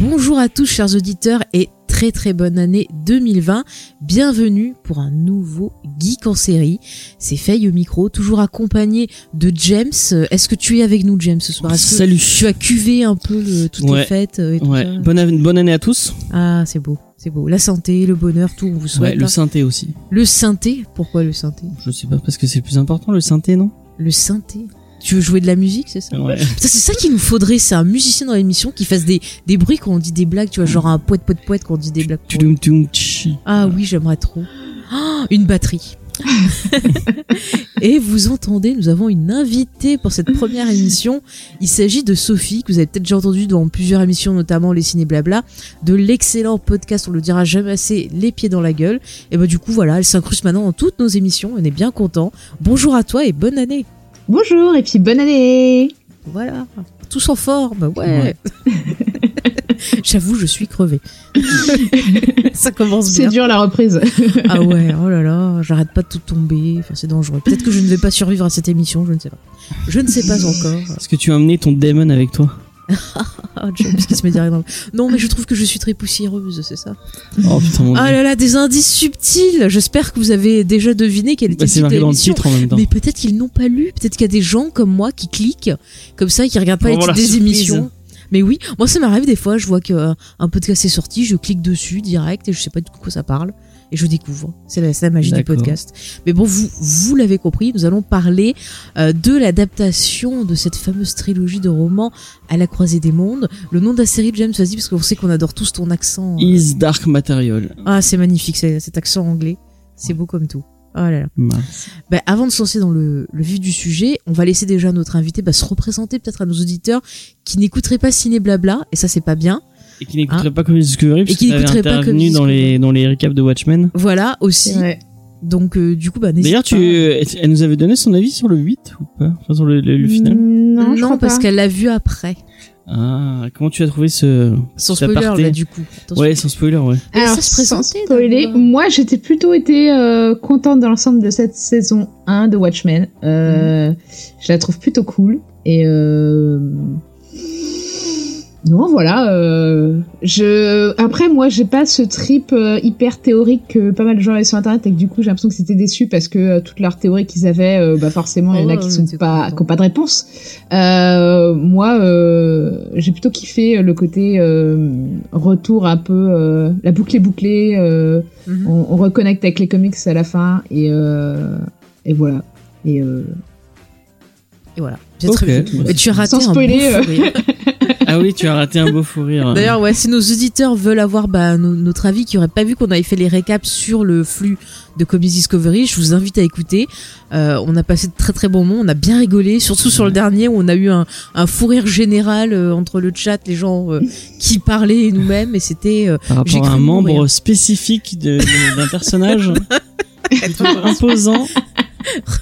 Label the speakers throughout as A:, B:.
A: Bonjour à tous chers auditeurs et très très bonne année 2020. Bienvenue pour un nouveau geek en série. C'est Faye au micro, toujours accompagné de James. Euh, Est-ce que tu es avec nous James ce soir Est-ce que
B: Salut.
A: tu as cuvé un peu le, toutes
B: Ouais.
A: les fêtes euh, et tout
B: Ouais.
A: ça
B: Bonne, année- bonne année à tous.
A: Ah c'est beau, c'est beau. La santé, le bonheur, tout on vous
B: Ouais,
A: souhaite.
B: le
A: hein.
B: synthé aussi.
A: le synthé, pourquoi le synthé
B: Je sais pas parce que c'est le plus important le synthé, non
A: Le synthé tu veux jouer de la musique, c'est ça
B: Ouais.
A: Putain, C'est ça qu'il nous faudrait, c'est un musicien dans l'émission qui fasse des, des bruits quand on dit des blagues, tu vois, genre un poète poète poète quand on dit des blagues. pourries.
B: Tudum, tudum, tch.
A: Ah oui, j'aimerais trop. Ah, une batterie. Et vous entendez, nous avons une invitée pour cette première émission. Il s'agit de Sophie, que vous avez peut-être déjà entendu dans plusieurs émissions, notamment Les Ciné Blabla, de l'excellent podcast, on le dira jamais assez, Les Pieds dans la Gueule. Et bah du coup, voilà, elle s'incruste maintenant dans toutes nos émissions, on est bien content. Bonjour à toi et bonne année.
C: Bonjour et puis bonne année
A: Voilà, tous en forme, ouais.
B: Ouais.
A: J'avoue, je suis crevée. Ça commence bien.
C: C'est dur la reprise.
A: Ah ouais, oh là là, j'arrête pas de tout tomber, enfin, c'est dangereux. Peut-être que je ne vais pas survivre à cette émission, je ne sais pas. Je ne sais pas encore.
B: Est-ce que tu as amené ton Damon avec toi
A: Ah, James qui se met derrière dans le- Non, mais je trouve que je suis très poussiéreuse, c'est ça.
B: Oh putain mon dieu.
A: Ah là là, des indices subtils J'espère que vous avez déjà deviné quelle était
B: Bah,
A: le
B: c'est
A: titre de
B: marqué dans le
A: l'émission.
B: titre en même temps.
A: Mais peut-être qu'ils n'ont pas lu, peut-être qu'il y a des gens comme moi qui cliquent comme ça et qui regardent pas
B: Pour
A: les
B: avoir
A: titres
B: la
A: des
B: surprise.
A: émissions. Mais oui, moi ça m'arrive des fois, je vois qu'un podcast est sorti, je clique dessus direct et je sais pas de quoi ça parle et je découvre. C'est la, c'est la magie du
B: D'accord.
A: podcast. Mais bon, vous, vous l'avez compris, nous allons parler euh, de l'adaptation de cette fameuse trilogie de romans à la croisée des mondes. Le nom de la série, James, vas-y, parce qu'on sait qu'on adore tous ton accent. euh.
B: Is Dark Material.
A: Ah, c'est magnifique, c'est- cet accent anglais. C'est beau comme tout. Oh là là.
B: Mince.
A: Bah, avant de se lancer dans le, le vif du sujet, on va laisser déjà notre invité bah, se représenter peut-être à nos auditeurs qui n'écouteraient pas Ciné Blabla, et ça c'est pas bien.
B: Et qui n'écouterait pas Comedy Discovery parce
A: qui
B: que t'avais
A: n'écouterait pas
B: intervenu
A: Comedy
B: dans les dans les récaps de Watchmen.
A: Voilà aussi.
C: Ouais.
A: Donc euh, du coup, bah, n'hésite
B: D'ailleurs, tu euh,
A: pas.
B: elle nous avait donné son avis sur le 8 ou pas Enfin sur le, le- le final.
C: Non,
A: Non,
C: je crois
A: parce
C: pas.
A: qu'elle l'a vu après.
B: Ah, comment tu as trouvé ce
A: Sans
B: cet
A: spoiler
B: aparté
A: là du coup. Attention.
B: Ouais, sans spoiler, ouais.
A: Alors, ça se
C: sans
A: présentait
C: spoiler,
A: d'abord.
C: moi j'étais plutôt été euh, contente de l'ensemble de cette saison 1 de Watchmen.
A: Mhm.
C: Euh, Je la trouve plutôt cool et euh, non voilà. euh, Je après moi j'ai pas ce trip euh, hyper théorique que pas mal de gens avaient sur internet et que du coup j'ai l'impression que c'était déçu parce que euh, toute leur théorie qu'ils avaient, euh, bah forcément il y en
A: Oh,
C: a qui
A: ouais,
C: sont
A: c'est
C: pas
A: content.
C: qui ont pas de réponse. Euh, moi, euh, j'ai plutôt kiffé le côté euh, retour un peu, euh, la boucle est bouclée, euh,
A: Mhm.
C: on, on reconnecte avec les comics à la fin et, euh, et voilà. Et euh,
A: Et voilà. C'est
B: Ok.
A: très bien.
B: Ouais.
A: Et tu as raté
C: Sans
A: un
C: spoiler,
A: bon
C: euh.
A: fou rire.
B: Ah oui, tu as raté un beau fou rire.
A: D'ailleurs, ouais, si nos auditeurs veulent avoir bah, no- notre avis, qui n'auraient pas vu qu'on avait fait les récaps sur le flux de Comedy Discovery, je vous invite à écouter. Euh, on a passé de très très bons moments, on a bien rigolé, surtout sur le dernier où on a eu un, un fou rire général euh, entre le chat, les gens euh, qui parlaient et nous-mêmes, et c'était euh,
B: par
A: J'ai
B: rapport à
A: cru
B: un membre
A: mourir.
B: spécifique de- de- d'un personnage plutôt imposant.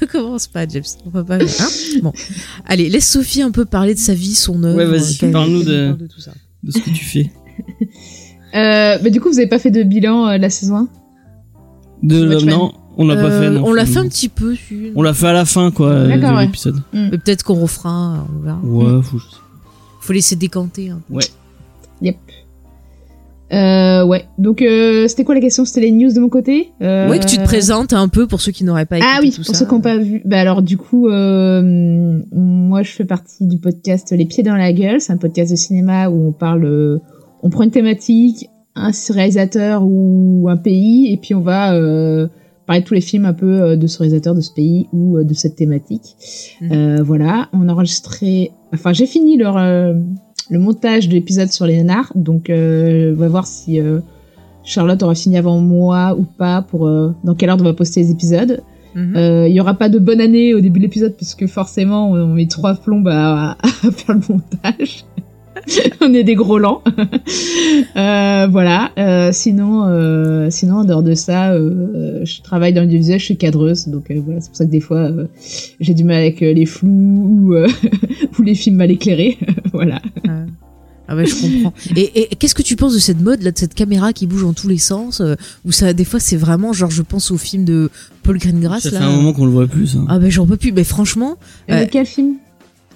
A: recommence pas, James. On va pas. hein bon, allez, laisse Sophie un peu parler de sa vie, son œuvre.
B: Ouais, vas-y,
A: euh, qu'elle-
B: parle-nous
A: qu'elle
B: de-
A: parle tout ça.
B: de ce que tu fais.
C: euh, bah, du coup, vous avez pas fait de bilan euh, de la saison 1
B: De
C: Watchmen.
B: non, on l'a pas
A: Euh,
B: fait. non,
A: on l'a fait
B: finalement.
A: un petit peu, si-
B: On l'a fait à la fin quoi euh,
C: D'accord,
B: de
C: ouais.
B: l'épisode.
A: mais peut-être qu'on refera. euh, On verra.
B: Ouais, faut- je sais pas.
A: Faut laisser décanter. hein.
C: euh, Ouais. Donc, euh, c'était quoi la question C'était les news de mon côté euh...
A: Ouais, que tu te présentes un peu pour ceux qui n'auraient pas écouté
C: Ah oui,
A: tout
C: pour
A: ça.
C: ceux qui n'ont pas vu. Bah alors du coup, euh, moi je fais partie du podcast Les pieds dans la gueule. C'est un podcast de cinéma où on parle, euh, on prend une thématique, un réalisateur ou un pays, et puis on va euh, parler de tous les films un peu euh, de ce réalisateur, de ce pays ou euh, de cette thématique.
A: Mhm.
C: Euh, voilà, on a enregistré. Enfin, j'ai fini leur euh, le montage de l'épisode sur les nanars, donc euh, on va voir si. euh, Charlotte aura fini avant moi ou pas pour euh, dans quelle heure on va poster les épisodes.
A: Mhm.
C: Euh, Il y aura pas de bonne année au début de l'épisode parce que forcément on on met trois plombes à, à faire le montage. on est des gros lents. Euh, voilà. Euh, sinon, euh, sinon en dehors de ça, euh, je travaille dans l'audiovisuel, je suis cadreuse, donc euh, voilà, c'est pour ça que des fois euh, j'ai du mal avec euh, les flous ou, euh, ou les films mal éclairés. voilà.
A: Ah ouais, je comprends. Et, et qu'est-ce que tu penses de cette mode là, de cette caméra qui bouge en tous les sens euh, Où ça, des fois, c'est vraiment genre, je pense au film de Paul Greengrass
B: Ça fait
A: là.
B: un moment qu'on le voit plus. hein.
A: Ah ben j'en peux plus. Mais franchement, Euh,
C: Mais quel film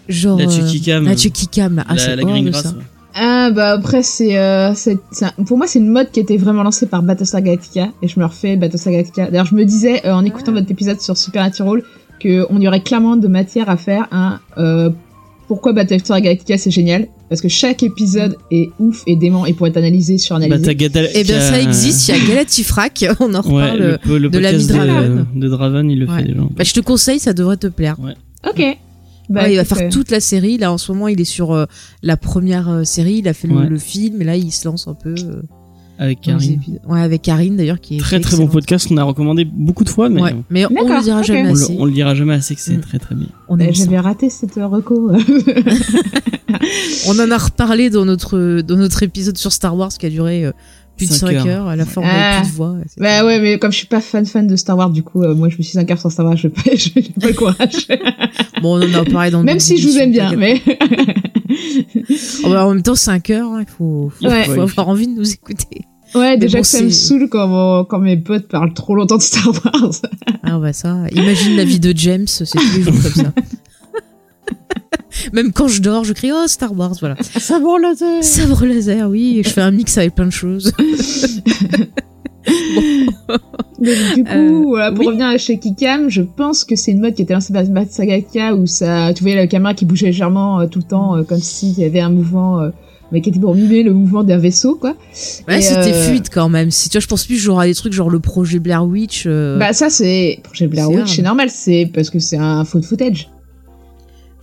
A: genre
B: La
A: euh,
B: Chucky Cam.
A: la Chucky Cam, là. Ah,
B: la,
A: c'est
B: la
A: horrible,
B: Green
A: ça.
B: Grass. ouais.
C: Ah bah après c'est euh, c'est- c'est un- pour moi c'est une mode qui était vraiment lancée par Battlestar Galactica et je me refais Battlestar Galactica. D'ailleurs je me disais euh, en écoutant votre épisode sur Supernatural que on y aurait clairement de matière à faire un euh, pourquoi Battlestar Galactica c'est génial parce que chaque épisode est ouf et dément et pourrait être analysé sur
B: Bah,
C: analysé.
B: t'as Gadal-
A: Eh bien,
B: t'as-
A: ça existe. Il y a Galatifrac. On en
B: Ouais,
A: reparle.
B: le, po- le
A: de la
B: podcast
A: vie de
B: de,
A: Draven.
B: de Draven, il le
A: Ouais.
B: fait déjà.
A: Bah, je te conseille, ça devrait te plaire.
C: ok.
A: Ouais, il va faire
C: écoute, euh,
A: toute la série. Là, en ce moment, il est sur euh, la première euh, série. Il a fait le,
B: Ouais.
A: le film et là, il se lance un peu. euh,
B: Avec
A: dans les
B: Karine.
A: épisodes. Ouais, avec Karine d'ailleurs, qui est
B: Très très bon
A: excellente.
B: podcast qu'on a recommandé beaucoup de fois, mais
A: Ouais, mais on
C: D'accord,
A: ne le dira
C: ok.
A: jamais
B: on,
A: assez.
B: le, on le dira jamais assez que c'est
A: Mm.
B: très très bien.
A: On aime
C: euh,
A: ça.
C: J'avais raté cette euh, reco.
A: On en a reparlé dans notre, dans notre épisode sur Star Wars qui a duré euh, plus de
B: Cinq
A: 5 heures.
B: heures.
A: À la fin, on
C: Ah.
A: n'avait plus de voix. etc.
C: Bah ouais, mais comme je suis pas fan fan de Star Wars, du coup, euh, moi je me suis un quart sans Star Wars, je n'ai pas, j'ai pas le courage.
A: Bon, on en a parlé dans
C: Même
A: d'autres
C: si je vous aime
A: émissions,
C: bien, mais
A: t'inquiète. Oh, bah, en même temps, 5 heures, hein, il faut, faut,
C: Ouais.
A: faut avoir envie de nous écouter.
C: ouais, déjà
A: bon,
C: que ça me
A: c'est-
C: saoule quand, mon- quand mes potes parlent trop longtemps de Star Wars.
A: Ah bah ça, imagine la vie de James, c'est tous les jours comme ça. Même quand je dors, je crie Oh Star Wars, voilà.
B: Savoir laser
A: Sabre laser, oui, et je fais un mix avec plein de choses.
C: Donc, du coup,
A: Euh,
C: voilà, pour
A: oui.
C: revenir à chez Kikam, je pense que c'est une mode qui était lancée par Matt Sagaka où ça, tu voyais la caméra qui bougeait légèrement euh, tout le temps, euh, comme s'il y avait un mouvement, euh, mais qui était pour mimer le mouvement d'un vaisseau, quoi.
A: Ouais,
C: Et,
A: c'était
C: euh,
A: fluide quand même. Si tu vois, je pense plus j'aurai des trucs genre le projet Blair Witch. euh,
C: Bah ça, c'est projet Blair
A: C'est
C: Witch,
A: rare.
C: c'est normal, c'est parce que c'est un faux de footage.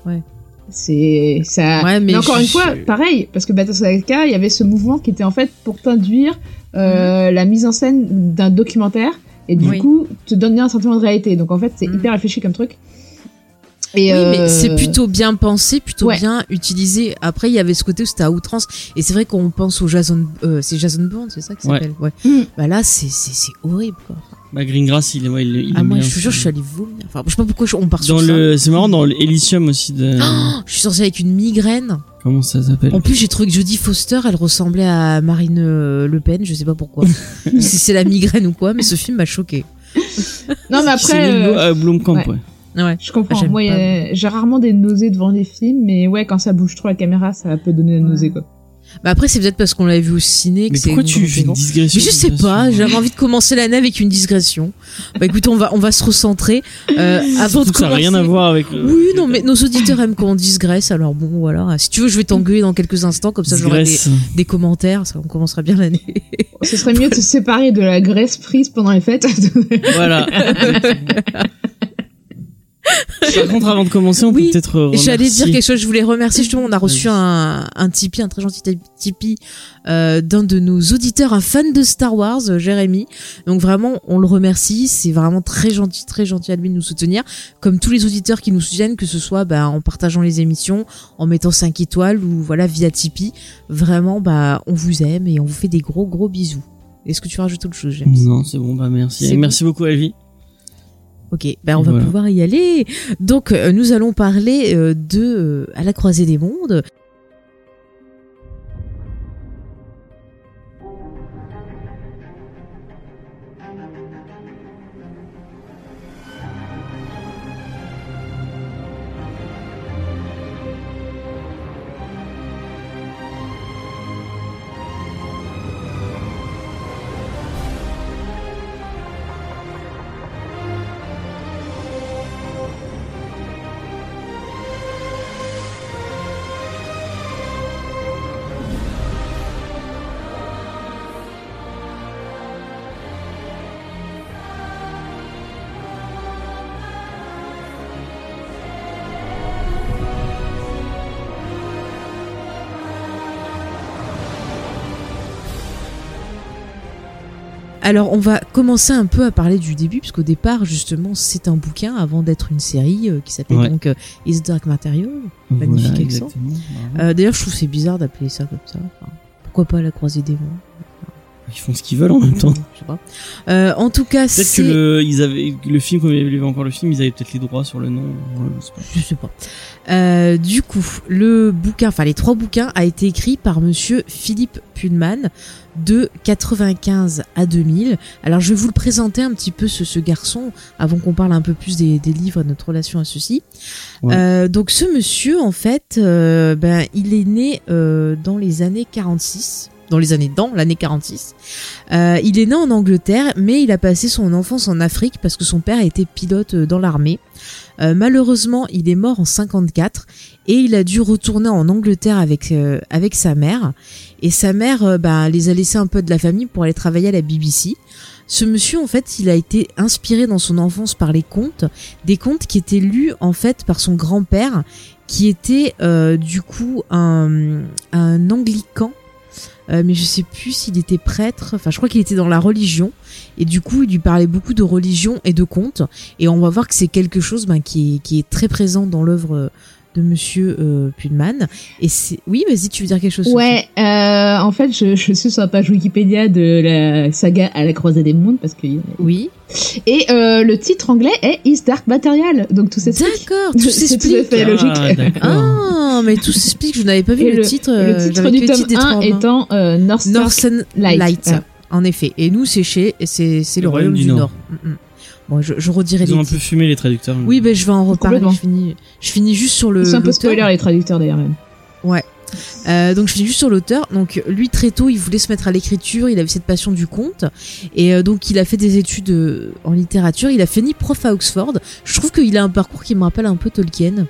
A: Ouais.
C: C'est ça.
A: Ouais, mais
C: mais, encore
A: je-
C: une fois, pareil, parce que Battlestar Galactica, il y avait ce mouvement qui était en fait pour t'induire euh, la mise en scène d'un documentaire et du
A: Mhm. Oui.
C: coup te donner un sentiment de réalité. Donc en fait, c'est
A: Mm.
C: hyper réfléchi comme truc. Et
A: Oui, mais
C: euh,
A: c'est plutôt bien pensé, plutôt
C: ouais.
A: bien utilisé. Après, il y avait ce côté où c'était à outrance. Et c'est vrai qu'on pense au Jason. euh, c'est Jason Bourne, c'est ça qui
B: Ouais.
A: s'appelle ouais.
C: Mm.
A: Bah là, c'est c'est- c'est horrible, quoi.
B: Bah, Green Grass, il est. ouais, il, il
A: Ah,
B: aime
A: moi,
B: bien
A: je te
B: ça.
A: jure, je suis allée vomir. Enfin, je sais pas pourquoi je- on part
B: Dans
A: sur ça.
B: le, c'est marrant dans l'Elysium aussi de,
A: Oh, je suis sortie avec une migraine.
B: comment ça s'appelle?
A: En plus, j'ai trouvé que Jodie Foster, elle ressemblait à Marine euh, Le Pen, je sais pas pourquoi. si c'est la migraine ou quoi, mais ce film m'a choqué.
C: non, mais après,
B: Céline
C: euh,
B: Blo- euh, Blomkamp,
C: ouais.
B: ouais.
A: Ouais.
C: je comprends.
A: Ah, j'aime
C: Moi, il y a- j'ai rarement des nausées devant les films, mais ouais, quand ça bouge trop la caméra, ça peut donner des
A: Ouais.
C: nausées quoi.
A: Bah après, c'est peut-être parce qu'on l'avait vu au ciné que
B: Mais
A: c'est
B: pourquoi tu
A: vraiment
B: fais une
A: gênant.
B: digression?
A: Mais je sais
B: comme ça
A: pas,
B: sur-
A: j'avais envie de commencer l'année avec une digression. Bah écoutez, on va, on va se recentrer. Euh, avant de
B: Surtout que ça n'a
A: commencer...
B: rien à voir avec le.
A: Oui, non, mais nos auditeurs aiment quand on digresse, alors bon, voilà. Si tu veux, je vais t'engueuler dans quelques instants, comme ça j'aurai des,
B: Digresse.
A: des commentaires, ça, on commencera bien l'année.
C: Ce serait mieux de se séparer de la graisse prise pendant les fêtes.
B: Voilà. Par contre, avant de commencer, on
A: Oui,
B: peut peut-être. euh,
A: J'allais dire
B: remercier-
A: quelque chose, je voulais remercier justement, on a reçu
B: Vas-y.
A: un, un Tipeee, un très gentil ti- Tipeee euh, d'un de nos auditeurs, un fan de Star Wars, euh, Jérémy. Donc vraiment, on le remercie, c'est vraiment très gentil, très gentil à lui de nous soutenir, comme tous les auditeurs qui nous soutiennent, que ce soit bah, en partageant les émissions, en mettant 5 étoiles ou voilà via Tipeee. Vraiment, bah, on vous aime et on vous fait des gros gros bisous. Est-ce que tu rajoutes autre chose, James
B: Non, c'est bon, bah merci.
A: C'est
B: Et merci beaucoup, Elvie.
A: Ok, ben on va
B: Voilà.
A: pouvoir y aller. Donc euh, nous allons parler euh, de euh, À la croisée des mondes. Alors, on va commencer un peu à parler du début, puisqu'au départ, justement, c'est un bouquin avant d'être une série euh, qui s'appelle
B: Ouais.
A: donc euh, Is Dark Material. Magnifique accent.
B: Voilà, exactement. Bravo.
A: Euh, D'ailleurs, je trouve que c'est bizarre d'appeler ça comme ça. Enfin, pourquoi pas la croisée des mondes
B: Ils font ce qu'ils veulent en même temps.
A: Je sais pas. Euh, en tout cas,
B: Peut-être que
A: c'est.
B: le, ils avaient, que le film, comme il y avait encore le film, ils avaient peut-être les droits sur le nom. Ouais, je sais pas.
A: Je sais pas. Euh, du coup, le bouquin, enfin les trois bouquins, a été écrit par Monsieur Philippe Pullman de 95 à 2000. Alors je vais vous le présenter un petit peu ce, ce garçon avant qu'on parle un peu plus des, des livres et de notre relation à ceci.
B: Ouais.
A: Euh, donc ce monsieur, en fait, euh, ben il est né euh, dans les années 46. Dans les années dans l'année 46, Euh, il est né en Angleterre, mais il a passé son enfance en Afrique parce que son père était pilote euh, dans l'armée. Euh, malheureusement, il est mort en 54 et il a dû retourner en Angleterre avec euh, avec sa mère. Et sa mère, euh, bah, les a laissés un peu de la famille pour aller travailler à la BBC. Ce monsieur, en fait, il a été inspiré dans son enfance par les contes, des contes qui étaient lus en fait par son grand-père, qui était euh, du coup un, un anglican. Euh, mais je sais plus s'il était prêtre, enfin je crois qu'il était dans la religion, et du coup il lui parlait beaucoup de religion et de contes, et on va voir que c'est quelque chose ben, qui, est, qui est très présent dans l'œuvre euh, de Monsieur euh, Pullman. Et c'est oui, vas-y, tu veux dire quelque chose Sophie
C: Ouais, euh, en fait, je, je suis sur la page Wikipédia de la saga à la croisée des mondes parce que
A: Oui.
C: et euh, le titre anglais est Is Dark Material, donc tout s'explique.
A: D'accord, tout
C: C'est tout à
A: s'explique.
C: fait logique.
B: Ah, d'accord.
A: Ah, mais tout s'explique. Je n'avais pas vu
C: Et
A: le, titre.
C: Le
A: euh,
C: titre
A: j'avais
C: du
A: que le
C: tome
A: titre des
C: 1
A: trois, non.
C: étant euh, North Star
A: Northern Light.
C: Light. Ouais.
A: En effet. Et nous, c'est chez, c'est c'est le Royaume du, Nord. Mm, mm. Bon, je, je redirai
B: Ils
A: les
B: ont un
A: titres.
B: peu fumé les traducteurs.
A: Oui, ben je vais en reparler.
C: Complètement.
A: Je finis, je finis juste sur le.
C: Ils sont un peu
A: l'auteur.
C: spoiler les traducteurs d'ailleurs même.
A: Euh, donc je finis juste sur l'auteur. Donc lui très tôt, il voulait se mettre à l'écriture. Il avait cette passion du conte et euh, donc il a fait des études euh, en littérature. Il a fini prof à Oxford. Je trouve qu'il a un parcours qui me rappelle un peu Tolkien.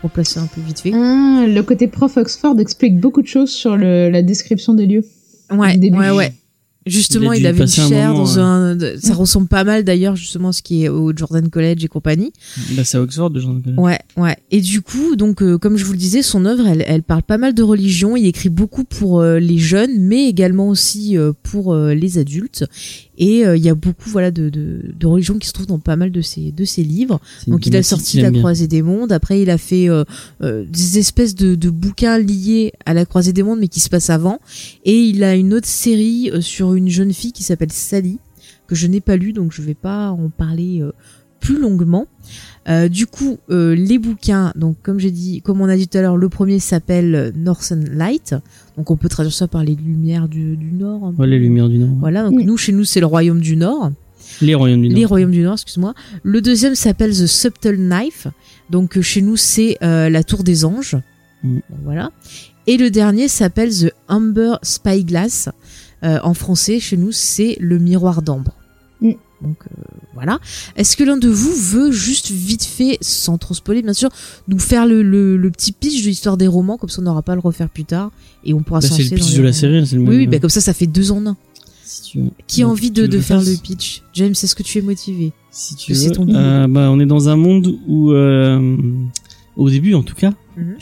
A: Pour placer un peu vite fait.
C: Ah, le côté prof Oxford explique beaucoup de choses sur le, la description des lieux.
A: Ouais,
C: du début.
A: ouais, ouais. Justement,
B: Il a
A: il, avait
B: dû
A: une
B: passer un
A: chair
B: moment,
A: dans
B: euh,
A: un. de- Ça ressemble pas mal d'ailleurs, justement, à ce qui est au Jordan College et compagnie.
B: Là, Bah, c'est à Oxford, le genre de-
A: Ouais, ouais. Et du coup, donc, euh, comme je vous le disais, son œuvre, elle, elle parle pas mal de religion. Il écrit beaucoup pour euh, les jeunes, mais également aussi euh, pour euh, les adultes. Et euh, il y a beaucoup, voilà, de, de, de religions qui se trouvent dans pas mal de ses, de ses livres.
B: C'est
A: Donc
B: une
A: il a
B: thématique
A: sorti
B: qu'il
A: La
B: aime bien.
A: Croisée des Mondes. Après, il a fait euh, euh, des espèces de, de bouquins liés à La Croisée des Mondes, mais qui se passent avant. Et il a une autre série euh, sur une jeune fille qui s'appelle Sally, que je n'ai pas lue, donc je ne vais pas en parler euh, plus longuement. Euh, du coup, euh, les bouquins, donc comme j'ai dit, comme on a dit tout à l'heure, le premier s'appelle euh, Northern Light, donc on peut traduire ça par les lumières du, du Nord. un peu.
B: Ouais, les Lumières du Nord.
A: Voilà, donc
C: Mm.
A: nous, chez nous, c'est le Royaume du Nord.
B: Les Royaumes du Nord.
A: Les Royaumes du Nord, excuse-moi. Le deuxième s'appelle The Subtle Knife. Donc euh, chez nous, c'est euh, la Tour des Anges.
B: Mm.
A: Donc, Voilà. Et le dernier s'appelle The Amber Spyglass. Euh, en français, chez nous, c'est le miroir d'ambre.
C: Mm.
A: Donc euh, voilà. Est-ce que l'un de vous veut juste vite fait, sans trop spoiler bien sûr, nous faire le, le- le petit pitch de l'histoire des romans, comme ça on n'aura pas à le refaire plus tard et on pourra
B: Là,
A: s'en
B: Bah, c'est
A: lancer dans
B: le pitch
A: les
B: de la
A: romans.
B: série. là, c'est le
A: Oui, oui,
B: même, euh,
A: bah, comme ça ça fait deux en un.
B: si tu veux.
A: Qui a
B: Donc,
A: envie
B: tu
A: de,
B: veux
A: de
B: le
A: faire
B: fasse
A: le pitch James, est-ce que tu es motivé
B: Si tu
A: Que c'est
B: veux.
A: ton bidou.
B: Euh, bah, on est dans un monde où, euh, au début en tout cas,
A: Mhm.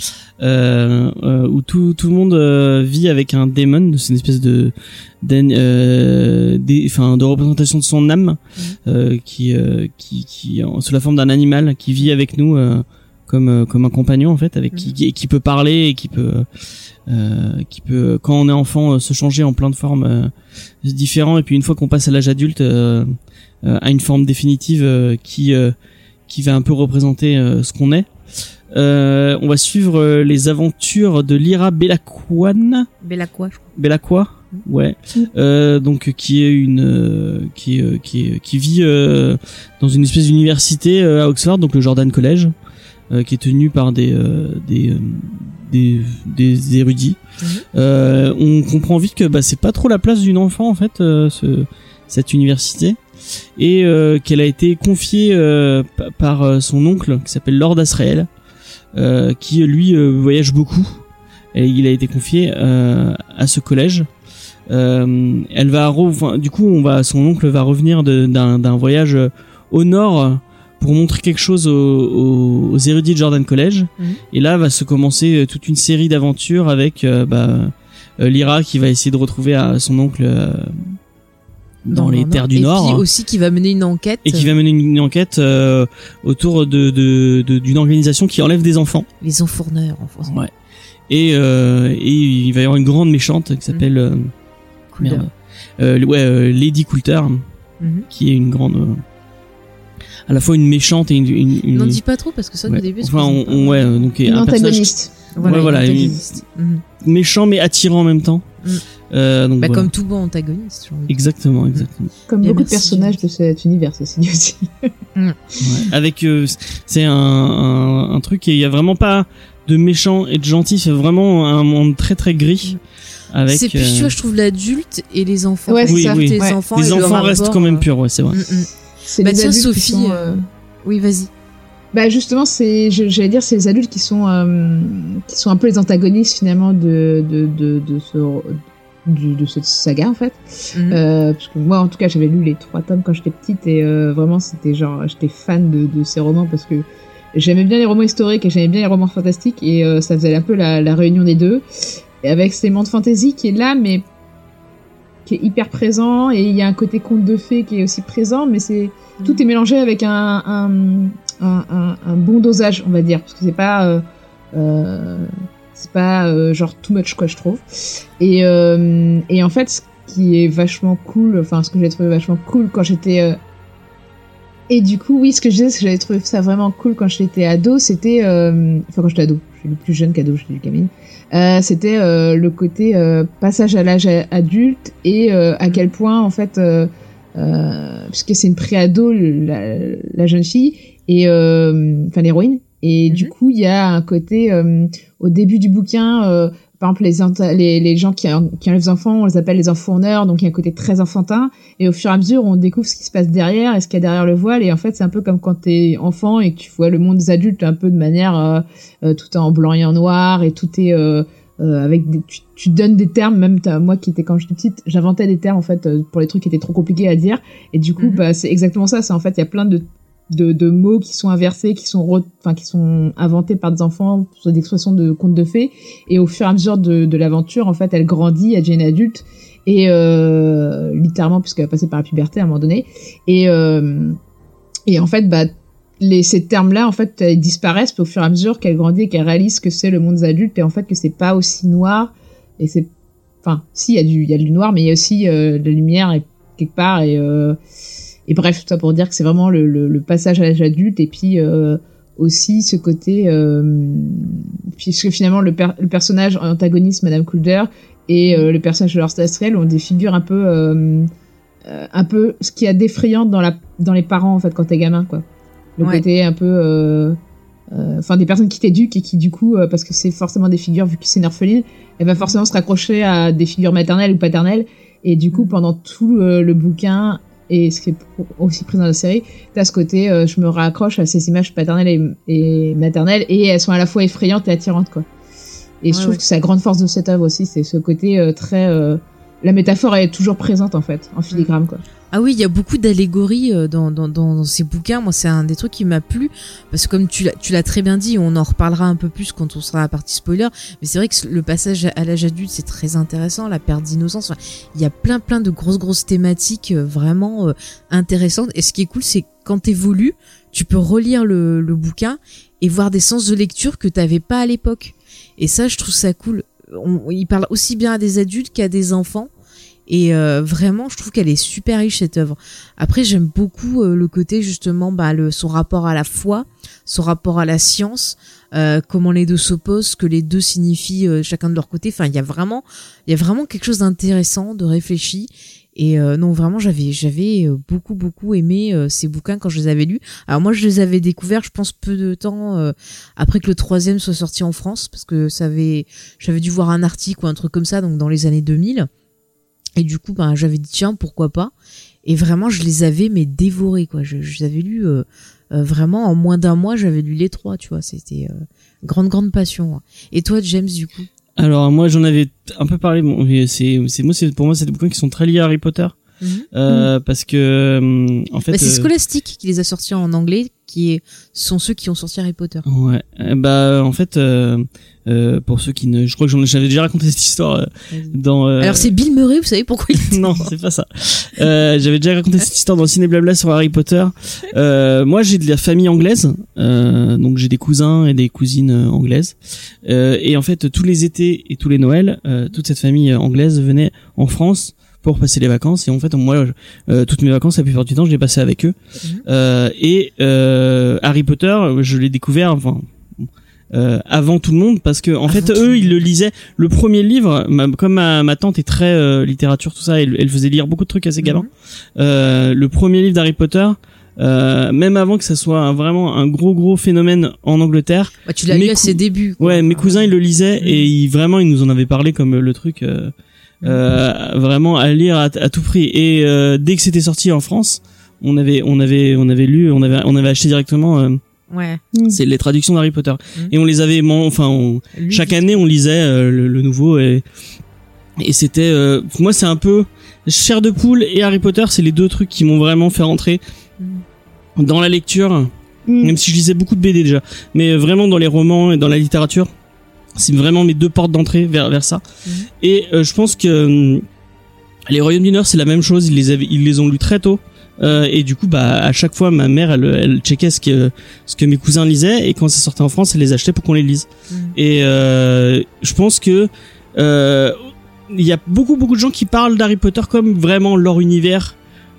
B: euh, euh, où tout, tout le monde euh, vit avec un démon, c'est une espèce de, d'en- euh, des- enfin, de représentation de son âme,
A: Mhm.
B: euh, qui, euh, qui, qui, en- sous la forme d'un animal, qui vit avec nous. euh, comme euh, comme un compagnon en fait avec qui
A: Mhm.
B: qui, qui peut parler et qui peut euh, qui peut quand on est enfant euh, se changer en plein de formes euh, différentes et puis une fois qu'on passe à l'âge adulte euh, euh, à une forme définitive euh, qui euh, qui va un peu représenter euh, ce qu'on est. Euh, on va suivre euh, les aventures de Lyra Belakwan.
A: Bella quoi, je crois.
B: Belakwa Ouais.
C: Mm.
B: Euh, donc qui est une euh, qui est, euh, qui est, qui vit euh, dans une espèce d'université euh, à Oxford, donc le Jordan College, euh, qui est tenu par des euh, des, euh, des des érudits.
A: Mhm.
B: Euh, on comprend vite que bah, c'est pas trop la place d'une enfant en fait euh, ce- cette université et euh, qu'elle a été confiée euh, pa- par euh, son oncle qui s'appelle Lord Asrael euh, qui lui euh, voyage beaucoup et il a été confié euh, à ce collège euh, elle va re- enfin, du coup on va son oncle va revenir de- d'un d'un voyage euh, au nord euh, pour montrer quelque chose aux, aux- aux érudits de Jordan College
A: Mhm.
B: et là va se commencer euh, toute une série d'aventures avec euh, bah, euh, Lyra qui va essayer de retrouver à son oncle euh, dans, les terres du
A: et
B: Nord.
A: puis
B: hein.
A: aussi qui va mener une enquête.
B: et qui va mener une enquête euh, autour de de- de- d'une organisation qui enlève des enfants.
A: euh, Les enfourneurs en France.
B: Ouais. Et, euh, et il va y avoir une grande méchante qui s'appelle euh,
A: Mmh. Coulter.
B: merde. Euh, ouais, euh, Lady Coulter,
A: Mhm.
B: qui est une grande, euh, à la fois une méchante et une. une, une-
A: N'en dis pas trop parce que ça,
B: Mm. ouais.
A: au début, c'est
B: Enfin,
A: pas-
B: on, on- ouais, euh, donc
C: Une
B: un personnage
C: antagoniste.
B: ouais, voilà,
A: une
B: une-
A: antagoniste. Mhm.
B: méchant mais attirant en même temps.
A: Mm.
B: Euh, donc
A: Bah,
B: voilà.
A: Comme tout bon antagoniste, j'ai envie de dire.
B: Exactement, exactement.
C: Comme
A: Et
C: beaucoup de
A: Eh, merci.
C: personnages de cet univers, ceci dit aussi.
B: Ouais. Avec, euh, c'est un, un, un truc et il y a vraiment pas de méchant et de gentil, c'est vraiment un monde très très gris. Avec euh,
A: C'est plus, tu vois, je trouve l'adulte et les enfants.
C: Ouais, c'est
A: Ils
C: ça.
A: sortent
B: Oui,
A: hein, les
C: oui.
A: enfants, et
B: les
A: leur
B: enfants restent
A: rapport,
B: quand même
A: euh,
B: purs, ouais, c'est vrai.
A: mm, mm.
C: C'est
A: Bah
C: les
A: tiens,
C: adultes qui
A: Sophie,
C: sont,
A: euh, Oui, vas-y.
C: Bah justement, c'est, je- j'allais dire, c'est les adultes qui sont, euh, qui sont un peu les antagonistes finalement de, de, de, de ce, du- de cette saga en fait.
A: Mhm.
C: Euh, parce que moi, en tout cas, j'avais lu les trois tomes quand j'étais petite et euh, vraiment, c'était genre, j'étais fan de, de ces romans parce que j'aimais bien les romans historiques et j'aimais bien les romans fantastiques et euh, ça faisait un peu la, la réunion des deux. Et avec ces mondes fantasy qui est là, mais qui est hyper présent et il y a un côté conte de fées qui est aussi présent, mais c'est tout est mélangé avec un, un, un, un- un bon dosage, on va dire, parce que c'est pas euh, euh, c'est pas euh, genre too much quoi, je trouve. Et, euh, et en fait, ce qui est vachement cool, enfin ce que j'ai trouvé vachement cool quand j'étais euh, et du coup, oui, ce que je disais, c'est que j'avais trouvé ça vraiment cool quand j'étais ado, c'était euh, enfin quand j'étais ado, j'étais plus jeune qu'ado, j'étais du Camille. Euh, c'était euh, le côté euh, passage à l'âge a- adulte et euh, à quel point en fait euh, euh, puisque c'est une préado la, la jeune fille et euh, enfin l'héroïne et du
A: Mhm.
C: coup il y a un côté euh, au début du bouquin euh, par exemple les, enta- les les gens qui, en- qui enlèvent les enfants on les appelle les enfourneurs donc il y a un côté très enfantin et au fur et à mesure on découvre ce qui se passe derrière et ce qu'il y a derrière le voile et en fait c'est un peu comme quand t'es enfant et que tu vois le monde des adultes un peu de manière euh, euh, tout est en blanc et en noir et tout est euh, euh, avec des, tu, tu donnes des termes même t'as- moi qui étais quand j'étais petite j'inventais des termes en fait euh, pour les trucs qui étaient trop compliqués à dire et du coup
A: Mhm.
C: bah c'est exactement ça c'est en fait il y a plein de de, de mots qui sont inversés, qui sont re- enfin qui sont inventés par des enfants, soit des expressions de contes de fées. Et au fur et à mesure de, de l'aventure, en fait, elle grandit, elle devient une adulte et euh, littéralement puisqu'elle va passer par la puberté à un moment donné. Et euh, et en fait, bah les, ces termes-là, en fait, ils disparaissent puis au fur et à mesure qu'elle grandit et qu'elle réalise que c'est le monde des adultes et en fait que c'est pas aussi noir et c'est, enfin, si il y a du, il y a du noir, mais il y a aussi euh, de la lumière et quelque part et euh, et bref, tout ça pour dire que c'est vraiment le, le, le passage à l'âge adulte et puis euh, aussi ce côté euh, puisque finalement le, per- le personnage antagoniste Madame Coulter et euh, le personnage de Lord Astriel ont des figures un peu euh, euh, un peu ce qu'il y a d'effrayant dans la dans les parents en fait quand t'es gamin quoi le
A: Ouais.
C: côté un peu euh, euh, enfin des personnes qui t'éduquent et qui du coup euh, parce que c'est forcément des figures vu que c'est une orpheline elle va forcément se raccrocher à des figures maternelles ou paternelles et du coup
A: Mhm.
C: pendant tout euh, le bouquin et ce qui est pro- aussi présent dans la série t'as ce côté euh, je me raccroche à ces images paternelles et, et maternelles et elles sont à la fois effrayantes et attirantes quoi et je
A: Ouais,
C: trouve
A: ouais.
C: que c'est la grande force de cette œuvre aussi c'est ce côté euh, très euh, la métaphore elle est toujours présente en fait en filigrane quoi
A: Ah oui, il y a beaucoup d'allégories euh, dans, dans, dans ces bouquins. Moi, c'est un des trucs qui m'a plu. Parce que comme tu l'as- tu l'as très bien dit, on en reparlera un peu plus quand on sera à la partie spoiler. Mais c'est vrai que le passage à- à l'âge adulte, c'est très intéressant. La perte d'innocence. Enfin, il y a plein, plein de grosses, grosses thématiques euh, vraiment euh, intéressantes. Et ce qui est cool, c'est quand t'évolues, tu peux relire le, le bouquin et voir des sens de lecture que t'avais pas à l'époque. Et ça, je trouve ça cool. On, il parle aussi bien à des adultes qu'à des enfants. Et euh, vraiment, je trouve qu'elle est super riche cette œuvre. Après, j'aime beaucoup euh, le côté justement, bah, le, son rapport à la foi, son rapport à la science, euh, comment les deux s'opposent, ce que les deux signifient euh, chacun de leur côté. Enfin, il y a vraiment, il y a vraiment quelque chose d'intéressant, de réfléchi. Et euh, non, vraiment, j'avais, j'avais euh, beaucoup, beaucoup aimé euh, ces bouquins quand je les avais lus. Alors moi, je les avais découverts, je pense, peu de temps euh, après que le troisième soit sorti en France, parce que ça avait, j'avais dû voir un article ou un truc comme ça, donc dans les années 2000. Et du coup, ben, j'avais dit tiens, pourquoi pas. Et vraiment, je les avais mais dévorés quoi. Je, je les avais lus euh, euh, vraiment en moins d'un mois. J'avais lu les trois, tu vois. C'était euh, grande grande passion. hein. Et toi, James, du coup
B: Alors moi j'en avais un peu parlé. Bon, mais c'est c'est moi c'est pour moi c'est des bouquins qui sont très liés à Harry Potter. euh, parce que hum, en fait
A: Mm. Bah, c'est
B: euh,
A: Scholastic qui les a sortis en anglais, qui est- sont ceux qui ont sorti Harry Potter.
B: Ouais, Euh, bah en fait, euh, euh, pour ceux qui ne, je crois que j'en j'avais déjà raconté cette histoire euh, dans. euh,
A: Alors c'est Bill Murray, vous savez pourquoi il était
B: non,
A: mort
B: c'est pas ça. Euh, j'avais déjà raconté cette histoire dans Ciné Blabla sur Harry Potter. Euh, moi, j'ai de la famille anglaise, euh, donc j'ai des cousins et des cousines euh, anglaises. Euh, et en fait, tous les étés et tous les Noëls, euh, toute cette famille euh, anglaise venait en France pour passer les vacances. Et en fait, moi, je- euh, toutes mes vacances, la plupart du temps, je les passais avec eux.
A: Mhm.
B: Euh, et euh, Harry Potter, je l'ai découvert, enfin. euh, avant tout le monde parce que en
A: Avant
B: fait
A: tout le
B: eux ils
A: monde.
B: le lisaient le premier livre ma- comme ma, ma tante est très euh, littérature tout ça elle, elle faisait lire beaucoup de trucs à ses gamins
A: Mhm.
B: euh, le premier livre d'Harry Potter euh, même avant que ça soit un- vraiment un gros gros phénomène en Angleterre
A: Ouais, Bah, tu l'as
B: Mes
A: lu à
B: cou-
A: ses débuts. quoi.
B: ouais mes cousins ils le lisaient
A: Mhm.
B: et ils, vraiment ils nous en avaient parlé comme le truc euh, euh, vraiment à lire à, à tout prix et euh, dès que c'était sorti en France on avait on avait on avait lu on avait on avait acheté directement euh,
A: Ouais.
B: c'est les traductions d'Harry Potter
A: Mhm.
B: et on les avait mon- enfin on,
A: Lui,
B: chaque
A: il-
B: année on lisait euh, le, le nouveau et et c'était euh, pour moi c'est un peu Chair de poule et Harry Potter c'est les deux trucs qui m'ont vraiment fait rentrer
A: Mhm.
B: dans la lecture
C: Mm.
B: même si je lisais beaucoup de BD déjà mais euh, vraiment dans les romans et dans la littérature c'est vraiment mes deux portes d'entrée vers vers ça
A: Mhm.
B: et euh, je pense que hum, les Royaumes du Nord c'est la même chose ils les avaient ils les ont lus très tôt Euh, et du coup bah à chaque fois ma mère elle, elle checkait ce que ce que mes cousins lisaient et quand ça sortait en France elle les achetait pour qu'on les lise
A: Mhm.
B: et euh, je pense que euh, il y a beaucoup beaucoup de gens qui parlent d'Harry Potter comme vraiment leur univers,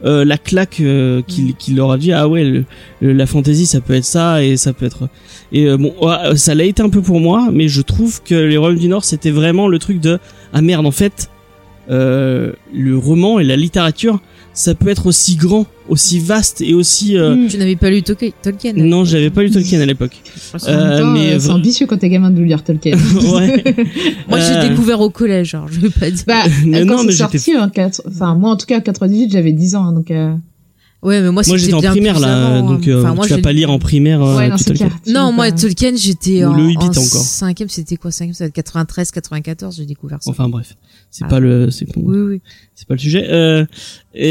B: euh, la claque euh, qui, qui leur a dit ah ouais le- le- la fantasy ça peut être ça et ça peut être et euh, bon ouais, ça l'a été un peu pour moi mais je trouve que les Royaumes du Nord c'était vraiment le truc de ah merde en fait euh, le roman et la littérature ça peut être aussi grand aussi vaste et aussi euh,
C: Mm.
A: Tu n'avais pas lu Tolkien. Tolkien.
B: non j'avais pas lu Tolkien à l'époque
C: En même
B: euh,
C: temps,
B: mais
C: euh, c'est
B: vra-
C: ambitieux quand t'es gamin de lire Tolkien.
B: ouais
A: Moi, j'ai
B: Euh,
A: découvert au collège, alors je vais pas dire.
C: Bah,
B: Mais
C: quand
B: non, mais
C: c'est
B: j'étais-
C: sorti, en quatre- enfin moi en tout cas en 98 j'avais 10 ans, hein, donc euh,
A: Ouais, mais moi,
B: Moi j'étais en
A: bien
B: primaire
A: plus
B: là,
A: avant,
B: donc
A: hein.
B: euh,
A: Enfin, moi,
B: tu vas
A: j'ai-
B: pas lire en primaire. euh,
C: ouais non
B: tout
C: c'est
B: le temps.
C: clair. tu
A: Non,
C: peux
A: moi,
C: pas-
A: Tolkien, j'étais
B: Ou
A: en,
B: le Hobbit
A: en
B: encore.
A: cinquième, c'était quoi cinquième, ça doit être 93, 94, j'ai découvert ça.
B: Enfin bref, c'est
A: Ah.
B: pas le, c'est pas,
A: oui, oui.
B: c'est pas le sujet. Euh,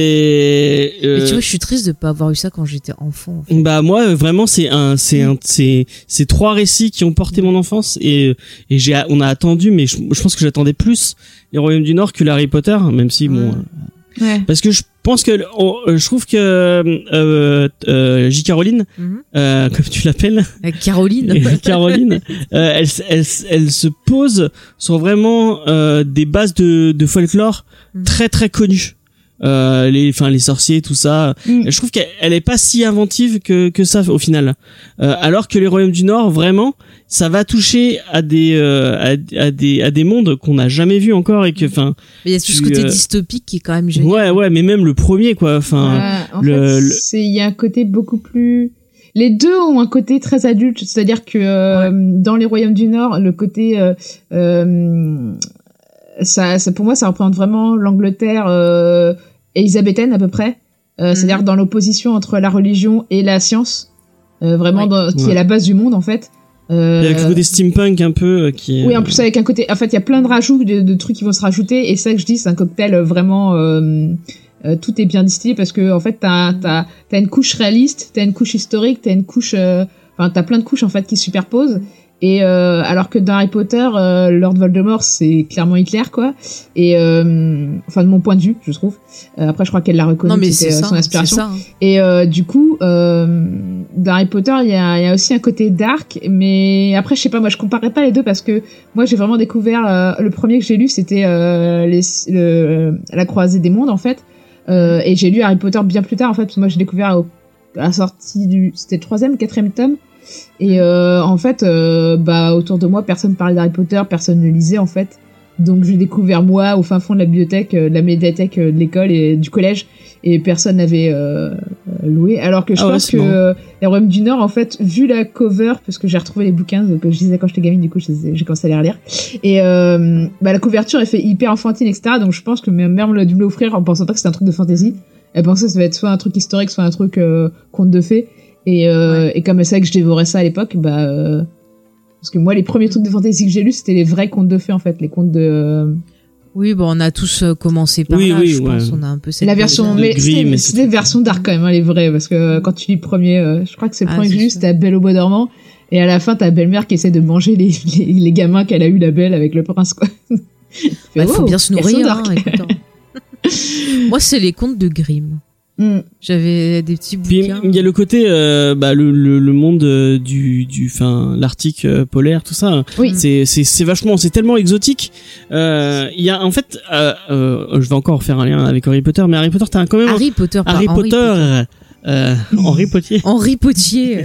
B: et
A: Mais tu
B: euh,
A: vois, je suis triste de pas avoir eu ça quand j'étais enfant. en fait.
B: bah moi euh, vraiment c'est un, c'est
A: Mm.
B: un, c'est, c'est trois récits qui ont porté mon enfance et et j'ai, on a attendu, mais je, je pense que j'attendais plus les Royaumes du Nord que les Harry Potter, même si bon,
A: Ouais.
B: euh,
C: Ouais.
B: parce que je pense que le- on- euh, je trouve que euh, euh, J. Caroline,
A: Mhm.
B: euh, comme tu l'appelles.
A: Avec Caroline.
B: Et Caroline, euh, elle, elle, elle se pose sur vraiment euh, des bases de, de folklore
A: Mm.
B: très très connues. Euh, les, enfin les sorciers, tout ça.
C: Mm.
B: Je trouve qu'elle elle est pas si inventive que que ça au final. Euh, alors que les royaumes du Nord, vraiment, ça va toucher à des euh, à, à des à des mondes qu'on n'a jamais vus encore et que, enfin,
A: Mais il y a tout ce
B: Tu,
A: côté
B: euh,
A: dystopique qui est quand même génial.
B: ouais ouais, mais même le premier quoi. Enfin,
C: Ouais, en
B: le-
C: fait,
B: le-
C: c'est- il y a un côté beaucoup plus. Les deux ont un côté très adulte, c'est-à-dire que euh, dans les royaumes du Nord, le côté euh, euh, ça, ça, pour moi, ça représente vraiment l'Angleterre euh, élisabéthaine à peu près,
B: Mhm.
C: Euh, c'est-à-dire dans l'opposition entre la religion et la science, euh, vraiment
A: Oui.
C: dans- qui
B: Ouais.
C: est la base du monde en fait. Euh,
B: avec le côté steampunk un peu euh, qui. est-
C: oui, en plus avec un côté. En fait, il y a plein de rajouts, de, de trucs qui vont se rajouter, et ça que je dis, c'est un cocktail vraiment. euh, euh, tout est bien distillé parce que en fait, t'as as, une couche réaliste, t'as une couche historique, t'as une couche. euh, Enfin, t'as plein de couches en fait qui se superposent. Et euh, alors que dans Harry Potter, euh, Lord Voldemort, c'est clairement Hitler, quoi. Et euh, enfin, de mon point de vue, je trouve. Euh, après, je crois qu'elle l'a reconnu.
A: non, mais
C: c'était,
A: c'est
C: euh,
A: ça.
C: son
A: C'est
C: inspiration.
A: ça. hein.
C: Et euh, du coup, euh, dans Harry Potter, il y a, il y a aussi un côté dark, mais après, je sais pas, moi, je comparais pas les deux parce que moi, j'ai vraiment découvert euh, le premier que j'ai lu, c'était euh, les- le- la croisée des mondes en fait, Euh, et j'ai lu Harry Potter bien plus tard en fait, parce que moi, j'ai découvert au- à la sortie du, c'était le troisième, ou quatrième tome, et euh, en fait, euh, bah autour de moi, personne parlait d'Harry Potter, personne ne lisait en fait. Donc j'ai découvert moi au fin fond de la bibliothèque, euh, de la médiathèque euh, de l'école et du collège, et personne n'avait euh, euh, loué. Alors que je
B: Ah ouais,
C: pense
B: c'est
C: que
B: marrant.
C: euh, les Royaumes du Nord, en fait, vu la cover, parce que j'ai retrouvé les bouquins que je lisais quand j'étais gamine, du coup je les ai- j'ai commencé à les relire. Et euh, bah, la couverture est fait hyper enfantine, etc. Donc je pense que ma mère me l'a dû me l'offrir en pensant pas que c'était un truc de fantasy. Elle pensait que ça va être soit un truc historique, soit un truc euh, conte de fées. Et, euh, et comme elle savait que je dévorais ça à l'époque, bah euh, parce que moi, les premiers trucs de fantasy que j'ai lus, c'était les vrais contes de fées, en fait, les contes de. euh,
A: Oui, bon, on a tous euh, commencé par
B: Oui,
A: là,
B: oui,
A: je
B: ouais.
A: pense. On a un peu cette
C: La version,
B: de
A: base-là.
C: mais
B: gris,
C: c'est
B: mais
C: des-
B: c'est-
C: c'est des versions dark quand même, hein, les vraies, parce que quand tu lis le premier, euh, je crois que c'est le
A: Ah,
C: premier que
A: c'est
C: j'ai lu,
A: sûr.
C: c'était la belle au bois dormant, et à la fin, ta belle-mère qui essaie de manger les, les, les gamins qu'elle a eu la belle avec le prince, quoi. Tu fais,
A: Bah, il faut
B: Oh,
C: wow,
A: bien se
C: version
A: nourrir.
C: dark.
A: hein, écoute, hein. Moi, c'est les contes de Grimm.
C: Hmm.
A: J'avais des petits
B: Puis
A: bouquins.
B: il y a le côté, euh, bah, le, le, le monde euh, du, du, enfin, l'Arctique euh, polaire, tout ça.
C: Oui.
B: C'est, c'est, c'est vachement, c'est tellement exotique. Euh, Il y a, en fait, euh, euh, je vais encore faire un lien avec Harry Potter, mais Harry Potter, t'as quand même
A: Harry Potter, pas
B: Harry
A: Henri Potter.
B: Potter, euh, Henri Potter.
A: Henri Potier.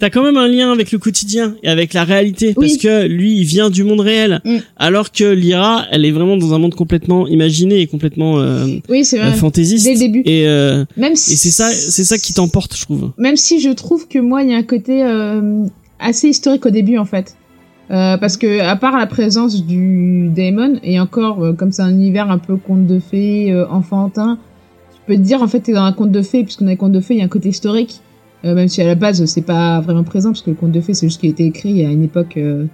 B: T'as quand même un lien avec le quotidien et avec la réalité
C: Oui.
B: parce que lui il vient du monde réel
C: Mm.
B: alors que Lyra elle est vraiment dans un monde complètement imaginé et complètement euh,
C: Oui, c'est
B: euh,
C: vrai.
B: fantaisiste
C: Dès le début.
B: et, euh,
C: Même
B: et c'est ça c'est ça qui t'emporte je trouve.
C: même si je trouve que moi il y a un côté euh, assez historique au début en fait Euh, parce que à part la présence du Daemon et encore euh, comme c'est un univers un peu conte de fées euh, enfantin tu peux te dire en fait t'es dans un conte de fées puisqu'on a un conte de fées il y a un côté historique euh, même si à la base c'est pas vraiment présent parce que le conte de fées c'est juste qu'il a été écrit à une époque euh,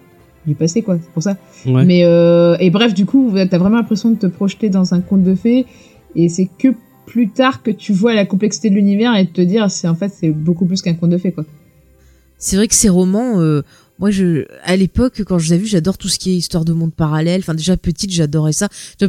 C: du passé quoi c'est pour ça
B: Ouais.
C: mais euh, et bref, du coup, t'as vraiment l'impression de te projeter dans un conte de fées, et c'est que plus tard que tu vois la complexité de l'univers et de te dire, c'est en fait c'est beaucoup plus qu'un conte de fées quoi.
A: C'est vrai que ces romans, euh, moi, je, à l'époque, quand je les ai vus, j'adore tout ce qui est histoire de monde parallèle. Enfin, déjà petite, j'adorais ça. Je,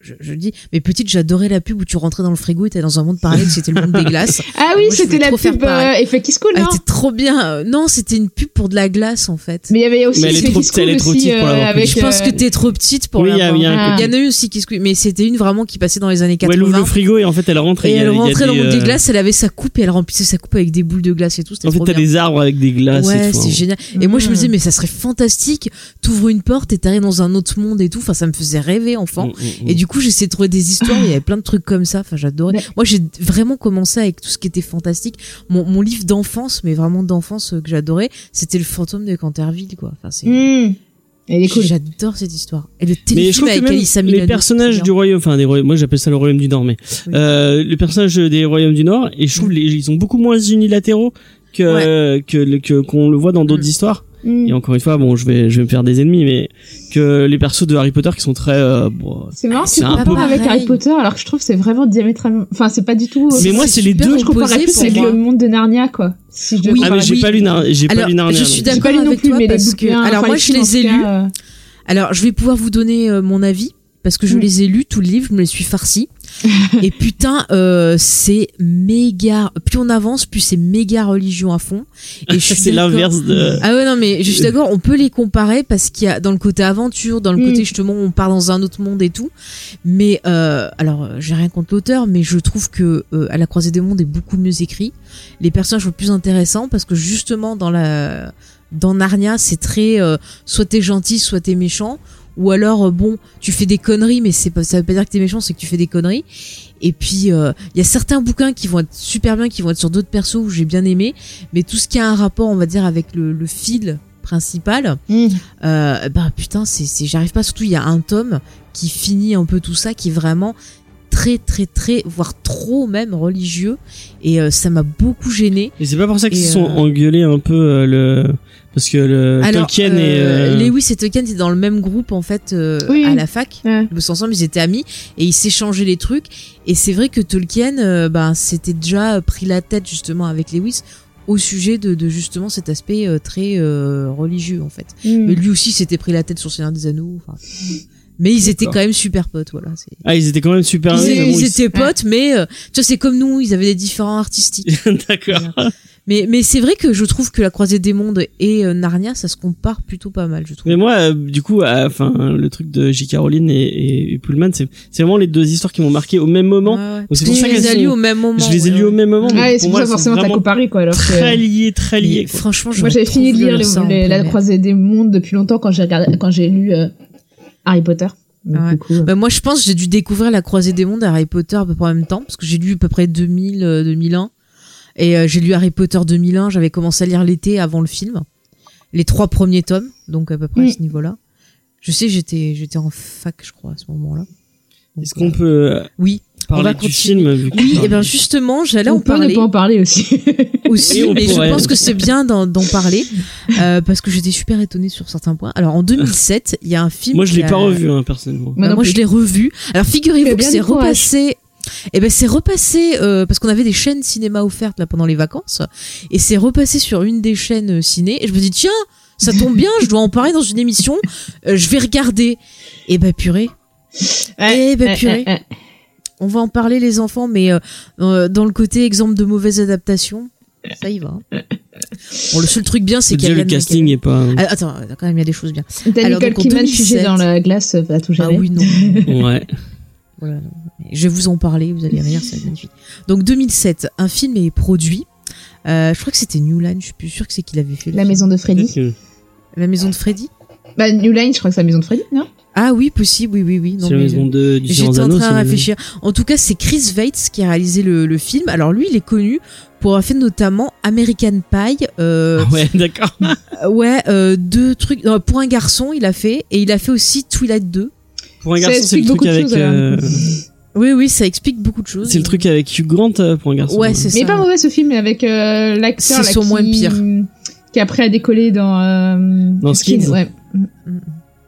A: je- je dis, mais petite, j'adorais la pub où tu rentrais dans le frigo et t'étais dans un monde parallèle, c'était le monde des glaces.
C: Ah
A: Moi,
C: oui,
A: je
C: c'était
A: voulais
C: la
A: trop faire
C: pub euh,
A: pareil.
C: Effet Kiss Cool,
A: Ah,
C: non
A: c'était trop bien. Euh, Non, c'était une pub pour de la glace, en fait.
C: Mais il y avait aussi
B: Mais elle est
C: Effet
B: trop
C: Kiss
B: petite, elle
C: Cool
B: est trop
C: aussi,
B: petite pour
C: euh,
B: l'avoir
C: avec.
B: connue.
A: je pense
C: euh,
A: que t'es trop petite pour
B: Oui, il y a-
A: l'avoir.
B: il y a un
C: Ah.
A: Il y en a eu aussi qui se cou- mais c'était une vraiment qui passait dans les années
B: Ouais, elle ouvre
A: 80.
B: le frigo et en fait elle rentre
A: et
B: il y a-
A: elle
B: il y a
A: rentrait dans le
B: des,
A: monde des
B: euh,
A: glaces, elle avait sa coupe et elle remplissait sa coupe avec des boules de glace et tout. C'était
B: En fait
A: trop
B: t'as
A: bien.
B: des arbres avec des glaces
A: ouais,
B: et tout.
A: c'est
B: hein.
A: génial. Et moi, je me
C: Mm.
A: disais, mais ça serait fantastique. T'ouvres une porte et t'arrives dans un autre monde et tout. Enfin, ça me faisait rêver, enfant.
B: Mm, mm,
A: Et du coup, j'essayais de trouver des histoires. Il y avait plein de trucs comme ça. Enfin, j'adorais.
C: Mais-
A: Moi, j'ai vraiment commencé avec tout ce qui était fantastique. Mon, mon livre d'enfance, mais vraiment d'enfance euh, que j'adorais, c'était le fantôme de Canterville, quoi. Enfin, c'est.
C: hmm, Elle est cool.
A: J'adore cette histoire. Et le
B: mais je
A: téléfilm
B: trouve que
A: avec
B: même
A: Alissa Milano,
B: les personnages
A: c'est
B: du royaume, enfin des royaumes, moi j'appelle ça le royaume du Nord, mais
A: Oui. Mm.
B: euh, les personnages des royaumes du Nord, et je trouve les, ils sont beaucoup moins unilatéraux que que le- que qu'on le voit dans d'autres
A: Mm.
B: histoires.
C: Hmm.
B: Et encore une fois, bon, je vais, je vais me faire des ennemis, mais que les persos de Harry Potter qui sont très. euh, bon,
C: C'est marrant, tu
B: c'est un
C: compares
B: peu
C: avec
A: pareil.
C: Harry Potter, alors que je trouve que c'est vraiment diamétralement. Enfin, c'est pas du tout. euh,
B: Mais moi, c'est les
A: super
B: deux.
C: je compare
A: opposé
C: plus
A: pour
C: avec
A: moi.
C: le monde de Narnia, quoi. Si je devais
A: Oui, bah
B: ah, mais
C: comparer.
B: j'ai
A: oui.
B: pas lu Narnia. J'ai pas
A: Alors,
B: lu Narnia.
A: je suis
B: donc.
A: d'accord.
C: J'ai pas lu non
A: avec
C: plus,
A: toi
C: mais les
A: parce que-
C: bouquins.
A: alors,
C: enfin,
A: moi,
C: les
A: je
C: films, en
A: les ai
C: tout cas,
A: lus.
C: euh,
A: Alors, je vais pouvoir vous donner euh, mon avis parce que je
C: Mm.
A: les ai lus, tout le livre, je me les suis farci. et putain, euh, c'est méga. Plus on avance, plus c'est méga religion à fond. Et je suis
B: c'est
A: d'accord.
B: l'inverse de.
A: Ah ouais, non, mais je suis d'accord, on peut les comparer parce qu'il y a dans le côté aventure, dans le
C: Mm.
A: côté justement on part dans un autre monde et tout. Mais euh, alors, euh, j'ai rien contre l'auteur, mais je trouve que euh, À la croisée des mondes est beaucoup mieux écrit. Les personnages sont plus intéressants parce que justement dans la dans Narnia, c'est très euh, soit t'es gentil, soit t'es méchant. Ou alors, euh, bon, tu fais des conneries, mais c'est pas, ça veut pas dire que t'es méchant, c'est que tu fais des conneries. Et puis, euh, il y a certains bouquins qui vont être super bien, qui vont être sur d'autres persos où j'ai bien aimé mais tout ce qui a un rapport, on va dire, avec le, le fil principal,
C: hmm.
A: euh, ben putain, c'est, c'est, j'arrive pas. Surtout, il y a un tome qui finit un peu tout ça, qui est vraiment très, très, très, voire trop même religieux, et euh, ça m'a beaucoup gêné.
B: Et c'est pas pour ça qu'ils
A: Et,
B: se sont
A: euh,
B: engueulés un peu euh, le parce que le Tolkien et euh,
A: Lewis et Tolkien étaient dans le même groupe en fait euh,
C: Oui.
A: à la fac.
C: Ouais.
A: Ils bossaient ensemble, ils étaient amis et ils s'échangeaient les trucs. Et c'est vrai que Tolkien, euh, ben, s'était déjà euh, pris la tête justement avec Lewis au sujet de, de justement cet aspect euh, très euh, religieux en fait.
C: Hmm.
A: Mais lui aussi s'était pris la tête sur Seigneur des Anneaux. enfin. Mais ils étaient quand
B: D'accord.
A: même super potes, voilà. c'est-
B: ah ils étaient quand même super.
A: Ils,
B: mais
A: ils
B: bon,
A: étaient potes, mais euh, tu vois, c'est comme nous, ils avaient des différents artistiques.
B: ils- d'accord.
A: mais mais c'est vrai que je trouve que La Croisée des Mondes et euh, Narnia, ça se compare plutôt pas mal, je trouve.
B: Mais moi, euh, du coup, euh, enfin, le truc de J. Caroline et, et Pullman, c'est c'est vraiment les deux histoires qui m'ont marqué au même moment.
A: Ouais, ouais. Parce
B: c'est pour
A: que
B: ça
A: tu
B: qu'elles
A: les as
B: sont-
A: lus au même moment.
B: Je les ai
A: ouais, Ah,
B: lus au
A: ouais.
B: même moment.
C: Ouais,
B: mais
C: c'est
B: pour
C: pour
B: moi, elles
C: ça
B: sont
C: Ah, forcément t'as
B: vraiment
C: comparé quoi. Alors que-
B: Très liés, très
A: Mais
B: liés. quoi.
A: franchement, je
C: moi j'avais fini de lire les- les- la croisée des mondes depuis longtemps quand j'ai regardé, quand j'ai lu euh, Harry Potter. Donc,
A: Ouais.
C: du coup, euh,
A: Bah moi, je pense que j'ai dû découvrir La Croisée des Mondes et Harry Potter à peu près en même temps, parce que j'ai lu à peu près 2000, euh, 2001. Et euh, j'ai lu Harry Potter 2001, j'avais commencé à lire l'été avant le film. Les trois premiers tomes, donc à peu près
C: Mm.
A: à ce niveau-là. Je sais, j'étais j'étais en fac, je crois, à ce moment-là. Donc,
B: Est-ce qu'on peut
A: euh, Oui. on
B: parler
A: va
B: du
A: continuer.
B: film. vu que-
A: Oui, eh ben, et bien justement, j'allais en
C: on peut ne
A: parler
C: pas en parler aussi.
A: aussi,
B: Et on
A: mais
B: pourrait.
A: je pense que c'est bien d'en d'en parler euh, parce que j'étais super étonnée sur certains points. Alors en 2007, il y a un film.
B: Moi, je
A: qui
B: l'ai
A: a-
B: pas revu, hein, personnellement.
A: Bah,
C: Moi non
A: moi,
C: plus.
A: je l'ai revu. Alors,
C: Tu as
A: figurez-vous que
C: bien
A: c'est
C: du courage.
A: repassé. Eh ben, c'est repassé euh, parce qu'on avait des chaînes cinéma offertes là pendant les vacances, et c'est repassé sur une des chaînes euh, ciné. Et je me dis tiens, ça tombe bien, je dois en parler dans une émission. euh, je vais regarder. Et ben purée,
C: Ouais,
A: Eh ben,
C: ouais,
A: purée.
C: ouais, ouais.
A: on va en parler les enfants, mais euh, euh, dans le côté exemple de mauvaise adaptation, ça y va. hein. Bon, le seul truc bien, c'est qu'il y
B: Déjà,
A: a
B: le
A: Ian
B: casting est pas.
A: McKellen. Ah, attends, quand même, il y a des choses bien.
C: T'as
A: Alors,
C: Nicole
A: donc, en
C: Kidman figée
A: 2007.
C: dans la glace euh, à tout
A: Ah
C: jamais.
A: oui, non.
B: Ouais.
A: Voilà, non. Je vais vous en parler, vous allez rire, c'est magnifique. Donc 2007, un film est produit. Euh, je crois que c'était Newland, je suis plus sûre que c'est qu'il avait fait. le
C: La
A: film.
C: maison de
B: Peut-être
C: Freddy.
B: que
A: La maison de Freddy
C: Bah, New Line, je crois que c'est la maison de Freddy, non
A: Ah oui, possible, oui, oui, oui. non,
B: C'est la
A: mais- euh,
B: maison de du
A: J'étais
B: Seigneur des
A: en
B: Anneaux,
A: train de
B: c'est-
A: réfléchir. En tout cas, c'est Chris Vates qui a réalisé le, le film. Alors lui, il est connu pour avoir fait notamment American Pie. Euh,
B: Ah Ouais, d'accord.
A: ouais, euh, deux trucs. non, pour un garçon, il a fait. Et il a fait aussi Twilight 2.
B: Pour un
C: Ça
B: garçon, c'est le
C: explique
B: truc
C: beaucoup de
B: avec.
C: choses,
A: hein.
B: euh,
A: Oui, oui, ça explique beaucoup de choses.
B: C'est le truc avec Hugh Grant euh, pour un garçon.
A: Ouais, c'est ça.
C: Mais pas mauvais ce film, mais avec euh, l'acteur
A: C'est
C: là,
A: son
C: qui...
A: moins pire.
C: qui après a décollé dans euh,
B: Dans
C: Skins,
B: Skins.
C: Ouais.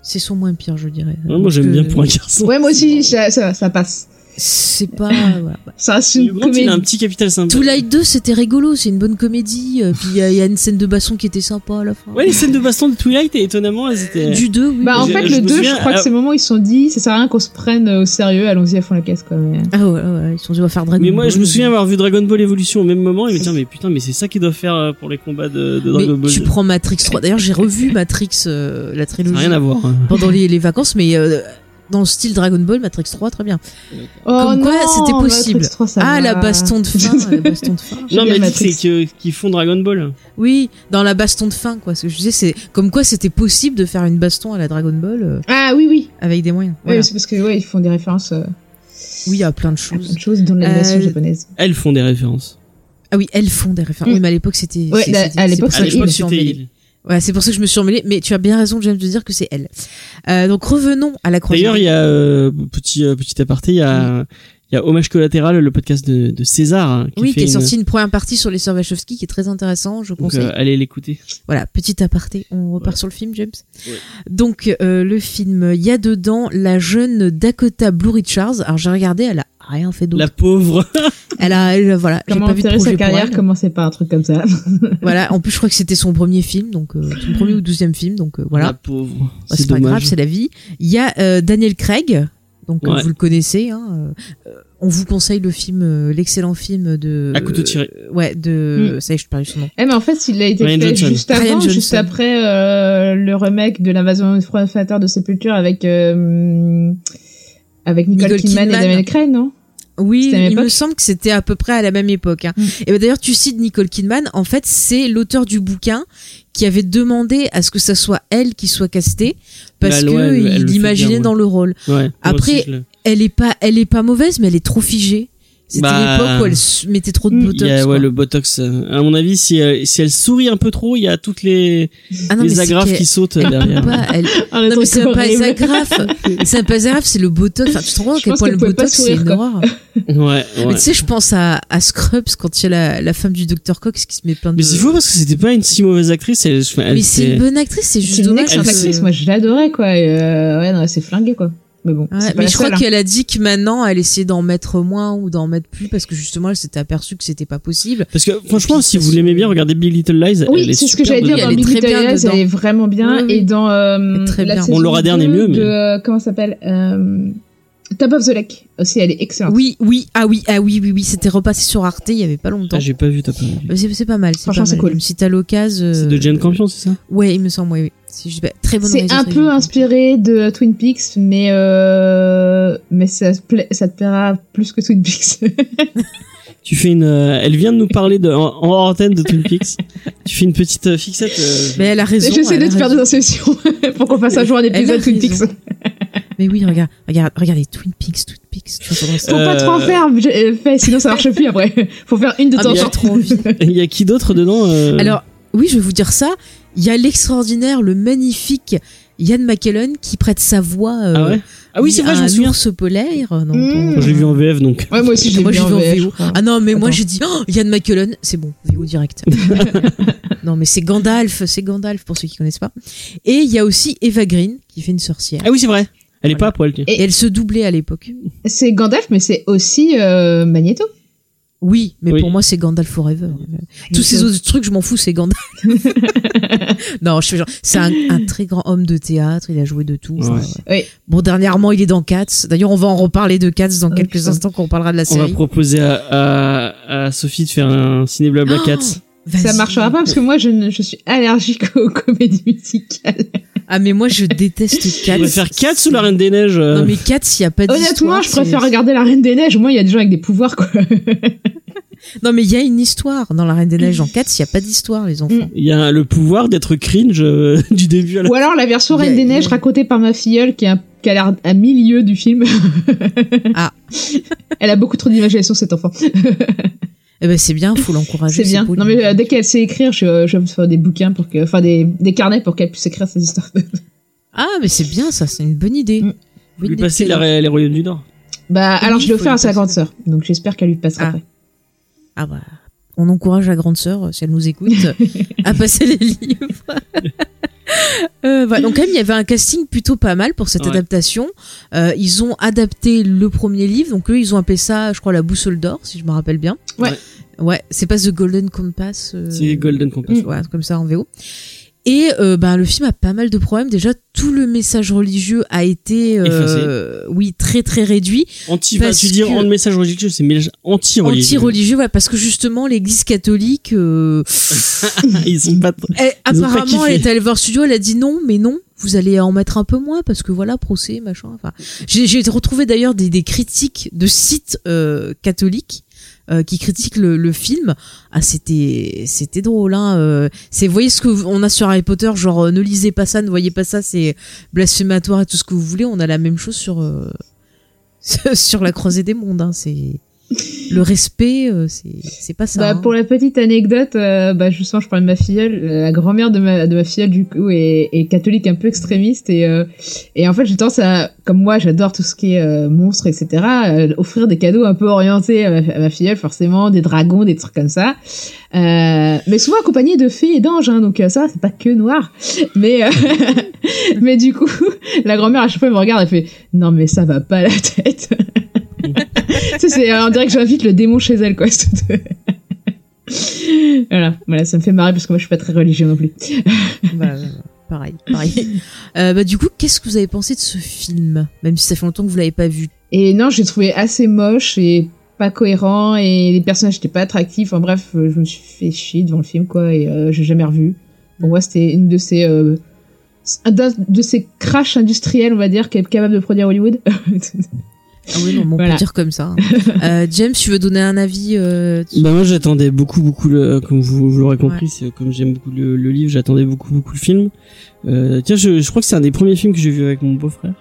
A: C'est son moins pire, je dirais. euh,
B: Ouais, moi, j'aime
A: Parce
B: bien
A: que
B: pour un garçon.
C: ouais, moi aussi, ça, ça, ça passe.
A: C'est pas. bah, voilà.
C: C'est un film
B: Hugh Grant,
C: comédie.
B: il a un petit capital sympa.
A: Twilight 2, c'était rigolo, c'est une bonne comédie. euh, Puis il y, a- il y a une scène de basson qui était sympa à la fin.
B: Ouais, les scènes de baston de Twilight, et étonnamment, elles étaient.
A: Du 2, oui.
C: Bah, en
B: Je-
C: fait,
B: je
C: le
B: me
C: 2, je
B: souviens,
C: crois que
B: euh,
C: c'est le moment où ils se sont dit, ça sert à rien qu'on se prenne au sérieux, allons-y à fond la caisse, quoi. mais-
A: Ah ouais, ouais, ouais, ils sont dit, on va faire Dragon
B: Mais moi,
A: Ball.
B: je me souviens avoir vu Dragon Ball Evolution au même moment et me dire, mais putain, mais c'est ça qu'ils doivent faire euh, pour les combats de, de
A: Mais
B: Dragon Ball.
A: tu
B: Ça
A: prends Matrix 3. D'ailleurs, j'ai revu Matrix, euh, la
B: n'a
A: trilogie,
B: rien à voir. hein.
A: pendant les, les vacances, mais euh, dans le style Dragon Ball, Matrix 3, très bien.
C: Oh
A: Comme quoi,
C: non,
A: c'était
C: Matrix
A: possible.
C: 3, ça
A: ah,
C: va.
A: la baston de fin. la baston de fin.
C: J'ai
B: Non,
C: bien
B: mais le
C: Matrix.
B: truc, c'est que- qu'ils font Dragon Ball.
A: Oui, dans la baston de fin, quoi. Ce que je disais, c'est comme quoi c'était possible de faire une baston à la Dragon Ball euh,
C: Ah oui, oui.
A: avec des moyens.
C: Ouais,
A: Voilà.
C: c'est parce que, ouais, ils font des références euh,
A: Oui, il y a plein de
C: à plein
A: choses.
C: de choses dans l'animation
A: Euh,
C: japonaise.
B: Elles font des références.
A: Ah oui, elles font des références.
C: Mm.
A: Oui, mais à l'époque, c'était.
C: Ouais,
A: c'est-
C: là,
A: c'était-
C: à
A: c'est
C: l'époque,
A: pour ça
B: À
A: que je me
B: l'époque,
A: suis
B: c'était
A: emmêlée.
B: il.
A: Voilà, c'est pour ça que je me suis emmêlée. Mais tu as bien raison, James, de dire que c'est elle. Euh, donc revenons à la croisée.
B: D'ailleurs, il y a euh, petit euh, petit aparté, il y a il y a hommage collatéral, le podcast de, de César. hein, qui
A: oui, qui
B: fait
A: est
B: une-
A: sorti une première partie sur les sœurs Wachowski, qui est très intéressant, je
B: Donc,
A: conseille.
B: euh, allez l'écouter.
A: Voilà, petit aparté, on repart
B: Ouais.
A: sur le film, James.
B: Ouais.
A: Donc, euh, le film, il y a dedans la jeune Dakota Blue Richards. Alors, j'ai regardé, elle a rien fait
B: La
A: d'autre.
B: pauvre.
A: Elle a, elle- voilà, j'ai
C: Comment
A: pas vu de
C: enterrer
A: projet
C: sa
A: pour
C: carrière,
A: elle.
C: commencer par un truc comme ça.
A: Voilà, en plus, je crois que c'était son premier film, donc euh, son premier ou douzième film, donc euh, voilà.
B: La pauvre.
A: Bah, c'est pas grave, c'est la vie. Il y a euh, Daniel Craig, donc euh,
B: Ouais.
A: vous le connaissez. Hein, euh, euh, on vous conseille le film, euh, l'excellent film de.
B: À couteau tiré.
A: euh, ouais, de. Ça y est, je perds son nom.
C: Eh mais en fait, il a été
B: Ryan
C: fait
B: Johnson.
C: juste
A: Ryan
C: avant,
A: Johnson.
C: juste après euh, le remake de l'invasion des profanateurs de sépulture avec euh, avec Nicole,
A: Nicole
C: Kidman,
A: Kidman.
C: et Daniel Craig, non
A: Oui,
C: C'était à la même
A: il me
C: époque
A: semble que c'était à peu près à la même époque. hein.
C: Mm.
A: Et ben, d'ailleurs, tu cites Nicole Kidman. En fait, c'est l'auteur du bouquin qui avait demandé à ce que ça soit elle qui soit castée parce
B: Bah, ouais,
A: que
B: elle- elle le fait
A: il
B: bien,
A: l'imaginait
B: ouais.
A: dans le rôle.
B: Ouais,
A: Après,
B: moi aussi, je l'ai.
A: Elle est pas, elle est pas mauvaise, mais elle est trop figée. C'était
B: Bah,
A: l'époque où elle se mettait trop de
C: il y a,
A: botox.
B: Il y a,
A: quoi.
B: ouais, le botox. euh, À mon avis, si elle, si elle sourit un peu trop, il y a toutes les,
A: Ah non, mais
B: les
A: c'est
B: agrafes
A: qu'elle-
B: qui sautent derrière.
A: Bah, elle-
C: Ah, le
A: Non, mais
C: truc
A: c'est pas
C: horrible.
A: ça grave. C'est pas grave, c'est le botox. Enfin, tu te rends compte à
C: Je
A: quel
C: pense
A: point
C: qu'elle
A: le
C: pouvait pas
A: botox, c'est
C: sourire,
A: une
C: quoi.
A: horreur.
B: ouais, ouais.
A: Mais tu sais, je pense à, à Scrubs quand il y a la, la femme du docteur Cox qui se met plein de.
B: Mais c'est fou parce que c'était pas une si mauvaise actrice. Elle, enfin, elle
A: Mais c'est
B: était-
A: une bonne actrice, c'est juste
C: C'est une
A: dommage.
C: excellente
A: que-
C: actrice, moi je l'adorais quoi. et, euh, ouais, non, c'est flingué quoi. Mais bon,
A: Ouais,
C: c'est pas
A: mais
C: la
A: je crois
C: seule, hein.
A: qu'elle a dit que maintenant elle essayait d'en mettre moins ou d'en mettre plus parce que justement elle s'était aperçue que c'était pas possible.
B: Parce que franchement,
A: Puis,
B: si
A: ça
B: vous
A: se-
B: l'aimez bien, regardez Big Little Lies. elle
C: Oui,
B: est
C: c'est ce que
B: super
C: j'allais dire
B: dedans.
C: dans
A: elle est
C: Big
A: très
C: Little
A: bien
C: Lies,
A: dedans.
C: elle est vraiment bien.
A: Oui, oui.
C: Et dans
A: Elle
C: euh,
A: est très
C: la
A: bien.
C: saison
B: On l'aura
C: 2
B: dernier mieux, mais-
C: de, euh, comment ça s'appelle euh, Top of the Lake aussi, elle est excellente.
A: Oui, oui, ah oui, ah oui, oui, oui, c'était repassé sur Arte il y avait pas longtemps.
B: Ah, j'ai pas vu ta parole.
A: Mais c'est c'est pas mal.
C: Franchement,
A: pas
C: c'est
A: mal.
C: cool.
A: Si t'as l'occasion. euh,
B: Ah, C'est de Jane Campion, c'est ça
A: Ouais, il me semble, oui, oui. Si je dis pas- Très bonne
C: C'est un
A: réalisatrice,
C: peu
A: Jane
C: inspiré de Twin Peaks, mais euh, mais ça, te pla- ça te plaira plus que Twin Peaks.
B: Tu fais une. euh, elle vient de nous parler de, en, en hors antenne de Twin Peaks. tu fais une petite euh, fixette. euh,
A: Mais elle a raison.
C: J'essaie
A: elle a
C: de te faire
A: raison.
C: des inceptions pour qu'on fasse un jour un
A: Elle a
C: épisode Twin
A: raison.
C: Peaks.
A: Mais oui, regarde, regarde, regardez Twin Peaks, Twin Peaks. Tu vois, faudrait ça.
C: Pour pas
B: Euh,
C: trop en faire, je- euh, fais, sinon ça marche plus après. Faut faire une de
A: Ah,
C: temps
A: mais
C: en
A: j'ai trop
C: temps.
A: envie.
B: Il y a qui d'autre dedans euh,
A: Alors, oui, je vais vous dire ça. Il y a l'extraordinaire, le magnifique Yann McKellen qui prête sa voix euh,
B: Ah ouais Ah oui, c'est vrai,
A: à
B: je me
A: un
B: souviens. Hmm.
A: ours polaire. Non,
C: Mmh.
A: attends.
B: J'ai vu en VF donc.
C: Ouais, moi aussi, j'ai
A: Moi,
C: vu
A: j'ai
C: en
A: vu en
C: VF, je
A: VO.
C: crois.
A: Ah non, mais moi
C: Attends.
A: j'ai dit oh, Yann McKellen, c'est bon, VO direct. non, mais c'est Gandalf, c'est Gandalf pour ceux qui connaissent pas. Et il y a aussi Eva Green qui fait une sorcière.
B: Ah oui, c'est vrai. Elle est
A: Voilà.
B: pas à poil, tiens.
A: Et elle se doublait à l'époque.
C: C'est Gandalf, mais c'est aussi euh, Magneto.
A: Oui, mais
B: Oui.
A: pour moi c'est Gandalf Forever. Tous ces autres trucs, je m'en fous, c'est Gandalf. non, je fais genre, c'est un, un très grand homme de théâtre, il a joué de tout. enfin,
B: Ouais.
A: ouais.
C: Oui.
A: Bon, dernièrement, il est dans Cats. D'ailleurs, on va en reparler de Cats dans
C: Oh,
A: quelques
C: putain.
A: instants quand on parlera de la
B: On va
A: série.
B: proposer à, à, à Sophie de faire un ciné blabla
A: Oh
B: 4.
C: Ça
A: Vas-y.
C: marchera pas parce que moi, je, ne- je suis allergique aux comédies musicales.
A: Ah, mais moi, je déteste Cats.
B: On va faire 4 ou la Reine des Neiges. euh,
A: Non, mais Cats, il n'y a pas
C: Honnêtement,
A: d'histoire.
C: je préfère
A: c'est-
C: regarder La Reine des Neiges. Au moins, il y a des gens avec des pouvoirs, quoi.
A: Non, mais il y a une histoire. Dans La Reine des Neiges, en 4, il n'y a pas d'histoire, les
C: Mm.
A: enfants.
B: Il y a le pouvoir d'être cringe euh, du début à la
C: Ou alors la version
A: Il y a-
C: Reine des Neiges
A: il y a-
C: racontée par ma filleule qui a, qui a l'air à milieu du film.
A: Ah.
C: Elle a beaucoup trop d'imagination, cette enfant.
A: Eh ben, c'est bien, faut l'encourager.
C: C'est bien.
A: poli.
C: Non, mais euh, dès qu'elle sait écrire, je, euh, je vais me faire des bouquins pour que, enfin, des, des carnets pour qu'elle puisse écrire ses histoires.
A: Ah, mais c'est bien, ça, c'est une bonne idée.
C: Mm.
A: Bonne
B: lui
A: idée,
B: passer
A: c'est-
B: la, les Royaumes du Nord.
C: bah,
A: Oui,
C: alors je l'ai
A: il faut
C: offert
A: lui
C: à sa
A: passer.
C: grande sœur. Donc j'espère qu'elle lui passera
A: Ah.
C: après.
A: Ah, bah, on encourage la grande sœur, euh, si elle nous écoute, euh, à passer les livres. Euh, voilà. Donc, quand même, il y avait un casting plutôt pas mal pour cette
B: Ouais.
A: adaptation. Euh, ils ont adapté le premier livre. Donc, eux, ils ont appelé ça, je crois, la boussole d'or, si je me rappelle bien.
C: Ouais.
A: Ouais, c'est pas The Golden Compass. euh,
B: C'est Golden Compass.
C: Mm.
A: Ouais, comme ça en VO. Et euh, ben, le film a pas mal de problèmes. Déjà, tout le message religieux a été, euh, oui, très très réduit,
B: Anti, bah,
A: Parce
B: tu dis
A: que-
B: en message religieux, c'est message anti-religieux.
A: anti-religieux, voilà, parce que justement, l'Église catholique, euh,
B: Ils
A: elle-
B: sont pas. Ils ont pas
A: Eh, apparemment,
B: kiffé.
A: elle est allée voir le studio, elle a dit non, mais non, vous allez en mettre un peu moins parce que voilà, procès, machin. Enfin, j'ai j'ai retrouvé d'ailleurs des, des critiques de sites euh, catholiques. euh, qui critiquent le, le film, ah c'était c'était drôle hein. euh, c'est vous voyez ce que vous- on a sur Harry Potter, genre euh, ne lisez pas ça, ne voyez pas ça, c'est blasphématoire et tout ce que vous voulez. On a la même chose sur euh, sur la croisée des mondes. Hein. C'est le respect, euh, c'est c'est pas ça.
C: Bah,
A: hein.
C: pour la petite anecdote, euh, bah, justement, je parle de ma filleule. euh, La grand-mère de ma, de ma filleule, du coup, est, est catholique un peu extrémiste. Et, euh, et en fait, j'ai tendance à, comme moi, j'adore tout ce qui est euh, monstre, etc., euh, offrir des cadeaux un peu orientés à ma, à ma filleule, forcément, des dragons, des trucs comme ça. Euh, mais souvent accompagnés de fées et d'anges. Hein, donc euh, ça, va, c'est pas que noir. Mais, euh, mais du coup, la grand-mère, à chaque fois, elle me regarde, elle fait « Non, mais ça va pas à la tête !» Tu sais, c'est, euh, on dirait que j'invite le démon chez elle, quoi. voilà, voilà, ça me fait marrer parce que moi je suis pas très religieux non plus.
A: Bah, ouais, ouais. pareil, pareil. Euh, bah, du coup, qu'est-ce que vous avez pensé de ce film Même si ça fait longtemps que vous l'avez pas vu.
C: Et non, j'ai trouvé assez moche et pas cohérent et les personnages étaient pas attractifs. En bref, euh, je me suis fait chier devant le film quoi et euh, j'ai jamais revu. Pour moi, c'était une de ces euh, un d'un- de ces crashs industriels, on va dire, qui est capable de produire Hollywood.
A: Ah oui, non, mais on
C: Voilà.
A: peut dire comme ça. hein. Euh, James, tu veux donner un avis euh, tu-
B: Bah moi j'attendais beaucoup beaucoup le, comme vous, vous l'aurez compris, c'est comme j'aime beaucoup le, le livre, j'attendais beaucoup beaucoup le film. Euh, tiens, je, je crois que c'est un des premiers films que j'ai vu avec mon beau-frère,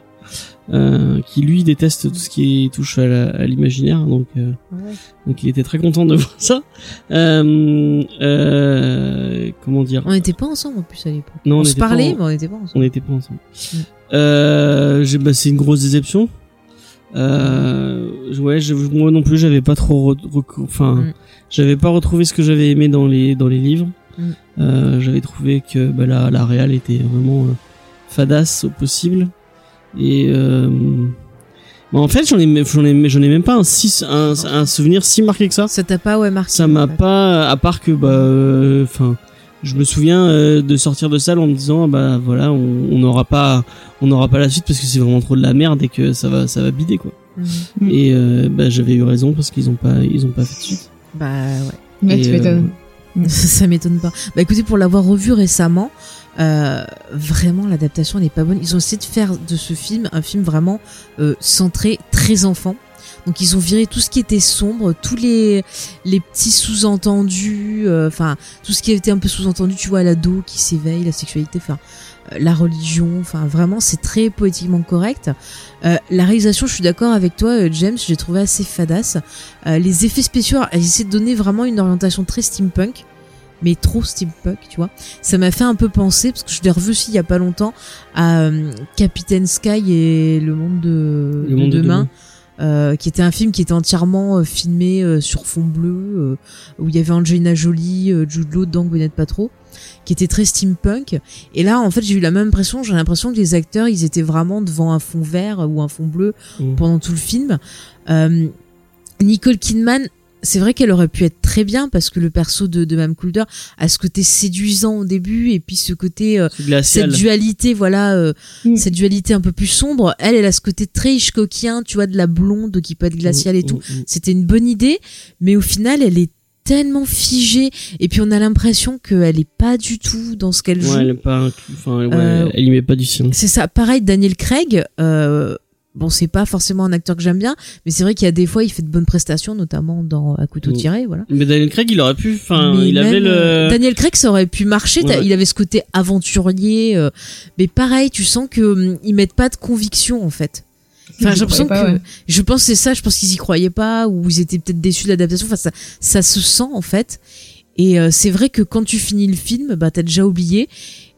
B: euh, qui lui déteste tout ce qui touche à la- à l'imaginaire, donc euh,
A: Ouais.
B: donc il était très content de voir ça. Euh, euh, comment dire
A: On n'était pas ensemble en plus à l'époque.
B: Non, on
A: on se
B: était pas
A: parlait,
B: en-
A: mais on n'était pas ensemble.
B: On n'était pas ensemble. Euh, j'ai- bah, c'est une grosse déception. Euh, ouais, je- moi non plus, j'avais pas trop, re- rec- enfin,
A: Mm.
B: j'avais pas retrouvé ce que j'avais aimé dans les dans les livres.
A: Mm.
B: Euh, j'avais trouvé que bah, la la réal était vraiment euh, fadasse au possible. Et euh, bah, en fait, j'en ai même- j'en ai j'en ai même pas un, six- un un souvenir si marqué que ça.
A: Ça t'a pas ouais marqué
B: Ça m'a
A: en fait.
B: pas, à part que bah, enfin, je me souviens euh, de sortir de salle en me disant ah bah voilà, on on n'aura pas, on n'aura pas la suite parce que c'est vraiment trop de la merde et que ça va, ça va bider quoi.
A: Mhm.
C: Mm.
B: Et euh, bah j'avais eu raison parce qu'ils ont pas, ils ont pas fait de suite.
A: Bah ouais.
C: Mais
B: Et,
C: tu
B: euh,
C: m'étonnes.
A: ça m'étonne pas. Bah écoutez, pour l'avoir revu récemment, euh, vraiment l'adaptation n'est pas bonne. Ils ont essayé de faire de ce film un film vraiment euh, centré très enfant. Donc ils ont viré tout ce qui était sombre, tous les les petits sous-entendus, euh, enfin tout ce qui était un peu sous-entendu, tu vois, l'ado qui s'éveille, la sexualité, enfin euh, la religion, enfin vraiment c'est très poétiquement correct. Euh, la réalisation, je suis d'accord avec toi, euh, James, j'ai trouvé assez fadasse. Euh, les effets spéciaux, elles essaient de donner vraiment une orientation très steampunk. mais trop steampunk, tu vois. Ça m'a fait un peu penser, parce que je l'ai revu aussi il y a pas longtemps, à euh, Captain Sky et Le Monde de,
B: Le Monde
A: Demain.
B: de Demain.
A: euh, qui était un film qui était entièrement euh, filmé euh, sur fond bleu, euh, où il y avait Angelina Jolie, euh, Jude Law, dedans, Gwyneth Paltrow, qui était très steampunk. Et là, en fait, j'ai eu la même impression. J'ai l'impression que les acteurs, ils étaient vraiment devant un fond vert ou un fond bleu
B: Mm.
A: pendant tout le film. Euh, Nicole Kidman, c'est vrai qu'elle aurait pu être très bien parce que le perso de, de Mme Coulter a ce côté séduisant au début et puis ce côté euh,
B: C'est
A: cette
B: glacial.
A: dualité, voilà, euh,
C: Mm.
A: cette dualité un peu plus sombre. Elle, elle a ce côté très Hitchcockien, tu vois, de la blonde qui peut être glaciale et tout.
B: Mm, mm, mm.
A: C'était une bonne idée, mais au final, elle est tellement figée et puis on a l'impression qu'elle est pas du tout dans ce qu'elle joue.
B: Ouais, elle est pas inclus- enfin, ouais,
A: Euh,
B: elle y met pas du sien.
A: C'est ça. Pareil, Daniel Craig. Euh, bon, c'est pas forcément un acteur que j'aime bien, mais c'est vrai qu'il y a des fois, il fait de bonnes prestations, notamment dans À couteau
B: Mm.
A: tiré, voilà.
B: Mais Daniel Craig, il aurait pu, enfin,
A: Mais
B: il
A: même,
B: avait
A: euh,
B: le.
A: Daniel Craig, ça aurait pu marcher. t'as-
B: Ouais.
A: Il avait ce côté aventurier, euh, mais pareil, tu sens que hum, ils mettent pas de conviction en fait. Enfin,
C: Ils y
A: j'ai l'impression
C: croyaient
A: que
C: pas, ouais.
A: je pense que c'est ça. Je pense qu'ils y croyaient pas ou ils étaient peut-être déçus de l'adaptation. Enfin, ça, ça se sent en fait. Et euh, c'est vrai que quand tu finis le film, bah t'as déjà oublié.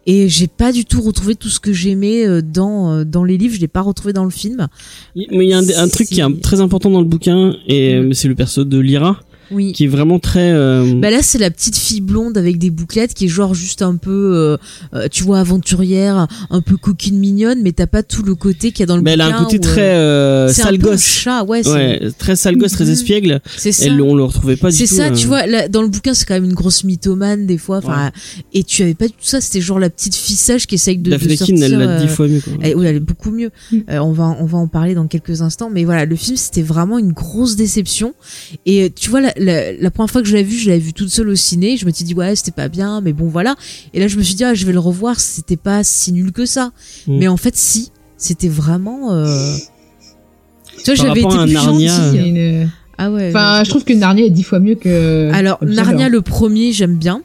A: Et j'ai pas du tout retrouvé tout ce que j'aimais euh, dans euh, dans les livres. Je l'ai pas retrouvé dans le film.
B: Il- Mais il y a un, un truc qui est un-
A: c'est-
B: très important dans le bouquin, et
A: Mm.
B: euh, c'est le perso de Lyra,
A: Oui.
B: qui est vraiment très. euh,
A: Bah là, c'est la petite fille blonde avec des bouclettes qui est genre juste un peu, euh, euh, tu vois, aventurière, un peu coquine mignonne, mais t'as pas tout le côté qu'il y a dans le
B: mais elle a
A: bouquin.
B: un côté
A: où,
B: très
A: euh,
B: euh,
A: c'est un
B: sale
A: peu le
B: gosse.
A: chat, ouais, c'est-
B: Ouais, très sale gosse, très
A: Mhm.
B: espiègle.
A: c'est ça.
B: Elle, on le retrouvait pas du tout.
A: C'est ça,
B: euh.
A: tu vois, là, dans le bouquin, c'est quand même une grosse mythomane des fois. Enfin, et tu avais pas du tout ça. C'était genre la petite fille sage qui essaye de, de
B: Daphne Keane,
A: sortir.
B: elle l'a
A: euh,
B: dix fois mieux. Quoi.
A: elle- oui, elle est beaucoup mieux.
C: Mm.
A: Euh, on va on va en parler dans quelques instants. Mais voilà, le film c'était vraiment une grosse déception. Et euh, tu vois, la, la, la première fois que je l'ai vu, je l'avais vu toute seule au ciné. Je me suis dit ouais, c'était pas bien, mais bon voilà. Et là, je me suis dit ah, je vais le revoir. C'était pas si nul que ça.
B: Mm.
A: Mais en fait, si, c'était vraiment. euh, Tu vois,
B: Par
A: j'avais
B: rapport
A: été
B: à
A: plus
B: Narnia, euh.
A: gentille.
C: Il y a une-
A: Ah ouais.
C: euh, Enfin,
A: ouais.
C: je trouve que Narnia est dix fois mieux que. euh,
B: Mmh.
A: Alors,
C: Observer.
B: hein.
A: Narnia, le premier, j'aime bien.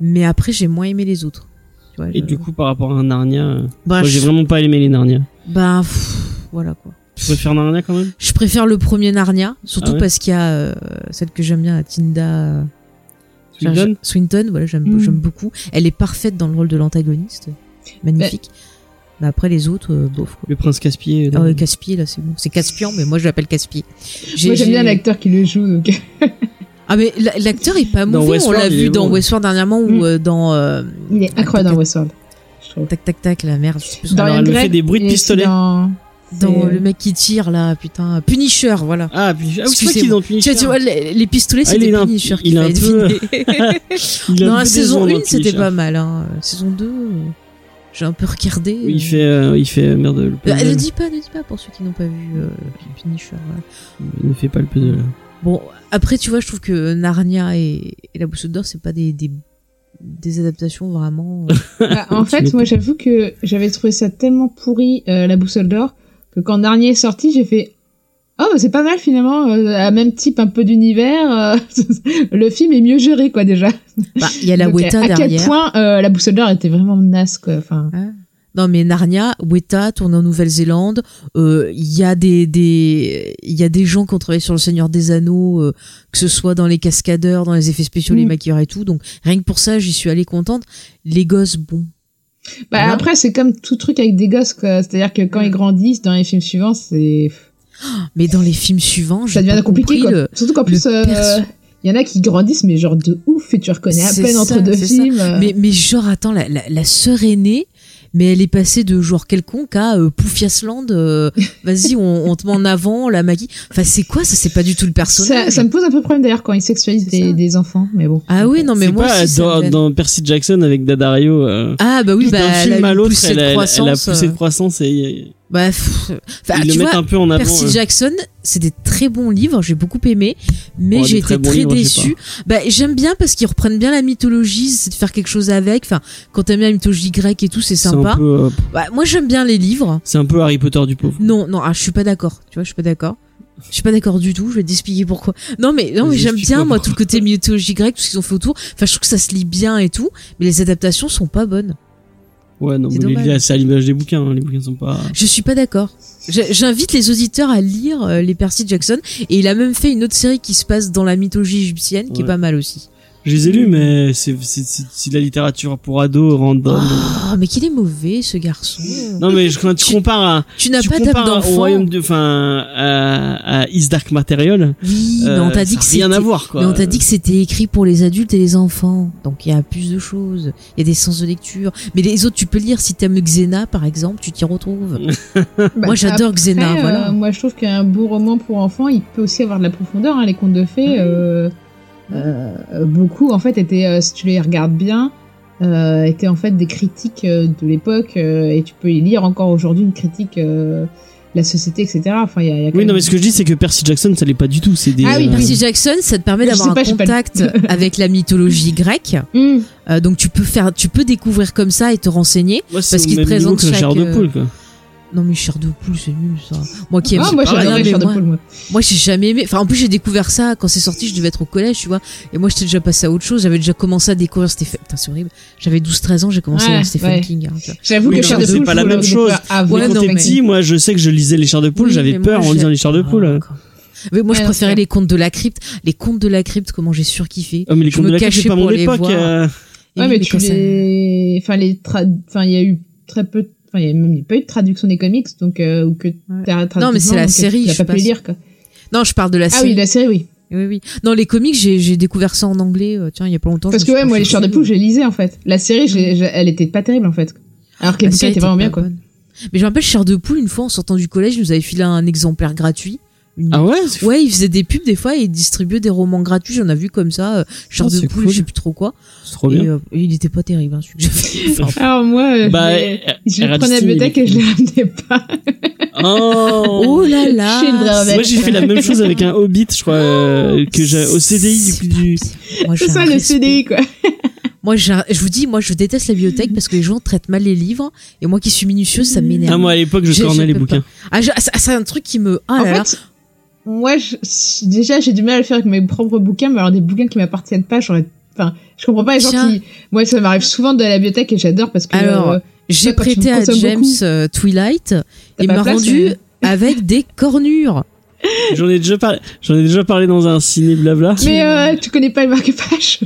A: Mais après, j'ai moins aimé les autres. Tu vois,
B: Et
A: je-
B: du coup, par rapport à Narnia, euh,
A: bah,
B: moi, j'ai
A: je-
B: vraiment pas aimé les Narnia.
A: bah, pff, voilà quoi.
B: Tu préfères Narnia quand même
A: Je préfère le premier Narnia, surtout
B: Ah ouais
A: parce qu'il y a euh, celle que j'aime bien, Tinda euh,
B: Swindon
A: Swinton. Swinton, voilà, j'aime
C: Mm.
A: j'aime beaucoup. Elle est parfaite dans le rôle de l'antagoniste, magnifique. Mais après les autres, euh, bof. Quoi.
B: Le prince Caspier.
A: Ah
B: euh,
A: ouais, Caspier, là, c'est bon. C'est Caspian, mais moi je l'appelle Caspier. J'ai-
C: Moi, j'aime bien
A: j'ai-
C: l'acteur qui le joue. donc-
A: Ah mais la- l'acteur est pas
B: Dans
A: mauvais, on
B: Westworld,
A: l'a
B: il
A: vu
B: est
A: dans
B: bon.
A: Westworld dernièrement ou
C: Mm.
A: euh, dans euh,
C: Il est incroyable dans Westworld. Je trouve.
A: Tac Tac Tac, la merde. je sais plus son
C: Dorian
B: Alors, elle me
C: Gray
B: fait des bruits de
C: et
B: pistolet.
C: c'est dans-
A: nom. Dans
B: euh,
C: c'est-
A: le mec qui tire là, putain, Punisher, voilà.
B: Ah, puis, ah, oui, c'est vrai
A: Excusez-moi.
B: qu'il est dans
A: Tu
B: Punisher.
A: vois, tu vois, les, les pistolets,
B: Ah, il
A: c'était
B: est un-
A: Punisher qu'il
B: il est un
A: fallait
B: peu-
A: deviner.
B: Il a un
A: Dans la
B: peu
A: saison
B: des ondes
A: 1,
B: dans
A: c'était
B: Punisher.
A: pas mal. Hein. Euh, Saison 2, euh, j'ai un peu regardé. euh.
B: Oui, il fait, euh, il fait euh, merde le
A: Euh,
B: puzzle.
A: ne dis pas, ne dis pas pour ceux qui n'ont pas vu euh, Punisher. voilà.
B: Il ne fait pas le puzzle.
A: Bon, après, tu vois, je trouve que Narnia et, et La Boussole d'Or, c'est pas des, des, des adaptations vraiment. euh.
C: Bah, en
B: Tu
C: fait,
B: m'étonnes.
C: moi, j'avoue que j'avais trouvé ça tellement pourri, euh, la boussole d'or, que quand Narnia est sorti, j'ai fait Oh, bah, c'est pas mal finalement, euh, la même type un peu d'univers. euh, le film est mieux géré, quoi, déjà.
A: Bah, Il y a la
C: Donc,
A: Weta
C: à
A: derrière.
C: quel point euh, la boussole d'or était vraiment naze, quoi. Enfin,
A: Non mais Narnia, Weta tourné en Nouvelle-Zélande, euh, il y a des des il y a des gens qui ont travaillé sur le Seigneur des Anneaux, euh, que ce soit dans les cascadeurs, dans les effets spéciaux, les
C: Mm.
A: maquilleurs et tout. Donc rien que pour ça, j'y suis allée contente. Les gosses, bon.
C: bah,
A: Voilà.
C: après, c'est comme tout truc avec des gosses, quoi. C'est-à-dire que quand ils grandissent dans les films suivants, c'est.
A: Mais dans les films suivants,
C: Ça
A: j'ai
C: devient
A: pas
C: compliqué,
A: compris
C: quoi.
A: le-
C: Surtout qu'en plus. euh,
A: perso-
C: il y en a qui grandissent, mais genre de ouf, et tu reconnais à
A: C'est
C: peine
A: ça,
C: entre deux
A: c'est ça.
C: films. euh.
A: Mais mais genre attends, la, la, la sœur aînée, mais elle est passée de genre quelconque à euh, Poufiasland. euh, Vas-y, on, on te met en avant, on la maquille. Enfin c'est quoi ça C'est pas du tout le personnage.
C: Ça, ça me pose un peu problème d'ailleurs quand ils sexualisent
A: C'est ça.
C: des, des enfants, mais bon.
A: Ah oui, non mais
B: c'est
A: moi
B: pas
A: aussi, ça me
B: dans,
A: gêne.
B: dans Percy Jackson avec Dadario. Euh...
A: Ah bah oui, bah,
B: D'un
A: elle
B: film
A: a
B: à
A: eu une
B: l'autre,
A: poussée
B: elle,
A: de
B: a- elle a
A: croissance.
B: poussé
A: euh,
B: de croissance et
A: bah, pff, enfin,
B: ils
A: tu
B: le mettent
A: vois,
B: un peu en avant.
A: Percy
B: euh.
A: Jackson, c'est des très bons livres, j'ai beaucoup aimé, mais
B: Bon,
A: j'ai
B: des
A: été très,
B: très bons livres, je sais
A: déçue. Bah, j'aime bien parce qu'ils reprennent bien la mythologie, c'est de faire quelque chose avec. Enfin, quand t'aimes bien la mythologie grecque et tout, c'est
B: C'est un
A: sympa.
B: peu, euh,
A: Bah, moi, j'aime bien les livres.
B: C'est un peu Harry Potter du pauvre.
A: Non, non, ah, je suis pas d'accord. Tu vois, je suis pas d'accord. Je suis pas d'accord du tout. Je vais t'expliquer pourquoi. Non, mais non, mais
B: Vas-y,
A: j'aime bien
B: explique-moi
A: moi tout le
B: pourquoi.
A: côté mythologie grecque, tout ce qu'ils ont fait autour. Enfin, je trouve que ça se lit bien et tout, mais les adaptations sont pas bonnes.
B: Ouais, non,
A: C'est
B: mais les-
A: dommage.
B: c'est à l'image des bouquins. hein, Les bouquins sont pas.
A: Je suis pas d'accord. Je- J'invite les auditeurs à lire euh, les Percy Jackson et il a même fait une autre série qui se passe dans la mythologie égyptienne qui est
B: Ouais.
A: pas mal aussi.
B: Je les ai lus, mais c'est c'est- c'est- c'est de la littérature pour ados random.
A: Oh, mais qu'il est mauvais ce garçon.
B: Non, mais je- quand tu
A: Tu-
B: compares à,
A: Tu n'as
B: tu
A: pas d'âme
B: compares au
A: d'enfant.
B: royaume de, enfin, à, à Is Dark Material.
A: Oui, mais
B: euh,
A: on t'a dit
B: ça
A: que
B: a rien à
A: c'était
B: voir, quoi.
A: Mais on t'a dit que c'était écrit pour les adultes et les enfants. Donc il y a plus de choses. Il y a des sens de lecture. Mais les autres, tu peux lire. Si t'aimes Xena, par exemple, tu t'y retrouves.
C: Bah,
A: Moi, j'adore Xena,
C: après, euh,
A: voilà.
C: moi, je trouve qu'un beau roman pour enfants, il peut aussi avoir de la profondeur. hein. Les contes de fées, euh, euh, beaucoup, en fait, étaient, euh, si tu les regardes bien, euh, étaient en fait des critiques euh, de l'époque. euh, et tu peux y lire encore aujourd'hui une critique euh, de la société, etc. Enfin, il y a, il y a quand
B: Oui,
C: même-
B: non, mais ce que je dis, c'est que Percy Jackson, ça l'est pas du tout. C'est des.
C: Ah oui,
B: euh,
A: Percy Jackson, ça te permet
C: Je
A: d'avoir
C: sais
A: un
C: pas, j'ai pas lu.
A: contact avec la mythologie grecque.
C: Hum.
A: Euh, donc tu peux faire, tu peux découvrir comme ça et te renseigner.
B: moi, c'est
A: parce
B: au
A: qu'il
B: même niveau
A: présente
B: que le
A: chaque,
B: chair de
A: euh,
B: poule, quoi.
A: Non mais chair de poule, c'est nul ça. Moi qui aime.
C: Ah, moi,
A: Ah, non,
B: hein,
C: j'adorais
A: mais
C: Chair de
A: moi-
C: Poule, moi.
A: Moi, j'ai jamais aimé. Enfin, en plus, j'ai découvert ça quand c'est sorti. Je devais être au collège, tu vois. Et moi, j'étais déjà passé à autre chose. J'avais déjà commencé à découvrir Stephen. Putain, c'est horrible. J'avais 12-13 ans, j'ai commencé
C: Ouais,
A: à lire Stephen
C: ouais.
A: King. hein, tu vois.
C: J'avoue
B: Oui,
C: que
B: non,
C: Chair de
B: mais c'est
C: Poule,
B: pas la
C: faut
B: même
C: le
B: chose.
C: découvrir avant
B: Mais
A: Ouais,
B: quand
A: non,
B: t'es
A: mais-
B: petit, moi, je sais que je lisais les chairs de poule,
A: Oui,
B: j'avais
A: mais
B: peur
A: moi,
B: en
A: j'ai-
B: lisant les chairs de
A: Ah,
B: poule. euh.
A: d'accord. mais moi, je
C: Ouais,
A: préférais
C: ok.
A: les contes de la crypte. Les contes de la crypte, comment j'ai surkiffé.
B: Ah, mais les
A: Je
B: contes
A: me
B: de la crypte,
A: cachais
B: c'est pas
A: pour
B: mon
A: les
B: époque.
A: voir. Et
B: euh.
C: ouais,
A: oui,
C: mais
A: mais
C: tu
A: quand ça-
C: les... Enfin, les tra... enfin, il y a eu très peu... de- Enfin, il y a même pas eu de traduction des comics, donc... Euh, ou que t'as traduit
A: Non, mais c'est
C: dedans,
A: la
C: donc
A: série,
C: Tu
A: je
C: n'as pas pu
A: pense.
C: lire, quoi.
A: Non, je parle de la
C: Ah
A: série.
C: oui, la série, oui.
A: oui, oui. Non, les comics, j'ai j'ai découvert ça en anglais. euh, tiens, il y a pas longtemps. je
C: Parce
A: me
C: que,
A: suis
C: ouais, moi, les
A: penchée
C: chars de
A: dessus.
C: poule, je les lisais, en fait. La série, je l'ai- je- elle était pas terrible, en fait. Alors que les
A: La
C: bouquins
A: série
C: étaient vraiment
A: était
C: bien,
A: pas
C: quoi.
A: bonne. Mais je me rappelle, Cher de Poule, une fois en sortant du collège, ils nous avait filé un exemplaire gratuit. Une-
B: Ah ouais? c'est fou.
A: Ouais, ils faisaient des pubs des fois et ils distribuaient des romans gratuits. J'en ai vu comme ça, euh, Cher
C: Ah,
B: Oh,
A: de
B: c'est
A: Poule,
B: cool.
A: je sais plus trop quoi.
B: C'est trop
A: Et
B: bien.
A: euh, il était pas terrible, hein, celui que j'ai fait. Enfin,
C: Alors, moi, euh,
B: Bah,
C: je les-
B: euh,
C: je les
B: Erasmus,
C: prenais à la
B: il est
C: bibliothèque et je les ramenais pas.
B: Oh!
A: oh là là
C: Chez le vrai
A: c'est-
C: mec.
B: Moi, j'ai fait la même chose avec un Hobbit, je crois, euh, que j'ai au
A: Oh, C'est
B: CDI du coup du.
A: pas- Moi,
C: C'est
A: j'ai
C: ça,
A: un
C: le
A: respect.
C: CDI, quoi.
A: Moi, j'ai un- je vous dis, moi, je déteste la bibliothèque parce que les gens traitent mal les livres et moi qui suis minutieuse,
C: Mmh.
A: ça m'énerve.
B: Ah, moi, à l'époque, je
A: J'ai-
B: cornais
A: je
B: les
A: peux
B: bouquins.
A: Ah, je- ah, ça- c'est un truc qui me. Ah
C: en
A: là là.
C: fait, moi, je- je- déjà, j'ai du mal à le faire avec mes propres bouquins, mais alors des bouquins qui m'appartiennent pas, j'aurais. Enfin, je comprends pas les gens
A: Tiens.
C: qui. Moi, ça m'arrive souvent de la bibliothèque et j'adore parce que.
A: Alors,
C: euh,
A: J'ai
C: quand tu
A: prêté à
C: consommes
A: James
C: beaucoup.
A: euh, Twilight
C: T'as
A: et
C: pas
A: m'a
C: place,
A: rendu
C: mais-
A: avec des cornures.
B: J'en ai déjà parlé, j'en ai déjà parlé dans un ciné blabla.
C: mais euh, tu connais pas le marque-page.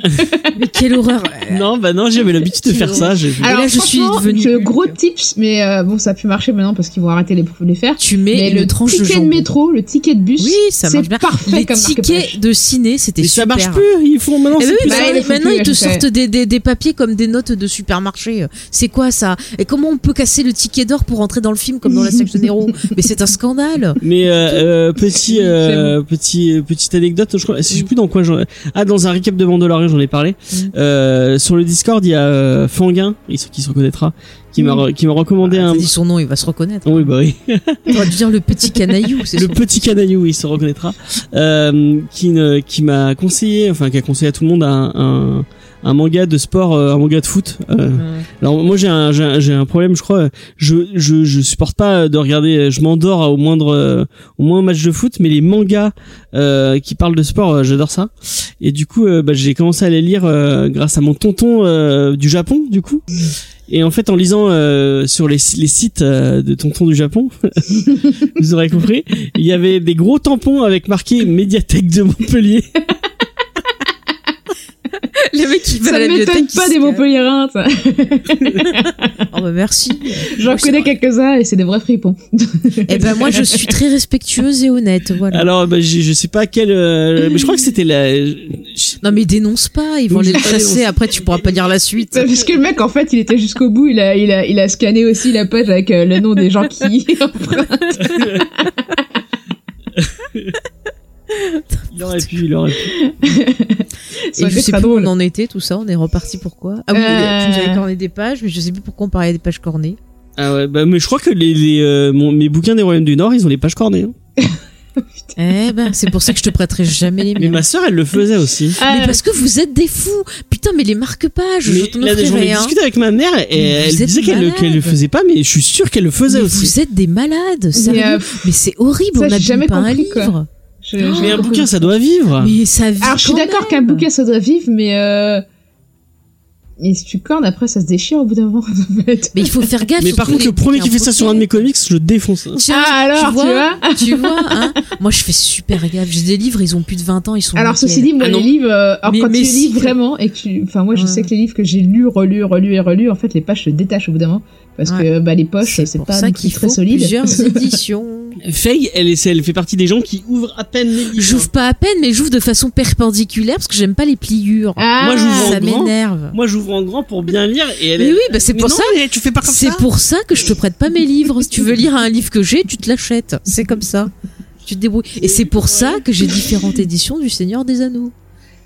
A: Mais quelle horreur Euh,
B: Non, bah non, j'avais l'habitude de faire ça. j'ai-
A: là,
C: Alors,
A: je suis
C: franchement,
A: devenue
C: je-
A: Hulk.
C: gros tips, mais euh, bon, ça a pu marcher maintenant parce qu'ils vont arrêter les de les faire.
A: Tu mets
C: mais
A: une
C: le
A: tranche de
C: ticket de,
A: jambon.
C: métro, le ticket de bus,
A: Oui, ça marche
C: c'est
A: bien.
C: parfait
A: Les
C: comme marque-page.
A: tickets de ciné, c'était
B: Mais
A: super.
B: ça marche plus, ils font maintenant.
A: Eh ben
B: c'est
A: oui,
B: plus
A: bah,
B: ça.
C: ça, il faut
A: maintenant
C: plus
A: ils te
C: acheter.
A: sortent des, des, des papiers comme des notes de supermarché. C'est quoi ça Et comment on peut casser le ticket d'or pour entrer dans le film comme dans la section héros Mais c'est un scandale.
B: Mais euh, euh, petit euh, petit euh, petite anecdote, je crois, je sais plus dans quoi j'en ah dans un récap de Mandalorian j'en ai parlé.
A: Mm.
B: Euh, sur le Discord, il y a euh, Fanguin, il se- qui se reconnaîtra, qui m'a
C: Mm.
B: re- qui m'a recommandé
A: T'as
B: un
A: dit son nom, il va se reconnaître.
B: oui bah oui,
A: On va dire le petit canaillou, c'est
B: le
A: son-
B: petit canaillou, il se reconnaîtra, euh, qui ne- qui m'a conseillé, enfin qui a conseillé à tout le monde un, un, un manga de sport, euh, un manga de foot. euh,
A: Euh,
B: Alors moi j'ai un j'ai un- j'ai un problème je crois je je je supporte pas de regarder je m'endors au moindre euh, au moins match de foot mais les mangas euh, qui parlent de sport euh, j'adore ça et du coup euh, bah, j'ai commencé à les lire euh, grâce à mon tonton euh, du Japon du coup et en fait en lisant euh, sur les les sites euh, de tonton du Japon vous aurez compris il y avait des gros tampons avec marqué médiathèque de Montpellier
A: Le mec qui va à
C: Ça
A: la
C: ne m'étonne
A: bibliothèque. qui
C: pas
A: se
C: des
A: calme.
C: Montpellierains,
A: hein.
C: ça.
A: Oh bah merci.
C: J'en
A: Moi, c'est
C: connais
A: vrai.
C: quelques-uns et c'est des vrais fripons.
A: Eh ben moi je suis très respectueuse et honnête, voilà.
B: alors bah, je je sais pas quel euh, mais je crois que c'était la je-
A: Non mais dénonce pas, ils vont
B: Oui,
A: les
B: je vais pas
A: chasser.
B: dénoncer.
A: Après tu pourras pas lire la suite.
C: Bah, Parce que le mec, en fait, il était jusqu'au bout. Il a, il a, il a scanné aussi la page avec euh, le nom des gens qui.
B: il aurait pu il aurait pu
A: Et
C: Ça aurait
A: je
C: été
A: sais
C: très
A: plus où
C: drôle.
A: on en était, tout ça, on est reparti pourquoi Ah oui,
C: Euh.
A: tu nous avais corné des pages, mais je sais plus pourquoi on parlait des pages cornées.
B: Ah ouais, bah, mais je crois que les, les euh, mon- mes bouquins des Royaumes du Nord, ils ont les pages cornées. hein.
A: Eh ben, c'est pour ça que je te prêterai jamais les
B: Mais
A: miens.
B: ma sœur, elle le faisait aussi.
C: Ah,
A: Mais parce que vous êtes des fous Putain, mais les marque-pages, je
B: Mais
A: t'en
B: là, j'en ai
A: offrirai un.
B: discuté avec ma mère et
A: Mais
B: elle
A: vous êtes
B: disait qu'elle le-
A: malade.
B: qu'elle le faisait pas, mais je suis sûr qu'elle le faisait
A: Mais
B: aussi.
A: vous êtes des malades,
C: Mais, euh,
A: sérieux. Mais c'est horrible,
C: ça,
A: on
C: j'ai
A: n'a
C: jamais
A: pas un
C: compris, quoi.
A: livre.
C: je- je-
B: Mais un bouquin, ça doit vivre.
A: Mais ça vit
C: Alors, je suis
A: quand
C: d'accord
A: même.
C: qu'un bouquin, ça doit vivre, mais euh, Mais Stucorn, après, ça se déchire au bout d'un moment, en fait.
A: Mais il faut faire gaffe.
B: Mais par
A: surtout
B: contre, le
A: les
B: premier
A: bouquins
B: qui fait ça sur un de mes comics, je le défonce. hein.
A: Tiens,
C: Ah, alors, tu vois
A: tu vois, hein Moi, je fais super gaffe. J'ai des livres, ils ont plus de 20 ans, ils sont.
C: Alors,
A: nickels.
C: ceci dit, moi,
B: Ah non.
C: les livres, euh, alors,
A: Mais-
C: quand
A: mais
C: tu les
A: si.
C: lis vraiment, et que tu, enfin, moi, je
A: Ouais.
C: sais que les livres que j'ai lus, relus, relus et relus, en fait, les pages se détachent au bout d'un moment. Parce
A: Ouais.
C: que, bah, les poches, c'est
A: pour
C: pas
A: ça
C: non plus
A: qu'il
C: très
A: faut
C: solide.
A: plusieurs éditions.
B: Faye, elle, est- elle fait partie des gens qui ouvrent à peine les livres.
C: Hein.
A: J'ouvre pas à peine, mais j'ouvre de façon perpendiculaire parce que j'aime pas les pliures.
C: Ah,
B: Moi, j'ouvre en
A: ça
B: grand.
A: m'énerve.
B: Moi, j'ouvre en grand pour bien lire et elle
A: Mais
B: est-
A: oui, bah c'est
B: Mais
A: pour
B: non,
A: ça.
B: mais tu fais pas comme
A: C'est
B: ça.
A: pour ça que je te prête pas mes livres. Si tu veux lire un livre que j'ai, tu te l'achètes. C'est comme ça. Tu te débrouilles. Et c'est pour ça que j'ai différentes éditions du Seigneur des Anneaux.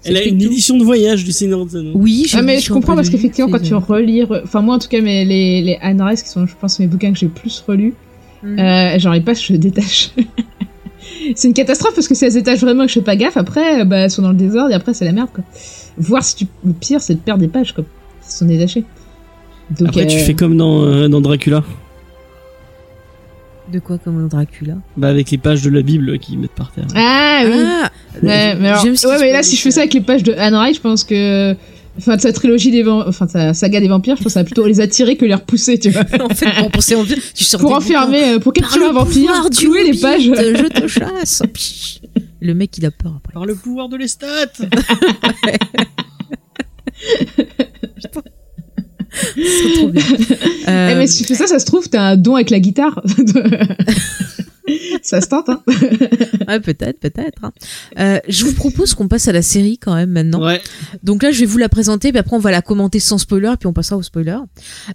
A: Ça
B: Elle a
A: explique
B: une
A: tout.
B: édition de voyage du Seigneur des Anneaux.
A: Oui, j'ai
C: Ah, mais
A: une
C: je
A: chambre
C: comprends
A: de
C: parce
A: livres,
C: qu'effectivement, quand
A: c'est-
C: tu relis, enfin, moi, en tout cas, mes, les, les Anne Rice, qui sont, je pense, mes bouquins que j'ai plus relus,
A: Mm.
C: euh, genre, les pages se détachent. c'est une catastrophe parce que si elles se détachent vraiment et que je fais pas gaffe, après, euh, bah, elles sont dans le désordre et après, c'est la merde, quoi. Voir si tu, le pire, c'est de perdre des pages, quoi. Elles sont détachées. Donc,
B: Après, tu
C: euh,
B: fais comme dans, euh, dans Dracula,
C: Hmm.
A: De quoi comme un Dracula
B: bah, avec les pages de la Bible qui mettent par terre.
C: Ah, oui.
A: Ah,
C: Ouais, mais, alors-
A: J'aime ce
C: ouais,
A: qui
C: mais
A: se
C: là,
A: passe euh.
C: si je fais ça avec les pages de Anne Rice, je pense que. Enfin, de sa trilogie des vampires, enfin, de sa saga des vampires, je pense que ça va plutôt les attirer que les repousser, tu vois.
A: en fait, bon, pour ces vampires, tu sors
C: Pour
A: des bouquins.
C: enfermer, euh, pour
A: Par
C: capturer
A: le
C: un vampire,
A: pouvoir du
C: clouer les
A: Hobbit,
C: pages. Eh,
A: Je te chasse. Psh. Le mec, il a peur après.
B: Par le pouvoir de l'Estat
A: C'est trop bien. Euh,
C: Eh, mais si tu fais ça, ça se trouve, t'as un don avec la guitare. ça se tente, hein.
A: ouais, peut-être, peut-être. hein. Euh, je vous propose qu'on passe à la série quand même maintenant.
B: Ouais.
A: Donc là, je vais vous la présenter, puis après, on va la commenter sans spoiler, puis on passera au spoiler.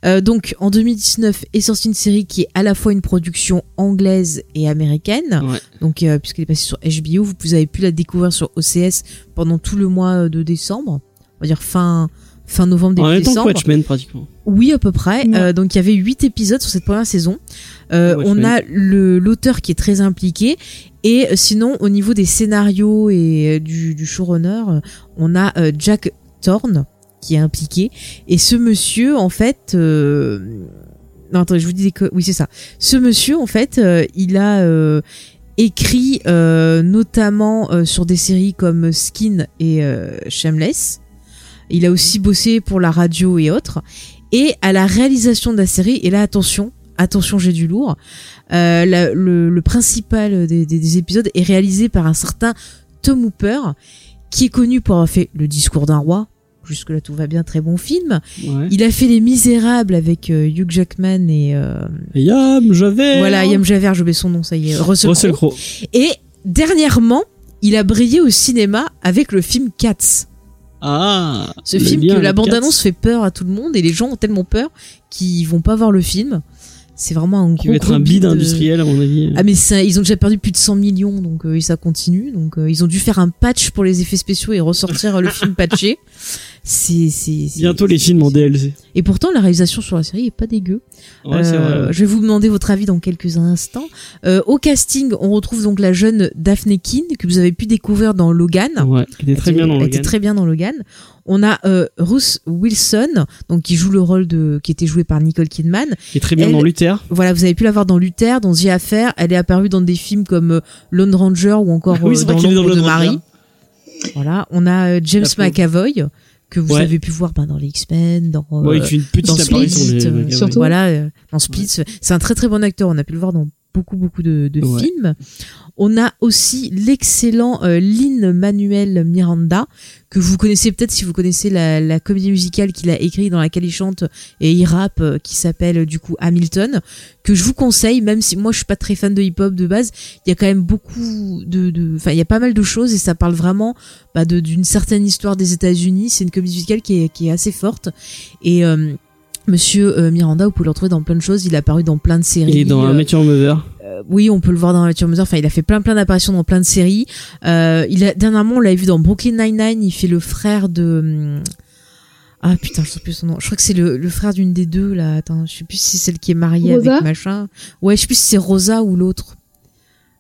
A: Euh, donc, en 2019 est sortie une série qui est à la fois une production anglaise et américaine.
B: Ouais.
A: Donc, euh, puisqu'elle est passée sur HBO, vous, vous avez pu la découvrir sur OCS pendant tout le mois de décembre. On va dire fin, fin novembre, début
B: En même temps que
A: décembre.
B: Watchmen, pratiquement.
A: Oui, à peu près.
C: Ouais.
A: Euh, donc il y avait huit épisodes sur cette première saison. Euh,
B: Ouais,
A: on
B: je
A: a le l'auteur qui est très impliqué. Et euh, sinon, au niveau des scénarios et euh, du, du showrunner, euh, on a euh, Jack Thorne qui est impliqué. Et ce monsieur, en fait... euh, Non, attendez, je vous dis... des co- Oui, c'est ça. Ce monsieur, en fait, euh, il a... euh, écrit euh, notamment euh, sur des séries comme Skin et euh, Shameless. Il a aussi bossé pour la radio et autres. Et à la réalisation de la série, et là attention, attention j'ai du lourd, euh, la- le, le principal des, des- des épisodes est réalisé par un certain Tom Hooper, qui est connu pour avoir fait Le discours d'un roi, jusque-là tout va bien, très bon film.
B: Ouais.
A: Il a fait Les Misérables avec euh, Hugh Jackman et... euh,
B: Et Yam, j'avais.
A: voilà, Yam Javert, je mets son nom, ça y est. Russell,
B: Russell
A: Crowe.
B: Crowe.
A: Et dernièrement, il a brillé au cinéma avec le film Cats.
B: Ah
A: Ce
B: le
A: film
B: lien
A: que la
B: avec
A: bande-annonce
B: Cats,
A: fait peur à tout le monde et les gens ont tellement peur qu'ils vont pas voir le film. C'est vraiment un gros.
B: Qui va être
A: gros
B: un bide
A: de-
B: industriel, à mon avis.
A: Ah mais ça, ils ont déjà perdu plus de 100 millions donc euh, et ça continue donc euh, ils ont dû faire un patch pour les effets spéciaux et ressortir euh, le film patché. C'est c'est c'est-
B: Bientôt les films en DLC.
A: Et pourtant la réalisation sur la série est pas dégueu.
B: Ouais,
A: Euh,
B: c'est vrai. ouais.
A: Je vais vous demander votre avis dans quelques instants. Euh, au casting, on retrouve donc la jeune Daphne Keane que vous avez pu découvrir dans Logan.
B: Ouais, qui était très
A: Elle
B: bien dans
A: elle
B: le
A: était très bien dans Logan. On a euh, Ruth Wilson, donc qui joue le rôle de, qui était joué par Nicole Kidman.
B: Qui est très bien
A: elle-
B: dans Luther.
A: Voilà, vous avez pu la voir dans Luther, dans The Affair. Elle est apparue dans des films comme euh, Lone Ranger ou encore
B: Ah Oui,
A: euh,
B: c'est vrai
A: dans
B: qu'elle est dans
A: L'ombre de
B: Lone Ranger.
A: Marie. Voilà, on a euh, James
B: La pauvre.
A: McAvoy que vous
B: Ouais.
A: avez pu voir ben, dans les X-Men, dans euh,
B: Ouais, il fait une
A: dans
B: petite
A: Split,
B: apparition. mais-
A: euh,
B: ouais,
C: surtout.
A: Voilà, euh, dans Spitz, c'est un très très bon acteur. On a pu le voir dans beaucoup beaucoup de, de
B: Ouais.
A: films. On a aussi l'excellent euh, Lin Manuel Miranda que vous connaissez peut-être si vous connaissez la, la comédie musicale qu'il a écrite dans laquelle il chante et il rappe euh, qui s'appelle euh, du coup Hamilton que je vous conseille même si moi je suis pas très fan de hip-hop de base il y a quand même beaucoup de de- enfin il y a pas mal de choses et ça parle vraiment bah, de- d'une certaine histoire des États-Unis c'est une comédie musicale qui est, qui est assez forte et euh, Monsieur euh, Miranda, vous pouvez le retrouver dans plein de choses. Il a apparu dans plein de séries.
B: Il est dans
A: euh,
B: un Meteor Mother.
A: oui, on peut le voir dans la nature mesure. Enfin, il a fait plein plein d'apparitions dans plein de séries. Euh, il a, dernièrement, on l'a vu dans Brooklyn Nine-Nine. Il fait le frère de. hum, Ah putain, je sais plus son nom. Je crois que c'est le, le frère d'une des deux là. Attends, je sais plus si c'est celle qui est mariée
C: Rosa
A: avec machin. Ouais, je sais plus si c'est Rosa ou l'autre.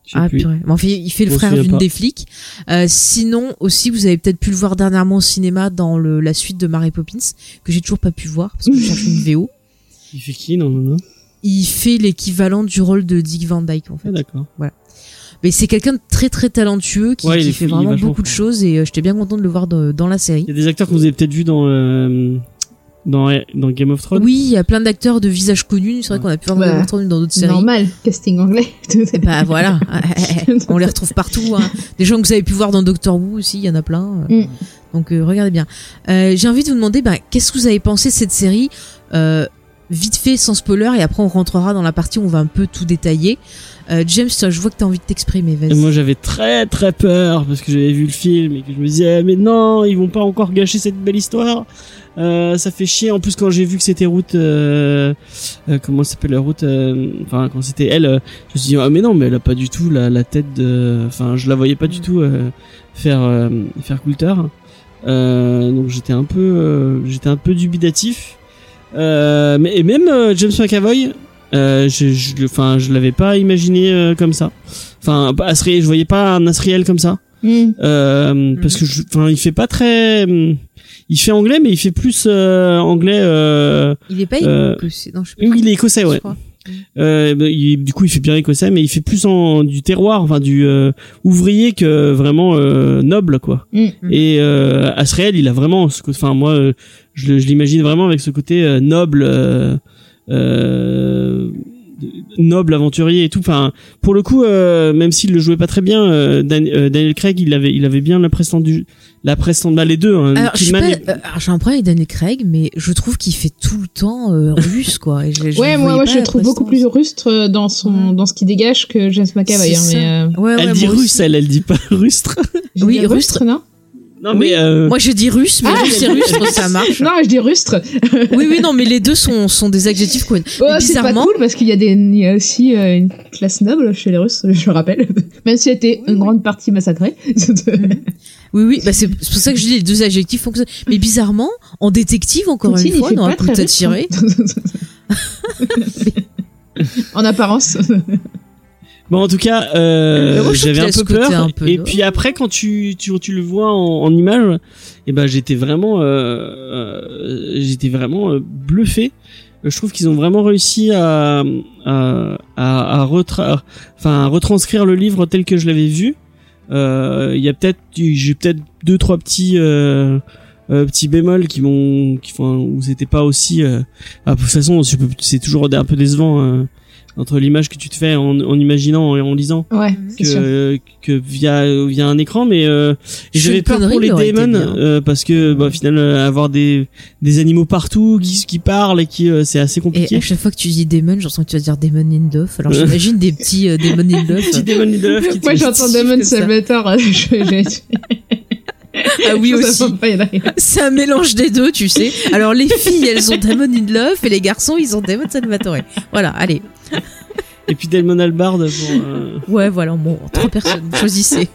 B: Je sais
A: Ah
B: plus.
A: purée. Mais enfin, il fait le
B: On se
A: frère
B: souvient
A: d'une
B: pas.
A: des flics. Euh, sinon, aussi, vous avez peut-être pu le voir dernièrement au cinéma dans le, la suite de Mary Poppins que j'ai toujours pas pu voir parce que je cherche une VO.
B: Il fait qui Non, non, non.
A: Il fait l'équivalent du rôle de Dick Van Dyke en fait.
B: Ah, d'accord.
A: Mais c'est quelqu'un de très très talentueux qui,
B: Ouais, il
A: qui
B: est
A: fait
B: fou, il est
A: vraiment
B: vachement
A: beaucoup de
B: fou.
A: choses et euh, j'étais bien content de le voir de- dans la série.
B: Il y a des acteurs que vous avez peut-être vus dans euh, dans, dans Game of Thrones.
A: Oui, il y a plein d'acteurs de visages connus. C'est vrai qu'on a pu voir
C: Voilà.
A: Game of Thrones dans d'autres
C: C'est
A: séries.
C: normal, casting anglais.
A: Bah voilà, on les retrouve partout. hein. Des gens que vous avez pu voir dans Doctor Who aussi, il y en a plein.
C: Mm.
A: Donc euh, regardez bien. Euh, J'ai envie de vous demander, bah, qu'est-ce que vous avez pensé de cette série Euh, Vite fait, sans spoiler, et après on rentrera dans la partie où on va un peu tout détailler. Euh, James, toi, je vois que tu as envie de t'exprimer, vas-y.
B: Et moi j'avais très très peur parce que j'avais vu le film et que je me disais ah, mais non ils vont pas encore gâcher cette belle histoire euh, ça fait chier en plus quand j'ai vu que c'était route euh, euh, comment s'appelle la route euh, enfin quand c'était elle euh, je me suis dit ah mais non mais elle a pas du tout la, la tête de enfin je la voyais pas du tout euh, faire euh, faire Coulter euh, donc j'étais un peu euh, j'étais un peu dubitatif euh, mais et même euh, James McAvoy euh, je, je, le- enfin, je l'avais pas imaginé euh, comme ça. Enfin, Asriel, je voyais pas un Asriel comme ça.
C: Mm.
B: Euh, Parce que, je- enfin, il fait pas très. hum, Il fait anglais, mais il fait plus euh, anglais. Euh,
A: Il est pas
B: Euh,
A: écossais, non, je sais pas.
B: oui, il est écossais,
A: Je
B: ouais.
A: crois.
B: Euh, bah, il- du coup, il fait bien écossais, mais il fait plus en du terroir, enfin du euh, ouvrier que vraiment euh, noble, quoi.
C: Mm.
B: Et euh, Asriel, il a vraiment ce côté. Enfin, moi, euh, je, le- je l'imagine vraiment avec ce côté euh, noble, euh, euh, noble aventurier et tout. Enfin, pour le coup, euh, même s'il le jouait pas très bien, euh, Dan- euh, Daniel Craig, il avait, il avait bien la prestance du, la prestance. Bah, les deux. Hein,
A: Alors, je sais
B: Kidman
A: pas,
B: et-
A: euh, alors, j'ai un problème avec Daniel Craig, mais je trouve qu'il fait tout le temps euh, russe, quoi. Et je- je
C: Ouais,
A: le
C: moi,
A: voyais
C: moi
A: pas,
C: je le trouve
A: après,
C: beaucoup
A: ça.
C: plus rustre euh, dans son
A: Ouais.
C: dans ce qu'il dégage que James
A: C'est
C: McAvoy. hein,
A: ça.
C: mais, euh,
A: Ah Ouais,
B: elle
A: ouais,
B: dit
A: moi aussi.
B: russe, elle, elle dit pas rustre.
C: j'ai
A: Oui,
C: dit
A: rustre.
C: non
B: non,
A: Oui.
B: mais euh,
A: Moi, je dis russe, mais
C: Ah
A: vu que c'est russe, ça marche.
C: Non, je dis rustre.
A: Oui, oui, non, mais les deux sont, sont des adjectifs qu'on-
C: Oh, c'est pas
A: bizarrement-
C: cool parce qu'il y a des il y a aussi euh, une classe noble chez les Russes, je le rappelle. Même si elle était une grande partie massacrée.
A: Mm. Oui, oui, bah c'est c'est pour ça que je dis les deux adjectifs font que ça. Mais bizarrement, en détective, encore
C: Poutine,
A: une
C: il
A: fois,
C: fait
A: on aurait
C: pas très
A: pu
C: russe,
A: t'attirer.
C: hein. en apparence.
B: Bon, en tout cas,
A: Mais
B: euh,
A: moi, je trouve
B: j'avais un
A: qu'il a
B: peu
A: ce côté
B: peur.
A: un peu
B: et
A: de-
B: puis après, quand tu, tu, tu le vois en, en image, et ben, j'étais vraiment, euh, euh, j'étais vraiment euh, bluffé. Euh, Je trouve qu'ils ont vraiment réussi à, à, à, à retra- enfin, à retranscrire le livre tel que je l'avais vu. Euh, Il y a peut-être, j'ai peut-être deux trois petits euh, euh, petits bémols qui m'ont, qui font où c'était pas aussi. euh, ah, de toute façon, je peux- c'est toujours un peu décevant euh, entre l'image que tu te fais en, en imaginant et en lisant
C: Ouais, c'est
B: que,
C: sûr.
B: euh, que via via un écran mais euh, et
A: Sean
B: j'avais peur pour
A: Connery
B: les
A: aurait été
B: démons
A: bien.
B: euh, parce que bah, au final euh, avoir des des animaux partout qui qui parlent et qui euh, c'est assez
A: Et
C: hein.
B: compliqué
A: à chaque fois que tu dis Damon, j'entends que tu vas dire Damon Lindelof. Alors j'imagine des petits euh, Damon
B: petit
A: Lindelof.
B: démon Lindelof qui te-
C: Moi j'entends
A: qui-
C: Damon
A: qui-
C: Salvatore. euh, je- je-
A: Ah oui,
C: je trouve ça
A: aussi.
C: sympa, il a-
A: C'est un mélange des deux, tu sais. Alors les filles, elles ont Damon Lindelof et les garçons, ils ont Damon Salvatore. Voilà, allez.
B: et puis Damon Albarn pour euh,
A: Ouais, voilà, bon, trois personnes, choisissez.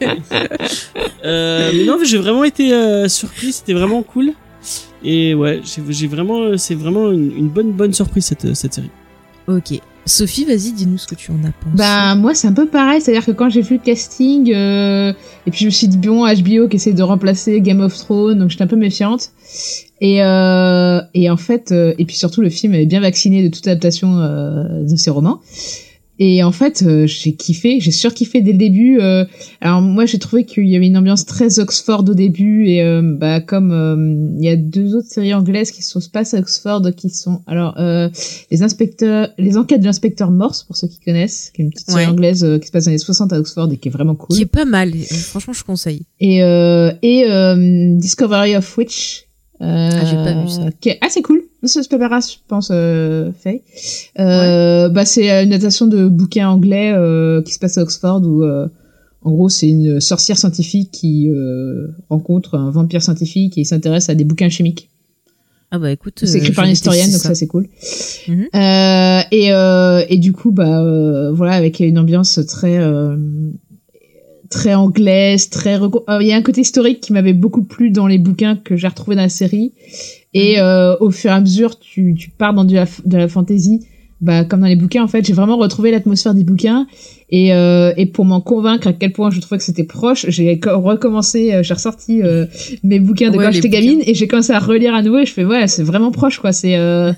B: Euh, mais non, mais j'ai vraiment été euh, surpris. C'était vraiment cool. Et ouais, j'ai j'ai vraiment, euh, c'est vraiment une, une bonne bonne surprise cette euh, cette série.
A: Ok. Sophie, vas-y, dis-nous ce que tu en as pensé.
C: Bah moi c'est un peu pareil, c'est-à-dire que quand j'ai vu le casting euh, et puis je me suis dit bon HBO qui essaie de remplacer Game of Thrones donc j'étais un peu méfiante et euh, et en fait euh, et puis surtout le film est bien vacciné de toute adaptation euh, de ses romans et en fait euh, j'ai kiffé, j'ai surkiffé dès le début. euh, alors moi j'ai trouvé qu'il y avait une ambiance très Oxford au début et euh, bah comme euh, il y a deux autres séries anglaises qui se passent à Oxford qui sont alors euh, les inspecteurs, les enquêtes de l'inspecteur Morse, pour ceux qui connaissent, qui est une petite série
A: Ouais.
C: anglaise euh, qui se passe dans les 60 à Oxford et qui est vraiment cool.
A: Qui est pas mal. euh, Franchement, je conseille.
C: Et, euh, et euh, Discovery of Witch. Euh,
A: Ah, j'ai pas vu ça.
C: Qui est assez cool. Ça se préparera, je pense, euh, Faye. Euh, bah, c'est euh, une adaptation de bouquin anglais euh, qui se passe à Oxford où, euh, en gros, c'est une sorcière scientifique qui euh, rencontre un vampire scientifique et il s'intéresse à des bouquins chimiques.
A: Ah bah écoute.
C: C'est
A: euh,
C: écrit par
A: je
C: une historienne,
A: déteste
C: donc ça c'est cool.
A: Mhm.
C: Euh, et, euh, et du coup, bah euh, voilà, avec une ambiance très euh, très anglaise, très reco- euh, il y a un côté historique qui m'avait beaucoup plu dans les bouquins que j'ai retrouvé dans la série. Et euh, au fur et à mesure, tu, tu pars dans du, de la fantasy, bah comme dans les bouquins en fait, j'ai vraiment retrouvé l'atmosphère des bouquins. Et, euh, et pour m'en convaincre à quel point je trouvais que c'était proche, j'ai co- recommencé, euh, j'ai ressorti euh, mes bouquins de
A: Ouais,
C: quand
A: les
C: j'étais gamine et j'ai commencé à relire à nouveau et je fais ouais, c'est vraiment proche quoi, c'est euh,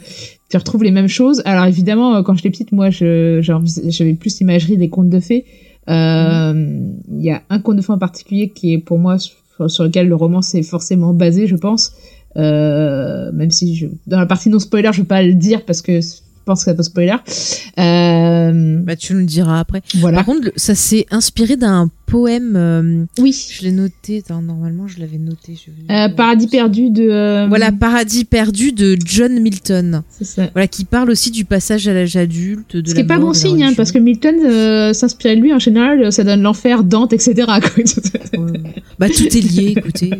C: tu retrouves les mêmes choses. Alors évidemment, euh, quand j'étais petite, moi, je- j'ai envis- j'avais plus l'imagerie des contes de fées. Euh,
A: Mm.
C: Il y a un conte de fées en particulier qui est pour moi sur, sur lequel le roman s'est forcément basé, je pense, Euh, même si je, dans la partie non spoiler, je vais pas le dire parce que je pense que c'est pas spoiler. Euh,
A: Bah, tu nous le diras après.
C: voilà.
A: Par contre, le- ça s'est inspiré d'un poème. euh,
C: oui.
A: je l'ai noté. Attends, normalement, je l'avais noté. je-
C: Euh, Paradis perdu de. euh,
A: Voilà, Paradis perdu de John Milton.
C: C'est ça.
A: Voilà, qui parle aussi du passage à l'âge adulte. De
C: Ce
A: la
C: qui est pas
A: mort,
C: bon
A: de la
C: signe, hein,
A: religion.
C: parce que Milton euh, s'inspirait de lui, en général, euh, ça donne l'enfer, Dante, etc. quoi.
A: Ouais. Bah, tout est lié, écoutez.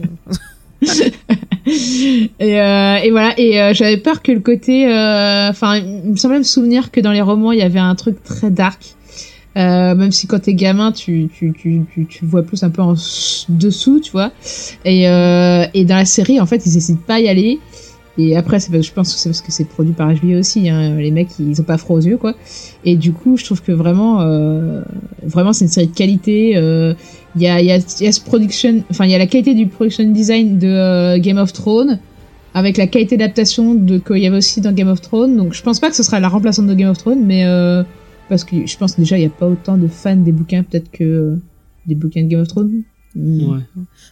C: et, euh, et voilà, et euh, j'avais peur que le côté. euh, Enfin, il me semblait me souvenir que dans les romans, il y avait un truc très dark. Euh, même si quand t'es gamin, tu, tu, tu, tu, tu vois plus un peu en s- dessous, tu vois. Et, euh, et dans la série, en fait, ils n'hésitent pas à y aller. Et après, c'est parce que je pense que c'est parce que c'est produit par HBO aussi. hein. Les mecs, ils ont pas froid aux yeux, quoi. Et du coup, je trouve que vraiment, euh, vraiment, c'est une série de qualité. euh, il y a, il y, a, il y a ce production, enfin il y a la qualité du production design de euh, Game of Thrones avec la qualité d'adaptation de qu'il y avait aussi dans Game of Thrones. Donc je pense pas que ce sera la remplaçante de Game of Thrones, mais euh, parce que je pense déjà il y a pas autant de fans des bouquins peut-être que euh, des bouquins de Game of Thrones. Mm.
B: Ouais.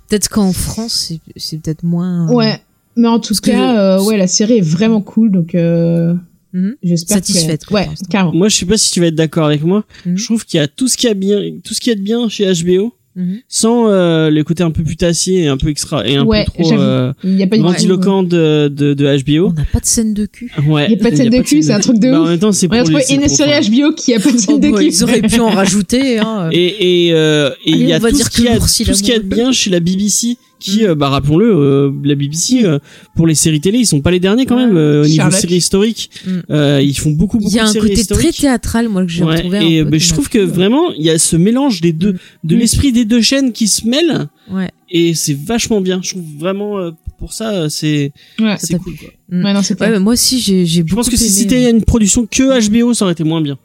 A: peut-être qu'en France, c'est, c'est peut-être moins. euh,
C: Ouais. Mais en tout
A: Parce que
C: cas,
A: je-
C: euh, ouais, la série est vraiment cool, donc euh,
A: Mhm.
C: j'espère que-
A: Satisfaite, quoi,
C: Ouais,
A: pour l'instant.
C: carrément.
B: Moi, je sais pas si tu vas être d'accord avec moi.
A: Mhm.
B: Je trouve qu'il y a tout ce qu'il y a bien, tout ce qu'il y a de bien chez HBO,
A: Mhm.
B: sans euh, le côté un peu putassier et un peu extra et un
C: Ouais,
B: peu trop
C: j'avoue.
B: euh,
C: Il y a pas du tout-
B: grandiloquent de, de, de
A: On
B: HBO.
A: n'a pas de scène de cul.
B: Ouais.
C: Il y a pas de scène de cul, c'est un truc de
B: Bah, En
C: ouf.
B: même temps, c'est
C: On
B: pour
C: a
B: les-
C: trouvé
B: c'est
C: une
B: pour-
C: série HBO qui a pas de scène
A: Oh,
C: de
A: bah,
C: cul.
A: ils auraient pu en rajouter. Hein.
B: Et, et, euh, et il y
A: on
B: a
A: va
B: tout
A: dire
B: ce qu'il y a,
A: que Murcie
B: tout ce qu'il y a de
A: l'amoureux.
B: bien chez la BBC, qui, euh, bah, rappelons-le, euh, la
C: Mm.
B: BBC euh, pour les séries télé, ils sont pas les derniers quand même euh, au niveau
C: Sherlock.
B: séries historiques.
A: Mm.
B: Euh, ils font beaucoup beaucoup
A: Il y a
B: de
A: un
B: séries
A: côté très
B: historiques.
A: théâtral, moi, que j'ai
B: Ouais,
A: retrouvé. un
B: et
A: peu
B: bah,
A: dans
B: je
A: la
B: trouve que
A: série.
B: vraiment il y a ce mélange des deux,
A: Mm.
B: de
A: Mm.
B: l'esprit des deux chaînes qui se mêlent
A: Ouais.
B: et c'est vachement bien. Je trouve vraiment euh, pour ça euh, c'est
C: Ouais,
B: c'est
A: t'a
B: cool. quoi.
C: ouais, non, c'est
A: Ouais,
C: clair.
A: mais moi aussi, j'ai, j'ai
B: Je
A: beaucoup
B: pense que si
A: aimé, euh,
B: c'était une production que HBO, ça aurait été moins bien.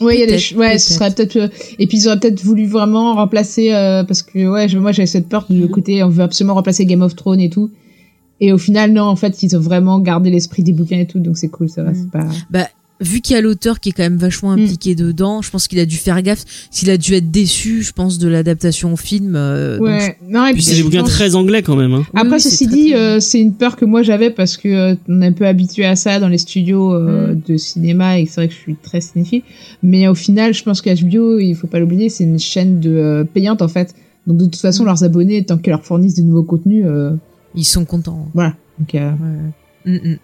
C: Ouais, il y a des
A: Peut-être,
C: ch- ouais, ce
A: peut-être.
C: serait peut-être euh, et puis ils auraient peut-être voulu vraiment remplacer euh, parce que ouais, je- moi j'avais cette peur du
A: Mhm.
C: côté on veut absolument remplacer Game of Thrones et tout. Et au final non, en fait, ils ont vraiment gardé l'esprit des bouquins et tout, donc c'est cool, ça va,
A: Mhm.
C: c'est pas
A: vu qu'il y a l'auteur qui est quand même vachement
C: Mm.
A: impliqué dedans, je pense qu'il a dû faire gaffe. S'il a dû être déçu, je pense, de l'adaptation au film. euh, donc
C: Ouais, non et
B: Puis
C: puis
B: c'est des
C: je
B: bouquins
C: pense-
B: très anglais quand même. Hein.
A: Oui,
C: Après,
A: oui, c'est
C: ceci
A: très,
C: dit,
A: très
C: euh, c'est une peur que moi j'avais parce que euh, on est un peu habitué à ça dans les studios euh,
A: Mm.
C: de cinéma et c'est vrai que je suis très cinéphile. Mais au final, je pense qu'HBO, il faut pas l'oublier, c'est une chaîne de euh, payante en fait. Donc de toute façon,
A: Mm.
C: leurs abonnés, tant qu'ils leur fournissent du nouveau contenu, euh,
A: Ils sont contents.
C: voilà. Donc, euh,
A: Ouais, ouais. Mm, mm.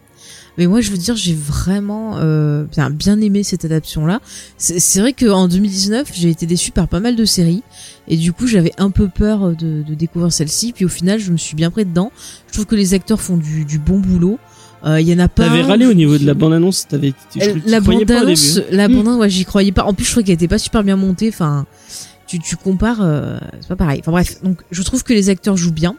A: Mais moi, je veux dire, j'ai vraiment euh, bien, bien aimé cette adaptation-là. C'est c'est vrai qu'en 2019, j'ai été déçue par pas mal de séries. Et du coup, j'avais un peu peur de, de découvrir celle-ci. Puis au final, je me suis bien pris dedans. Je trouve que les acteurs font du, du bon boulot. Euh, Il y en a pas.
B: T'avais
A: un-
B: râlé au niveau de la bande annonce, t'avais tu- tu- tu
A: la
B: croyais
A: bande
B: pas au début.
A: annonce,
B: hein.
A: la
C: Mm.
A: bande ouais, j'y croyais pas. En plus, je trouvais qu'elle était pas super bien montée. Enfin, tu, tu compares, euh, c'est pas pareil. Enfin bref, donc je trouve que les acteurs jouent bien.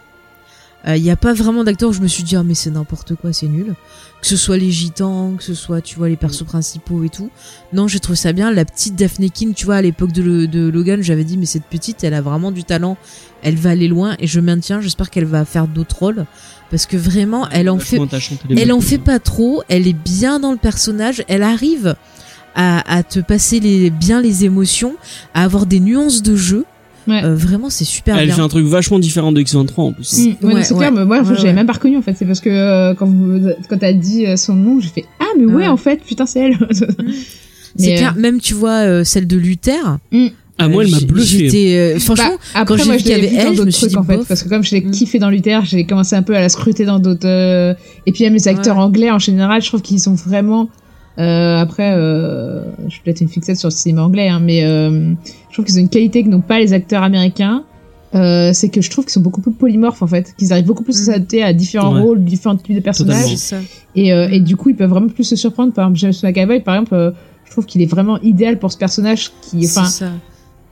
A: Il n'y y a pas vraiment d'acteurs où je me suis dit ah mais c'est n'importe quoi, c'est nul. Que ce soit les gitans, que ce soit tu vois les persos principaux et tout. Non, j'ai trouvé ça bien. La petite Daphne King, tu vois, à l'époque de, le- de Logan, j'avais dit mais cette petite, elle a vraiment du talent. Elle va aller loin et je maintiens. J'espère qu'elle va faire d'autres rôles parce que vraiment, elle en fait
B: Vachement attachant, t'as les
A: elle en
B: mecs.
A: fait pas trop, elle est bien dans le personnage, elle arrive à, à te passer les, bien les émotions, à avoir des nuances de jeu.
C: Ouais.
A: Euh, vraiment, c'est super
B: Elle
A: bien.
B: fait un truc vachement différent de X23 en plus.
C: Mm, ouais, non,
A: Ouais,
C: c'est
A: ouais.
C: clair, mais moi, en fait,
A: Ouais,
C: j'avais
A: ouais.
C: même pas reconnu, en fait. C'est parce que euh, quand, vous, quand t'as dit euh, son nom, j'ai fait Ah, mais ouais,
A: Ouais. Mm.
C: en fait, putain, c'est elle.
A: C'est
C: Mais,
A: clair, même tu vois euh, celle de Luther.
B: Ah, moi,
A: euh,
B: elle m'a
A: j-
B: bluffé.
A: j'étais, euh,
C: euh,
A: franchement,
C: bah, après,
A: j'ai
C: moi,
A: vu
C: je
A: qu'il y
C: l'avais
A: avait elle,
C: dans
A: je me
C: d'autres
A: suis
C: trucs,
A: dit,
C: en fait.
A: bof.
C: Parce que comme je l'ai
A: Mm.
C: kiffé dans Luther, j'ai commencé un peu à la scruter dans d'autres. euh, Et puis, même les acteurs
A: Ouais.
C: anglais, en général, je trouve qu'ils sont vraiment. euh, après, euh, je suis peut-être une fixette sur le cinéma anglais, hein, mais euh, je trouve qu'ils ont une qualité que n'ont pas les acteurs américains. Euh, c'est que je trouve qu'ils sont beaucoup plus polymorphes en fait, qu'ils arrivent beaucoup plus à
A: Mm.
C: s'adapter à différents
B: Ouais.
C: rôles, différents types de personnages.
B: Totalement.
C: Et, euh, et du coup, ils peuvent vraiment plus se surprendre. Par exemple, James McAvoy, par exemple, euh, je trouve qu'il est vraiment idéal pour ce personnage qui,
A: C'est
C: enfin,
A: ça.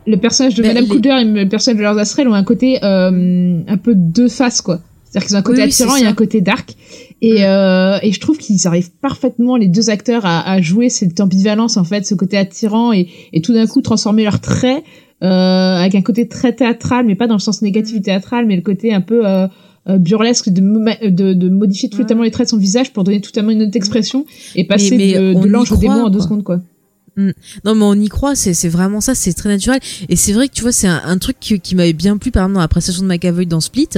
C: le personnage de
A: Mais
C: Madame
A: les-
C: Coulter et le personnage de Lord Asriel ont un côté euh, un peu deux faces, quoi. C'est-à-dire qu'ils ont un côté
A: Oui, oui,
C: attirant
A: c'est
C: et
A: ça.
C: un côté dark. Et, euh, et je trouve qu'ils arrivent parfaitement, les deux acteurs, à, à jouer cette ambivalence, en fait, ce côté attirant et, et tout d'un coup transformer leurs traits euh, avec un côté très théâtral, mais pas dans le sens négatif
A: Mm.
C: du théâtral, mais le côté un peu euh, euh, burlesque de, mo- de, de modifier totalement les traits de son visage pour donner totalement une autre expression et passer
A: Mm. mais
C: de,
A: on
C: de
A: y
C: l'ange au démon
A: croit,
C: en deux
A: quoi.
C: secondes, quoi.
A: Mm, Non, mais on y croit, c'est c'est vraiment ça, c'est très naturel. Et c'est vrai que tu vois, c'est un, un truc qui, qui m'avait bien plu, par exemple, dans l'appréciation de McAvoy dans Split,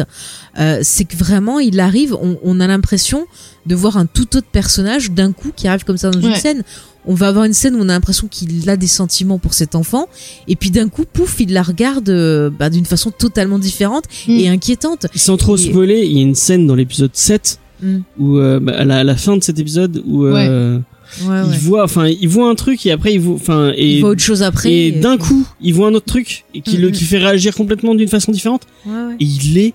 A: euh, c'est que vraiment, il arrive, on, on a l'impression de voir un tout autre personnage d'un coup qui arrive comme ça dans une
C: Ouais.
A: scène. On va avoir une scène où on a l'impression qu'il a des sentiments pour cet enfant, et puis d'un coup, pouf, il la regarde euh, bah, d'une façon totalement différente
C: Mm.
A: et inquiétante.
B: Sans trop
A: Et-
B: spoiler, il y a une scène dans l'épisode 7
A: Mm.
B: où euh, bah, à, la, à la fin de cet épisode où euh,
A: Ouais,
B: il
A: ouais.
B: voit enfin il voit un truc et après il voit enfin
A: Il
B: et
A: voit autre chose après. euh,
B: et d'un coup, il voit un autre truc et qui le
A: Mhm.
B: qui fait réagir complètement d'une façon différente
A: Ouais, ouais.
B: et il est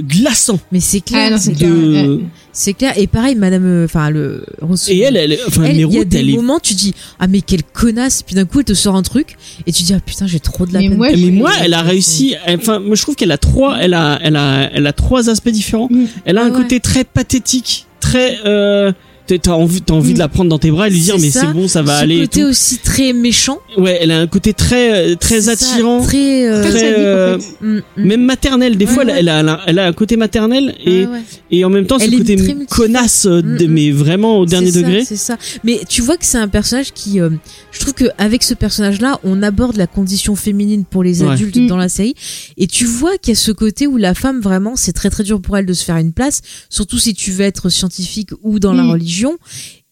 B: glaçant.
A: Mais c'est clair.
C: Ah non, c'est
A: c'est
B: de-
C: clair. ouais.
A: C'est clair. Et pareil, madame, euh, enfin, le. Rousseau-
B: Et elle elle est- enfin
A: Elle, il y a
B: Mérode,
A: des
B: elle est
A: moments, tu dis ah mais quelle connasse, puis d'un coup elle te sort un truc et tu dis ah putain j'ai trop de la
C: Mais
A: peine.
C: moi,
B: mais
C: je-
B: moi, elle a réussi. Enfin, moi, je trouve qu'elle a trois. Elle a, elle a, elle a trois aspects différents.
C: Mm.
B: Elle a un
A: Ouais.
B: côté très pathétique, très. Euh, t'as- T'as envie, t'as envie
C: Mm.
B: de la prendre dans tes bras et lui dire
A: C'est
B: mais
A: ça.
B: c'est bon, ça va
A: Ce
B: aller. et
A: côté
B: tout.
A: aussi très méchant,
B: Ouais, elle a un côté très, euh,
A: c'est
B: très
A: ça,
B: attirant,
A: très. euh,
B: Très-
C: sadique, en
B: euh,
C: fait.
A: mm, mm.
B: même maternel. Des
A: Ouais,
B: fois,
A: ouais.
B: Elle, a, elle a, elle a un côté maternel et,
A: Ouais, ouais.
B: et en même temps
A: Elle
B: ce
A: est
B: côté
A: très multi-
B: connasse, euh, de-
A: Mm, mm.
B: mais vraiment au dernier
A: C'est ça,
B: degré.
A: C'est ça. Mais tu vois que c'est un personnage qui, euh, je trouve que avec ce personnage-là, on aborde la condition féminine pour les
B: Ouais.
A: adultes
C: Mm.
A: dans la série, et tu vois qu'il y a ce côté où la femme vraiment, c'est très très dur pour elle de se faire une place, surtout si tu veux être scientifique ou dans la
C: Mm.
A: religion.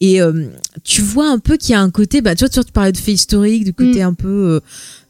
A: Et euh, tu vois un peu qu'il y a un côté, bah tu vois, tu vois, tu parlais de fait historique, du côté
C: Mm.
A: un peu euh,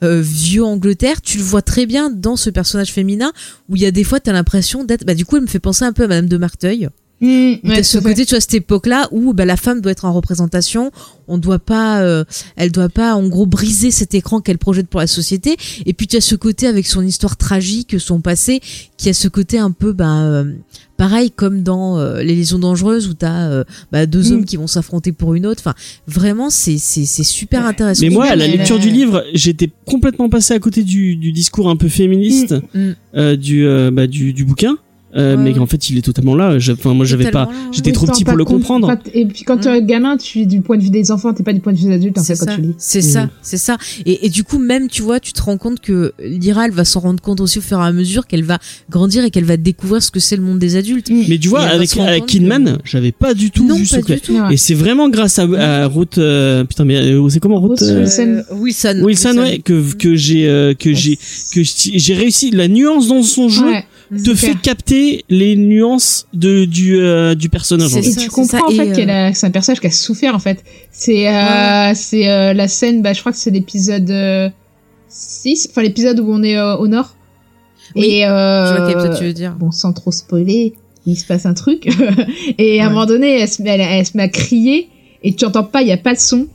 A: euh, vieux Angleterre, tu le vois très bien dans ce personnage féminin où il y a des fois t'as l'impression d'être, bah du coup elle me fait penser un peu à Madame de Marteuil.
C: Mm,
A: T'as
C: ouais,
A: ce
C: tout à fait.
A: côté, tu vois, cette époque-là où bah, la femme doit être en représentation, on doit pas, euh, elle doit pas, en gros, briser cet écran qu'elle projette pour la société. Et puis tu as ce côté avec son histoire tragique, son passé, qui a ce côté un peu, bah, euh, pareil comme dans euh, les liaisons dangereuses où t'as euh, bah, deux
C: Mm.
A: hommes qui vont s'affronter pour une autre. Enfin, vraiment, c'est c'est c'est super
C: Ouais.
A: intéressant.
B: Mais moi,
C: bien,
B: à la
C: mais elle
B: lecture
C: a-
B: du livre, j'étais complètement passé à côté du, du discours un peu féministe
A: Mm.
B: euh, du, euh, bah, du, du bouquin, euh,
A: Ouais,
B: mais
A: ouais.
B: en fait, il est totalement là. Je- Enfin, moi, j'avais pas.
A: Totalement, ouais.
B: j'étais- t'es trop
C: t'en
B: petit pour
C: rends pas
B: le
C: compte,
B: comprendre.
C: pas t- Et puis quand tu es gamin, tu es du point de vue des enfants, t'es pas du point de vue des adultes en
A: Hein C'est
C: fait quand
A: ça,
C: tu lis.
A: c'est
B: Mm.
A: ça, c'est ça. Et, et du coup, même, tu vois, tu te rends compte que Lyra, elle va s'en rendre compte aussi au fur et à mesure qu'elle va grandir et qu'elle va découvrir ce que c'est le monde des adultes.
B: Mais tu vois,
A: Et elle va
B: avec,
A: se rendre
B: avec
A: compte
B: Kidman, j'avais pas du tout
A: non,
B: vu
A: pas
B: ce que.
A: du tout.
C: Ouais.
B: Et c'est vraiment grâce à, à Ruth. euh, putain, mais euh, c'est comment Ruth
C: Ruth
B: euh,
C: Wilson.
A: Wilson. Mm.
B: Wilson, ouais, que que j'ai euh, que j'ai que j'ai j'ai réussi la nuance dans son jeu
C: Ouais.
B: te
C: c'est
B: fait
C: clair.
B: capter les nuances de du euh, du personnage. en
A: C'est
B: fait.
C: Et
A: ça,
C: tu comprends
A: ça.
C: en
A: Et,
C: fait
A: euh,
C: qu'elle a, que c'est un personnage qui a souffert en fait. C'est euh,
A: Ouais.
C: c'est euh, la scène, bah je crois que c'est l'épisode 6, enfin l'épisode où on est euh, au nord.
A: Oui,
C: Et euh,
A: Je vois quel épisode tu veux dire.
C: bon, sans trop spoiler, il se passe un truc. et à un
A: Ouais.
C: moment donné, elle se, met- elle, elle se met à crier et tu entends pas, il y a pas de son.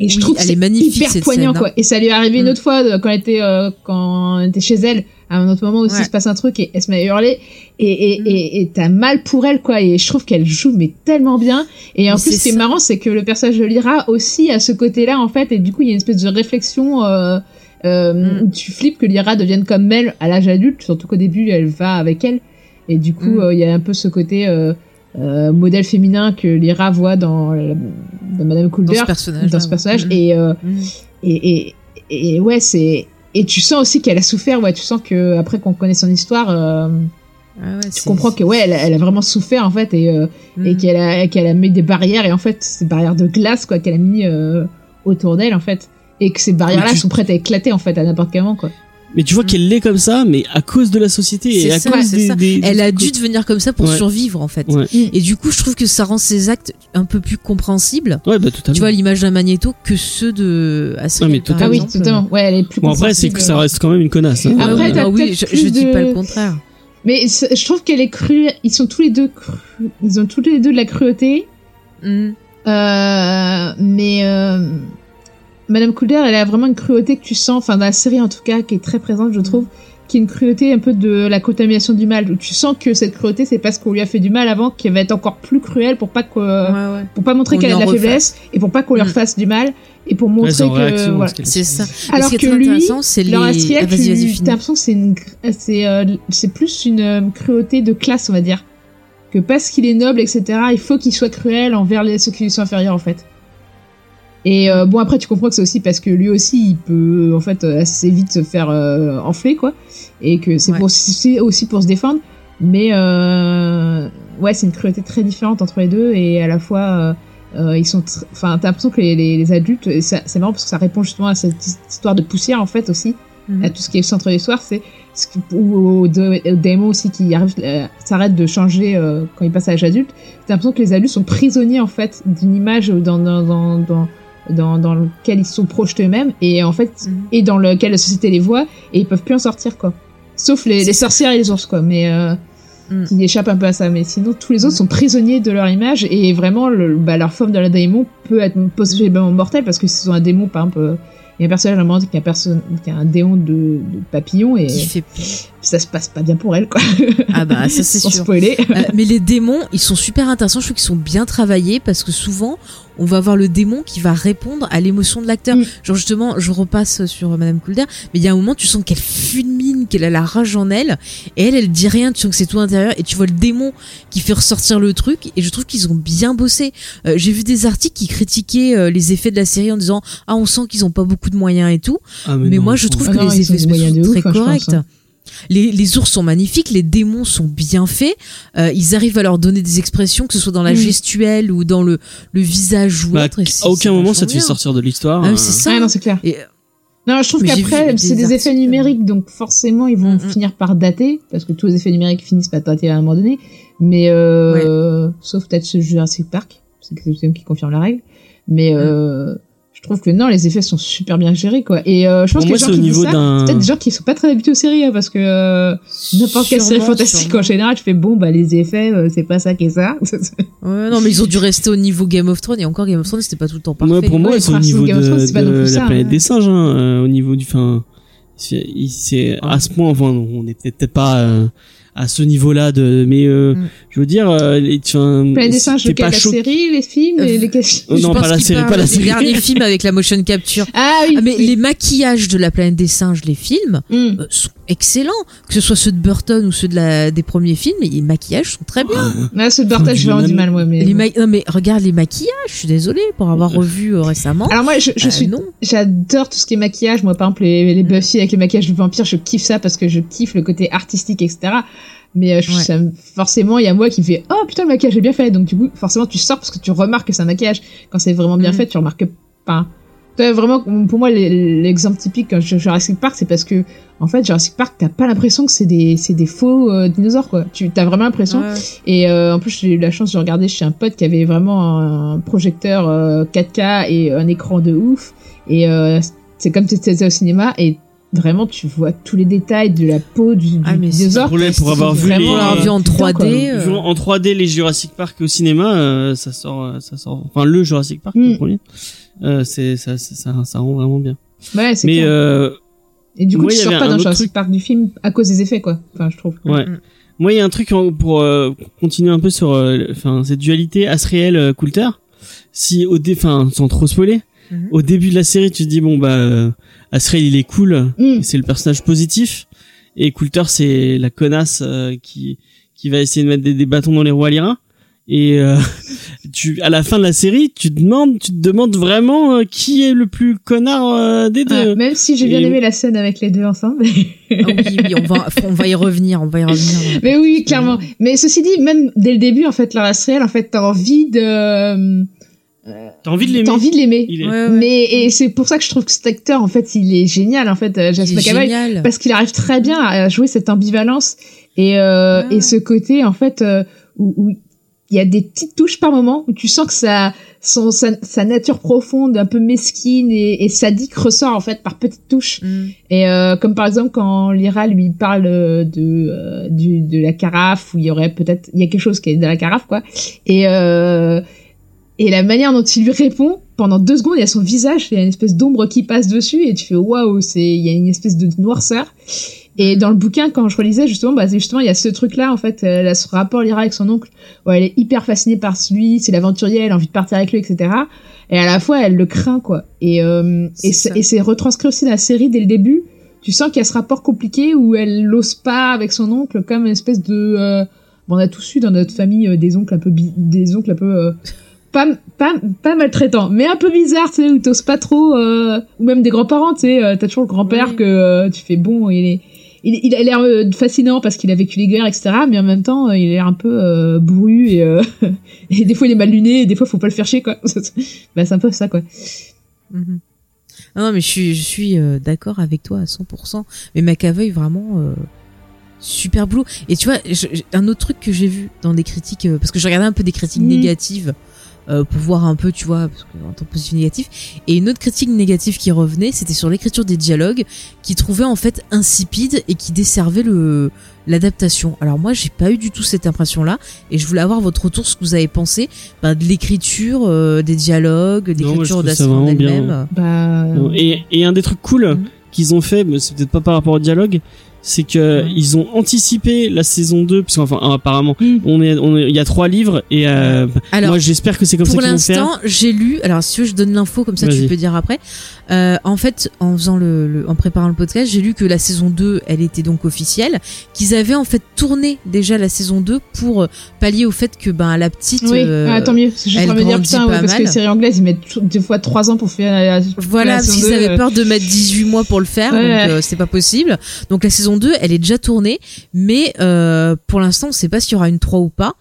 C: Et je
A: Oui,
C: trouve que
A: elle
C: c'est
A: est magnifique,
C: hyper
A: cette
C: poignant
A: scène,
C: quoi. Et ça lui est arrivé une
A: Mm.
C: autre fois euh, quand elle était euh, quand elle était chez elle. À un autre moment aussi,
A: Ouais.
C: il se passe un truc et elle se met à hurler et et
A: Mm.
C: et- et t'as mal pour elle quoi. Et je trouve qu'elle joue mais tellement bien. Et en
A: Mais
C: plus,
A: c'est
C: ce qui est
A: ça.
C: marrant, c'est que le personnage de Lyra aussi a ce côté-là en fait. Et du coup, il y a une espèce de réflexion. Euh, euh,
A: Mm.
C: où tu flippes que Lyra devienne comme Mel à l'âge adulte, surtout qu'au début elle va avec elle. Et du coup,
A: Mm.
C: euh, il y a un peu ce côté euh, euh, modèle féminin que Lyra voit dans, la- dans Madame
A: Dans
C: Coulter,
A: ce Mm. personnage.
C: dans ce personnage. Et, euh, et, et, et ouais, c'est. Et tu sens aussi qu'elle a souffert, ouais, tu sens que après qu'on connaît son histoire, euh,
A: Ah
C: tu comprends que ouais, elle, a- elle a vraiment souffert en fait, et, euh,
A: Mm.
C: et qu'elle a, qu'elle a mis des barrières, et en fait, ces barrières de glace, quoi, qu'elle a mis euh, autour d'elle en fait, et que ces barrières-là
B: tu-
C: sont prêtes à éclater en fait à n'importe quel moment, quoi.
B: Mais tu vois
A: Mm.
B: qu'elle l'est comme ça, mais à cause de la société et
A: C'est
B: à
A: ça,
B: cause
A: c'est
B: des,
A: ça.
B: des-
A: Elle
B: des-
A: a dû devenir comme ça pour
B: Ouais.
A: survivre en fait.
B: Ouais.
C: Mm.
A: Et du coup, je trouve que ça rend ses actes un peu plus compréhensibles.
B: Ouais, bah totalement.
A: Tu vois l'image d'un magnéto que ceux de Asriel,
B: mais
A: par
B: totalement.
C: Ah oui,
A: exemple.
C: totalement. Ouais, elle est plus
B: bon après, c'est que
A: euh,
B: ça
C: compréhensible.
B: reste quand même une connasse. hein.
C: Après,
B: Euh,
C: t'as
A: Ah oui,
C: peut-être
A: je,
C: plus
A: je dis
C: de-
A: pas le contraire.
C: Mais c'est- je trouve qu'elle est crue. Ils sont tous les deux cru- Ils ont tous les deux de la cruauté.
A: Mm.
C: Euh, mais euh, Madame Coulter, elle a vraiment une cruauté que tu sens, enfin dans la série en tout cas, qui est très présente, je trouve, qui est une cruauté un peu de la contamination du mal. Où tu sens que cette cruauté, c'est parce qu'on lui a fait du mal avant qu'elle va être encore plus cruelle pour pas que,
A: Ouais, ouais.
C: pour pas montrer
A: Qu'on
C: qu'elle a de
A: lui
C: la
A: en
C: faiblesse et pour pas qu'on leur
A: Mm.
C: fasse du mal et pour
B: ouais, c'est
C: montrer
B: en
C: que
B: réaction. à
C: voilà.
B: ce qu'elle-
A: C'est ça.
C: Alors
A: ce qui
C: que
A: est très
C: lui,
A: intéressant, c'est les.
C: Leur
A: Ah,
C: astriel,
A: vas-y, vas-y,
C: tu
A: finis.
C: t'as l'impression que c'est une, gr- c'est, euh, c'est plus une euh, cruauté de classe, on va dire. Que parce qu'il est noble, etc., il faut qu'il soit cruel envers les, ceux qui lui sont inférieurs, en fait. Et euh, bon, après, tu comprends que c'est aussi parce que lui aussi, il peut, en fait, euh, assez vite se faire euh, enfler, quoi. Et que c'est
A: Ouais.
C: pour, c'est aussi pour se défendre. Mais euh, ouais, c'est une cruauté très différente entre les deux et à la fois. euh, Euh, ils sont, tr- enfin, t'as l'impression que les, les- les adultes, et ça- c'est marrant parce que ça répond justement à cette his- histoire de poussière en fait aussi,
A: Mhm.
C: à Euh, tout ce qui est centre du soir, c'est ce qui- ou aux, dé- aux démos aussi qui arrivent, euh, s'arrêtent de changer euh, quand ils passent à l'âge adulte. T'as l'impression que les adultes sont prisonniers en fait d'une image dans dans dans dans, dans, dans lequel ils sont projetés eux-mêmes et en fait
A: Mhm.
C: et dans lequel la société les voit et ils peuvent plus en sortir quoi. Sauf les, les sorcières et les ours quoi, mais euh,
A: Mm.
C: qui échappent un peu à ça. Mais sinon tous les autres sont prisonniers de leur image et vraiment le, bah, leur forme de la démon peut être possiblement mortelle parce que si sont un démon par exemple, euh, il y a un personnage à un moment qui a, un perso- qui a un démon de, de papillon et
A: Qui fait-
C: ça se passe pas bien pour elle quoi.
A: Ah bah, ça, c'est
C: Sans
A: sûr.
C: spoiler.
A: Euh, mais les démons, ils sont super intéressants. Je trouve qu'ils sont bien travaillés parce que souvent, on va avoir le démon qui va répondre à l'émotion de l'acteur.
C: Mm.
A: Genre justement, je repasse sur Madame Coulter, mais il y a un moment, tu sens qu'elle fulmine, qu'elle a la rage en elle, et elle, elle dit rien. Tu sens que c'est tout intérieur, et tu vois le démon qui fait ressortir le truc. Et je trouve qu'ils ont bien bossé. Euh, J'ai vu des articles qui critiquaient euh, les effets de la série en disant ah on sent qu'ils ont pas beaucoup de moyens et tout.
B: Ah,
A: Mais,
B: non,
A: moi, je
B: enfin,
A: trouve
C: Ah
A: que
C: non,
A: les
C: ils ont
A: effets
C: des moyens
A: spéciaux sont
C: de ouf,
A: très
C: hein, je pense,
A: corrects.
C: hein.
A: Les, les ours sont magnifiques, les démons sont bien faits. euh, ils arrivent à leur donner des expressions, que ce soit dans la
C: Mm.
A: gestuelle ou dans le, le visage ou
B: Bah,
A: autre. et c'est-
B: à
A: c'est
B: aucun moment
A: vachement
B: ça te fait
A: bien.
B: sortir de l'histoire.
A: Ah,
B: euh,
A: oui, c'est ça.
C: Ah non c'est clair.
A: Et,
C: Non, je trouve
A: Mais j'ai
C: qu'après,
A: vu
C: c'est
A: des
C: des effets
A: articles.
C: numériques, donc forcément, ils vont
A: Mm, mm.
C: finir par dater, parce que tous les effets numériques finissent par dater à un moment donné. Mais, euh, sauf peut-être ce Jurassic Park, c'est que c'est eux qui confirme la règle.
A: Mm.
C: Mais, euh, je trouve que non, les effets sont super bien gérés, quoi. Et euh, je pense
B: Pour moi,
C: que les gens
B: c'est au
C: qui
B: niveau
C: disent ça,
B: d'un.
C: c'est peut-être des gens qui sont pas très habitués aux séries, hein, parce que euh, n'importe quelle série
A: sûrement,
C: fantastique
A: sûrement.
C: en général, tu fais bon, bah les effets, euh, c'est pas ça qui est ça.
A: Ouais, non, mais ils ont dû rester au niveau Game of Thrones et encore Game of Thrones, c'était pas tout le temps parfait.
B: Moi, pour moi,
C: Ouais,
B: c'est au
C: Francis
B: niveau de,
C: Game of Thrones, c'est pas
B: de
C: non plus
B: la
C: ça,
B: planète
C: hein.
B: des singes, hein, euh, au niveau du, enfin, c'est il- c'est à ce point, enfin, on est peut-être peut-être pas euh, à ce niveau-là de, mais euh,
A: Mm.
B: je veux dire, euh, les- enfin,
C: Plein des
B: t'es
C: singes,
B: pas
A: bah,
C: lequel, la
B: choqué.
C: série, les films, et
A: Euh,
C: les questions.
B: Oh,
A: Je
B: non,
A: pense
B: pas la
A: qu'il
B: série,
A: parle
B: pas la
A: des
B: série.
A: derniers films avec la motion capture.
C: Ah oui.
A: Ah, mais
C: oui.
A: les maquillages de la planète des singes, les films,
C: Mm.
A: euh, sont excellents. Que ce soit ceux de Burton ou ceux de la, des premiers films, les maquillages sont très bien.
C: Ouais, ce partage, j'ai vraiment du mal, moi, mais.
A: Les ma- non, mais regarde les maquillages, je suis désolée pour avoir revu euh, récemment.
C: Alors moi, je, Ah, je
A: Euh,
C: suis
A: non. Mm.
C: J'adore tout ce qui est maquillage. Moi, par exemple, les, les Buffy avec les maquillages de vampires, je kiffe ça parce que je kiffe le côté artistique, etc. Mais euh, je-
A: Ouais.
C: ça me- forcément, il y a moi qui fait Oh putain, le maquillage est bien fait. Donc, du coup, forcément, tu sors parce que tu remarques que c'est un maquillage. Quand c'est vraiment bien
A: Mhm.
C: fait, tu remarques pas. Toi, vraiment, pour moi, les- l'exemple typique quand je Jurassic Park, c'est parce que, en fait, Jurassic Park, t'as pas l'impression que c'est des, c'est des faux euh, dinosaures, quoi. Tu t'as vraiment l'impression et euh, en plus, j'ai eu la chance de regarder chez un pote qui avait vraiment un projecteur euh, 4K et un écran de ouf. Et euh, c'est comme si t'étais au cinéma et vraiment tu vois tous les détails de la peau du, du
A: Ah, mais c'est
B: Le
C: dinosaure.
B: problème pour avoir vu les,
C: Vraiment,
A: Pour l'avoir vu en 3D. euh,
B: vu en 3D les Jurassic Park au cinéma, euh, ça sort, euh, ça sort, enfin le Jurassic Park
C: Mm.
B: le premier, euh, c'est ça, ça, ça, ça rend vraiment bien.
C: Ouais, c'est
B: Mais
C: clair.
B: euh,
C: Et du coup,
B: moi,
C: tu
B: il y
C: sors
B: avait
C: pas
B: un
C: dans
B: autre
C: Jurassic
B: truc.
C: Park du film à cause des effets, quoi. Enfin, je trouve.
B: Ouais.
A: Mm.
B: Moi, il y a un truc en- pour euh, continuer un peu sur euh, enfin, cette dualité Asriel euh, Coulter. Si au dé, enfin, sans trop spoiler,
A: Mhm.
B: au début de la série, tu te dis bon bah euh, Asriel il est cool,
C: Mm.
B: c'est le personnage positif, et Coulter c'est la connasse euh, qui qui va essayer de mettre des, des bâtons dans les roues à Lyra. Et euh, tu, à la fin de la série, tu te demandes, tu te demandes vraiment euh, qui est le plus connard euh, des deux.
C: Ouais, même si j'ai bien
B: Et-
C: aimé la scène avec les deux ensemble.
A: Ah oui, oui, on va, on va y revenir, on va y revenir.
C: Mais oui, clairement. Mais ceci dit, même dès le début, en fait, Lara Sriel, en fait, t'as envie de,
B: T'as envie de l'aimer.
C: t'as envie de l'aimer.
B: Il est-
A: Ouais, ouais.
C: Mais et c'est pour ça que je trouve que cet acteur en fait il est génial en fait
A: Il
C: euh,
A: est
C: James McAvoy
A: génial.
C: parce qu'il arrive très bien à jouer cette ambivalence et euh,
A: Ouais, ouais.
C: et ce côté en fait euh, où, où il y a des petites touches par moment où tu sens que ça son sa, sa nature profonde un peu mesquine et, et sadique ressort en fait par petites touches
A: Mm.
C: et euh, comme par exemple quand Lyra lui parle euh, de euh, du, de la carafe où il y aurait peut-être il y a quelque chose qui est dans la carafe quoi. Et euh, et la manière dont il lui répond pendant deux secondes, il y a son visage, il y a une espèce d'ombre qui passe dessus et tu fais waouh, c'est il y a une espèce de noirceur. Et dans le bouquin, quand je relisais justement, bah c'est justement il y a ce truc là en fait, euh, là, ce rapport Lyra avec son oncle, où elle est hyper fascinée par lui, c'est l'aventurier, elle a envie de partir avec lui, etc. Et à la fois elle le craint quoi. Et euh,
A: C'est
C: et
A: ça.
C: c'est- et c'est retranscrit aussi dans la série dès le début tu sens qu'il y a ce rapport compliqué où elle l'ose pas avec son oncle comme une espèce de euh, bon, on a tous eu dans notre famille euh, des oncles un peu bi- des oncles un peu euh, pas, pas, pas maltraitants mais un peu bizarres tu sais où t'oses pas trop euh, ou même des grands-parents tu sais euh, t'as toujours le grand-père
A: Oui.
C: que euh, tu fais bon il est il, il a l'air euh, fascinant parce qu'il a vécu les guerres, etc. Mais en même temps, euh, il a l'air un peu euh, bourru et, euh, et des fois il est mal luné et des fois faut pas le faire chier quoi. bah c'est un peu ça quoi.
A: Mhm. Ah non, mais je suis, je suis euh, d'accord avec toi à 100%. Mais McAvoy, vraiment, euh, super blue. Et tu vois, je- je- un autre truc que j'ai vu dans des critiques, euh, parce que je regardais un peu des critiques
C: Mhm.
A: négatives euh, pour voir un peu, tu vois, parce que, en tant que positif négatif. Et une autre critique négative qui revenait, c'était sur l'écriture des dialogues, qui trouvait en fait insipide et qui desservait le l'adaptation. Alors moi, j'ai pas eu du tout cette impression-là, et je voulais avoir votre retour, ce que vous avez pensé ben, de l'écriture, euh, des dialogues, de
B: Non, moi, je
A: l'écriture
B: trouve
A: de la
B: ça
A: scène en
B: vraiment bien.
A: elle-même.
C: Bah
B: Et, et un des trucs cool
A: Mhm.
B: qu'ils ont fait, mais c'est peut-être pas par rapport au dialogue, c'est que
A: Mhm.
B: ils ont anticipé la saison 2, parce qu'enfin, hein, apparemment,
C: Mhm.
B: on est, on est- il y a trois livres, et euh,
A: Alors,
B: moi j'espère que c'est comme ça
A: pour
B: qu'ils vont faire.
A: l'instant, j'ai lu. Alors, si tu veux, je donne l'info comme ça, tu
B: Vas-y.
A: peux dire après. Euh, en fait, en faisant le, le- en préparant le podcast, j'ai lu que la saison 2, elle était donc officielle. Qu'ils avaient en fait tourné déjà la saison 2 pour euh, pallier au fait que ben la petite.
C: oui,
A: euh,
C: ah, tant mieux. Je suis en
A: elle
C: train de me dire
A: grandit
C: putain, ouais,
A: pas
C: parce que
A: mal.
C: les séries anglaises ils mettent tout- des fois 3 ans pour faire la, la-
A: Voilà,
C: la
A: parce
C: saison
A: qu'ils
C: 2,
A: avaient
C: euh,
A: peur de mettre 18 mois pour le faire,
C: Ouais.
A: donc euh, c'est pas possible. Donc la saison 2, elle est déjà tournée, mais euh, pour l'instant, on sait pas s'il y aura une 3 ou pas.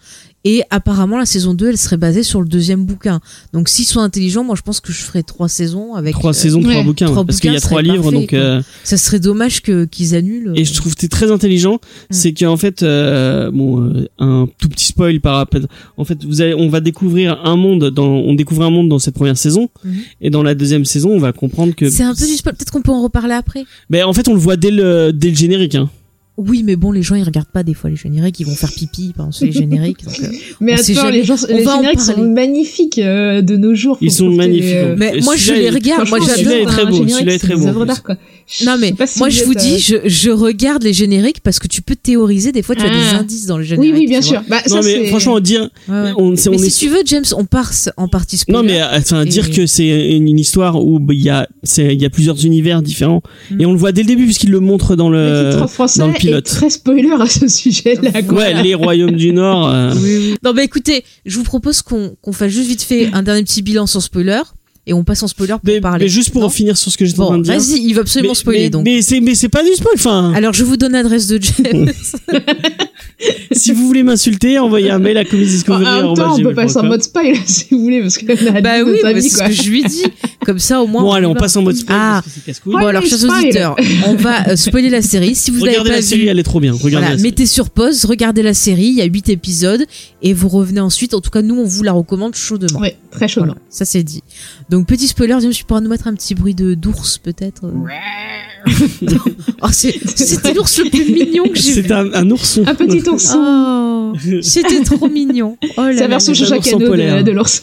A: Et apparemment, la saison 2, elle serait basée sur le deuxième bouquin. Donc s'ils sont intelligents, moi je pense que je ferai 3 saisons avec...
B: Trois
A: euh,
B: saisons, trois
C: Ouais.
B: bouquins,
A: Trois
B: parce qu'il y a
A: bouquins,
B: trois
A: ce serait
B: livres,
A: parfait,
B: donc
A: quoi.
B: euh,
A: Ça serait dommage que qu'ils annulent. euh.
B: et je trouve que c'est très
A: Mm.
B: intelligent, c'est qu'en fait, euh, bon, euh, un tout petit spoil par rapport. En fait, vous allez, on va découvrir un monde dans, on découvre un monde dans cette première saison,
A: Mhm.
B: et dans la deuxième saison, on va comprendre que.
A: C'est un peu du spoil, peut-être qu'on peut en reparler après.
B: Mais en fait, on le voit dès le, dès le générique. Hein.
A: Oui, mais bon, les gens ils regardent pas des fois les génériques, ils vont faire pipi pendant les génériques. donc, euh,
C: Mais
A: on sait
C: attends,
A: jamais.
C: les gens
A: On
C: les
A: va en
C: génériques sont
A: parler.
C: magnifiques euh, de nos jours.
B: Ils
C: faut
B: sont
C: trouver,
B: magnifiques.
C: euh,
A: Mais
B: Et
A: moi je
B: celui-là,
A: les
B: il-
A: regarde, moi
C: franchement,
B: celui-là
A: j'adore.
B: est très
C: un
B: beau,
C: générique,
B: celui-là est
C: c'est
B: très
C: des
B: beau, en
C: œuvres
B: plus.
C: d'art, quoi. Je-
A: Non
C: je
A: mais
C: sais pas si
A: moi je vous
C: êtes, euh,
A: dis, je, je regarde les génériques parce que tu peux théoriser. Des fois tu as des
C: Ah.
A: indices dans les
C: euh,
A: génériques.
C: Oui, oui, bien
A: tu vois.
C: sûr. Bah,
B: non
C: ça,
B: mais
C: c'est-
B: franchement, dire,
A: Ouais, ouais.
B: on, c'est- on
A: Mais
B: est
A: si tu veux, James, on part s- en partie spoiler.
B: Non, mais euh, enfin,
A: Et-
B: dire que c'est une histoire où bah, il y a, c'est, il y a plusieurs univers différents
A: Mm.
B: et on le voit dès le début puisqu'il le montre dans
C: Le
B: le,
C: titre français
B: dans le pilote.
C: est très spoiler à ce sujet-là. quoi.
B: ouais, les royaumes du Nord. euh,
A: Non, mais écoutez, je vous propose qu'on qu'on fasse juste vite fait un dernier petit bilan sans spoiler et on passe en spoiler pour
B: mais,
A: parler.
B: mais juste pour
A: Non
B: en finir sur ce que j'étais en train
A: bon,
B: de dire.
A: vas-y, il va
B: mais,
A: absolument spoiler
B: mais-
A: donc.
B: mais c'est, mais c'est pas du spoil. Enfin,
A: Alors je vous donne l'adresse de James.
B: si vous voulez m'insulter, envoyez un mail à Comedy
C: En
B: Discovery.
C: même temps, on peut passer en mode spoil si vous voulez, parce qu'on a
A: bah
C: dit
A: oui,
C: notre
A: mais
C: avis,
A: c'est ce
C: quoi.
A: que je lui dis. Comme ça au moins.
B: Bon, allez, on
A: y va.
B: passe en mode spoil.
A: Ah.
B: parce que c'est casse-couille.
A: Bon
C: Ouais,
A: alors
C: mais
A: chers
C: spoil.
A: auditeurs, on va euh, spoiler la série. Si vous n'avez
B: Regardez
A: pas
B: la
A: vu,
B: série, elle est trop bien. Regardez
A: Voilà,
B: la série.
A: mettez sur pause, regardez la série, il y a 8 épisodes et vous revenez ensuite. En tout cas, nous, on vous la recommande chaudement.
C: Ouais, très chaudement.
A: Voilà, ça c'est dit. Donc petit spoiler, James, tu pourras nous mettre un petit bruit de d'ours peut-être. euh. Oh, c'est- c'était l'ours le plus mignon que j'ai
B: C'est
A: vu.
B: un, un ourson.
C: Un petit ourson.
A: Oh, c'était trop mignon. Oh là
C: C'est la
A: là
C: version
A: là
B: les
A: là.
C: Chacha
B: ours en
C: Cano de,
B: polaire.
C: de l'ours.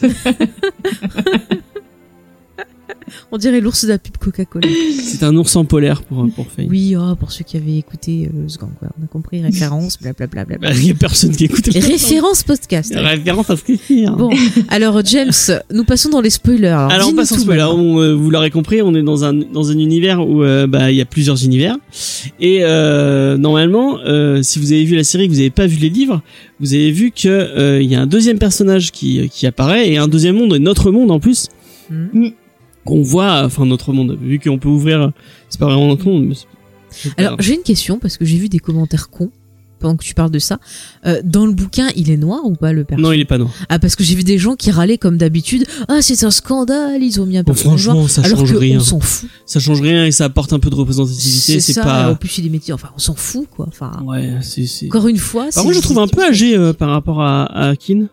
A: On dirait l'ours de la pub Coca-Cola.
B: C'est un ourson polaire pour pour Faye.
A: Oui, oh, pour ceux qui avaient écouté euh, le second, quoi. on a compris référence, blablabla. Bla,
B: Il y a personne qui écoute. les-
A: Référence podcast.
B: Référence à ce qu'il hein.
A: Bon. Alors James, nous passons dans les spoilers. Alors,
B: Alors on
A: dis-nous
B: passe en
A: tout
B: spoiler.
A: maintenant.
B: On, euh, vous l'aurez compris, on est dans un dans un univers où euh, bah il y a plusieurs univers et euh, normalement euh, si vous avez vu la série, que vous n'avez pas vu les livres, vous avez vu que euh, il y a un deuxième personnage qui qui apparaît et un deuxième monde et notre monde en plus
A: Mhm.
B: qu'on voit enfin notre monde vu qu'on peut ouvrir c'est pas vraiment notre monde. Mais c'est- c'est pas
A: Alors
B: grave.
A: j'ai une question parce que j'ai vu des commentaires cons pendant que tu parles de ça. Euh, dans le bouquin, il est noir ou pas le personnage
B: non, il est pas noir.
A: Ah parce que j'ai vu des gens qui râlaient comme d'habitude. Ah c'est un scandale, ils ont mis un
B: Bon,
A: personnage noir.
B: franchement, ça
A: Alors
B: change
A: que
B: rien.
A: on s'en fout.
B: Ça change rien et ça apporte un peu de représentativité.
A: C'est
B: C'est
A: ça. En
B: pas.
A: plus il est métier. Enfin on s'en fout quoi. Enfin
B: Ouais, c'est c'est.
A: encore une fois. c'est
B: Par contre, Bah, je le trouve un peu âgé euh, par rapport à, à Keane.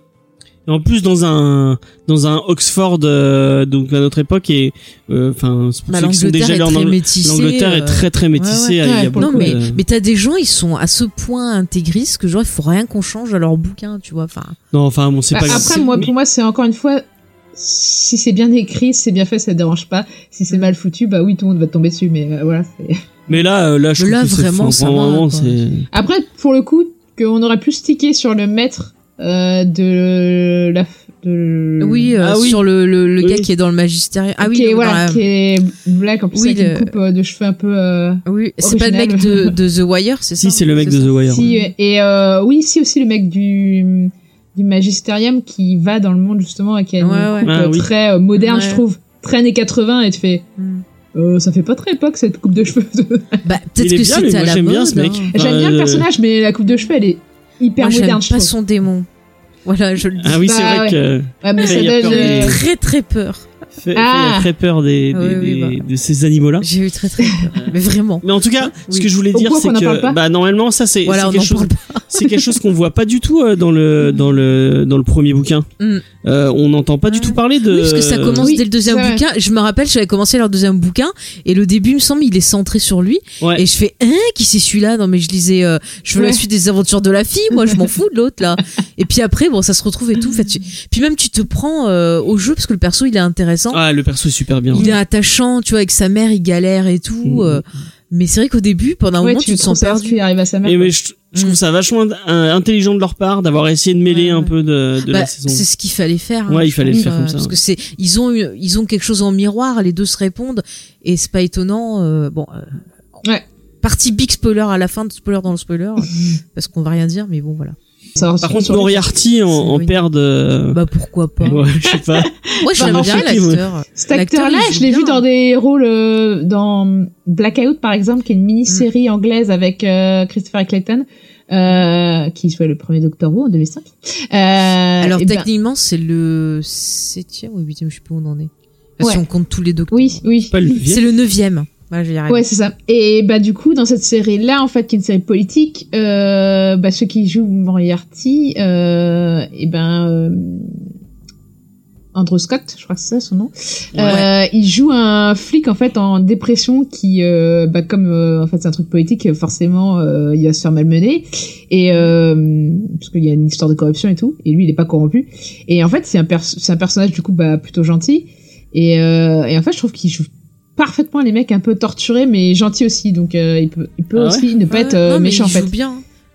B: Et en plus, dans un dans un Oxford, euh, donc à notre époque, et euh, enfin, c'est pour
A: Bah,
B: ceux qui sont
A: L'Angleterre est
B: déjà allés en
A: très
B: Ang-
A: métissée.
B: L'Angleterre est
A: euh,
B: très très métissée.
C: ouais,
B: il y a
C: ouais, pour
A: Non
B: beaucoup
A: mais
B: de-
A: mais t'as des gens ils sont à ce point intégristes que genre il faut rien qu'on change à leur bouquin tu vois enfin
B: non, enfin bon, c'est
C: Bah,
B: pas grave.
C: après, moi, pour moi, c'est encore une fois, si c'est bien écrit, si c'est bien fait, ça ne dérange pas. Si c'est mal foutu, bah oui, tout le monde va tomber dessus, mais euh, voilà. c'est-
B: Mais là, euh, là, je
A: Mais là,
B: trouve que c'est-
A: vraiment,
B: enfin,
A: ça va,
B: vraiment,
A: quoi.
B: c'est.
C: Après, pour le coup, qu'on aurait plus stické sur le maître euh, de la. De...
A: oui, euh,
B: Ah oui.
A: sur le, le, le
B: Oui.
A: gars qui est dans le magistère ah oui
C: qui est,
A: non, dans
C: voilà,
A: la-
C: qui est black, en plus,
A: Oui,
C: avec une
A: le-
C: coupe euh, de cheveux un peu. euh,
A: Oui, c'est pas le
C: Original.
A: mec de, de The Wire, c'est ça
B: Si, c'est le mec de The Wire.
C: Si, euh, et euh, oui, si aussi le mec du, du magisterium qui va dans le monde justement et qui a une
A: Ouais, ouais.
C: coupe
B: Ah,
C: euh,
B: oui.
C: très euh, moderne,
A: Ouais.
C: je trouve, très années 80 et tu fais
A: The
C: euh, ça fait pas très époque cette coupe de cheveux.
A: Mm. Bah, peut-être
B: Il est
A: que
B: bien,
A: c'était
B: lui,
A: à
B: moi,
A: la
B: j'aime
A: mode.
B: bien ce mec.
A: hein.
B: Bah,
C: J'aime bien le
B: euh,
C: personnage, mais la coupe de cheveux, elle est hyper
A: Moi, j'aime
C: moderne. je
A: pas
C: trouve.
A: son démon. Voilà, je le dis.
B: Ah oui, c'est
C: Bah
B: vrai
C: ouais.
B: que
C: Ouais, mais
B: Ouais,
C: ça
B: il y a peur
C: donne.
B: des-
C: euh,
A: Très très peur.
B: Faye
C: Ah.
B: a très peur des, des-
A: Oui, oui, bah.
B: des- de ces animaux-là.
A: J'ai eu très très peur. Mais vraiment.
B: Mais en tout cas,
A: Oui.
B: ce que je voulais
C: Au
B: dire,
C: point
B: c'est
C: qu'on en parle
B: que
C: pas.
B: bah, normalement, ça, c'est
A: Voilà,
B: c'est
A: on
B: quelque
A: en
B: chose
A: parle pas.
B: c'est quelque chose qu'on voit pas du tout euh, dans le dans le dans le premier bouquin.
A: Mm.
B: Euh, on n'entend pas du tout parler de.
A: Oui, parce que ça commence
C: Oui,
A: dès le deuxième
C: c'est vrai.
A: bouquin. Je me rappelle, j'avais commencé leur deuxième bouquin et le début, il me semble, il est centré sur lui.
B: Ouais.
A: Et je fais, hein, qui c'est celui-là Non, mais je lisais, euh, je veux la
C: Ouais.
A: suite des aventures de la fille, moi, je m'en fous de l'autre, là. Et puis après, bon, ça se retrouve et tout. En fait, tu- Puis même, tu te prends euh, au jeu parce que le perso, il est intéressant.
B: Ah, le perso est super bien.
A: Il est attachant, tu vois, avec sa mère, il galère et tout.
B: Mhm.
A: euh, mais c'est vrai qu'au début, pendant un
C: Ouais,
A: moment, tu,
C: tu
A: te sens
C: trouves ça,
A: perdu.
C: Tu arrives à sa mère.
B: Et mais je, je trouve ça vachement euh, intelligent de leur part d'avoir essayé de
A: Mm.
B: mêler
A: Ouais,
B: un
A: ouais.
B: peu de, de
A: Bah,
B: la saison.
A: c'est ce qu'il fallait faire. hein,
B: Ouais, il
A: je
B: fallait le
A: pense,
B: faire
A: euh,
B: comme ça,
A: Parce
B: ouais.
A: que c'est, ils ont, eu- ils ont quelque chose en miroir, les deux se répondent, et c'est pas étonnant. euh, bon. euh,
C: Ouais.
A: Partie big spoiler à la fin de spoiler dans le spoiler, parce qu'on va rien dire, mais bon voilà.
C: Ça
B: Par
C: ressort
B: contre,
C: sur-
B: Moriarty en,
A: C'est
B: en
A: oui.
B: père de.
A: Bah pourquoi pas.
B: Ouais, je sais pas.
A: Moi je
C: Bah,
A: l'aime
C: en
A: bien
B: fait, il-
A: l'acteur.
C: Cet acteur-là,
A: L'acteur, il
C: je
A: joue
C: l'ai vu
A: bien. hein.
C: dans des rôles euh, dans Blackout, par exemple, qui est une
A: Mm.
C: mini-série anglaise avec euh, Christopher Clayton, euh, qui jouait le premier Doctor Who en 2005. Euh,
A: Alors
C: eh ben,
A: techniquement c'est le septième ou huitième, je sais plus où on en est. Enfin, Si
C: Ouais.
A: on compte tous les deux.
C: oui, oui.
B: Pas le
A: C'est
B: levier.
A: le neuvième. Voilà, je vais y arriver.
C: Ouais, c'est ça. Et bah du coup, dans cette série-là, en fait, qui est une série politique, euh, bah, ceux qui jouent Moriarty, euh, et ben euh, Andrew Scott, je crois que c'est ça son nom. Euh, il joue un flic en fait en dépression qui, euh, bah, comme euh, en fait c'est un truc politique, forcément euh, il va se faire malmener et euh, parce qu'il y a une histoire de corruption et tout. Et lui il est pas corrompu. Et en fait c'est un pers- c'est un personnage du coup bah plutôt gentil. Et, euh, et en fait je trouve qu'il joue parfaitement les mecs un peu torturés mais gentils aussi. Donc euh, il peut il peut
B: Ah ouais
C: aussi ne pas
A: Ouais,
C: être euh,
A: non, mais
C: méchant en
A: il
C: fait.
A: joue bien.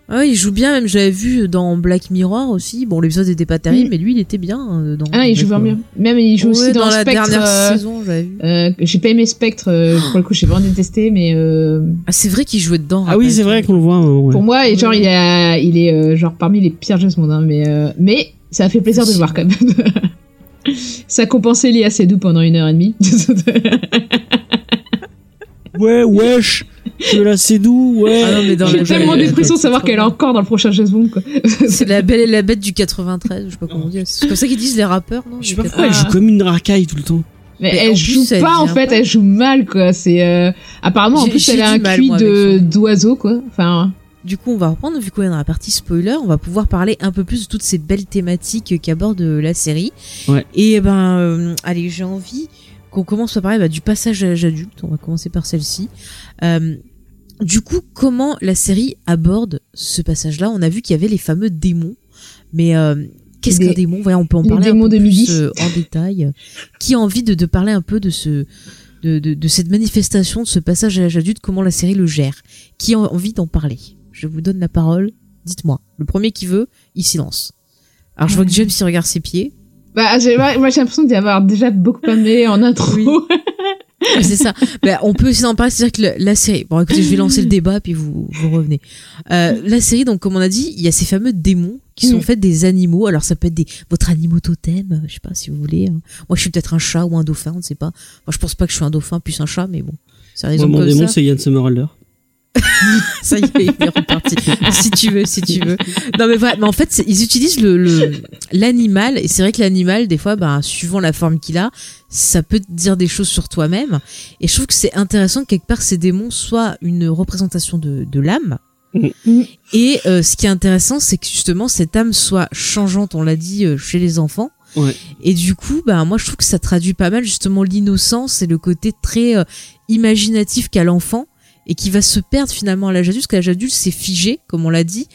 A: Ouais, il joue bien, même j'avais vu dans Black Mirror aussi. Bon, l'épisode était pas terrible,
C: Mm.
A: mais lui, il était bien euh, dedans.
C: Ah il joue
B: D'accord.
C: vraiment bien. Même il joue
A: Ouais,
C: aussi dans,
A: la
C: Spectre.
A: dernière
C: euh,
A: saison, Ah. j'avais vu.
C: euh, j'ai pas aimé Spectre euh, pour le coup j'ai vraiment détesté mais euh,
A: Ah, c'est vrai qu'il jouait dedans.
B: Ah oui, c'est vrai qu'on le voit. euh, ouais.
C: Pour moi, et genre,
A: Ouais.
C: il, a, il est euh, genre parmi les pires jeux de ce monde, hein, mais, euh, mais ça a fait plaisir de le voir quand même. ça compensait Lia Seydoux pendant une heure et demie.
B: Ouais, wesh. Tu la sais d'où Ouais.
A: Ah non, mais dans
C: J'ai
A: la-
C: tellement
A: ouais,
C: des frissons de
A: ouais,
C: savoir
A: c'est trop
C: qu'elle est
A: bien.
C: encore dans le prochain jeu de ce monde, quoi.
A: C'est la belle et la bête du 93, je sais pas comment on dit. C'est comme ça qu'ils disent les rappeurs, non
B: Je
A: du
B: sais pas pourquoi elle
A: 93.
B: joue comme une racaille tout le temps.
C: Mais
A: Mais en
C: elle
A: plus,
C: joue
A: elle
C: pas en
A: vient
C: fait,
A: pas.
C: elle joue mal quoi. C'est euh, apparemment en
A: J'ai-
C: plus
A: j'ai
C: elle a
A: du
C: un
A: mal,
C: cul
A: moi, avec
C: de
A: son-
C: d'oiseau quoi. Enfin,
A: Du coup, on va reprendre, vu qu'on est dans la partie spoiler, on va pouvoir parler un peu plus de toutes ces belles thématiques qu'aborde euh, la série.
B: Ouais.
A: Et ben, euh, allez, j'ai envie qu'on commence par parler bah, du passage à l'âge adulte. On va commencer par celle-ci. Euh, du coup, comment la série aborde ce passage-là On a vu qu'il y avait les fameux démons, mais euh, qu'est-ce
C: Des-
A: qu'un démon Voilà, on peut en
C: les
A: parler un
C: démons
A: peu
C: de
A: plus,
C: midi.
A: euh, en détail. Qui a envie de, de parler un peu de ce de, de, de cette manifestation, de ce passage à l'âge adulte, comment la série le gère Qui a envie d'en parler Je vous donne la parole. Dites-moi. Le premier qui veut, il silence. Alors je vois que James il regarde ses pieds.
C: bah j'ai moi moi, j'ai l'impression d'y avoir déjà beaucoup parlé en intro.
A: Oui.
B: Oh,
A: Ouais, c'est ça. Ben, on peut aussi en parler, c'est-à-dire que le- la série. Bon, écoutez, je vais
B: Mm.
A: lancer le débat, puis vous, vous revenez. Euh, la série, donc, comme on a dit, il y a ces fameux démons qui sont
C: Mm.
A: en fait des animaux. Alors, ça peut être des, votre animaux totem, euh, je sais pas si vous voulez. hein. Moi, je suis peut-être un chat ou un dauphin, on ne sait pas. Moi, je pense pas que je suis un dauphin plus un chat, mais bon. Ça
B: Moi,
A: raison
B: mon
A: comme
B: démon,
A: ça.
B: c'est Yann Somerhalder.
A: Ça y est, il est reparti. si tu veux, si tu veux. Non, mais voilà. Mais en fait, c'est- ils utilisent le- le l'animal. et c'est vrai que l'animal, des fois, ben, suivant la forme qu'il a, ça peut te dire des choses sur toi-même. Et je trouve que c'est intéressant que quelque part ces démons soient une représentation de, de l'âme.
C: Mhm.
A: Et euh, ce qui est intéressant, c'est que justement cette âme soit changeante, on l'a dit, euh, chez les enfants.
B: Ouais.
A: Et du coup, bah moi je trouve que ça traduit pas mal justement l'innocence et le côté très euh, imaginatif qu'a l'enfant et qui va se perdre finalement à l'âge adulte, parce qu'à l'âge adulte c'est figé, comme on l'a dit,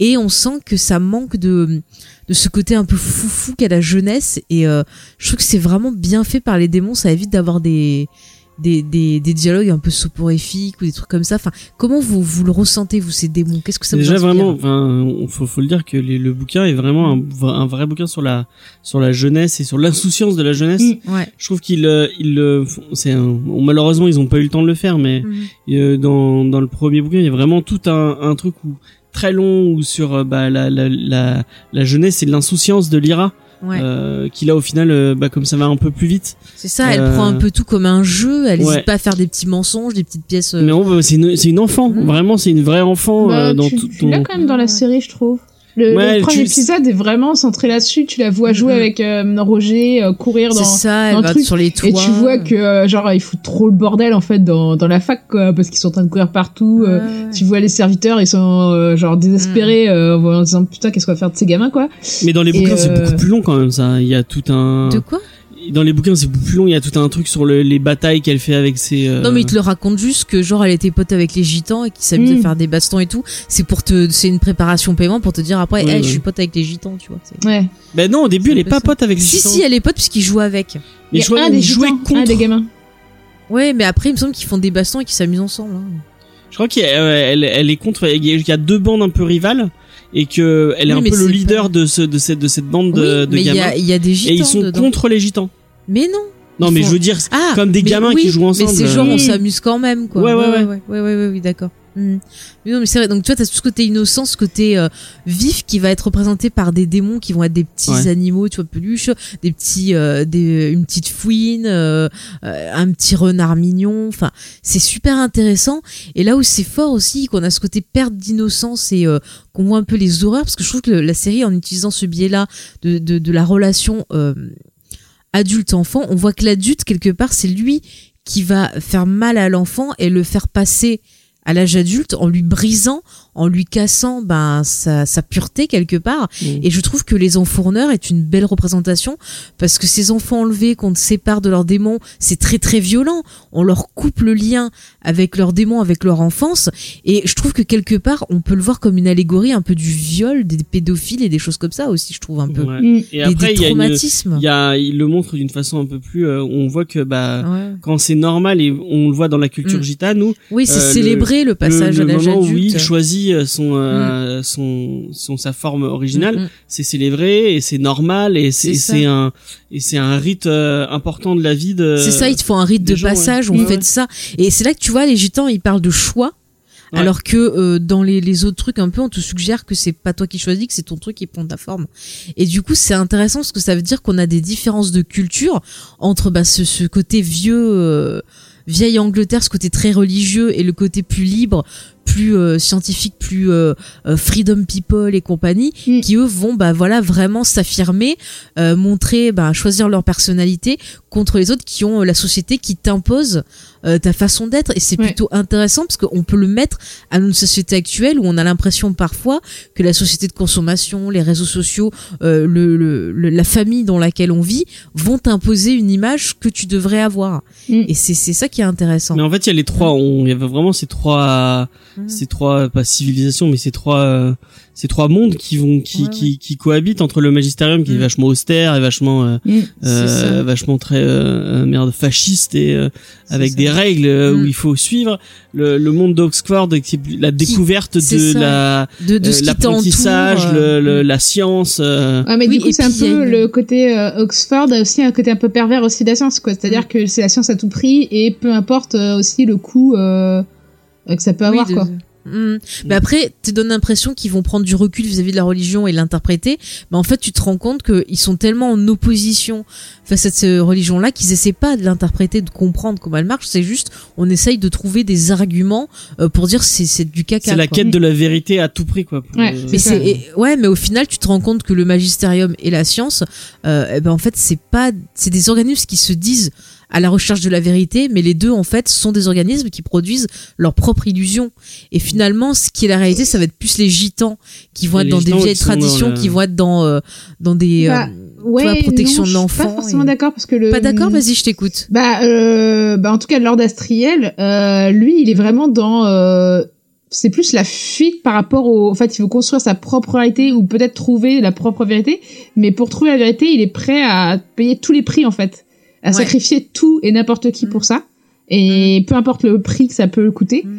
A: et on sent que ça manque de, de ce côté un peu foufou qu'a la jeunesse, et euh, je trouve que c'est vraiment bien fait par les démons, ça évite d'avoir des, des, des, des dialogues un peu soporifiques ou des trucs comme ça. Enfin, comment vous, vous le ressentez, vous, ces démons Qu'est-ce que ça
B: Déjà
A: vous inspire
B: vraiment, enfin, on- faut, faut le dire que les- le bouquin est vraiment un, un vrai bouquin sur la sur la jeunesse et sur l'insouciance de la jeunesse.
C: Mm.
A: Ouais.
B: Je trouve qu'ils euh, ils le font- c'est un- bon, malheureusement ils ont pas eu le temps de le faire, mais euh, dans dans le premier bouquin il y a vraiment tout un, un truc où très long où sur euh, bah, la, la la la jeunesse et l'insouciance de Lyra
A: Ouais.
B: euh, qui là au final, euh, bah, comme ça va un peu plus vite.
A: C'est ça, elle
B: Euh,
A: prend un peu tout comme un jeu, elle
B: ouais.
A: n'hésite pas à faire des petits mensonges, des petites pièces. euh,
B: Mais on veut- c'est une, c'est une enfant,
A: Mhm.
B: vraiment c'est une vraie enfant
C: Bah,
B: euh, dans
C: tu,
B: tout
C: tu
B: ton.
C: l'as quand même dans la série, je trouve. Le, le
B: Ouais,
C: premier
B: tu-
C: épisode est vraiment centré là-dessus. Tu la vois jouer
A: Mhm.
C: avec euh, Roger, euh, courir
A: C'est
C: dans.
A: ça,
C: dans
A: elle
C: le
A: va
C: truc,
A: sur les toits.
C: Et tu vois que euh, genre ils foutent trop le bordel en fait dans, dans la fac quoi parce qu'ils sont en train de courir partout.
A: Ouais,
C: euh,
A: ouais. Mm.
C: Tu vois les serviteurs, ils sont euh, genre désespérés euh, en disant putain qu'est-ce qu'on va faire de ces gamins quoi.
B: Mais dans les
C: Et,
B: bouquins c'est
C: euh,
B: beaucoup plus long quand même ça. Il y a tout un.
A: De quoi
B: Dans les bouquins c'est beaucoup plus long. Il y a tout un truc sur le- les batailles qu'elle fait avec ses. euh,
A: Non, mais il te le raconte juste que genre elle était pote avec les gitans et qu'ils s'amusent
C: Mm.
A: à faire des bastons et tout. C'est pour te, c'est une préparation paiement pour te dire après,
B: Ouais,
A: hey,
B: ouais.
A: je suis pote avec les gitans, tu vois. c'est-
C: Ouais.
B: Ben non au début
A: C'est
B: elle est
A: un peu
B: pas
A: ça.
B: pote avec. les
A: Si
B: gens.
A: si, elle est pote puisqu'ils jouent avec.
B: Mais
C: Il y a
B: je crois
C: un des
B: qu'ils jouaient
C: gitans, un
B: contre.
C: des gamins.
A: Ouais, mais après il me semble qu'ils font des bastons et qu'ils s'amusent ensemble. hein.
B: Je crois qu'elle elle, elle est contre. Il y a- il y a deux bandes un peu rivales et que elle est
A: Oui,
B: un
A: mais
B: peu le
A: c'est
B: leader
A: pas-
B: de ce de cette de cette bande de,
A: oui,
B: de
A: mais il y
B: gamins.
A: a, il y a des
B: Et
A: gitans
B: ils sont
A: dedans.
B: contre les gitans.
A: Mais non.
B: Non
A: Ils
B: mais
A: font-
B: je veux dire c'est
A: Ah,
B: comme des
A: mais
B: gamins
A: oui,
B: qui jouent ensemble. euh,
A: Mais c'est genre on
C: Oui.
A: s'amuse quand même quoi.
B: Ouais, ouais,
A: ouais, ouais, ouais, ouais, ouais, oui, d'accord. Hmm. Mais non, mais c'est vrai. Donc tu vois, t'as tout ce côté innocent, ce côté euh, vif qui va être représenté par des démons qui vont être des petits
B: Ouais.
A: animaux, tu vois, peluches, des petits, euh, des, une petite fouine, euh, euh, un petit renard mignon. Enfin, c'est super intéressant. Et là où c'est fort aussi, qu'on a ce côté perte d'innocence et euh, qu'on voit un peu les horreurs, parce que je trouve que le- la série, en utilisant ce biais-là de, de, de la relation euh, adulte-enfant, on voit que l'adulte, quelque part, c'est lui qui va faire mal à l'enfant et le faire passer à l'âge adulte en lui brisant, en lui cassant ben, sa, sa pureté quelque part.
B: Mm.
A: Et je trouve que Les Enfourneurs est une belle représentation parce que ces enfants enlevés qu'on sépare de leurs démons, c'est très très violent. On leur coupe le lien avec leurs démons, avec leur enfance. Et je trouve que quelque part, on peut le voir comme une allégorie un peu du viol, des pédophiles et des choses comme ça aussi, je trouve un peu.
B: Ouais.
C: Mm.
B: Et
A: Des,
B: après
A: des
B: il y a une,
A: traumatismes.
B: il y a il le montre d'une façon un peu plus. euh, on voit que bah
A: Ouais.
B: quand c'est normal et on le voit dans la culture
A: Ah. Mm.
B: gitane où
A: Oui, c'est
B: Euh, le-
A: célébrer le,
B: le,
A: passage
B: le
A: à l'âge
B: moment
A: adulte.
B: où il choisit son euh, son son sa forme originale
A: Mm, mm.
B: c'est célébré et c'est normal et c'est
A: C'est ça.
B: c'est un et c'est un rite euh, important de la vie de
A: C'est ça, ils te font un rite de
B: des Euh, gens, ouais.
A: passage, on
B: Ouais,
A: fait
B: ouais.
A: ça. Et c'est là que tu vois, les gitans, ils parlent de choix.
B: Ouais.
A: Alors que euh, dans les, les autres trucs un peu, on te suggère que c'est pas toi qui choisis, que c'est ton truc qui prend ta forme. Et du coup, c'est intéressant parce que ça veut dire qu'on a des différences de culture entre bah, ce, ce côté vieux, euh, vieille Angleterre, ce côté très religieux et le côté plus libre, plus euh, scientifique, plus euh, euh, freedom people et compagnie,
C: Mm.
A: qui eux vont bah voilà vraiment s'affirmer, euh, montrer, bah, choisir leur personnalité contre les autres qui ont euh, la société qui t'impose euh, ta façon d'être et c'est
C: Ouais.
A: plutôt intéressant parce qu'on peut le mettre à notre société actuelle où on a l'impression parfois que la société de consommation, les réseaux sociaux, euh, le, le- le- la famille dans laquelle on vit vont t'imposer une image que tu devrais avoir
C: Mm.
A: et c'est c'est ça qui est intéressant.
B: mais en fait il y a les trois on il y avait vraiment ces trois
A: Mm.
B: ces trois pas civilisations mais ces trois euh, ces trois mondes qui vont qui
A: Ouais,
B: qui, qui cohabitent entre le magistérium qui est
A: Mm.
B: vachement austère et vachement euh,
C: Mm.
A: C'est
B: euh,
A: ça.
B: vachement très euh, euh, merde fasciste et euh,
A: C'est
B: avec
A: ça.
B: des règles euh, où
A: Mm.
B: il faut suivre le, le monde d'Oxford qui est plus- la découverte
A: c'est
B: de
A: ça.
B: la
A: de, de
B: euh,
A: ce qui
B: l'apprentissage
A: t'entoure.
B: le,
A: euh,
B: le- la science euh,
C: Ouais, Ah, mais
A: Oui,
C: du coup,
A: et
C: c'est un
A: puis, il y a
C: peu
A: une-
C: le côté euh, Oxford, a aussi un côté un peu pervers aussi de la science, quoi. C'est-à-dire
A: Mm.
C: que c'est la science à tout prix et peu importe euh, aussi le coût euh, euh, que ça peut
A: Oui,
C: avoir,
A: de-
C: quoi.
A: Mm. Mais après, tu donnes l'impression qu'ils vont prendre du recul vis-à-vis de la religion et l'interpréter, mais en fait, tu te rends compte qu'ils sont tellement en opposition face à cette religion-là qu'ils essaient pas de l'interpréter, de comprendre comment elle marche. C'est juste, on essaye de trouver des arguments euh, pour dire c'est c'est du caca.
B: c'est la
A: quoi.
B: quête de la vérité à tout prix quoi pour,
C: Ouais,
B: euh,
A: Mais
C: C'est ça.
A: c'est et- ouais, mais au final, tu te rends compte que le magistérium et la science, euh, eh ben en fait, c'est pas, c'est des organismes qui se disent à la recherche de la vérité, mais les deux en fait sont des organismes qui produisent leur propre illusion. Et finalement, ce qui est la réalité, ça va être plus les gitans qui vont
B: Et
A: être
B: les
A: dans des
B: gitans
A: vieilles
B: qui sont dans
A: traditions,
B: le-
A: qui vont être dans euh, dans des
C: Bah,
A: euh, tu vois, protection
C: non,
A: de
C: Je suis pas
A: l'enfant.
C: forcément
A: et-
C: d'accord parce que le.
A: Pas d'accord, vas-y, je t'écoute.
C: Bah, euh, bah, en tout cas, Lord Astriel, euh, lui, il est vraiment dans. euh, c'est plus la fuite par rapport au. En fait, il veut construire sa propre réalité ou peut-être trouver la propre vérité. Mais pour trouver la vérité, il est prêt à payer tous les prix, en fait. À
A: Ouais.
C: sacrifier tout et n'importe qui
A: Mm.
C: pour ça. Et peu importe le prix que ça peut coûter.
A: Mm.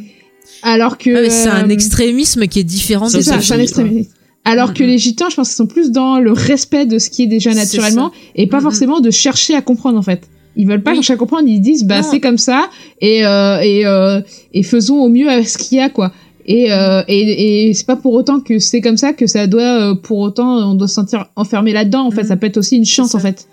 C: Alors que.
A: Ah, mais c'est un
C: euh,
A: extrémisme qui est différent
B: C'est
A: des
C: c'est ça,
A: autres,
C: c'est un
A: quoi.
C: extrémisme. Alors que
A: Mhm.
C: les gitans, je pense qu'ils sont plus dans le respect de ce qui est déjà
A: C'est
C: naturellement et pas
A: Mhm.
C: forcément de chercher à comprendre en fait. Ils veulent pas
A: Oui.
C: chercher à comprendre, ils disent bah
A: Non.
C: c'est comme ça et euh, et euh, et faisons au mieux avec ce qu'il y a quoi. Et, euh, et, et c'est pas pour autant que c'est comme ça que ça doit, euh, pour autant, on doit se sentir enfermé là-dedans. En fait,
A: Mhm.
C: ça peut être aussi une chance,
A: ça.
C: en fait.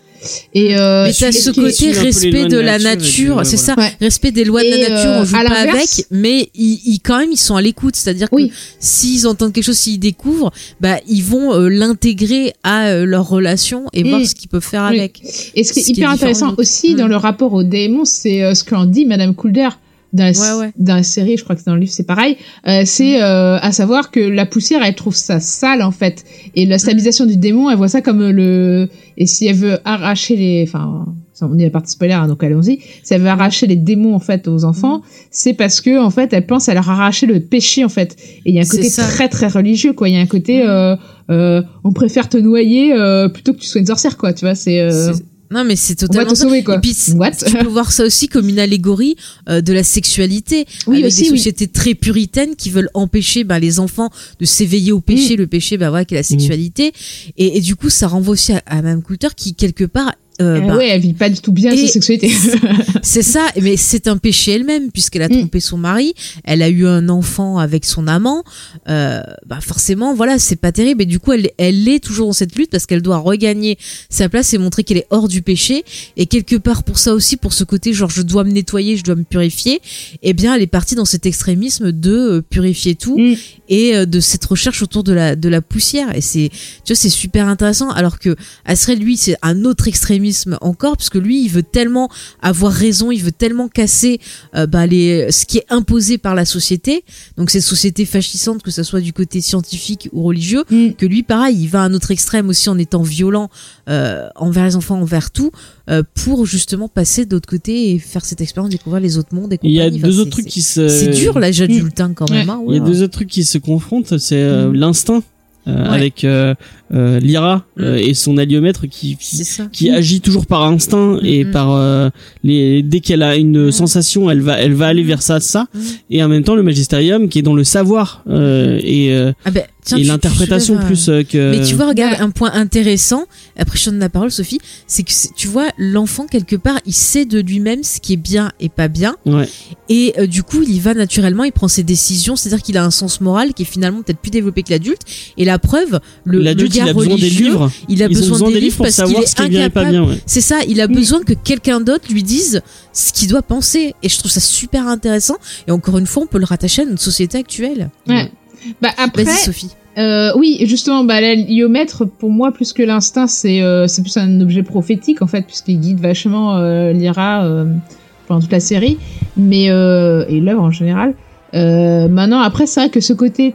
C: Et euh,
A: Mais t'as
C: ce
A: ce
C: qui-
A: côté
B: suivent un peu les
A: respect
B: lois
A: de
B: de
A: la
B: nature, et puis,
A: nature,
B: ouais,
A: c'est ça,
C: voilà.
A: respect des lois de la
C: Et,
A: nature, on
C: euh,
A: joue
C: à
A: pas
C: l'inverse-
A: avec, mais ils, ils- quand même ils sont à l'écoute, c'est-à-dire que
C: Oui.
A: s'ils entendent quelque chose, s'ils découvrent, bah ils vont euh, l'intégrer à euh, leur relation et
C: Mm.
A: voir ce qu'ils peuvent faire
C: Oui.
A: avec.
C: Et ce
A: Ce qui
C: qui est
A: est
C: hyper
A: différent
C: intéressant
A: d'autres.
C: aussi
A: Mm.
C: dans le rapport aux démons, c'est euh, ce qu'en dit Madame Coulder dans la, s-
A: Ouais, Mm. ouais.
C: dans la série, je crois que c'est dans le livre, c'est pareil. Euh, c'est euh, à savoir que la poussière, elle trouve ça sale en fait, et
A: Mm.
C: la stabilisation du démon, elle voit ça comme euh, le. Et si elle veut arracher les, enfin, ça, on est à la partie spoiler, hein, donc allons-y. Si elle veut arracher les démons en fait aux
A: Mm.
C: enfants, c'est parce que en fait, elle pense à leur arracher le péché en fait. Et il y a un
A: C'est
C: côté
A: ça.
C: très très religieux quoi. Il y a un côté.
A: Mm.
C: euh, euh, on préfère te noyer euh, plutôt que tu sois une sorcière quoi tu vois c'est euh,
A: C'est- Non mais c'est
C: on va
A: totalement
C: te
A: ça.
C: sauver quoi.
A: Et puis,
C: What
A: tu peux voir ça aussi comme une allégorie euh, de la sexualité
C: Oui,
A: avec
C: aussi,
A: des
C: oui.
A: sociétés très puritaines qui veulent empêcher bah, les enfants de s'éveiller au
C: Mm.
A: péché le péché bah voilà qui est la sexualité et, et du coup ça renvoie aussi à, à Mme Coulter qui quelque part euh,
C: Ah
A: bah,
C: ouais, elle vit pas du tout bien
A: Et-
C: sa sexualité.
A: c'est ça mais c'est un péché elle-même puisqu'elle a
C: Mm.
A: trompé son mari elle a eu un enfant avec son amant euh, bah forcément voilà c'est pas terrible et du coup elle elle est toujours dans cette lutte parce qu'elle doit regagner sa place et montrer qu'elle est hors du péché et quelque part pour ça aussi pour ce côté genre je dois me nettoyer je dois me purifier eh bien elle est partie dans cet extrémisme de euh, purifier tout
C: Mm.
A: et euh, de cette recherche autour de la de la poussière et c'est tu vois c'est super intéressant alors que Asrel lui c'est un autre extrémisme encore parce que lui il veut tellement avoir raison il veut tellement casser euh, bah, les ce qui est imposé par la société donc cette société fascissante que ce soit du côté scientifique ou religieux
C: Mm.
A: que lui pareil il va à un autre extrême aussi en étant violent euh, envers les enfants envers tout euh, pour justement passer de l'autre côté et faire cette expérience découvrir les autres mondes et
B: Il y a
A: compagnie. Enfin,
B: deux
A: c'est-
B: autres trucs
A: c'est-
B: qui se.
A: c'est dur l'âge adulte hein, quand même. hein.
B: Il y a
A: Oula.
B: deux autres trucs qui se confrontent, c'est euh,
A: Mhm.
B: l'instinct euh,
A: Ouais.
B: avec euh, euh, Lyra euh,
A: Mhm.
B: et son alliomètre qui qui,
A: C'est ça.
B: qui agit toujours par instinct et
A: Mhm.
B: par euh, les dès qu'elle a une
A: Mhm.
B: sensation, elle va elle va aller vers ça ça
A: Mhm.
B: et en même temps le magisterium qui est dans le savoir euh, et euh,
A: Ah ben, tiens,
B: et
A: tu- tu
B: l'interprétation
A: soulèves,
B: plus euh, que
A: euh, Mais tu vois, regarde,
C: Ouais.
A: un point intéressant, après je te donne la parole Sophie, c'est que c'est- tu vois, l'enfant, quelque part, il sait de lui-même ce qui est bien et pas bien,
B: ouais.
A: et euh, du coup, il y va naturellement, il prend ses décisions, c'est-à-dire qu'il a un sens moral qui est finalement peut-être plus développé que l'adulte, et la preuve, le, le
B: l'adulte
A: gars
B: il a besoin des
A: religieux,
B: livres
A: il a
B: ils ont
A: besoin, des livres
B: pour
A: parce qu'il
B: savoir
A: est
B: ce qui est bien et pas
A: incapable
B: bien ouais.
A: C'est ça, il a besoin que quelqu'un d'autre lui dise ce qu'il doit penser. Et je trouve ça super intéressant. Et encore une fois, on peut le rattacher à notre société actuelle.
C: Ouais. Bah après,
A: Vas-y, Sophie.
C: euh, oui, justement, bah l'héliomètre pour moi plus que l'instinct, c'est euh, c'est plus un objet prophétique en fait, puisqu'il guide vachement euh, Lyra euh, pendant toute la série, mais euh, et l'œuvre en général. Euh, maintenant, après, c'est vrai que ce côté,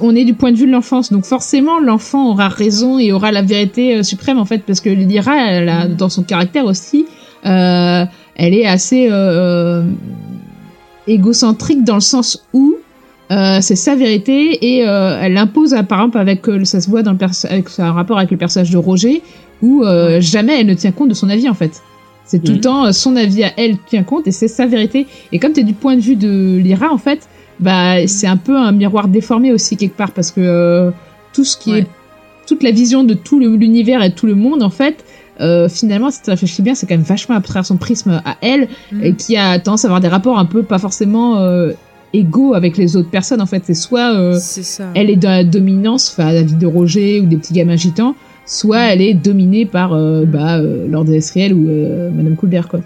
C: on est du point de vue de l'enfance, donc forcément, l'enfant aura raison et aura la vérité euh, suprême en fait, parce que Lyra, elle a,
A: Mhm.
C: dans son caractère aussi, euh, elle est assez euh, égocentrique dans le sens où euh, c'est sa vérité et euh, elle l'impose euh, par exemple avec euh, ça se voit dans le perso- avec un rapport avec le personnage de Roger où euh, jamais elle ne tient compte de son avis en fait. C'est tout le
B: Mhm.
C: temps euh, son avis à elle tient compte et c'est sa vérité. Et comme tu es du point de vue de Lyra en fait, bah c'est un peu un miroir déformé aussi quelque part parce que euh, tout ce qui
A: Ouais.
C: est toute la vision de tout le- l'univers et tout le monde en fait euh, finalement, si tu réfléchis bien, c'est quand même vachement à travers son prisme à elle, et qui a tendance à avoir des rapports un peu pas forcément euh, égaux avec les autres personnes. En fait, c'est soit euh,
A: C'est ça.
C: elle est dans la dominance, enfin la vie de Roger ou des petits gamins gitans, soit elle est dominée par euh, bah, euh, Lord Estriel ou euh, Madame Coulter, quoi.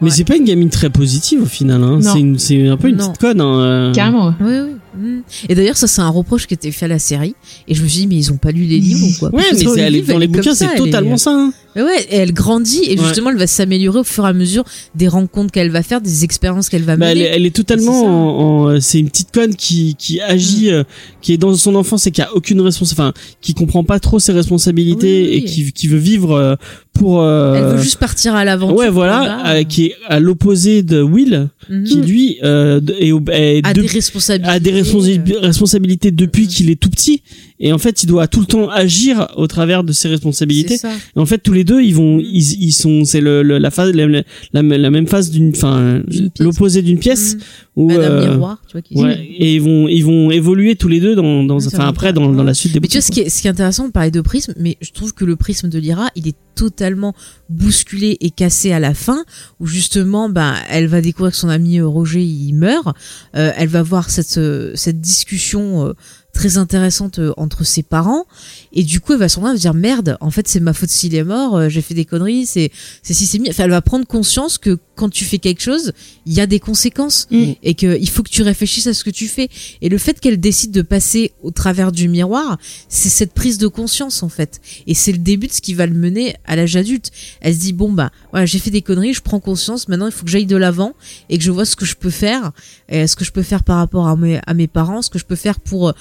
B: mais
A: Ouais.
B: c'est pas une gamine très positive au final hein.
C: Non.
B: c'est une- c'est un peu une
A: Non.
B: petite conne hein, euh.
C: Carrément. ouais.
A: Oui, oui. Mm. Et d'ailleurs, ça, c'est un reproche qui était fait à la série. Et je me suis dit, mais ils ont pas lu les livres ou quoi
B: Ouais,
A: Parce que
B: mais c'est- elle est-
A: livres,
B: dans
A: elle
B: les
A: est comme
B: bouquins,
A: ça,
B: c'est
A: elle est- euh,
B: totalement ça. hein.
A: Mais ouais, et elle grandit et
B: Ouais.
A: justement, elle va s'améliorer au fur et à mesure des rencontres qu'elle va faire, des expériences qu'elle va
B: Bah, elle, est-
A: mener.
B: elle est totalement.
A: C'est ça. Mm.
B: en- en- C'est une petite conne qui, qui agit, euh, qui est dans son enfance et qui a aucune responsabilité, enfin, qui comprend pas trop ses responsabilités
A: Oui, oui.
B: et qui, qui veut vivre euh, pour. euh,
A: Elle veut juste partir à l'aventure.
B: Ouais, voilà,
A: là-bas.
B: euh, qui est à l'opposé de Will,
A: Mhm.
B: qui lui euh, d- est, ob- est
A: a
B: de-
A: des responsabilités. euh.
B: a des responsa- responsabilités depuis
A: Mhm.
B: qu'il est tout petit et en fait il doit tout le temps agir au travers de ses
A: C'est
B: responsabilités
A: ça. Mm.
B: et en fait tous les deux, ils vont, ils, ils sont, c'est le, le- la phase, la, la- la- la même phase d'une, enfin,
A: D'une pièce.
B: l'opposé d'une pièce.
A: Mmh.
B: Où,
A: Madame
B: euh,
A: Miroir, tu vois qui
B: ouais, et ils vont, ils vont évoluer tous les deux dans, dans,
A: Ouais, ça
B: enfin
A: va
B: après
A: pas.
B: dans, dans la suite des.
A: Mais tu vois, ce
B: bouquins,
A: qui, est, ce qui est intéressant, on parlait de prisme, mais je trouve que le prisme de Lyra, il est totalement bousculé et cassé à la fin, où justement, bah, elle va découvrir que son ami euh, Roger, il meurt. Euh, elle va voir cette, euh, cette discussion euh, très intéressante euh, entre ses parents, et du coup, elle va s'en rendre compte, elle va dire merde, en fait, c'est ma faute s'il est mort, euh, j'ai fait des conneries, c'est c'est si c'est mis. Enfin, elle va prendre conscience que quand tu fais quelque chose, il y a des conséquences et que il faut que tu réfléchisses à ce que tu fais. Et le fait qu'elle décide de passer au travers du miroir, c'est cette prise de conscience en fait. Et c'est le début de ce qui va le mener à l'âge adulte. Elle se dit bon bah voilà j'ai fait des conneries, je prends conscience. Maintenant il faut que j'aille de l'avant et que je vois ce que je peux faire, et ce que je peux faire par rapport à mes à mes parents, ce que je peux faire pour euh,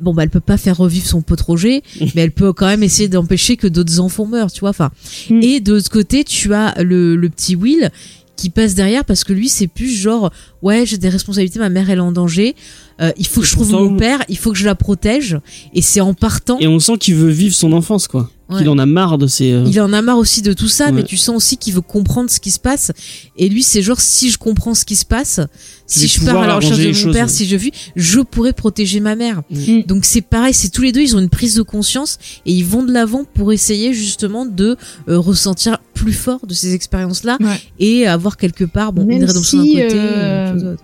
A: Bon bah elle peut pas faire revivre son pote Roger, mais elle peut quand même essayer d'empêcher que d'autres enfants meurent, tu vois. Enfin,
C: Mm.
A: et de ce côté tu as le, le petit Will qui passe derrière parce que lui c'est plus genre ouais j'ai des responsabilités, ma mère elle est en danger, euh, il faut que
B: Et
A: je trouve
B: pourtant-
A: mon père, il faut que je la protège, et c'est en partant
B: Et on sent qu'il veut vivre son enfance, quoi.
A: Ouais.
B: Qu'il en a marre de ses. euh,
A: il en a marre aussi de tout ça,
B: Ouais.
A: mais tu sens aussi qu'il veut comprendre ce qui se passe. Et lui, c'est genre si je comprends ce qui se passe, si
B: vais
A: je pars à la
B: pouvoir
A: recherche
B: arranger
A: de
B: les
A: mon
B: choses,
A: père,
B: ouais.
A: si je fuis, je pourrais protéger ma mère.
C: Mm.
A: Donc c'est pareil, c'est tous les deux, ils ont une prise de conscience et ils vont de l'avant pour essayer justement de euh, ressentir plus fort de ces expériences-là
C: Ouais.
A: et avoir quelque part bon
C: Même
A: une rédemption
C: si,
A: d'un côté,
C: euh,
A: une chose de l'autre.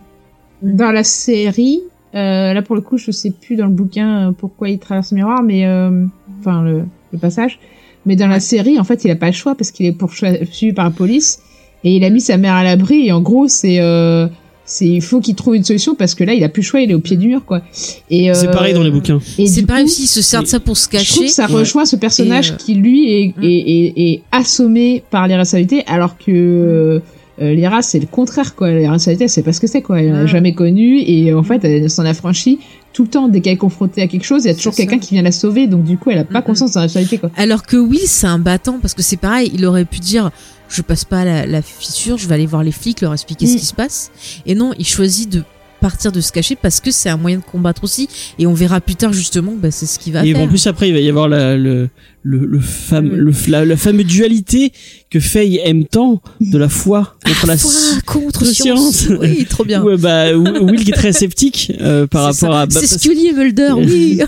C: dans la série, euh, là pour le coup, je sais plus dans le bouquin euh, pourquoi il traverse le miroir, mais euh, enfin le, le passage. Mais dans la série, en fait, il a pas le choix parce qu'il est poursuivi par la police et il a mis sa mère à l'abri. Et en gros, c'est euh, c'est il faut qu'il trouve une solution parce que là, il a plus le choix, il est au pied du mur, quoi. Et
B: C'est
C: euh,
B: pareil dans les bouquins.
C: et
A: C'est
C: du
A: pareil
C: coup,
A: aussi, ils se servent de
B: et-
A: ça pour se
C: Je trouve
A: cacher.
C: que ça
B: Ouais.
C: rejoint ce personnage
A: Et, euh,
C: qui lui est,
A: mm.
C: est, est- est assommé par l'irrationalité, alors que euh, Lyra c'est le contraire quoi. L'irrationalité elle sait pas ce que c'est quoi. Elle l'a
A: Mm.
C: jamais connue et euh, en fait elle s'en affranchit tout le temps dès qu'elle est confrontée à quelque chose. Il y a toujours
A: C'est ça.
C: quelqu'un qui vient la sauver donc du coup elle a pas
A: Mm,
C: conscience de la rationalité quoi.
A: Alors que Will, c'est un battant parce que c'est pareil, il aurait pu dire je passe pas la, la fissure, je vais aller voir les flics, leur expliquer ce
C: Mm.
A: qui se passe. Et non, il choisit de partir de se cacher parce que c'est un moyen de combattre aussi. Et on verra plus tard justement, bah, c'est ce qu'il va
B: Et
A: faire.
B: en plus après il va y avoir la, le le le, fam-
A: Mm.
B: le la, la fameuse dualité que Faye aime tant de la foi contre la
A: Foi
B: science.
A: contre
B: de
A: science.
B: science.
A: Oui, trop bien.
B: Ouais, bah, Will qui est très sceptique euh, par
A: C'est
B: rapport
A: ça.
B: à bah,
A: c'est
B: parce- Ah,
A: Scully et Mulder, oui.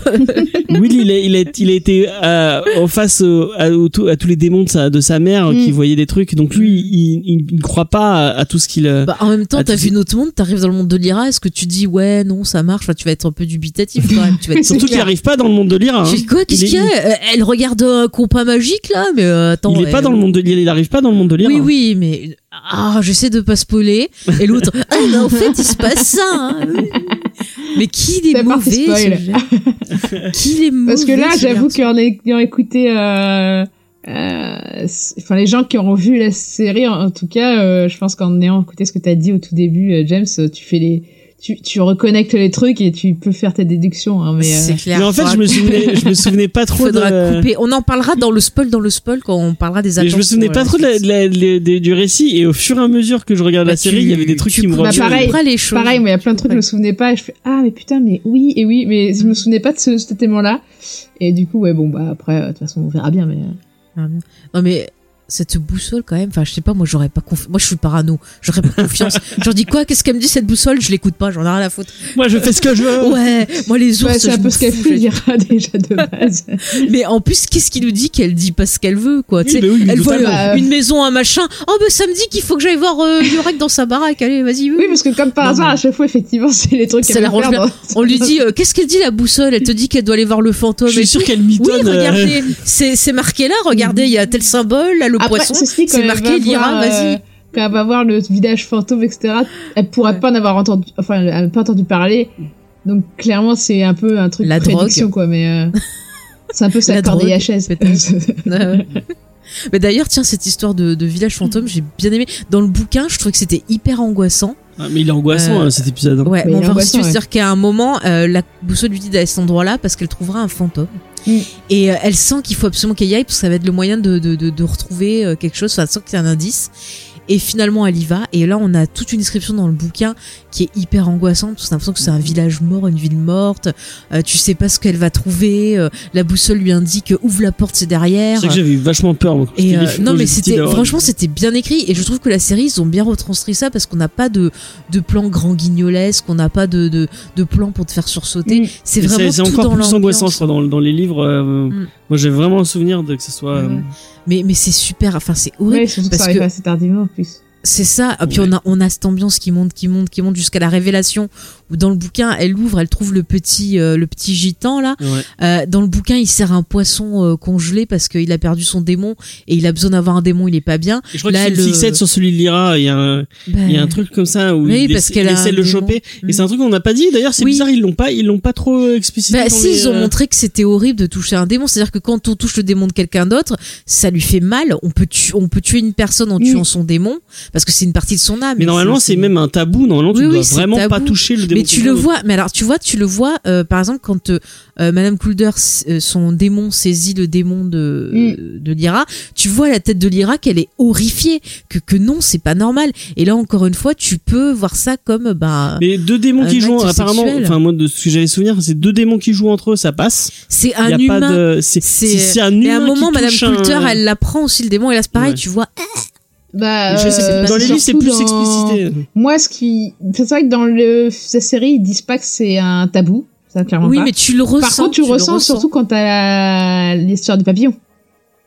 B: Will il a, il a, il a été euh, en face au- à, au- tout- à tous les démons de sa, de sa mère
C: Mm.
B: qui voyait des trucs donc lui
A: Mm.
B: il, il, il ne croit pas à, à tout ce qu'il euh,
A: Bah, en même temps,
B: Ah,
A: t'as
B: tu-
A: vu notre monde, t'arrives dans le monde de Lyra, est-ce que tu dis ouais, non, ça marche, Enfin, tu vas être un peu dubitatif quand même. Tu vas être
B: surtout qu'il
A: clair.
B: n'arrive pas dans le monde de l'Ira.
A: Tu dis quoi, qu'est-ce
B: Hein? Il est-
A: qu'il y a Euh, Elle regarde un compas magique là, mais euh, attends.
B: Il est pas
A: elle-
B: dans le monde de l'Ira, il arrive pas dans le monde de l'Ira.
A: Oui, oui, mais ah, j'essaie de pas spoiler. Et l'autre, ah, mais en fait, il se passe ça. hein. Mais qui il est
C: Ça part,
A: mauvais,
C: c'est spoil.
A: ce gars. Qui il est mauvais.
C: Parce que là
A: ce
C: j'avoue
A: garçon.
C: qu'en é- ayant écouté euh, euh, c- enfin les gens qui auront vu la série en, en tout cas euh, je pense qu'en ayant écouté ce que t'as dit au tout début euh, James euh, tu fais les tu, tu reconnectes les trucs et tu peux faire tes déductions hein, mais euh,
A: C'est clair.
B: Mais en fait, je me souvenais, je me souvenais pas trop
A: faudra
B: de
A: couper. On en parlera dans le spoil, dans le spoil, quand on parlera des
B: Mais
A: attentes.
B: je me souvenais pas trop de la- de la- de- de- du récit et au fur et à mesure que je regarde la
A: Bah,
B: série,
A: tu-
B: il y avait des trucs
A: tu
B: qui me
A: comprends-
C: Bah,
B: revenaient.
C: pareil,
A: tu comprends les choses.
C: Pareil, mais il y a plein de trucs que je me souvenais pas. Et je fais ah mais putain mais oui et oui mais je me souvenais pas de ce, cet élément-là. Et du coup ouais bon bah après euh, de toute façon on verra bien mais euh,
A: Non, Ah, mais cette boussole, quand même, enfin, je sais pas, moi, j'aurais pas confiance. Moi, je suis parano. J'aurais pas confiance. J'en dis quoi? Qu'est-ce qu'elle me dit, cette boussole? Je l'écoute pas, j'en ai rien à la faute.
B: Moi, je fais ce que je veux.
A: Ouais, moi, les ours,
C: ouais, c'est un
A: je
C: peu
A: m'en
C: ce qu'elle
A: fous,
C: fait
A: je-
C: dira déjà de base.
A: Mais en plus, qu'est-ce qui nous dit qu'elle dit pas ce qu'elle veut, quoi? tu
B: Oui,
A: sais
B: bah oui,
A: Elle voit
B: totalement.
C: totalement.
A: le- une maison, un machin. Oh, bah, ça me dit qu'il faut que j'aille voir euh, Yurek dans sa baraque. Allez, vas-y.
C: oui parce que comme par
A: Non,
C: hasard
A: mais-
C: à chaque fois effectivement c'est les trucs
A: Ça
C: qu'elle
A: la
C: veut faire
A: range
C: dans-
A: On lui dit, euh, qu'est-ce qu'elle dit, la boussole? Elle te dit qu'elle doit aller voir le fantôme.
B: Je suis
A: et
B: sûr
A: tout.
B: qu'elle
A: Oui,
B: mitonne. euh,
A: regardez, c'est c'est marqué là, regardez, il y a tel symbole, là, le
C: Après,
A: poisson.
C: ceci dit, quand
A: c'est
C: elle
A: marqué,
C: va
A: Lyra,
C: voir,
A: vas-y.
C: euh, Quand elle va voir le village fantôme etc. Elle pourra
A: Ouais.
C: pas en avoir entendu enfin elle a pas entendu parler. Donc clairement c'est un peu un truc
A: La
C: de prédiction quoi mais euh, c'est un peu sa
A: La
C: corde
A: drogue, Euh,
C: et HS.
A: Ouais. Mais d'ailleurs, tiens, cette histoire de, de village fantôme, j'ai bien aimé. Dans le bouquin, je trouvais que c'était hyper angoissant.
B: ah, mais il est angoissant
A: Euh,
B: hein, cet épisode. hein.
A: Ouais,
C: Mais
A: mais enfin,
C: angoissant, ouais.
A: c'est-à-dire qu'à un moment, euh, la boussole lui dit d'aller à cet endroit-là parce qu'elle trouvera un fantôme.
C: Mm.
A: Et euh, elle sent qu'il faut absolument qu'elle y aille parce que ça va être le moyen de, de, de, de retrouver euh, quelque chose. Enfin, elle sent qu'il y a un indice. Et finalement, elle y va. Et là, on a toute une description dans le bouquin qui est hyper angoissante. Parce qu'on a l'impression que c'est un
C: Mm.
A: village mort, une ville morte. Euh, tu sais pas ce qu'elle va trouver. euh, la boussole lui indique ouvre la porte, c'est derrière.
B: C'est vrai que j'avais eu vachement peur. moi, quand
A: Et
B: j'étais
A: euh,
B: petit,
A: non mais
B: quand j'étais petit,
A: c'était
B: d'avoir-
A: franchement c'était bien écrit et je trouve que la série ils ont bien retranscrit ça parce qu'on n'a pas de de plan grand guignolesque, on n'a pas de, de de plan pour te faire sursauter.
C: Mm.
A: C'est
B: Mais
A: vraiment
B: c'est
A: tout
B: encore
A: dans
B: plus angoissant je
A: l'ambiance. Mm.
B: crois, dans, dans les livres. euh, Moi, j'ai vraiment un souvenir de que ce soit.
C: Ouais,
B: euh,
C: ouais.
A: Mais mais c'est super, enfin c'est horrible.
C: Ouais, surtout que
A: parce
C: ça arrive
A: que-
C: assez tardivement en plus.
A: C'est ça. Et puis
B: Ouais.
A: on a on a cette ambiance qui monte, qui monte, qui monte jusqu'à la révélation où dans le bouquin elle ouvre, elle trouve le petit euh, le petit gitan là.
B: ouais.
A: Euh, dans le bouquin il sert un poisson euh, congelé parce qu'il a perdu son démon et il a besoin d'avoir un démon, il est pas bien.
B: Et je crois
A: Là,
B: qu'il
A: le-
B: fixette sur celui de Lyra. Il y a un, il y a un
A: Ben,
B: truc comme ça où
A: Oui,
B: il
A: parce
B: essa-
A: qu'elle
B: il
A: a
B: essaie de
A: un
B: le
A: démon.
B: choper.
A: Mm.
B: Et c'est un truc qu'on n'a pas dit. D'ailleurs, c'est
A: Oui.
B: bizarre. Ils l'ont pas, ils l'ont pas trop explicité.
A: Bah
B: dans
A: si,
B: les,
A: ils ont
B: euh,
A: montré que c'était horrible de toucher un démon. C'est-à-dire que quand on touche le démon de quelqu'un d'autre, ça lui fait mal. On peut, tu- on peut tuer une personne en
C: Oui.
A: tuant son démon parce que c'est une partie de son âme.
B: Mais normalement, c'est même un tabou. Normalement, tu
A: Oui,
B: dois
A: oui, c'est
B: vraiment pas
A: tabou.
B: toucher le démon.
A: Mais tu le vois, mais alors tu vois, tu le vois, euh, par exemple, quand euh, euh, Madame Coulter, s- euh, son démon saisit le démon de, de Lyra, tu vois la tête de Lyra qu'elle est horrifiée, que, que non, c'est pas normal. Et là, encore une fois, tu peux voir ça comme, bah,
B: Mais deux démons
A: Un
B: qui
A: acte
B: jouent apparemment.
A: sexuel.
B: Enfin, moi, de ce que j'avais souvenir, c'est deux démons qui jouent entre eux, ça passe.
A: c'est
B: Il y
A: un
B: a
A: humain.
B: pas de. C'est c'est- c'est un
A: et à
B: humain.
A: un moment,
B: qui
A: Madame
B: touche un-
A: Coulter, elle la prend aussi le démon, et là, c'est pareil,
B: Ouais.
A: tu vois,
C: Bah,
B: Je sais
C: euh,
B: pas. Dans les livres, c'est
C: surtout
B: plus
C: dans-
B: explicité.
C: Moi, ce qui. C'est vrai que dans le... sa série, ils disent pas que c'est un tabou. Ça, clairement
A: Oui,
C: pas.
A: mais tu le ressens.
C: Par contre, tu,
A: le
C: ressens surtout quand t'as la- l'histoire du papillon.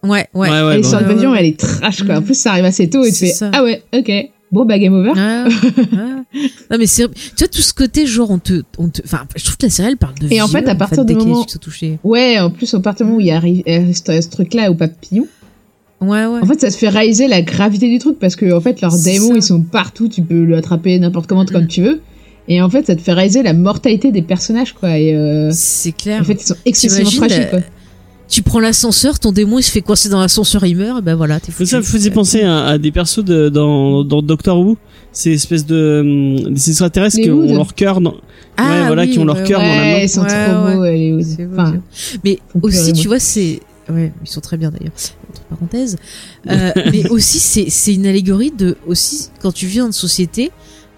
A: Ouais, ouais.
B: Ouais,
C: Et
B: ouais. bah,
C: l'histoire
A: ouais.
C: du papillon, elle est trash, quoi. En
A: Mm.
C: plus, ça arrive assez tôt et tu
A: C'est
C: fais
A: ça.
C: Ah ouais, ok. Bon, bah, game over.
A: Ah, ah. non mais c'est tu vois tout ce côté genre on te on te enfin je trouve que la série elle parle de
C: Et en fait,
A: viol,
C: à partir
A: dès
C: du
A: qu'il y a des
C: moment-
A: sujets touchés.
C: Ouais, en plus, au partir du moment où il arrive euh, ce ce truc-là au papillon,
A: ouais ouais
C: en fait, ça te fait réaliser la gravité du truc parce que, en fait, leurs
A: C'est
C: démons,
A: ça. Mm.
C: ils sont partout, tu peux le attraper n'importe comment, comme tu veux. Et en fait, ça te fait réaliser la mortalité des personnages, quoi. Et euh,
A: c'est clair
C: en fait, ils sont excessivement
A: T'imagines, euh,
C: fragiles, quoi.
A: tu prends l'ascenseur ton démon il se fait coincer dans l'ascenseur il meurt et ben voilà t'es foutu
B: Ça me faisait penser à, à des persos de, dans, dans Doctor Who, ces espèces de hum, des extraterrestres
C: Les
B: qui ont
C: Wood.
B: leur cœur dans, ouais, voilà, qui ont leur cœur dans la main.
C: Ouais, ils sont
A: Ah, Ouais,
C: trop beaux, euh, les Woods.
A: C'est beau,
C: Enfin,
A: c'est beau. mais
C: faut pleurer,
A: aussi,
C: moi.
A: tu vois, c'est. Ouais, ils sont très bien d'ailleurs, entre parenthèses. Euh, mais aussi, c'est c'est une allégorie de. Aussi, quand tu vis en société,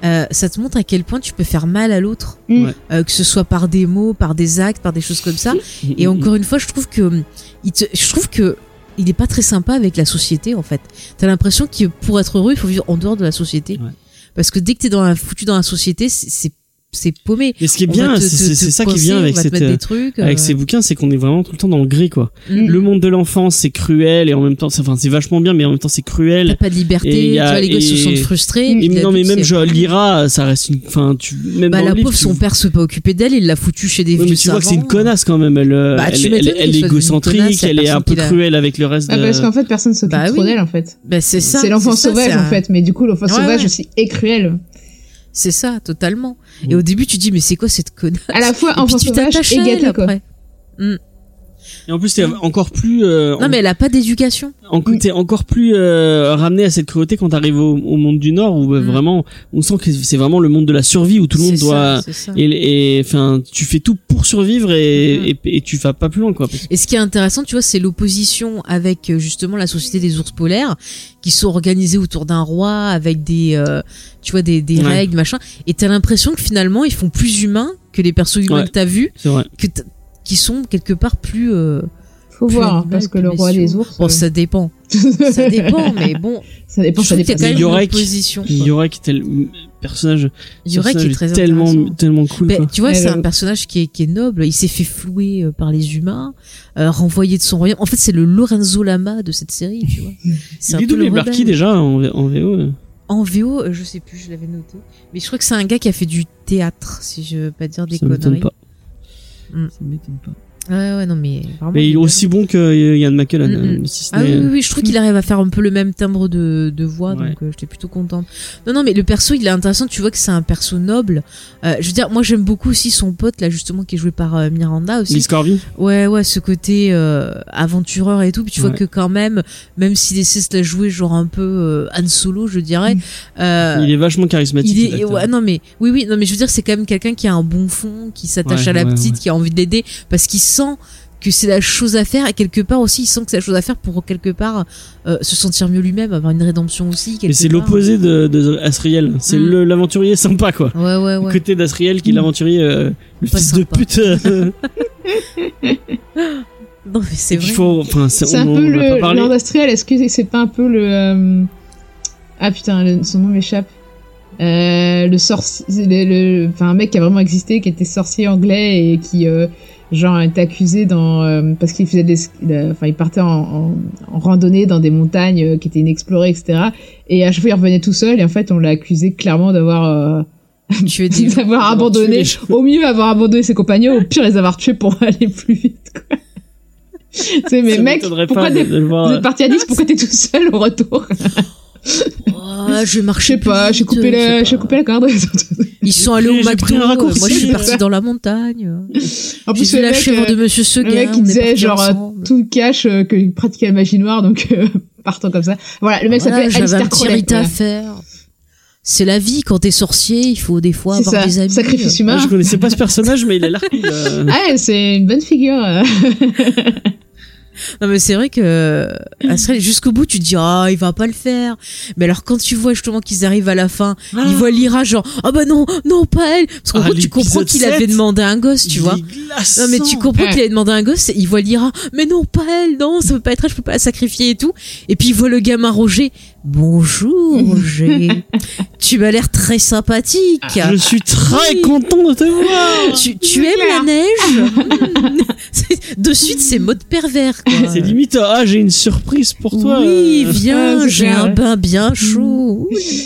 A: euh, ça te montre à quel point tu peux faire mal à l'autre.
C: Mm.
B: Ouais.
A: Euh, que ce soit par des mots, par des actes, par des choses comme ça. Et
C: Mm.
A: encore une fois, je trouve que. hum, Il te- je trouve que. Il est pas très sympa avec la société en fait. T'as l'impression que pour être heureux, il faut vivre en dehors de la société.
B: Ouais.
A: Parce que dès que t'es dans la, foutu dans la société, c'est- c'est c'est paumé.
B: Mais ce qui est
A: On
B: Eh bien,
A: va te-
B: c'est
A: te-
B: c'est-
A: te
B: c'est ça qui est
A: coincer,
B: bien
A: on
B: avec
A: va te
B: cette,
A: mettre
B: euh,
A: des trucs,
B: avec
A: euh,
B: ces bouquins, c'est qu'on est vraiment tout le temps dans le gris quoi.
A: Mm.
B: Le monde de l'enfance, c'est cruel et en même temps, c'est- enfin, c'est vachement bien, mais en même temps, c'est
A: T'as
B: cruel.
A: pas de liberté,
B: Et il y a-
A: tu vois, les gosses se
B: et-
A: sentent frustrés.
B: Et
A: puis
B: non, mais
A: l'adulte, c'est-
B: même je Lyra, ça reste une, enfin, tu même
A: Bah,
B: dans
A: la
B: le livre,
A: pauvre,
B: tu-
A: son père se pas occupé d'elle, il l'a foutue chez des
B: Ouais,
A: vieux
B: mais tu vois que c'est
A: savants.
B: une connasse quand même. Elle, euh,
A: hein. Bah, tu
B: elle,
A: m'étonnes
B: elle-
A: qu'elle
B: elle
A: soit
B: est
A: une
B: égocentrique,
A: connasse, la
B: elle est un
A: personne
B: peu
A: qui l'a-
B: cruelle avec le reste.
C: Ah,
B: de...
C: parce qu'en fait, personne ne s'occupe
A: Bah
C: trop
A: oui.
C: d'elle, en fait.
A: Bah, c'est ça.
C: C'est l'enfant
A: ça,
C: sauvage,
A: c'est un-
C: en fait. Mais du coup, l'enfant
A: Ouais,
C: sauvage
A: ouais.
C: aussi est cruel.
A: C'est ça, totalement.
B: Mm.
A: Et au début, tu dis, mais c'est quoi cette connasse
C: À la fois,
A: Et puis
C: enfant
A: tu
C: sauvage
A: t'attaches à
C: et
A: elle
C: gâté, quoi.
A: après.
B: Et en plus, t'es encore plus. euh,
A: Non, mais elle a pas d'éducation.
B: En coup, t'es encore plus euh, ramené à cette cruauté quand t'arrives au, au monde du Nord où euh,
A: Mm.
B: vraiment on sent que c'est vraiment le monde de la survie où tout le monde
A: C'est ça,
B: doit
A: c'est ça.
B: et et- enfin tu fais tout pour survivre et,
A: Mm.
B: et, et tu vas pas plus loin quoi. Parce que-
A: Et ce qui est intéressant, tu vois, c'est l'opposition avec euh, justement la société des ours polaires qui sont organisés autour d'un roi avec des, euh, tu vois, des, des
B: Ouais.
A: règles, machin. Et t'as l'impression que finalement, ils font plus humains que les persos humains
B: Ouais.
A: que t'as vus,
B: C'est vrai.
A: que t- qui sont quelque part plus. euh,
C: Faut
A: Plus
C: voir, hein,
A: animal,
C: parce que
A: plus
C: le roi
A: bestiaux.
C: des ours.
A: Bon,
C: euh,
A: ça dépend. Ça dépend, mais bon.
C: ça dépend,
A: je
C: ça
A: trouve qu'il y a
C: dépend.
A: quand même une
B: Yorek.
A: opposition. quoi.
B: Yorek est tel personnage,
A: Yorek
B: personnage
A: est très
B: tellement
A: intéressant.
B: tellement cool.
A: Ben,
B: quoi.
A: tu vois,
C: Ouais,
A: c'est
C: le-
A: un personnage qui est, qui est noble. Il s'est fait flouer euh, par les humains, euh, renvoyé de son royaume. En fait, c'est le Lorenzo Lama de cette série, tu vois. C'est
B: Il
A: un
B: est
A: peu le
B: doublé par
A: rebelle.
B: qui déjà en, en VO euh
A: En VO, euh, je sais plus, je l'avais noté. Mais je crois que c'est un gars qui a fait du théâtre, si je veux pas dire des
B: Ça m'étonne
A: conneries.
B: pas.
A: Mm.
B: Ça m'étonne pas.
A: Ouais, ouais, non, mais vraiment.
B: Mais il est
A: est
B: aussi bon que euh, Ian McKellen,
A: Mm, mm.
B: euh, si ce
A: Ah oui,
B: n'est-
A: oui, oui, je trouve qu'il arrive à faire un peu le même timbre de, de voix,
B: Ouais.
A: donc euh, j'étais plutôt contente. Non, non, mais le perso, il est intéressant, tu vois que c'est un perso noble. Euh, je veux dire, moi j'aime beaucoup aussi son pote, là justement, qui est joué par euh, Miranda aussi.
B: Lee Scorby.
A: Ouais, ouais, ce côté euh, aventureur et tout. Puis tu
B: Ouais.
A: vois que quand même, même s'il essaie de se la jouer genre un peu euh, Han Solo, je dirais,
C: Mm.
A: euh,
B: il est vachement charismatique.
A: il est,
B: l'acteur.
A: ouais, non mais oui oui non mais je veux dire c'est quand même quelqu'un qui a un bon fond, qui s'attache
B: Ouais,
A: à la
B: ouais,
A: petite,
B: ouais.
A: qui a envie de l'aider parce qu'il sent que c'est la chose à faire et quelque part aussi il sent que c'est la chose à faire pour quelque part euh, se sentir mieux lui-même, avoir une rédemption aussi.
B: Mais
A: quelque
B: c'est
A: part.
B: l'opposé de, de Asriel. C'est
A: hein. Mm.
B: le- l'aventurier sympa, quoi.
A: Ouais ouais
B: Le
A: ouais.
B: côté d'Asriel qui est
C: Mm.
B: l'aventurier, euh, le
A: Pas
B: fils de
A: sympa.
B: pute. euh,
A: Non mais c'est vrai.
B: qu'il faut, enfin, c'est-
C: C'est
B: on,
C: un peu
B: on en a pas
C: le
B: parlé.
C: Lord Astriel, est-ce que c'est pas un peu le euh, ah putain le- son nom m'échappe euh, le sorcier le, le- enfin un mec qui a vraiment existé qui était sorcier anglais et qui euh, genre était accusé dans euh, parce qu'il faisait des il, euh, enfin il partait en, en- en randonnée dans des montagnes euh, qui étaient inexplorées etc et à chaque fois il revenait tout seul et en fait on l'a accusé clairement d'avoir euh,
A: Tu es des gens.
C: d'avoir
B: d'avoir tué
C: abandonné
B: les gens.
C: au mieux avoir abandonné ses compagnons au pire les avoir tués pour aller plus vite quoi tu sais mais
B: Ça
C: mec
B: m'étonnerait
C: pourquoi
B: pas
C: des
B: de, de le voir.
C: vous êtes parti à 10, pourquoi t'es tout seul au retour
A: Oh, je
C: Je
A: marchais
C: sais pas, j'ai coupé, la... j'ai coupé la corde.
A: Ils sont allés au
B: J'ai
A: McDo.
B: pris
A: euh,
B: un raccourci,
A: moi je suis
B: j'ai
A: partie
C: fait.
A: dans la montagne.
C: en
A: J'ai
C: plus,
A: vu
C: le
A: la
C: mec,
A: chèvre de
C: euh,
A: Monsieur Seguin.
C: le mec, il
A: on est
C: disait
A: partis
C: genre euh,
A: ensemble.
C: tout cache euh, que il pratiquait la magie noire, donc euh, partons comme ça. Voilà, le mec
A: Voilà,
C: s'appelait
A: j'avais un
C: Alistair
A: petit
C: Crowley.
A: rite à faire. C'est la vie quand t'es sorcier, il faut des fois
C: voilà. C'est
A: avoir
C: ça,
A: des amis. euh,
C: sacrifice humain.
B: Ah, je connaissais pas ce personnage, mais il a l'air cool. euh.
C: Ah, ouais, c'est une bonne figure. euh.
A: Non mais c'est vrai que euh, Astrid, jusqu'au bout tu te dis ah il va pas le faire. Mais alors quand tu vois justement qu'ils arrivent à la fin, ils voient Lyra genre ah bah non non pas elle parce qu'en
B: Ah,
A: gros tu comprends
B: l'épisode
A: qu'il
B: 7,
A: avait demandé un gosse tu
B: Il
A: vois.
B: est glaçant.
A: Non mais tu comprends
C: Ouais.
A: qu'il avait demandé un gosse, et il voit Lyra, mais non pas elle, non ça peut pas être elle, je peux pas la sacrifier et tout. Et puis il voit le gamin Roger, bonjour Roger, tu m'as l'air très sympathique.
C: Ah,
B: Je suis très
A: Oui.
B: content de te voir.
A: Tu,
C: C'est
A: tu aimes
C: clair.
A: la neige Hmm. C'est- De suite, c'est mode pervers. quoi.
B: C'est limite, ah, j'ai une surprise pour toi.
A: Oui,
B: euh.
C: Ah,
A: viens,
C: c'est
A: j'ai
C: clair, Mm.
A: un
C: ouais.
A: bain bien chaud. Oui.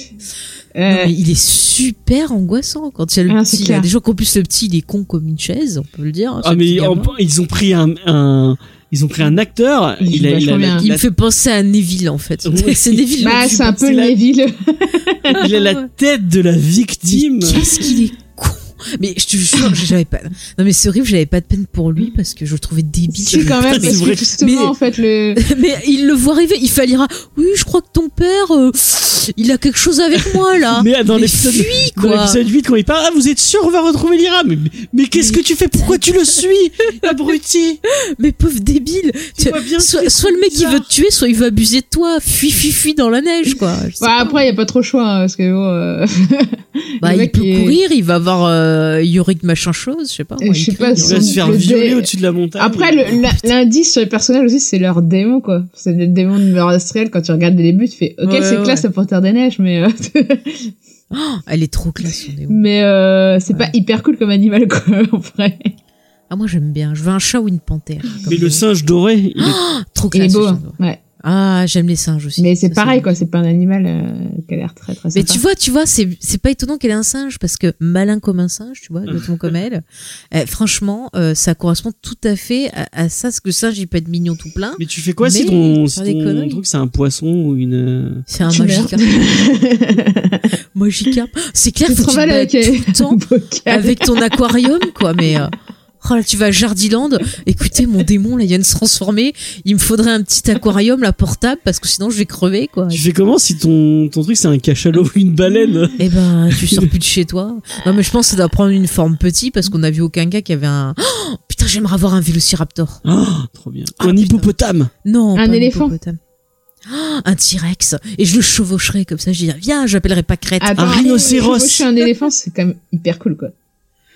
A: Non,
C: Euh,
A: mais il est super angoissant quand il y a le
C: Ah,
A: petit.
C: c'est
A: Il y a
C: clair.
A: des gens qui, en plus, le petit, il est con comme une chaise, on peut le dire. hein, ce
B: Ah,
A: petit
B: mais en-
A: gamin.
B: ils ont pris un, un- ils ont pris un acteur.
C: Il
B: a,
C: joue
B: il a,
C: vachement bien.
A: Il me fait penser à Neville, en fait.
B: Oui.
A: C'est Neville.
C: Ah, bah,
A: le
C: c'est un peu
B: c'est
C: le
B: la-
C: Neville.
B: il a la tête de la victime.
A: Qu'est-ce qu'il est con Mais je te jure, j'avais pas. Non, mais c'est horrible, j'avais pas de peine pour lui parce que je le trouvais débile.
C: C'est quand même,
B: C'est
C: parce
B: vrai.
C: que justement,
A: Mais-
C: en fait, le.
A: Mais il le voit arriver, il fait à Lyra, Oui, je crois que ton père, euh, il a quelque chose avec moi là.
B: Mais dans
A: Mais
B: l'épisode,
A: fuis,
B: dans
A: quoi.
B: l'épisode 8, quand il parle, ah, vous êtes sûr, on va retrouver Lyra. Mais, mais qu'est-ce que tu fais? Pourquoi tu le suis? Abruti.
A: Mais pauvre débile.
B: Tu vois bien qu'il
A: soit
B: est
A: soit le mec il
B: bizarre.
A: veut te tuer, soit il veut abuser de toi. Fuis, fuis, fuis dans la neige, quoi. Je sais
C: Bah, après, il y a pas trop le choix, hein, parce que bon, euh,
A: pas. Bah,
C: le
A: il
C: mec,
A: peut
C: il est-
A: courir, il va avoir euh, Yorick machin chose, je sais pas.
C: Euh,
A: moi,
C: je
A: il
C: sais
A: crie,
C: pas,
A: il
B: Il va
C: son-
A: reste-
B: se faire
C: le
B: violer
C: dé-
B: au-dessus de la montagne.
C: Après, le- la- l'indice sur les personnages aussi, c'est leur démon, quoi. C'est le démon de Lord Astriel. Quand tu regardes les débuts, tu fais, ok,
A: Ouais,
C: c'est
A: ouais.
C: classe la Panthère des Neiges, mais, euh,
A: Oh, elle est trop classe, on est où
C: mais euh, c'est pas hyper cool comme animal, quoi, en vrai.
A: Ah, moi j'aime bien. Je veux un chat ou une panthère.
B: Mais
A: comme- Oh
B: le singe doré, il est
A: Trop
C: Il
A: classe.
C: est beau,
A: ce
C: hein.
A: genre de-
C: ouais.
A: Ah, j'aime les singes aussi.
C: Mais
A: Ça,
C: c'est pareil,
A: bien.
C: quoi. C'est pas un animal euh, qui a l'air très, très
A: Mais
C: sympa.
A: tu vois, tu vois, c'est c'est pas étonnant qu'elle ait un singe parce que malin comme un singe, tu vois, exactement comme elle. Eh, franchement, euh, ça correspond tout à fait à, à ça, ce que le singe il peut être mignon tout plein.
B: Mais tu fais quoi si
A: Mais,
B: ton,
A: faire
B: si
A: des
B: ton
A: conneries.
B: truc c'est un poisson ou une.
A: C'est un hein.
C: Tu meurs.
A: magica. magica. C'est clair,
C: Tu te
A: faut que tu te
C: travailles
A: balades tout le
C: avec euh, un
A: temps
C: bocal.
A: avec ton aquarium, quoi. Mais euh, oh là, tu vas à Jardiland. Écoutez, mon démon là, il vient de se transformer. Il me faudrait un petit aquarium là portable parce que sinon je vais crever, quoi.
B: Tu fais comment si ton, ton truc c'est un cachalot ou une baleine
A: Eh ben, tu sors plus de chez toi. Non, mais je pense que ça doit prendre une forme petit parce qu'on a vu aucun gars qui avait un. Oh, putain, j'aimerais avoir un vélociraptor.
B: Ah, Trop bien.
A: Ah,
B: un
A: putain.
B: hippopotame
A: Non,
C: Un
A: pas
C: éléphant.
A: hippopotame. Oh, un T-Rex. Et je le chevaucherai comme ça. Je dirais, viens, j'appellerai pas Crête.
C: Attends,
B: un rhinocéros.
C: Je suis un éléphant, c'est quand même hyper cool, quoi.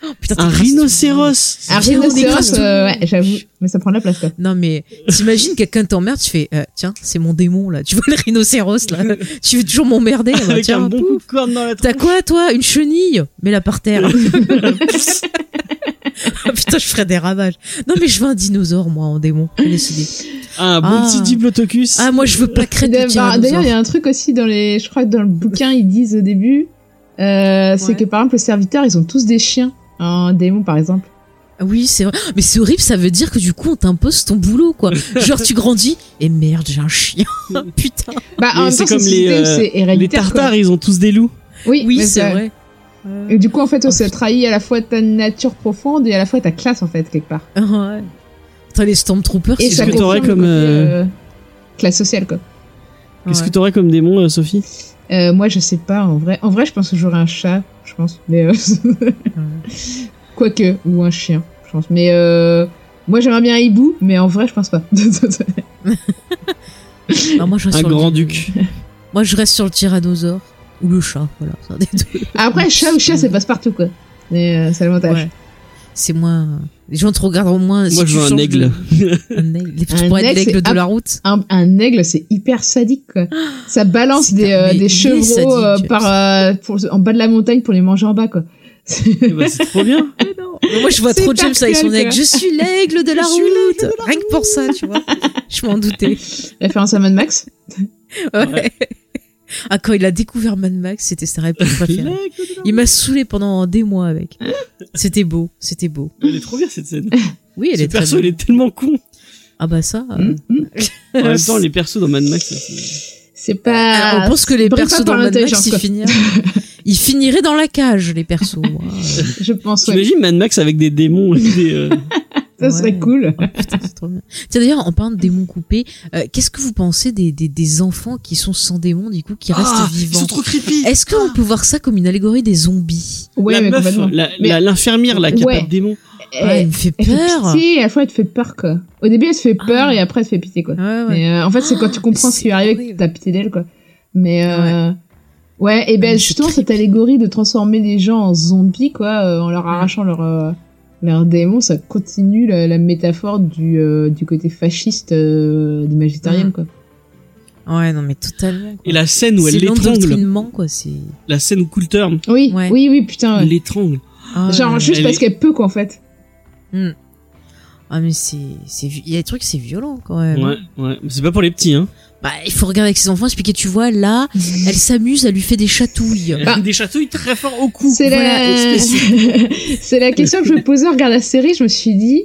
A: Oh, putain, t'es
B: Un
A: crasse,
B: rhinocéros
C: Un
A: Viens, on dégraisse
C: rhinocéros,
A: tout le
C: euh,
A: monde.
C: ouais, j'avoue. Mais ça prend de la place, quoi.
A: Non, mais t'imagines quelqu'un t'emmerde, tu fais, euh, tiens, c'est mon démon là. Tu vois le rhinocéros là. Tu veux toujours m'emmerder. Ah bah,
B: Avec
A: tiens,
B: un bon
A: pouf.
B: coup de corne dans la tête.
A: T'as quoi toi Une chenille Mets-la par terre. Ah, putain, je ferais des ravages. Non, mais je veux un dinosaure, moi, en démon. Faut décider.
B: Un bon
A: Ah.
B: petit diplotocus.
A: Ah, moi, je veux pas créer de hein.
C: D'ailleurs,
A: tyrannosaure.
C: d'ailleurs, il y a un truc aussi dans les, je crois que dans le bouquin, ils disent au début, euh, c'est
A: Ouais.
C: que par exemple, les serviteurs, ils ont tous des chiens. Un démon, par exemple.
A: Oui, c'est vrai. Mais c'est horrible, ça veut dire que du coup, on t'impose ton boulot, quoi. Genre, tu grandis, et merde, j'ai un chien. Putain.
C: Bah,
B: Mais
C: en même
B: c'est
C: temps,
B: comme
C: c'est
B: les,
C: les,
B: euh,
C: c'est
B: Les
C: héréditaire. quoi.
B: tartares ils ont tous des loups.
C: Oui,
A: Oui,
C: mais
A: c'est
C: ça-
A: vrai.
C: Et du coup, en fait,
B: Ah,
A: Oh,
C: on se trahit à la fois ta nature profonde et à la fois ta classe, en fait, quelque part.
A: Ah, ouais. Putain, les Stormtroopers,
C: Et
A: c'est
B: ça
A: vrai.
B: que t'aurais
C: confirme le
B: comme,
C: côté,
B: euh,
C: euh, classe sociale, quoi.
B: Qu'est-ce
A: Ouais.
B: que t'aurais comme démon, euh, Sophie
C: Euh, moi, je sais pas, en vrai. En vrai, je pense que j'aurais un chat, je pense. Mais. euh, Quoique, ou un chien, je pense. Mais. Euh... Moi, j'aimerais bien un hibou, mais en vrai, je pense pas.
A: Non, Ah, moi, je reste
B: Un
A: sur le-
B: grand duc.
A: Moi, je reste sur le tyrannosaure ou le chat, voilà. C'est un des deux.
C: Après, chat ou chat, c'est passe-partout, quoi. Mais euh, c'est l'avantage.
A: Ouais. C'est moins. Les gens te regarderont moins. si
B: Moi,
A: tu
B: je veux un
A: changes
B: aigle.
A: de- Un aigle. Tu
C: Un
A: pourrais être
C: aigle,
A: l'aigle
C: c'est
A: de la route.
C: Un, un aigle, c'est hyper sadique, quoi. Ça balance
A: C'est
C: des,
A: un-
C: euh,
A: mais il est
C: des chevreaux euh,
A: sadique.
C: par, euh, pour- en bas de la montagne pour les manger en bas, quoi.
B: Eh ben, c'est trop bien.
A: Mais moi, je vois
C: C'est
A: trop James avec son
C: Pascal,
A: aigle.
C: quoi.
A: Je suis l'aigle de la
C: Je suis l'aigle
A: route. Rien que pour ça, tu vois. Je m'en doutais.
C: Référence à Mad Max.
A: Ouais. Ah, quand il a découvert Mad Max, c'était sa réponse préférée. Il m'a saoulé pendant des mois avec. C'était beau, c'était beau.
B: Elle est trop bien cette scène.
A: Oui, elle
B: Ce
A: est très
B: perso,
A: belle.
B: il est Hmm tellement con.
A: Ah bah ça. euh,
C: Hum, hum.
B: En même temps, les persos dans Mad Max, c'est-
C: C'est pas.
A: Alors, Euh, on pense que les
C: brille pas
A: persos
C: par
A: dans Mad Max,
C: l'intelligence,
A: ils
C: quoi.
A: finiraient, ils finiraient dans la cage, les persos. hein.
C: Je pense, ouais.
B: T'imagines Mad Max avec des démons et des. euh,
C: Ça serait
A: Ouais.
C: cool.
A: Putain, c'est trop bien. Tiens, d'ailleurs, en parlant de démons coupés, euh, qu'est-ce que vous pensez des, des, des enfants qui sont sans démons, du coup, qui
B: Ah,
A: restent vivants
B: trop Ah. creepy.
A: Est-ce qu'on peut voir ça comme une allégorie des zombies
C: Ouais,
B: la
C: mais
B: meuf,
C: complètement.
A: euh,
B: la-
C: Mais-
B: la- l'infirmière là qui a
C: Ouais.
B: pas de démon.
A: Ah, Elle me fait
C: Elle fait
A: peur.
C: pitié, à la fois elle te fait peur quoi. Au début elle te fait peur
A: Ah.
C: et après elle te fait pitié quoi.
A: Ouais, ouais.
C: Mais euh, en fait c'est quand tu comprends ce qui lui est arrivé
A: horrible.
C: que t'as pitié d'elle quoi. Mais euh, ouais. et
A: Ah,
C: ben
A: mais
C: justement
A: c'est
C: cette
A: creepy.
C: allégorie de transformer les gens en zombies quoi, euh, en leur arrachant leur euh, leur démon, ça continue la, la métaphore du euh, du côté fasciste euh, du Magitarium
A: Mm.
C: quoi.
A: Ouais, non, mais totalement. quoi.
B: Et la scène où elle
A: c'est
B: l'étrangle.
A: l'endoctrinement, quoi. C'est.
B: La scène où Coulterm
C: Oui,
A: Ouais.
C: oui, oui, putain. ouais.
B: l'étrangle.
A: Ah,
C: Genre
A: ouais.
C: juste
B: Elle
C: parce
B: est-
C: qu'elle peut quoi en fait.
A: Ah, mais c'est. c'est vi- Il y a des trucs, c'est violent quand même.
B: Ouais, ouais. Mais C'est pas pour les petits, hein.
A: Bah, il faut regarder avec ses enfants, expliquer, tu vois, là, elle s'amuse, elle lui fait des chatouilles.
B: Elle fait des chatouilles très fort au cou.
C: Bah. C'est
A: Voilà,
C: la... c'est la question que je me posais en regardant la série. Je me suis dit,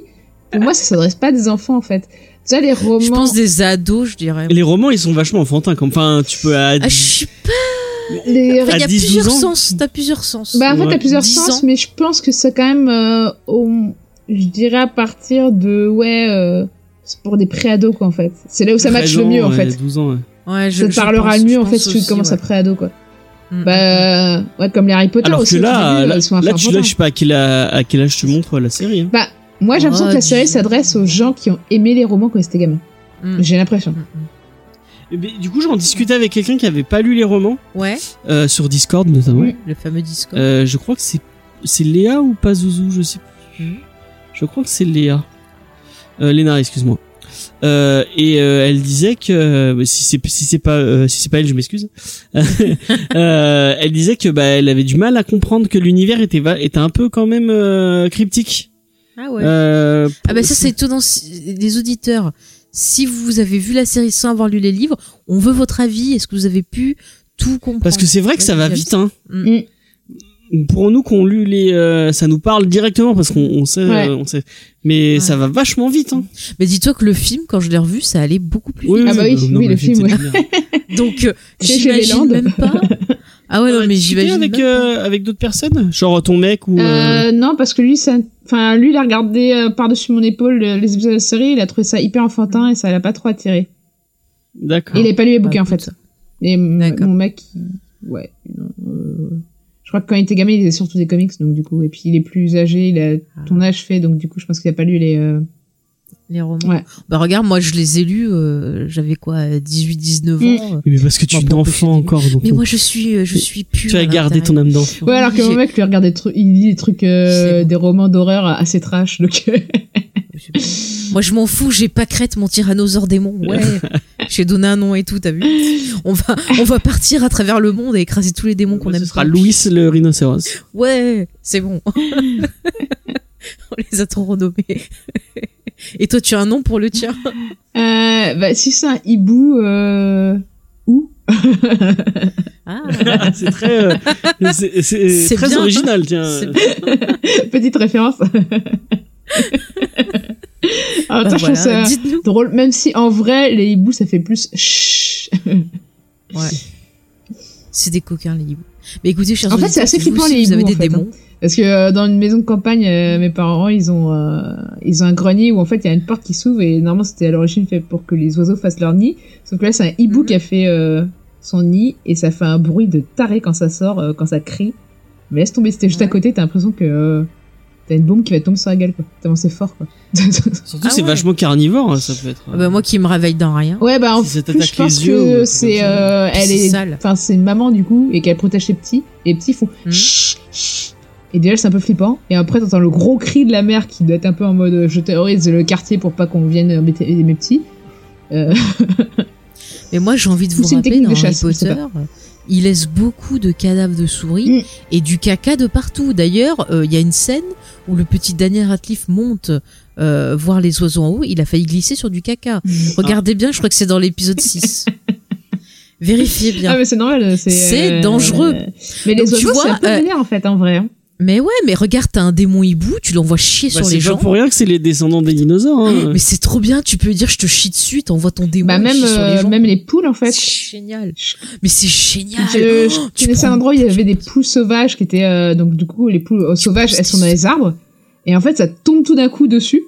C: pour moi, ça s'adresse pas à des enfants en fait. Déjà les romans.
A: Je pense des ados, je dirais.
B: Et Les romans, ils sont vachement enfantins. Comme, enfin, tu peux à,
A: Ah, je sais pas,
C: les-
A: il y
B: à
A: a
B: 12
A: plusieurs
B: ans.
A: sens. T'as plusieurs sens.
C: Bah en fait,
B: Ouais.
C: t'as plusieurs
A: 10
C: sens,
A: ans.
C: mais je pense que c'est quand même, euh, au- je dirais à partir de ouais, euh, c'est pour des pré-ados quoi en fait. C'est là où ça match
B: 13
C: le mieux
B: ans,
C: en
B: ouais,
C: fait.
B: 12 ans, ouais.
A: Ouais, je,
C: Ça te
A: je
C: parlera
A: pense-
C: le
A: je
C: mieux en fait
A: pense
C: si tu
A: aussi,
C: commences
A: ouais.
C: à pré-ado quoi.
A: Mm, mm,
C: Bah euh, ouais, comme les Harry Potter
B: Alors que
C: aussi. au
B: là,
C: début, euh,
B: là,
C: ils sont
B: là, tu, là,
C: infantins.
B: je sais pas à quel, à, à quel âge tu montres la série. hein.
C: Bah moi, j'ai l'impression
A: Oh,
C: que la série
A: dis-
C: s'adresse aux gens qui ont aimé les romans quand ils étaient gamins.
A: mm,
C: J'ai l'impression.
A: mm, mm.
B: Eh ben, du coup, j'en discutais avec quelqu'un qui avait pas lu les romans,
A: Ouais,
B: euh, sur Discord notamment.
C: Oui.
A: le fameux Discord.
B: Euh, je crois que c'est c'est Léa ou pas Zouzou, je sais plus.
A: Mhm.
B: Je crois que c'est Léa. Euh, Léna, excuse-moi. Euh, et euh, elle disait que euh, si c'est si c'est pas euh, si c'est pas elle, je m'excuse. Euh, elle disait que bah elle avait du mal à comprendre que l'univers était va- était un peu quand même euh, cryptique.
A: Ah ouais.
B: Euh,
A: ah bah ça, c'est étonnant. si- Les auditeurs, si vous avez vu la série sans avoir lu les livres, on veut votre avis. Est-ce que vous avez pu tout comprendre
B: parce que c'est vrai que ça va vite hein.
A: Mm.
B: Pour nous qu'on lu les euh, ça nous parle directement parce qu'on on sait
C: Ouais.
B: euh, on sait mais
A: Ouais.
B: ça va vachement vite hein.
A: Mais dis-toi que le film, quand je l'ai revu, ça allait beaucoup plus
C: Ah bah oui,
B: non,
C: oui,
B: mais
C: le film,
B: c'est
C: ouais.
B: bien.
A: vite. Donc, euh,
C: C'est chez les
A: j'imagine
C: Landes.
A: même pas. Ah ouais, non,
B: Ouais,
A: mais
B: discuter
A: j'imagine.
B: avec
A: même pas.
B: euh, avec d'autres personnes, genre ton mec ou euh,
C: Euh, non, parce que lui, ça... enfin, lui, il a regardé euh, par-dessus mon épaule euh, les épisodes de la série, il a trouvé ça hyper enfantin et ça l'a pas trop attiré.
B: d'accord.
C: Et il avait pas lu les
A: Bah,
C: bouquins, en fait.
A: écoute.
C: Et m-
A: D'accord.
C: mon mec, il- ouais. non, euh, Je crois que quand il était gamin, il lisait surtout des comics, donc du coup, et puis il est plus âgé, il
A: Ah.
C: a ton âge fait, donc du coup, je pense qu'il a pas lu les. euh,
A: Les romans.
C: Ouais.
A: Bah regarde, moi je les ai lus, euh, j'avais quoi, 18, 19
C: Mm.
A: ans. euh.
B: Mais parce que tu es
A: Bon,
B: un
A: bon,
B: enfant
A: je-
B: encore donc
A: Mais
B: on-
A: moi je suis, euh, je suis pure.
B: tu as
A: à
B: gardé ton
A: l'intérieur.
B: âme d'enfant.
C: Ouais, alors que mon
A: J'ai-
C: mec lui regarde des trucs, il lit des trucs, euh,
A: C'est bon.
C: des romans d'horreur assez trash, donc. euh,
A: Moi je m'en fous, j'ai pas crête mon tyrannosaure démon. Ouais. J'ai donné un nom et tout, t'as vu On va, on va partir à travers le monde et écraser tous les démons qu'on
B: Ouais,
A: aime.
B: ce sera
A: pas.
B: Louis le rhinocéros.
A: Ouais, c'est bon. on les a trop renommés. et toi tu as un nom pour le tien
C: euh, bah, si c'est un hibou, euh... où
A: Ah.
B: c'est très euh, c'est- c'est
A: C'est
B: très
A: bien.
B: original tiens.
A: C'est-
C: Petite référence. Alors,
A: Bah,
C: attends, je
A: voilà,
C: trouve ça
A: Dites-nous.
C: drôle, même si en vrai, les hiboux, ça fait plus chut.
A: Ouais. C'est des coquins les hiboux. Mais écoutez, chers
C: En fait, c'est
A: auditeurs,
C: assez
A: si vous
C: flippant,
A: aussi,
C: les
A: vous avez
C: hiboux,
A: des
C: en fait, hein.
A: démons.
C: Parce que euh, dans une maison de campagne, euh, mes parents, ils ont, euh, ils ont un grenier où en fait, il y a une porte qui s'ouvre et normalement, c'était à l'origine fait pour que les oiseaux fassent leur nid. Sauf que là, c'est un hibou
A: Mhm.
C: qui a fait euh, son nid et ça fait un bruit de taré quand ça sort, euh, quand ça crie. Mais laisse tomber, c'était juste à
A: Ouais.
C: côté, t'as l'impression que euh, t'as une bombe qui va tomber sur la gueule, quoi. Tellement c'est fort, quoi.
B: Surtout,
A: Ah
B: c'est
A: ouais.
B: vachement carnivore, hein, ça peut être.
A: Ah bah, moi qui me réveille dans rien.
C: ouais, bah, en
B: Si ça
C: plus,
B: t'attaque
C: je pense
B: les yeux ou un
C: que
B: truc
C: c'est,
B: comme ça.
C: euh, elle
A: C'est
C: est,
A: sale.
C: enfin, c'est une maman, du coup, et qu'elle protège ses petits, et les petits font
A: Mhm.
C: chut, chut. Et déjà, c'est un peu flippant. Et après, t'entends le gros cri de la mère qui doit être un peu en mode, euh, je terrorise le quartier pour pas qu'on vienne embêter mes petits. Euh,
A: Mais moi, j'ai envie de vous
C: C'est une
A: rappeler
C: technique
A: dans
C: de
A: Harry
C: chasse, je sais
A: Potter, il laisse beaucoup de cadavres de souris
C: Mm.
A: et du caca de partout. D'ailleurs, euh, il y a une scène où le petit Daniel Radcliffe monte euh, voir les oiseaux en haut. Il a failli glisser sur du caca.
C: Ah.
A: Regardez bien, je crois que c'est dans l'épisode 6. Vérifiez bien.
C: ah, mais c'est normal, c'est.
A: C'est
C: euh,
A: dangereux.
C: Mais les
A: Donc, tu
C: oiseaux, c'est
A: vois,
C: un peu
A: euh,
C: vénère, en fait, en vrai. hein.
A: Mais ouais, mais regarde, t'as un démon hibou, tu l'envoies chier
B: Bah,
A: sur les
B: c'est
A: gens. Ah,
B: pas pour rien que c'est les descendants des dinosaures. Hein.
A: Mais c'est trop bien, tu peux dire je te chie dessus, t'envoies ton démon
C: Bah,
A: il
C: même,
A: chie sur les
C: euh,
A: gens.
C: même les poules, en fait.
A: C'est génial. Mais c'est génial.
C: Je,
A: Oh,
C: je
A: tu
C: Ah, connaissais un
A: prends-
C: endroit où il y avait des poules sauvages qui étaient euh, donc du coup les poules euh, sauvages elles sont dans les arbres et en fait ça tombe tout d'un coup dessus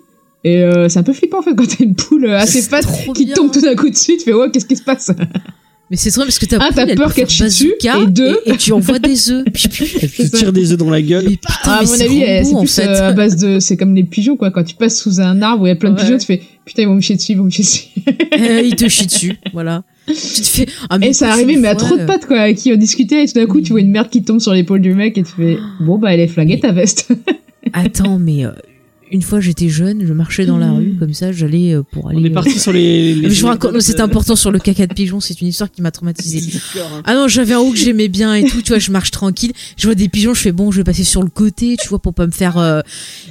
C: et euh, c'est un peu flippant en fait quand t'as une poule euh, assez
A: C'est
C: fat
A: trop
C: qui
A: bien.
C: tombe tout d'un coup dessus tu fais ouais qu'est-ce qui se passe
A: Mais c'est vrai parce que t'as
C: Un, Ah, t'as peur qu'elle te chie dessus, et deux-
A: et, et tu envoies des œufs. Puis- puis-
B: Et tu
C: c'est ça.
B: tires des œufs dans la gueule.
A: mais putain,
C: Ah, à
A: mais
C: mon
A: c'est
C: avis euh,
A: Rambo,
C: c'est
A: en
C: plus
A: fait.
C: euh, à base de c'est comme les pigeons quoi quand tu passes sous un arbre où il y a plein de
A: Ouais.
C: pigeons tu fais putain ils vont me chier dessus ils vont me chier dessus
A: Euh, il te chie dessus, voilà. Tu te fais. Ah,
C: et ça
A: écoute,
C: arrivait
A: une
C: mais à
A: fois,
C: trop de
A: euh,
C: pattes quoi à qui on discutait et tout d'un coup
A: Oui.
C: tu vois une merde qui tombe sur l'épaule du mec et tu fais bon bah elle est flinguée ta veste
A: Attends, mais euh, une fois j'étais jeune, je marchais dans la
C: Mm.
A: rue comme ça, j'allais euh, pour aller.
B: On est
A: euh,
B: parti sur les.
A: mais
B: les
A: je vous raconte, non, c'est important sur le caca de pigeon, c'est une histoire qui m'a traumatisée.
B: important.
A: Ah non, j'avais un haut que j'aimais bien et tout, tu vois, je marche tranquille, je vois des pigeons, je fais bon, je vais passer sur le côté, tu vois, pour pas me faire... euh,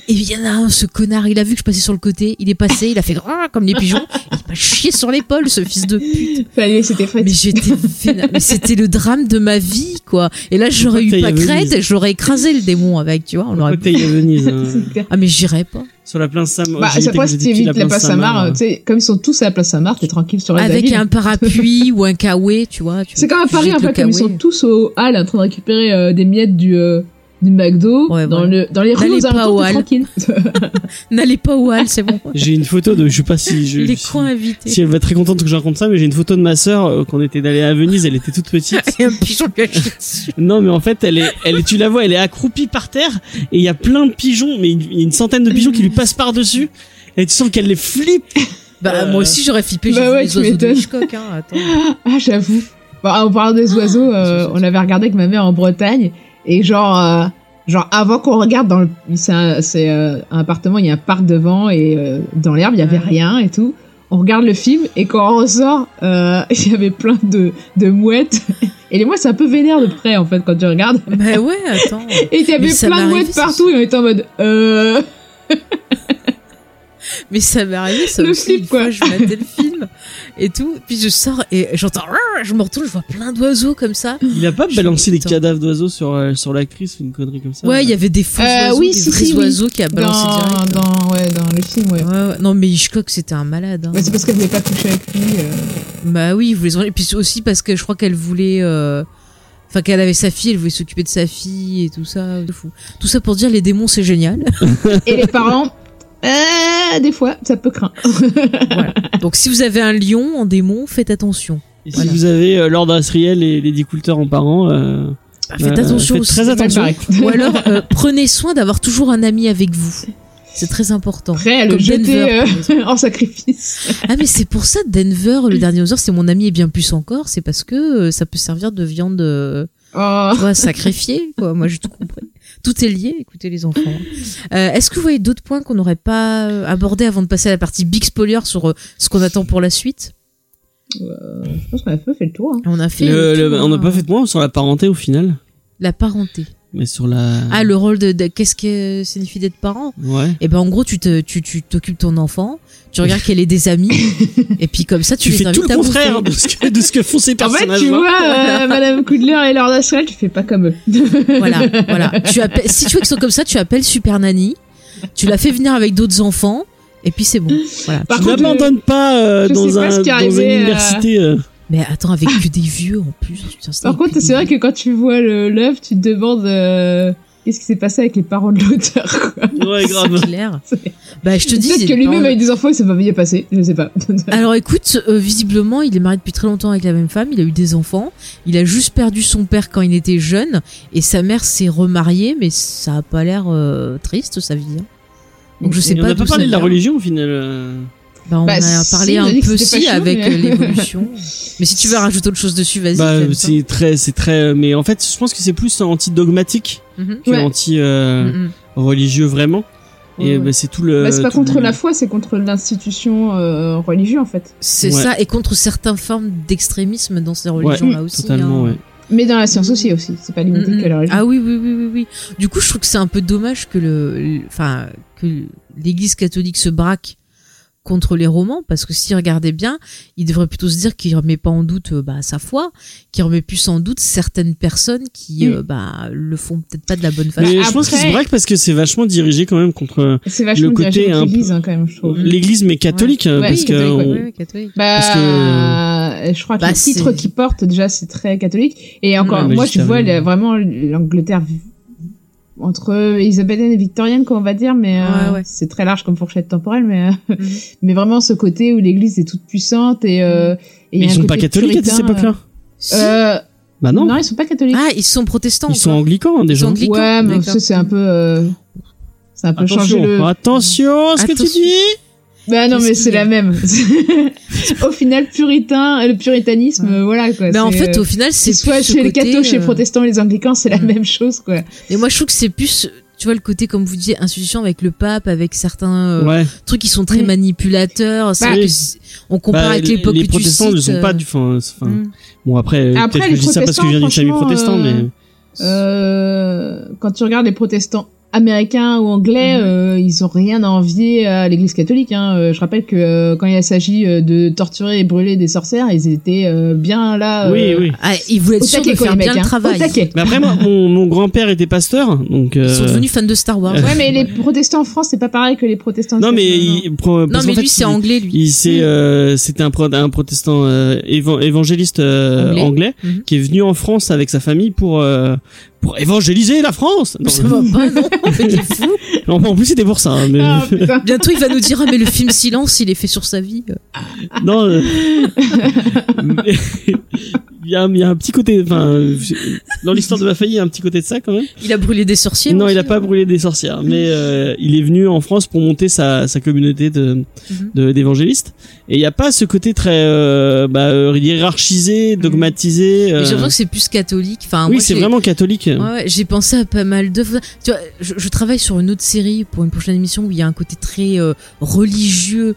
A: Et il y en a un, ce connard, il a vu que je passais sur le côté, il est passé, il a fait grrr comme les pigeons, il m'a chié sur l'épaule, ce fils de pute.
C: fallait c'était frais
A: Mais j'étais vénère. mais c'était le drame de ma vie, quoi. Et là, j'aurais eu
B: Pourquoi
A: pas
B: t'as eu la
A: crête,
B: Venise
A: j'aurais écrasé le démon avec, tu vois, on aurait...
B: Cocktail à Venise. hein.
C: C'est clair.
A: Ah mais j'irais pas.
B: Sur la place Samar.
C: Bah, à chaque fois, si t'évites la place
A: euh,
C: euh, Samar,
B: hein.
C: tu sais, comme ils sont tous à la place Samar, t'es tranquille sur la
A: Avec
C: ville.
A: un parapluie ou un kawaii, tu vois. tu-
C: C'est comme à
A: tu
C: Paris,
A: jettes
C: un
A: le
C: peu comme ils
A: kawaii.
C: sont tous au hall en train de récupérer euh, des miettes du, euh, du McDo.
A: Ouais,
C: dans,
A: voilà.
C: le, dans les rues,
A: N'allez pas
C: aux alentours,
A: au
C: t'es
A: hall.
C: tranquille.
A: N'allez pas au hall, c'est bon.
B: J'ai une photo de. Je sais pas si. Je,
A: Les
B: si-
A: coins invités.
B: Si elle va être très contente que je raconte ça, mais j'ai une photo de ma sœur euh, quand on était allé à Venise, elle était toute petite.
A: Et un pigeon lui a chié dessus.
B: Non, mais en fait, elle est, elle est- tu la vois, elle est accroupie par terre et il y a plein de pigeons, mais une, une centaine de pigeons qui lui passent par dessus. Et tu sens qu'elle les flippe.
A: Bah,
B: Euh,
A: moi aussi j'aurais flippé, j'ai
C: bah
A: vu
C: ouais,
A: les
C: tu
A: oiseaux de
C: m'étonnes.
A: Hitchcock, hein, attends.
C: ah, j'avoue. Bah, en parlant des oiseaux,
A: Ah,
C: euh, on avait regardé avec ma mère en Bretagne. Et genre, euh, genre avant qu'on regarde dans le, c'est un, c'est, euh, un appartement, il y a un parc devant et euh, dans l'herbe, il y avait
A: Ouais.
C: rien et tout. On regarde le film et quand on ressort, euh, il y avait plein de, de mouettes. Et les mouettes, c'est un peu vénère de près en fait quand tu regardes.
A: Bah ouais, attends.
C: Et il y
A: Mais
C: avait
A: ça
C: plein de
A: m'arrive,
C: mouettes
A: ça.
C: partout et on était en mode euh...
A: Mais ça m'est arrivé, ça
C: Le
A: aussi,
C: flip,
A: une fois,
C: quoi.
A: je matais le film et tout, puis je sors et j'entends, Rrr je me retourne, je vois plein d'oiseaux comme ça.
B: Il a pas
A: Je
B: balancé des
A: putain.
B: cadavres d'oiseaux sur, euh, sur l'actrice ou une connerie comme ça.
A: Ouais, il y avait des faux
C: Euh,
A: oiseaux,
C: oui,
A: des
C: si,
A: vrais
C: si, oui.
A: oiseaux qui a balancé
C: dans,
A: direct.
C: dans, ouais, dans le film, ouais.
A: Ouais, ouais. Non mais Hitchcock c'était un malade. hein.
C: Mais c'est parce qu'elle voulait pas coucher avec lui. euh.
A: Bah oui, il voulait s'en- et puis aussi parce que je crois qu'elle voulait, euh, enfin qu'elle avait sa fille, elle voulait s'occuper de sa fille et tout ça, de fou. Tout ça pour dire les démons c'est génial.
C: Et les parents, euh, des fois, ça peut craindre.
A: Donc si vous avez un lion en démon, faites attention.
B: Et si
A: Voilà.
B: vous avez euh, Lord Asriel et Lady Coulter en parents, euh,
A: Bah, faites
B: euh,
A: attention
B: faites
A: aussi.
B: très attention.
C: Mal
A: Ou alors euh, prenez soin d'avoir toujours un ami avec vous. C'est très important.
C: Prêt à le
A: Comme
C: jeter
A: Denver,
C: euh,
A: par exemple.
C: en sacrifice.
A: Ah mais c'est pour ça Denver, le dernier dinosaure, c'est mon ami et bien plus encore. C'est parce que euh, ça peut servir de viande euh,
C: Oh.
A: tu vois, sacrifiée. Quoi. Moi j'ai tout compris. Tout est lié. Écoutez les enfants. Euh, Est-ce que vous voyez d'autres points qu'on n'aurait pas euh, abordés avant de passer à la partie big spoiler sur euh, ce qu'on attend pour la suite
C: Je pense qu'on a peu fait le tour. hein.
A: On a fait
B: Le-
A: le
B: le-
A: tour,
B: on n'a pas
A: hein.
B: fait de point sur la parenté au final,
A: la parenté.
B: mais sur la.
A: Ah le rôle de, de- qu'est-ce que signifie d'être parent
B: Ouais.
A: Et ben en gros, tu te, tu, tu t'occupes de ton enfant, tu regardes qu'elle ait des amis, et puis comme ça, tu,
B: Tu
A: les
B: fais
A: invites
B: tout le
A: à bouffer.
B: contraire de ce, que, de ce que font ces
C: En fait,
B: personnages.
C: tu vois, euh, Madame Coudler et Lord Asriel, tu fais pas comme eux.
A: Voilà, voilà. Tu appelles, si tu veux qu'ils sont comme ça, tu appelles Super Nanny, tu la fais venir avec d'autres enfants, et puis c'est bon. Voilà.
C: Par
B: tu
C: contre,
B: n'abandonnes pas euh,
C: je sais
B: dans,
C: pas ce
B: un,
C: qui est
B: dans
C: arrivé,
B: une
C: euh,
B: université. euh,
A: Mais attends, avec que des vieux en plus. putain,
C: Par contre, c'est vrai que quand tu vois le love, tu te demandes euh, qu'est-ce qui s'est passé avec les parents de l'auteur quoi.
B: Ouais, grave.
A: C'est clair. Bah, je te dis.
C: Peut-être
A: c'est
C: que
A: les
C: lui-même
A: parents-
C: a eu des enfants et s'est pas bien passé, je sais pas.
A: Alors écoute, euh, visiblement, il est marié depuis très longtemps avec la même femme, il a eu des enfants, il a juste perdu son père quand il était jeune, et sa mère s'est remariée, mais ça a pas l'air euh, triste, sa vie. hein. Donc je sais
B: Et on
A: pas
B: n'a pas
A: d'où ça
B: parlé de la
A: vient.
B: religion au final. euh.
A: Bah, on
C: Bah,
A: a
C: si,
A: parlé
C: on a
A: un
C: dit que
A: peu
C: c'était
A: si
C: pas chaud,
A: avec
C: mais-
A: euh, l'évolution. mais si tu veux rajouter autre chose dessus, vas-y.
B: Bah,
A: j'aime ça.
B: c'est très, c'est très. euh, Mais en fait, je pense que c'est plus anti-dogmatique
A: Mhm.
B: que
C: Ouais.
B: anti-religieux
A: Mhm.
B: vraiment.
C: Ouais,
B: Et
C: ouais.
B: bah, c'est tout le.
C: Bah, c'est pas
B: tout
C: contre
B: le-
C: la foi, c'est contre l'institution euh, religieuse en fait.
A: C'est
B: Ouais.
A: ça, et contre certaines formes d'extrémisme dans ces
B: Ouais,
A: religions-là
C: Mm.
A: aussi.
B: totalement.
A: hein.
B: Ouais.
C: Mais dans la science aussi, aussi. C'est pas limité
A: Mm, mm.
C: que la religion.
A: Ah oui, oui, oui, oui, oui. Du coup, je trouve que c'est un peu dommage que le, le- enfin, que l'Église catholique se braque contre les romans, parce que s'ils regardaient bien, ils devraient plutôt se dire qu'ils remet pas en doute euh, bah, sa foi, qu'ils remet plus en doute certaines personnes qui
C: Mm.
A: euh, bah, le font peut-être pas de la bonne façon.
B: Mais je
C: Après-
B: pense qu'ils se braquent parce que c'est vachement dirigé quand même contre
C: C'est vachement
B: Le côté
C: dirigé contre
B: un peu-
C: l'Église hein, quand même, je trouve.
B: l'Église mais catholique hein,
C: Ouais,
B: parce
C: oui,
B: que
C: catholique,
B: on-
C: ouais, Bah,
B: Parce que-
C: je crois que
A: Bah,
C: le titre
A: c'est-
C: qu'il porte déjà c'est très catholique. Et encore,
B: Ouais, mais
C: moi
B: juste
C: je vois
B: avant.
C: la- vraiment l'Angleterre vi- entre élisabéthaine et victorienne, quoi on va dire, mais euh,
A: Ouais, ouais.
C: c'est très large comme fourchette temporelle, mais euh,
A: Mhm.
C: mais vraiment ce côté où l'Église est toute puissante et, euh, et il y
B: mais
C: a
B: ils
C: un
B: sont pas
C: côté
B: catholiques à
C: puritain,
B: cette époque-là.
A: Si.
C: euh,
B: Bah
C: non.
B: non,
C: ils sont pas catholiques.
A: Ah, ils sont protestants.
B: ils sont
A: quoi.
B: anglicans hein,
A: Ils
B: déjà.
A: sont anglicans.
C: ouais, mais
A: d'accord.
C: ça c'est un peu, euh, c'est un peu changé
B: Attention, hein.
C: le.
B: attention à ce que tu
A: Attention.
B: dis.
C: Bah non,
A: Qu'est-ce
C: mais
A: qu'il
C: c'est
A: y a
C: la même. au final, puritain, le puritanisme,
A: Ouais.
C: euh, voilà quoi.
A: Mais en
C: c'est,
A: fait,
C: euh,
A: au final, c'est
C: c'est soit
A: plus ce
C: chez les
A: côté,
C: cathos, chez les
A: euh,
C: protestants, les anglicans, c'est la
A: Mm.
C: même chose quoi.
A: Mais moi, je trouve que c'est plus, tu vois, le côté, comme vous disiez, institution avec le pape, avec certains euh,
B: Ouais.
A: trucs qui sont très
C: Mm.
A: manipulateurs. c'est
C: Bah,
A: vrai que
B: oui.
A: si- on compare
B: Bah,
A: avec l'époque
B: les
A: que tu
B: protestants ne
A: cites,
B: sont pas
A: euh,
B: du enfin, c'est- enfin,
A: mm.
B: bon après,
C: Après,
B: peut-être que
C: les
B: je dis ça parce que je viens d'une famille
C: protestants,
B: protestante mais
C: Euh, quand tu regardes les protestants américains ou anglais,
A: Mhm.
C: euh, ils ont rien à envier à l'Église catholique. Hein. Euh, Je rappelle que euh, quand il s'agit euh, de torturer et brûler des sorcières, ils étaient euh, bien là.
B: oui
C: euh,
B: oui.
A: Ah, ils voulaient être
C: Au
A: sûrs
C: taquet,
A: de
C: quoi,
A: faire
C: les mecs,
A: bien le
C: hein.
A: travail.
C: Au taquet.
B: Mais après moi mon, mon grand-père était pasteur donc
A: Ils sont
B: euh,
A: devenus fans de Star Wars.
C: Ouais, mais les protestants en France, c'est pas pareil que les protestants.
B: Non mais
C: américains,
B: il- pro-
A: Non,
B: parce
A: mais
B: qu'en fait,
A: lui, c'est
B: il-
A: anglais, Mm. lui.
B: Il s'est, euh, c'était un, pro- un protestant euh, évan- évangéliste euh,
A: Anglais.
B: anglais,
A: Mhm.
B: qui est venu en France avec sa famille pour euh, pour évangéliser la France. Non,
A: Ça va pas, non Mais il est fou.
B: en en plus, c'était pour ça. hein, mais-
C: non. Ah, putain.
A: Bientôt, il va nous dire, ah, mais le film Silence, il est fait sur sa vie.
B: non. euh, mais- Il y, a, un- il y a un petit côté, enfin, euh, dans l'histoire de ma famille, il y a un petit côté de ça quand même.
A: Il a brûlé des sorciers.
B: non,
A: aussi,
B: il a
A: hein.
B: pas brûlé des sorcières, mais euh, il est venu en France pour monter sa, sa communauté de
A: Mhm.
B: de- d'évangélistes. Et il n'y a pas ce côté très euh, bah, euh, hiérarchisé,
A: Mhm.
B: dogmatisé.
A: Mais
B: euh,
A: j'ai l'impression que c'est plus catholique. Enfin,
B: oui,
A: moi,
B: c'est
A: j'ai-
B: vraiment catholique.
A: Ouais, ouais, j'ai pensé à pas mal d'œuvres. Tu vois, je, je travaille sur une autre série pour une prochaine émission où il y a un côté très euh, religieux.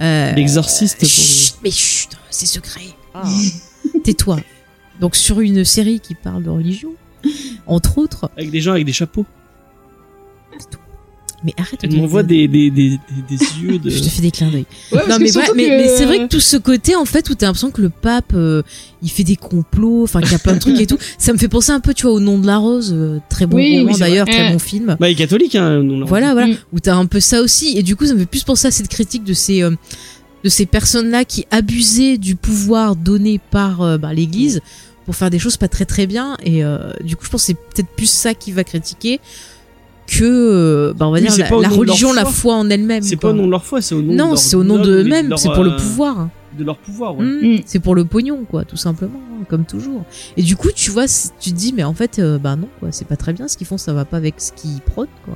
A: Euh,
B: L'exorciste.
A: Chut, mais chut, c'est secret. Tais-toi. Donc sur une série qui parle de religion, entre autres.
B: Avec des gens avec des chapeaux.
A: Mais arrête.
B: Elle
A: de-
B: m'envoie des, des, des, des, des yeux de.
A: Je te fais des clins d'œil.
C: Ouais, parce
A: Non
C: que
A: mais,
C: surtout
A: ouais, mais,
C: que-
A: mais c'est vrai que tout ce côté en fait où t'as l'impression que le pape euh, il fait des complots, enfin qu'il y a plein de trucs et tout, ça me fait penser un peu tu vois au nom de la rose, euh, très bon
C: Oui,
A: roman
C: oui, c'est
A: d'ailleurs,
C: vrai.
A: très
C: Eh.
A: bon film.
B: Bah, il est catholique, hein. non, non.
A: Voilà, voilà.
C: Mm.
A: Où t'as un peu ça aussi. Et du coup, ça me fait plus penser à cette critique de ces, euh, de ces personnes-là qui abusaient du pouvoir donné par, euh, par l'Église pour faire des choses pas très très bien. Et euh, du coup, je pense que c'est peut-être plus ça qui va critiquer que, euh, bah, on va
B: Oui,
A: dire,
B: c'est
A: la,
B: pas au
A: la
B: nom de leur
A: religion, la
B: foi.
A: foi en elle-même.
B: C'est
A: quoi.
B: pas au nom de leur foi, c'est au nom de
A: Non,
B: leur
A: c'est au nom
B: noble et
A: d'eux-mêmes,
B: leur,
A: c'est pour le
B: euh,
A: pouvoir. hein.
B: De leur pouvoir, ouais.
A: Mm.
C: Mm.
A: C'est pour le pognon, quoi, tout simplement, hein, comme toujours. Et du coup, tu vois, c'est- tu te dis, mais en fait, euh, bah non, quoi, c'est pas très bien ce qu'ils font, ça va pas avec ce qu'ils prônent, quoi.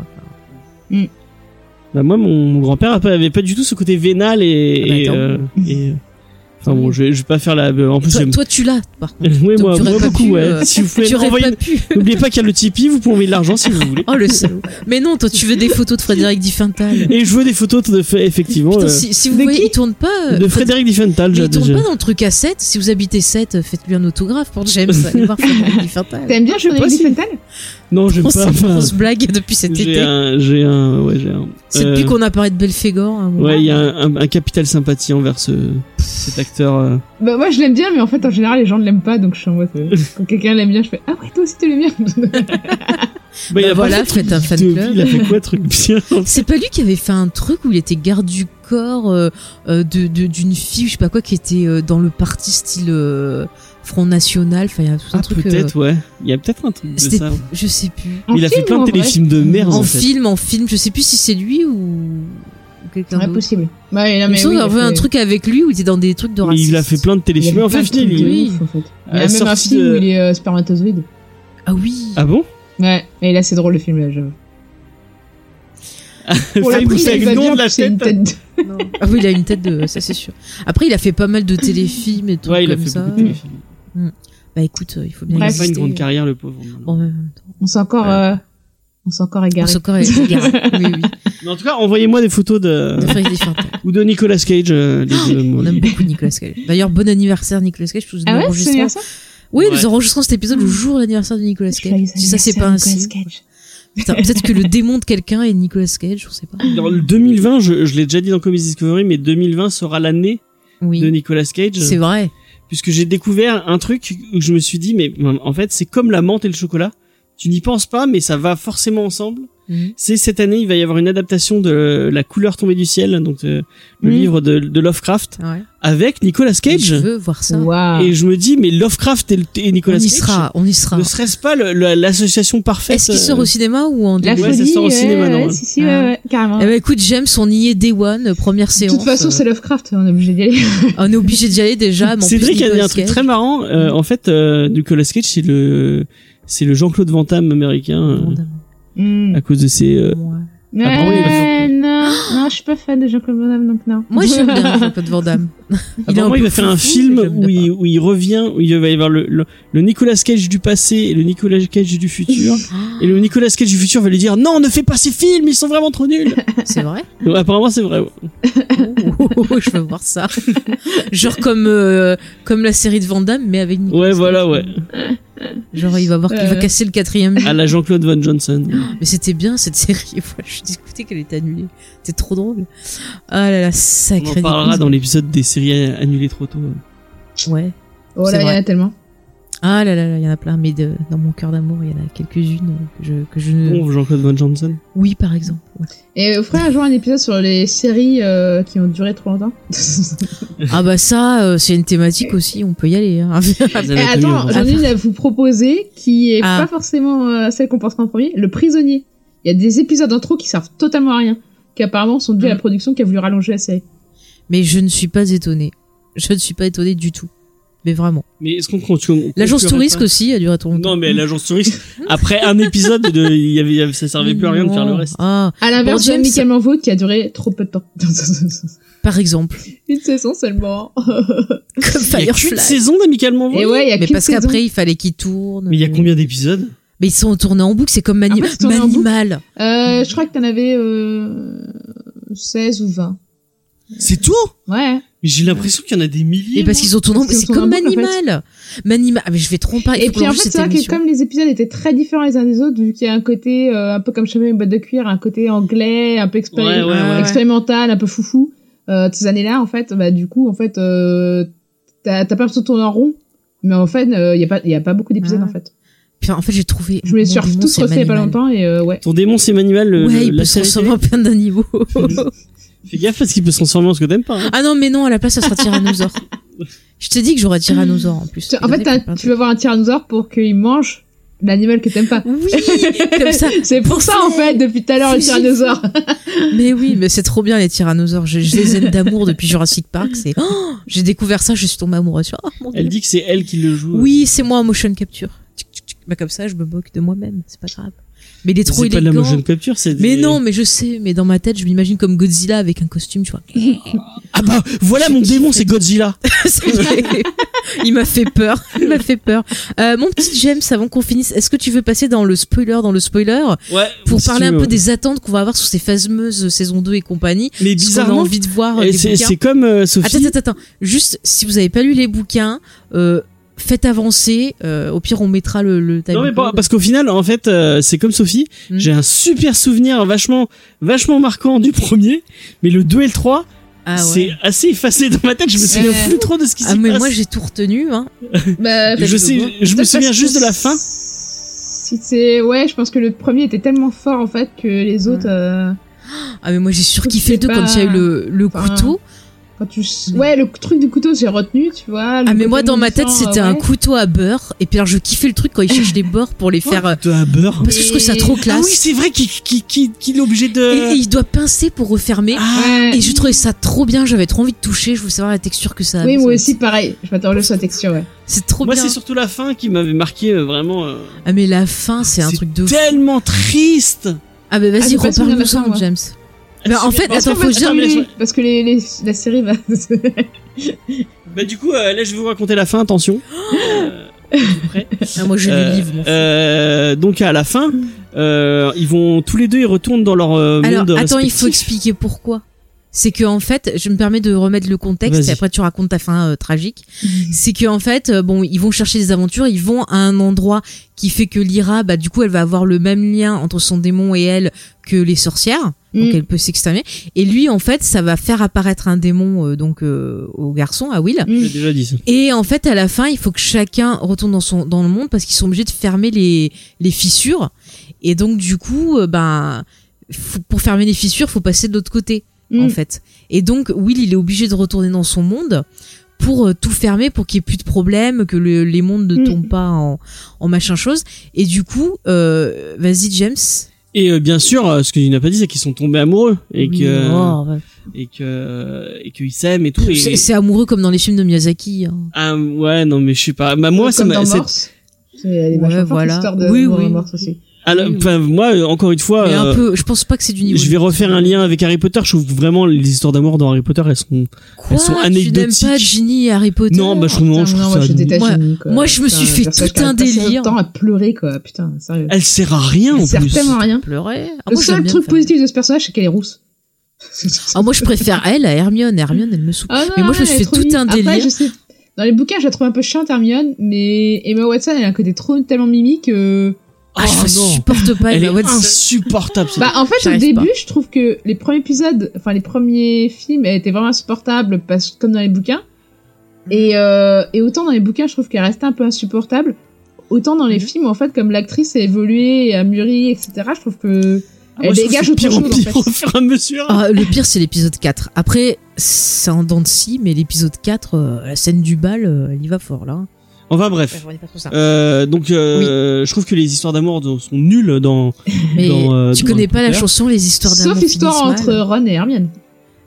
B: Bah, moi, mon, mon grand-père avait pas- avait pas du tout ce côté vénal et.
A: Ah, bah,
B: et,
A: attends.
B: euh, et, euh, Enfin bon, je vais, je vais pas faire la. euh, En plus,
A: Toi,
B: j'aime-
A: toi, tu l'as, par contre.
B: Oui,
A: donc
B: moi,
A: tu aurais
B: moi
A: pas
B: beaucoup,
A: pu,
B: ouais.
A: euh,
B: Si vous pouvez
A: tu aurais
B: m'envoyer-
A: pas pu.
B: N'oubliez pas qu'il y a le Tipeee, vous pouvez envoyer de l'argent si vous voulez.
A: Oh le salaud. Mais non, toi tu veux des photos de Frédéric Diffental.
B: Et je veux des photos de fait, effectivement.
A: Putain,
B: euh,
A: si, si vous
C: de
A: voyez,
C: qui
A: il tourne pas. euh,
B: de
A: Fred-
B: Frédéric Diffenthal,
A: mais
B: j'ai
A: il tourne
B: déjà-
A: pas dans le truc à 7. Si vous habitez 7, faites-lui un autographe pour James. Allez voir Frédéric Diffental.
C: T'aimes bien Frédéric
B: si-
C: Diffental
B: Non, j'aime
A: On
B: pas.
A: s'est fait
B: enfin,
A: une grosse blague depuis cet
B: J'ai
A: été.
B: un, j'ai un, ouais, j'ai un.
A: C'est
B: euh,
A: depuis qu'on a parlé de Belphégor. hein, à un moment.
B: Ouais, il y a un, un- un capital sympathie envers ce, cet acteur. euh.
C: Bah moi je l'aime bien, mais en fait en général les gens ne l'aiment pas, donc je suis en mode euh, quand quelqu'un l'aime bien, je fais ah ouais toi aussi tu l'aimes bien.
B: Bah, il a pas
A: voilà,
B: fait
A: faites un
B: de
A: fan
B: vie,
A: club.
B: Il a fait quoi, truc bien
A: C'est pas lui qui avait fait un truc où il était garde du corps euh, euh, de de- d'une fille, je sais pas quoi, qui était euh, dans le parti style euh, Front National, enfin il y a tout un
B: Ah,
A: truc. euh,
B: peut-être, ouais. Il y a peut-être un truc de
A: c'était-
B: ça. ouais.
A: je sais plus.
C: En
B: Il a fait
C: film
B: plein
C: ou
B: de
C: en vrai
B: téléfilms de merde,
A: en
B: fait.
A: film, en film, je sais plus si c'est lui ou, ou quelqu'un
C: Ouais,
A: d'autre.
C: possible. Bah, non,
A: Il me
C: mais
A: semble
C: oui,
A: qu'on
C: il a
A: avait un
C: fait-
A: truc avec lui où il était dans des trucs de
B: Mais
A: racisme.
B: il a fait plein de
C: il a
B: téléfilms. Mais en
C: plein
B: fait,
C: de
B: final,
C: trucs
B: il...
C: de
B: Ah,
A: oui.
C: ouf, en fait. Il y
B: à
C: a
B: la
C: même un
B: sortie
C: film
B: de-
C: où il est euh, spermatozoïde.
A: Ah oui.
B: Ah bon
C: Ouais, et là c'est drôle le film là, j'avoue. Pour
B: Fallait pousser
C: la prise,
B: avec
C: il va
B: le nom
C: bien
B: de la
C: pousser une
B: tête.
C: tête. de-
A: Ah oui, il a une tête de. Ça, c'est sûr. Après, il a fait pas mal de téléfilms et tout.
B: Ouais, il a
A: comme
B: fait
A: ça.
B: beaucoup de téléfilms.
A: Bah écoute, euh, il faut bien
B: Il a pas
A: exister.
B: une grande carrière, le pauvre. maintenant.
A: Bon, en même temps.
C: On s'est encore,
B: Ouais.
C: euh, on s'est encore
A: On
C: égaré.
A: s'est encore égaré. Oui, oui.
B: Mais en tout cas, envoyez-moi des photos de
A: De Freddy Fantasme.
B: ou de Nicolas Cage. euh, les deux, moi,
A: On aime
B: il-
A: beaucoup Nicolas Cage. D'ailleurs, bon anniversaire Nicolas Cage. parce que
C: Ah
A: nous
C: ouais,
A: enregistrons-
C: c'est ça
A: Oui, nous
B: Ouais.
A: enregistrons cet épisode le jour de l'anniversaire de Nicolas Cage. Si ça, c'est pas un signe. Putain, Peut-être que le démon de quelqu'un est Nicolas Cage, je sais pas.
B: Dans le 2020, je, je l'ai déjà dit dans Comedy Discovery, mais 2020 sera l'année de
A: Oui.
B: Nicolas Cage.
A: C'est vrai.
B: Puisque j'ai découvert un truc où je me suis dit, mais en fait, c'est comme la menthe et le chocolat. Tu n'y penses pas, mais ça va forcément ensemble.
A: Mhm.
B: C'est cette année, il va y avoir une adaptation de La couleur tombée du ciel, donc euh, le
C: Mhm.
B: livre de, de Lovecraft,
A: Ouais.
B: avec Nicolas
A: Je
B: Cage.
A: veux voir ça.
C: Waouh.
B: Et je me dis, mais Lovecraft et, le- et
A: On
B: Nicolas
A: y
B: Cage,
A: sera, on y sera.
B: ne serait-ce pas le- le- l'association parfaite
A: Est-ce qu'il sort
B: euh,
A: au cinéma ou en
C: La
A: DVD
B: Ouais, ça
C: folie,
B: sort au
C: ouais,
B: cinéma,
C: ouais,
B: non,
C: si, si, ouais,
A: Ah.
C: ouais, carrément.
A: Eh ben écoute, James, on y est Day One, euh, première
C: De
A: séance. euh,
C: toute façon, c'est Lovecraft, on est obligé d'y aller.
A: On est obligé d'y aller déjà. mais en plus,
B: Cédric a dit
A: Nicolas
B: un truc
A: Cage. Mm.
B: très marrant. Euh, en fait, euh, Nicolas Cage, c'est le, c'est le Jean-Claude Van Damme américain euh,
A: Bon,
C: Mm.
B: à cause de ses. euh,
A: ouais.
C: Ouais,
B: Ah bon, oui, bah,
C: non, non, je suis pas fan de Jean-Claude Van Damme, donc non.
A: Moi j'aime bien Jean-Claude Van Damme. est un
B: Ah, apparemment, il
A: peu
B: va faire un
A: foufou,
B: film
A: mais j'aime
B: où il, où il revient, où il va y avoir le, le, le Nicolas Cage du passé et le Nicolas Cage du futur. et le Nicolas Cage du futur va lui dire non, ne fais pas ces films, ils sont vraiment trop nuls.
A: bien. C'est vrai
B: Donc, apparemment, c'est vrai. ouais.
A: Oh, oh, oh, Je veux voir ça. Genre comme, euh, comme la série de Van Damme, mais avec Nicolas
B: Ouais,
A: Cage.
B: voilà, ouais.
A: Genre il va voir qu'il va
C: Euh.
A: casser le quatrième.
B: À la Jean-Claude Van Johnson.
A: Mais c'était bien cette série. Moi, je discutais qu'elle était annulée. C'était trop drôle. Ah là là,
B: On
A: sacré
B: en parlera
A: Nicolas.
B: dans l'épisode des séries annulées trop tôt.
A: Euh. Ouais.
C: Oh
A: C'est
C: là, il y en
A: vrai.
C: a tellement.
A: Ah là là là, il y en a plein, mais de- dans mon cœur d'amour, il y en a quelques-unes que je, que je...
B: Bon, Jean-Claude Van Johnson.
A: Oui, par exemple. ouais.
C: Et vous ferez un jour un épisode sur les séries euh, qui ont duré trop longtemps
A: Ah bah ça, euh, c'est une thématique aussi, on peut y aller. hein.
C: Et attends, j'en ai une à vous proposer qui est
A: Ah.
C: pas forcément euh, celle qu'on pensera en premier, Le Prisonnier. Il y a des épisodes d'intro qui servent totalement à rien, qui apparemment sont
A: Mm.
C: dus à la production qui a voulu rallonger la série.
A: mais je ne suis pas étonnée. Je ne suis pas étonnée du tout. Mais vraiment.
B: Mais est-ce qu'on continue
A: L'agence
B: touriste
A: touriste aussi a duré trop longtemps.
B: Non, mais l'agence touriste, après un épisode, de, il y avait, il y avait- ça servait plus à rien de faire le
A: Non.
B: reste.
A: Ah,
C: À l'inverse
A: Bon,
C: de
A: James-
C: Michael Vaude qui a duré trop peu de temps.
A: par exemple.
C: Une saison seulement.
A: Comme
B: Il y a qu'une
A: Firefly.
B: saison d'amicalement
C: Et
B: Vaudou
C: ouais, il y a
A: Mais
C: qu'une
A: parce
C: saison.
A: qu'après, il fallait qu'ils tournent.
B: Mais il y a combien d'épisodes
A: Mais ils sont tournés en boucle, c'est comme Mani-
C: Ah ouais, c'est tourné en boucle
A: Manimal.
C: Euh, je
A: Mm.
C: crois que t'en avais euh, 16 ou 20.
B: C'est tout
C: Ouais.
B: Mais j'ai l'impression qu'il y en a des milliers.
A: Et parce qu'ils ont tourné en
C: Parce
A: boucle,
C: qu'ils
A: c'est comme
C: ont tourné en boucle, en
A: Manimal. Manimal. Ah, mais je vais tromper. il
C: Et
A: faut qu'on
C: puis en fait,
A: enregistre
C: c'est
A: cette
C: vrai que
A: émission.
C: comme les épisodes étaient très différents les uns des autres, vu qu'il y a un côté euh, un peu comme Chablis et une boîte de cuir, un côté anglais, un peu expéri-
B: Ouais, ouais, ouais.
C: expérimental, un peu foufou, euh, de ces années-là, en fait, bah du coup, en fait, euh, t'as t'as pas l'impression de tourner en rond, mais en fait, il y, a pas- y a pas beaucoup d'épisodes,
A: Ah.
C: en fait.
A: Putain, en fait, j'ai trouvé.
C: Je me les suis
A: Mon démon,
C: tous
A: c'est
C: refait il y a pas
A: Manimal.
C: longtemps, et euh, ouais.
B: Ton démon, c'est Manuel, le,
A: ouais,
B: le-
A: il
B: la
A: peut se
B: série
A: transformer en plein d'un niveau.
B: télé. Fais gaffe parce qu'il peut se transformer en ce que t'aimes pas. hein.
A: ah non, mais non, à la place, ça sera Tyrannosaure. Je t'ai dit que j'aurais Tyrannosaure en plus.
C: Tu- En fait,
A: Il y a
C: t'as-
A: plein de
C: tu vas voir un tyrannosaure pour qu'il mange l'animal que t'aimes pas.
A: trucs. Oui, comme ça.
C: C'est pour ça, en fait, depuis tout à l'heure, le
A: Fusil.
C: tyrannosaure.
A: Mais oui, mais c'est trop bien les tyrannosaures. Je, je les aime d'amour depuis Jurassic Park. C'est, oh, j'ai découvert ça, je suis tombée amoureuse. Oh, mon Dieu.
B: Elle dit que c'est elle qui le joue.
A: Oui, c'est moi en motion capture. Tchic, tchic, tchic. Bah, comme ça, je me moque de moi-même. C'est pas grave. Mais il est
B: Mais
A: trop
B: C'est pas de
A: élégant.
B: la motion capture, c'est. des-
A: mais non, mais je sais. Mais dans ma tête, je m'imagine comme Godzilla avec un costume, tu vois.
B: Ah bah voilà mon démon, c'est Godzilla.
A: C'est vrai. Il m'a fait peur. Il m'a fait peur. Euh, mon petit James, avant qu'on finisse, est-ce que tu veux passer dans le spoiler, dans le spoiler,
B: Ouais.
A: pour
B: si
A: parler
B: tu
A: un
B: veux,
A: peu
B: ouais.
A: des attentes qu'on va avoir sur ces fameuses saisons 2 et compagnie ce qu'on
B: Mais
A: a
B: bizarrement,
A: envie de voir euh,
B: et
A: des
B: c'est
A: bouquins.
B: c'est comme euh, Sophie.
A: Attends, attends, attends. Juste, si vous n'avez pas lu les bouquins, euh, faites avancer. euh, au pire, on mettra le, le time
B: Non mais
A: code.
B: pas- parce qu'au final en fait euh, c'est comme Sophie,
A: Mm.
B: j'ai un super souvenir vachement vachement marquant du premier, mais le 2 et le 3
A: Ah, ouais.
B: c'est assez effacé dans ma tête, je me
C: C'est
B: souviens
C: fou.
B: plus trop de ce qui
A: Ah,
B: s'y
A: mais
B: passe.
A: moi, j'ai tout retenu. Hein.
C: Bah,
B: je sais, je me
C: Peut-être
B: souviens
C: parce
B: juste
C: que
B: de la
C: c-
B: fin.
C: Si c'est ouais, je pense que le premier était tellement fort en fait que les autres. euh,
A: Ah, mais moi, j'ai surkiffé
C: C'est
A: le 2
C: pas-
A: quand il y a eu le, le
C: enfin,
A: couteau.
C: Quand tu... Ouais, le truc du couteau, j'ai retenu, tu vois. le
A: Mm. Ah mais
C: côté
A: moi dans ma tête
C: innocent,
A: c'était
C: euh,
A: un
C: ouais.
A: couteau à beurre et puis alors je kiffais le truc quand ils cherchent des bords pour les faire euh,
B: Oh, de la beurre.
A: parce que je trouve ça trop classe.
B: Ah oui, c'est vrai qu'il qu'il- qu'il- qu'il est obligé
A: et, et
B: de.
A: il doit pincer pour refermer
B: Ah,
C: Ouais.
A: et je trouvais ça trop bien, j'avais trop envie de toucher, je voulais savoir la texture que ça avait.
C: Oui, moi aussi, pareil. Je m'attendais sur la texture, ouais.
A: C'est trop
B: moi,
A: bien.
B: c'est surtout la fin qui m'avait marqué euh, vraiment. euh,
A: Ah mais la fin c'est un
B: C'est
A: truc de fou.
B: tellement triste.
A: Ah mais
C: Ah,
A: vas-y,
C: j'ai pas souvenir de
A: reparle-nous
C: la fin,
A: ça
C: moi.
A: James. Bah, en fait,
B: Parce que-
A: attends, faut
B: mais-
A: que je dise-
B: mais laisse-
C: Parce que les, les- la série va. Mm.
B: Bah du coup, euh, là, je vais vous raconter la fin. Attention. Euh, êtes-vous prêts
A: Ah, moi j'ai
B: Euh,
A: le livre. Mon fou.
B: euh, donc à la fin, euh, ils vont tous les deux, ils retournent dans leur euh,
A: Alors
B: monde
A: attends, il
B: respectif.
A: faut expliquer pourquoi. C'est que en fait, je me permets de remettre le contexte
B: Vas-y.
A: et après tu racontes ta fin euh, tragique. C'est que en fait, euh, bon, ils vont chercher des aventures, ils vont à un endroit qui fait que Lyra, bah du coup, elle va avoir le même lien entre son démon et elle que les sorcières, donc
C: Mm.
A: elle peut s'exterminer. Et lui, en fait, ça va faire apparaître un démon euh, donc euh, au garçon, à Will.
C: Mm.
B: J'ai déjà dit ça.
A: Et en fait, à la fin, il faut que chacun retourne dans son dans le monde parce qu'ils sont obligés de fermer les les fissures. Et donc du coup, euh, ben faut- pour fermer les fissures, faut passer de l'autre côté en
C: Mm.
A: fait. Et donc Will, il est obligé de retourner dans son monde pour euh, tout fermer, pour qu'il n'y ait plus de problème, que le- les mondes ne
C: Mm.
A: tombent pas en, en machin chose. Et du coup, euh, vas-y James.
B: Et euh, bien sûr, euh, ce que tu n'as pas dit, c'est qu'ils sont tombés amoureux et
A: Oui,
B: que
A: oh, ouais.
B: et que et qu'ils s'aiment et tout. Et,
A: C'est c'est amoureux comme dans les films de Miyazaki. hein.
B: Ah, ouais, non mais je sais pas. Bah, moi, ça
C: Comme
B: m'a.
C: dans
B: c'est-
C: Morse. C'est- Elle est
A: Ouais,
C: vachement forte,
A: voilà.
C: l'histoire de
A: Oui,
C: Morse
A: oui.
C: Morse aussi.
B: Alors,
A: Oui, oui.
B: enfin, moi, euh, encore une fois,
A: Mais
B: euh,
A: un peu, je pense pas que c'est du niveau.
B: je vais refaire un lien avec Harry Potter. Je trouve que vraiment les histoires d'amour dans Harry Potter, elles sont.
A: Quoi
B: sont
A: Tu n'aimes
B: anecdotiques.
A: pas Ginny et Harry Potter
B: Non, bah je trouve,
C: Putain,
B: je trouve
C: non,
B: ça.
C: moi, je déteste
A: Ah, Moi-
C: Ginny, quoi.
A: moi, je me
C: Putain,
A: suis fait
C: personnage
A: tout
C: qui
A: un
C: a passé
A: délire.
C: temps à pleurer, quoi. Putain, sérieux.
B: Elle sert à rien Ah, en
C: Elle sert
B: plus.
C: tellement à rien.
A: pleurer. Ah, moi,
C: Le
A: j'aime
C: seul
A: bien
C: truc
A: faire-
C: positif de ce personnage, c'est qu'elle est rousse.
A: Ah, moi, je préfère elle à Hermione. Hermione, elle me soupe.
C: Ah non,
A: Mais moi, je me suis
C: elle
A: fait
C: est trop
A: tout
C: mignonne.
A: un
C: Après,
A: délire.
C: je sais- Dans les bouquins, je la trouve un peu chiante, Hermione, mais Emma Watson, elle a un côté trop tellement euh. mimi que.
A: Ah, je
B: Oh, non.
A: supporte pas
B: Elle est
A: Emma Watson.
B: insupportable. cette-
C: Bah, en fait, au
A: J'arrive
C: début, je trouve que les premiers épisodes, enfin, les premiers films, elle était vraiment insupportable, parce, comme dans les bouquins.
A: Mm-hmm.
C: Et, euh, et autant dans les bouquins, je trouve qu'elle restait un peu insupportable. Autant dans les
A: Mm-hmm.
C: films, en fait, comme l'actrice a évolué, a mûri, etc., je trouve que.
B: Ah,
C: elle
A: Eh ben,
B: moi, je trouve
C: dégage
B: que c'est
C: autre chose,
B: pire en pire
C: en fait.
B: au fur et à mesure.
A: Ah, le pire, c'est l'épisode 4. Après, c'est en dents de scie, mais l'épisode 4, euh, la scène du bal, euh, elle y va fort, là.
B: Enfin bref. Euh, donc euh, je trouve que les histoires d'amour de- sont nulles dans
A: Mais
B: dans, euh,
A: tu
B: dans
A: connais
B: Harry
A: pas la
B: Potter.
A: chanson Les histoires d'amour
C: Sauf l'histoire
A: finissent
C: entre
A: mal
C: Ron et Hermione.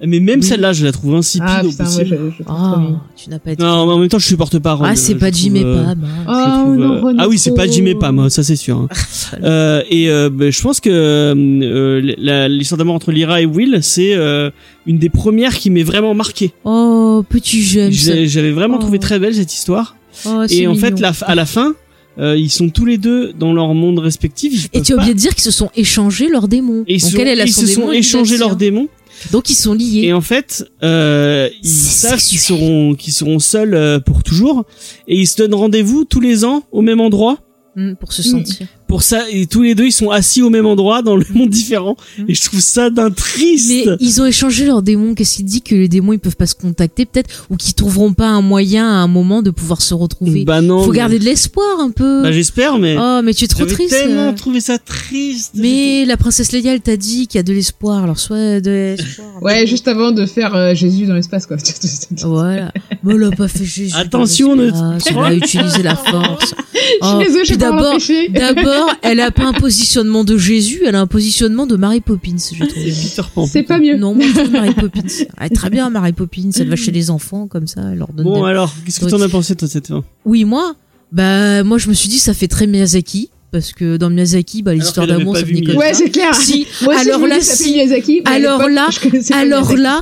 B: mais même
A: Oui.
B: celle-là je la trouve insipide
C: Ah
B: au
C: putain, moi, je,
B: possible.
C: je trouve trop
A: Ah,
C: mimi.
A: tu n'as pas été...
B: Non, mais en même temps je supporte pas Ron.
A: ah,
B: Euh,
A: c'est
B: je
A: pas
B: trouve,
A: Jim et
B: euh,
A: pas, mince.
B: je
C: Oh,
B: trouve,
C: non,
B: euh,
C: Ron
B: Ah
C: est
B: oui, c'est pas
C: trop-
B: Jim et Pam, ça c'est sûr. hein.
C: Oh.
B: Euh, et euh, bah, je pense que euh, la- l'histoire d'amour entre Lyra et Will, c'est euh, une des premières qui m'est vraiment marquée.
A: Oh, petit jeune.
B: J'ai- J'avais vraiment
A: Oh.
B: trouvé très belle cette histoire.
A: Oh, c'est
B: et en fait,
A: mignon.
B: la, à la fin, euh, ils sont tous les deux dans leur monde respectif. Ils
A: Et
B: peuvent
A: tu as
B: pas-
A: oublié de dire qu'ils se sont échangés leurs démons.
B: Et ils,
A: Donc
B: sont-
A: elle, elle a
B: ils
A: son
B: se
A: démon,
B: sont
A: lui, il a
B: échangés
A: le
B: leurs
A: sien.
B: démons.
A: Donc ils sont liés.
B: Et en fait, euh, ils
A: C'est
B: savent qu'ils
A: sexuel.
B: seront, qu'ils seront seuls euh, pour toujours. Et ils se donnent rendez-vous tous les ans au même endroit.
A: Mm, pour se sentir.
B: Pour ça, et tous les deux, ils sont assis au même endroit dans le monde différent.
A: Mm.
B: Et je trouve ça d'un
A: Mais
B: triste.
A: ils ont échangé leurs démons. Qu'est-ce qu'il dit que les démons ils peuvent pas se contacter peut-être ou qu'ils trouveront pas un moyen à un moment de pouvoir se retrouver.
B: Bah non.
A: Faut
B: mais-
A: garder de l'espoir un peu.
B: Bah j'espère, mais.
A: oh mais tu es trop
B: J'avais
A: triste.
B: tellement
A: euh.
B: trouvé ça triste.
A: Mais la princesse Leia elle t'a dit qu'il y a de l'espoir. Alors soit de l'espoir.
C: Ouais, juste avant de faire euh, Jésus dans l'espace, quoi.
A: Voilà. Mais elle a pas fait Jésus.
B: Attention,
A: ne.
B: ne-
A: Elle a utilisé la force.
C: Je
A: Oh,
C: suis désolée, je
A: puis
C: vais pas
A: d'abord-
C: l'empêcher.
A: D'abord, elle a pas un positionnement de Jésus, elle a un positionnement de Mary Poppins, je trouve.
B: Peter Pan.
C: C'est pas mieux.
A: Non, moi je trouve Mary Poppins. Elle est très bien, Mary Poppins. Elle va chez les enfants, comme ça, elle leur donne
B: Bon
A: des-
B: alors, qu'est-ce que t'en as pensé toi de cette fin
A: Oui, moi, bah, moi je me suis dit, ça fait très Miyazaki. Parce que dans Miyazaki, bah, l'histoire
B: qu'elle avait
A: d'amour,
B: pas
A: ça
B: vu
A: venait comme
B: Miyazaki.
C: Ouais,
A: ça.
C: c'est clair.
A: Si,
C: Moi aussi,
A: alors
C: je me
A: là,
C: dis, ça
A: si.
C: fait Miyazaki, mais à
A: alors
C: l'époque,
A: là,
C: je connaissais pas
A: Alors
C: Miyazaki.
A: là,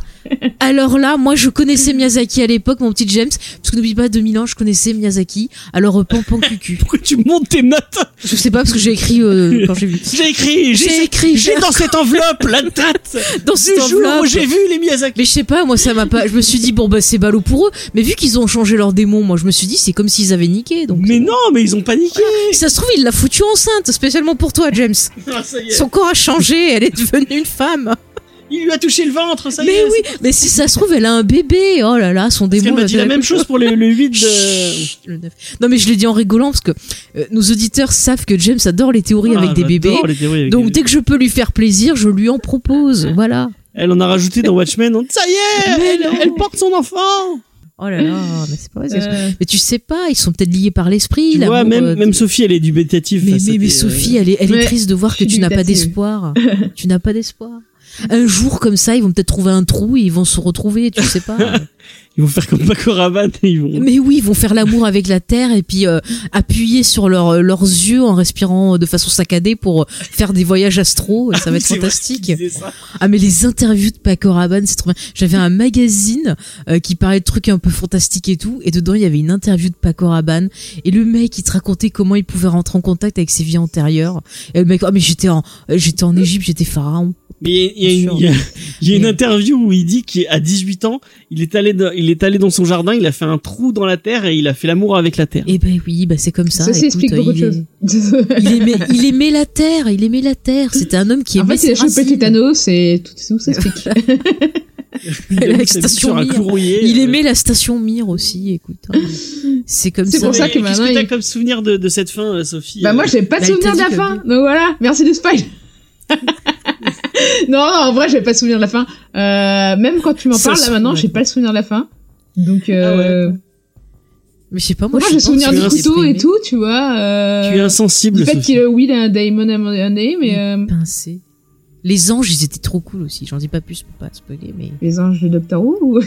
A: alors là, moi je connaissais Miyazaki à l'époque, mon petit James. Parce que n'oublie pas, 2000 ans, je connaissais Miyazaki. Alors, euh, pan pan cucu.
B: Pourquoi tu montes tes notes
A: Je sais pas, parce que j'ai écrit euh, quand j'ai vu.
B: J'ai écrit,
A: J'ai
B: j'ai
A: écrit, j'ai
B: j'ai dans cette enveloppe la date
A: dans
B: du
A: cette
B: jour où
A: enveloppe.
B: j'ai vu les Miyazaki.
A: Mais je sais pas, moi ça m'a pas. Je me suis dit bon bah c'est ballot pour eux. Mais vu qu'ils ont changé leur démon, moi je me suis dit c'est comme s'ils avaient niqué. Donc
B: mais non, mais ils ont paniqué.
A: Si ça se trouve il l'a foutue enceinte spécialement pour toi James.
B: Ah, ça y est.
A: Son corps a changé, elle est devenue une femme.
B: Il lui a touché le ventre, ça y
A: mais
B: est.
A: oui, mais si ça se trouve elle a un bébé. Oh là là, son
B: Parce
A: démon.
B: qu'elle m'a
A: l'a
B: dit
A: fait
B: la même chose pour le, le 8 de...
A: Chut, le neuf. Non mais je l'ai dit en rigolant parce que euh, nos auditeurs savent que James adore les théories
B: Ah,
A: avec des
B: j'adore
A: bébés.
B: les théories avec
A: Donc
B: des
A: dès que je peux lui faire plaisir, je lui en propose. Voilà.
B: Elle en a rajouté dans Watchmen. hein. on- Ça y est,
A: Mais
B: elle,
A: non.
B: elle porte son enfant.
A: Oh là là, mais c'est pas vrai. c'est-
C: Euh,
A: Mais tu sais pas, ils sont peut-être liés par l'esprit.
B: Tu vois,
A: l'amour,
B: même,
A: euh,
B: même Sophie, euh, elle est dubitative.
A: Mais,
B: face à
A: mais, mais
B: tes-
A: Sophie, elle est, elle est
C: Ouais,
A: triste de voir
C: je
A: que
C: suis
A: tu n'as pas
C: dubitative.
A: d'espoir. tu n'as pas d'espoir. Un jour comme ça, ils vont peut-être trouver un trou et ils vont se retrouver, tu sais
B: Ah,
A: pas.
B: euh, Ils vont faire comme Paco Rabanne et ils vont.
A: mais oui, ils vont faire l'amour avec la terre et puis euh, appuyer sur leur- euh, leurs yeux en respirant de façon saccadée pour faire des voyages astro. Ça va être
B: C'est vrai
A: fantastique.
B: qu'ils disaient ça.
A: Ah mais les interviews de Paco Rabanne, c'est trop bien. J'avais un magazine euh, qui parlait de trucs un peu fantastiques et tout, et dedans il y avait une interview de Paco Rabanne, et le mec il te racontait comment il pouvait rentrer en contact avec ses vies antérieures. Et le mec, oh mais j'étais en, euh, j'étais en Égypte, j'étais pharaon.
B: Mais il y a- il y, a une- il y a- il y a une interview où il dit qu'à 18 ans, il est allé dans, il est allé dans son jardin, il a fait un trou dans la terre et il a fait l'amour avec la terre.
A: Et ben oui, bah c'est comme ça.
C: Ceci
A: écoute,
C: explique beaucoup
A: il,
C: de choses.
A: est- il aimait, il aimait la terre, il aimait la terre. C'était un homme qui
C: en
A: aimait
C: fait, il a
A: ses
C: chopé
A: racines.
C: Tétanos et tout tout s'explique.
B: Il
A: la
B: a mis sa bite
A: station
B: sur un
A: Mir.
B: courrouillé.
A: Il
B: Euh,
A: aimait la station Mir aussi. Écoute, hein. c'est comme
C: C'est
A: ça.
C: pour ça
B: mais
C: que
B: Qu'est-ce
C: maintenant,
B: que t'as
C: il-
B: comme souvenir de, de cette fin, euh, Sophie
C: Bah
B: Euh,
C: moi j'ai pas de
A: Bah, il
C: souvenir de
A: t'a
C: la
A: dit
C: fin,
A: que-
C: donc voilà, merci du spoil. non, non, en vrai j'ai pas de souvenir de la fin. Euh, même quand tu m'en
A: Ça
C: parles
A: se
C: là
A: fout,
C: maintenant,
A: ouais.
C: j'ai pas le souvenir de la fin. Donc euh,
A: Mais je sais pas moi.
C: moi
A: je
C: j'ai le
A: pense
C: souvenir
A: que
C: du
B: je
A: j'étais
B: suis
C: couteau et
A: déprimée.
C: tout, tu vois. Euh,
B: tu es insensible.
C: du fait
B: Sophie.
C: qu'il oui, il a un Daemon à un moment donné, mais euh,
A: pincé. Les anges, ils étaient trop cool aussi. J'en dis pas plus pour pas te spoiler, mais.
C: les anges de Doctor Who. ou-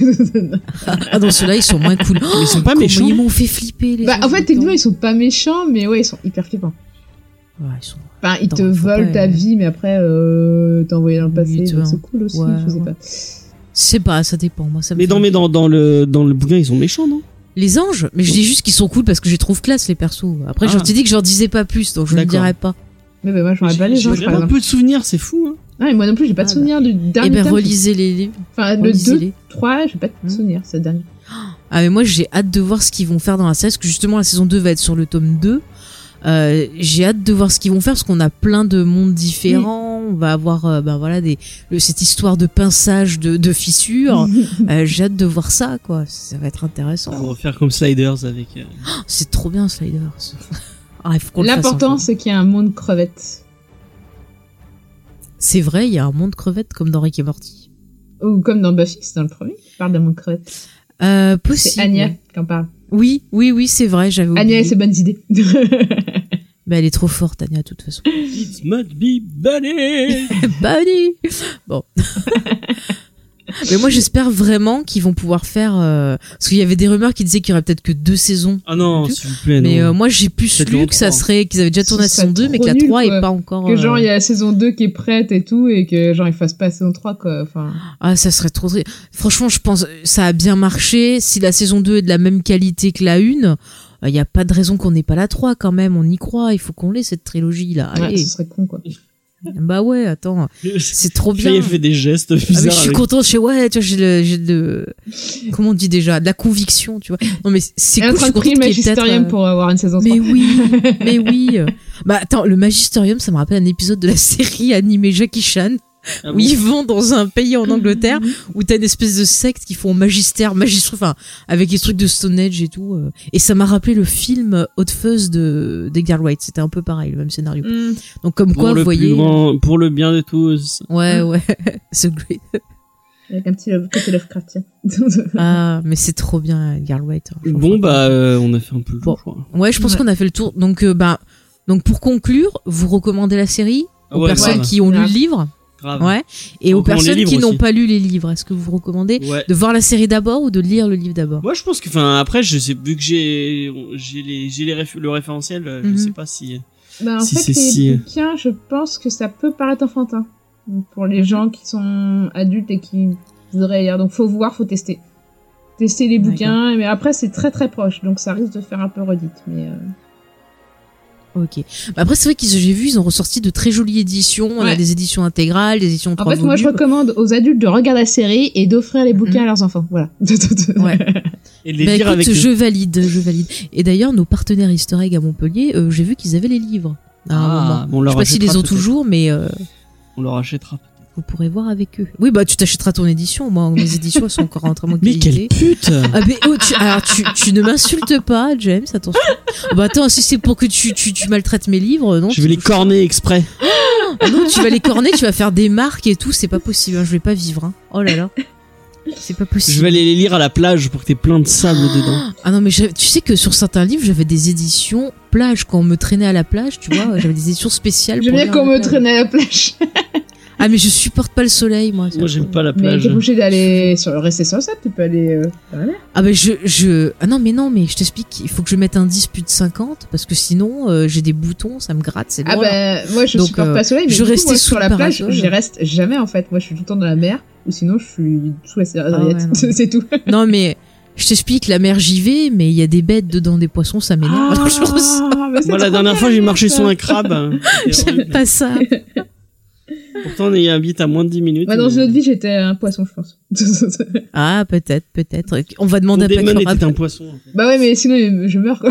C: Bah,
A: Ah non, ceux-là, ils sont moins cool.
B: Mais ils sont pas
A: Comment
B: méchants.
A: Ils m'ont fait flipper, les
C: bah en
A: anges
C: fait
A: du temps.
C: techniquement ils sont pas méchants, mais ouais ils sont hyper flippants.
A: Ouais, ils sont-
C: Enfin ils te
A: Attends, faut
C: volent
A: pas,
C: ta
A: euh,
C: vie, mais après euh, t'envoyer dans le
A: Oui,
C: passé,
A: tu
C: donc
A: vois.
C: c'est cool aussi.
A: Ouais,
C: je sais
A: ouais.
C: pas.
A: Je sais pas, ça dépend. Moi, ça me
B: Mais
A: fait-
B: dans, mais dans, dans le, dans le bouquin, ils sont méchants, non
A: Les anges Mais je dis juste qu'ils sont cool parce que je les trouve classe, les persos. Après, je
B: Ah.
A: t'ai dit que j'en disais pas plus, donc je ne
B: D'accord.
A: dirai pas.
C: Mais bah, moi j'en ai pas les
B: J'ai
C: anges par
B: vraiment
C: exemple.
B: peu de souvenirs, c'est fou. Hein.
C: Non, mais moi non plus j'ai pas de
A: Ah,
C: souvenir du dernier.
A: Eh ben,
C: tome.
A: relisez les livres.
C: Enfin, le 2,
A: Relisez-les.
C: 3, j'ai pas de
A: Hmm.
C: souvenir, c'est le dernier.
A: Ah, mais moi, j'ai hâte de voir ce qu'ils vont faire dans la série, parce que justement, la saison 2 va être sur le tome 2. Euh, j'ai hâte de voir ce qu'ils vont faire parce qu'on a plein de mondes différents. On va avoir euh, ben voilà des le- cette histoire de pinçage de, de fissures. Euh, j'ai hâte de voir ça, quoi. Ça va être intéressant.
B: On va faire comme Sliders avec. euh,
A: C'est trop bien, Sliders. Ah, il faut qu'on le fasse un
C: L'important,
A: jour.
C: c'est qu'il y a un monde crevette.
A: c'est vrai, il y a un monde crevette comme dans Rick et Morty.
C: Ou comme dans Buffy, c'est dans le premier, qui parle d'un monde crevette.
A: Euh,
C: C'est
A: possible.
C: Anya qui en parle.
A: Oui, oui, oui, c'est vrai, j'avais oublié.
C: Anya et ses bonnes idées.
A: Mais elle est trop forte, Anya, de toute façon.
B: It must be bunny.
A: Bunny Bah, Bon. Mais moi, j'espère vraiment qu'ils vont pouvoir faire. euh, Parce qu'il y avait des rumeurs qui disaient qu'il y aurait peut-être que deux saisons.
B: Ah non, s'il vous plaît,
A: Mais
B: non.
A: euh, moi, j'ai plus
B: Peut-être
A: lu
B: en
A: que ça
B: trois.
A: serait qu'ils avaient déjà
C: Ce
A: tourné la
C: serait
A: saison 2, mais
C: trop
A: que la
C: nul,
A: 3 est
C: quoi.
A: pas encore.
C: que
A: euh,
C: genre, il y a la saison 2 qui est prête et tout, et que genre, ils fassent pas la saison 3, quoi. Enfin,
A: Ah, ça serait trop triste. Franchement, je pense euh, ça a bien marché. Si la saison 2 est de la même qualité que la 1, il n'y a pas de raison qu'on n'ait pas la 3 quand même. On y croit. Il faut qu'on l'ait, cette trilogie-là.
C: ouais,
A: Allez.
C: ce serait con, quoi.
A: bah ouais, attends. C'est trop
B: Ça
A: bien.
B: y est, elle fait des gestes
A: Ah, mais je
B: bizarres.
A: suis
B: avec-
A: contente. Je sais, ouais, tu vois, j'ai le- j'ai de. Comment on dit déjà De la conviction, tu vois. Non, mais c'est
C: Elle
A: cool.
C: est en
A: je
C: train
A: suis
C: de prier
A: contente qu'il y ait peut-être,
C: Magisterium
A: euh,
C: pour avoir une saison 3.
A: Mais oui, mais oui. Bah attends, le Magisterium, ça me rappelle un épisode de la série animée Jackie Chan
B: Ah
A: où ils vont dans un pays en Angleterre
C: Mhm.
A: où t'as une espèce de secte qui font magistère, magistrat, enfin, avec les trucs de Stonehenge et tout. euh. Et ça m'a rappelé le film Hot Fuzz de d'Edgar White. C'était un peu pareil, le même scénario.
C: Hmm.
A: Donc comme
B: Pour
A: quoi,
B: le
A: vous voyez.
B: plus grand, Hein pour le bien de tous.
A: Ouais, ouais. The Great.
C: Avec un petit love- côté Lovecraftien.
A: Ah, mais c'est trop bien, Edgar White. hein, franchement.
B: Bon bah, euh, on a fait un peu le tour, je crois.
A: Ouais, je pense
C: Ouais.
A: qu'on a fait le tour. Donc, euh, bah, donc pour conclure, vous recommandez la série
B: Ah
A: aux
B: ouais,
A: personnes
B: grave,
A: qui ont lu le
C: Grave.
A: livre,
B: grave.
A: ouais, et
B: On
A: aux
B: recommande les
A: personnes qui
B: livres
A: n'ont
B: aussi.
A: pas lu les livres. Est-ce que vous recommandez
B: Ouais.
A: de voir la série d'abord ou de lire le livre d'abord
B: Moi, je pense que, enfin, après, je sais, vu que j'ai, j'ai les, j'ai les réf- le référentiel, euh,
A: Mhm.
B: je sais pas si.
C: Bah, en
B: Si
C: fait,
B: c'est
C: les
B: si- euh.
C: bouquins, je pense que ça peut paraître enfantin pour les gens qui sont adultes et qui voudraient lire. Donc, faut voir, faut tester. Tester les
A: D'accord.
C: bouquins, mais après, c'est très très proche, donc ça risque de faire un peu redite. Mais euh,
A: Ok. Bah après, c'est vrai qu'ils, j'ai vu, ils ont ressorti de très jolies éditions. On a
C: Ouais.
A: des éditions intégrales, des éditions en
C: en
A: trois
C: fait, moi, je
A: volumes.
C: recommande aux adultes de regarder la série et d'offrir les bouquins à leurs enfants. Voilà.
A: Mm-hmm. Ouais.
B: Et de les
A: Bah,
B: lire
A: écoute,
B: avec
A: je valide, je valide. Et d'ailleurs, nos partenaires Easter Egg à Montpellier, euh, j'ai vu qu'ils avaient les livres. À un moment.
B: Ah, on
A: Je
B: leur
A: sais pas s'ils les
B: achètera
A: ont
B: peut-être.
A: toujours, mais euh,
B: On leur achètera.
A: vous pourrez voir avec eux. Oui, bah tu t'achèteras ton édition. Moi, mes éditions elles sont encore en train de
B: Mais quelle pute
A: Ah mais oh, tu, alors tu, tu ne m'insultes pas, James, Ah, attention. Bah attends, si c'est pour que tu, tu, tu maltraites mes livres, non
B: Je vais
A: tu
B: les
A: touches-
B: corner exprès.
A: Ah non, tu vas les corner, tu vas faire des marques et tout, c'est pas possible, hein, je vais pas vivre. hein. Oh là là. C'est pas possible.
B: Je vais aller les lire à la plage pour que t'aies plein de sable dedans.
A: Ah non, mais j'avais- tu sais que sur certains livres, j'avais des éditions plage. Quand on me traînait à la plage, tu vois, j'avais des éditions spéciales.
C: J'aime
A: pour
C: bien
A: lire
C: qu'on
A: à la
C: me
A: plage.
C: traîne à la plage.
A: Ah, mais je supporte pas le soleil, moi.
B: Moi, j'aime pas la
C: Mais
B: plage.
C: t'es obligé d'aller sur le rester sur ça, tu peux aller euh, dans la mer.
A: Ah, bah, je, je. Ah non, mais non, mais je t'explique, il faut que je mette un 10 plus de 50, parce que sinon, euh, j'ai des boutons, ça me gratte, c'est
C: Ah
A: drôle.
C: bah moi je
A: Donc,
C: supporte
A: euh,
C: pas le soleil, mais
A: je
C: du coup,
A: restais
C: moi,
A: sous
C: sur
A: le
C: la plage,
A: parasol.
C: j'y reste jamais en fait. Moi je suis tout le temps dans la mer, ou sinon je suis sous la serviette,
A: Ah ouais, non.
C: c'est tout.
A: Non, mais je t'explique, la mer, j'y vais, mais il y a des bêtes dedans, des poissons, ça m'énerve. Alors, je ressens-
C: Ah, mais c'est
B: Moi, la
C: trop
B: dernière
C: bien,
B: fois, j'ai
C: ça.
B: marché sur un crabe. C'était
A: J'aime
B: horrible.
A: pas ça.
B: Pourtant, on y habite à moins de 10 minutes. euh,
C: Bah, dans
B: mais-
C: une autre vie, j'étais un poisson, je pense.
A: Ah, peut-être, peut-être. On va
B: Mon
A: demander à
B: démon
A: Pacora.
B: était un poisson. en fait.
C: bah ouais, mais sinon je meurs quoi.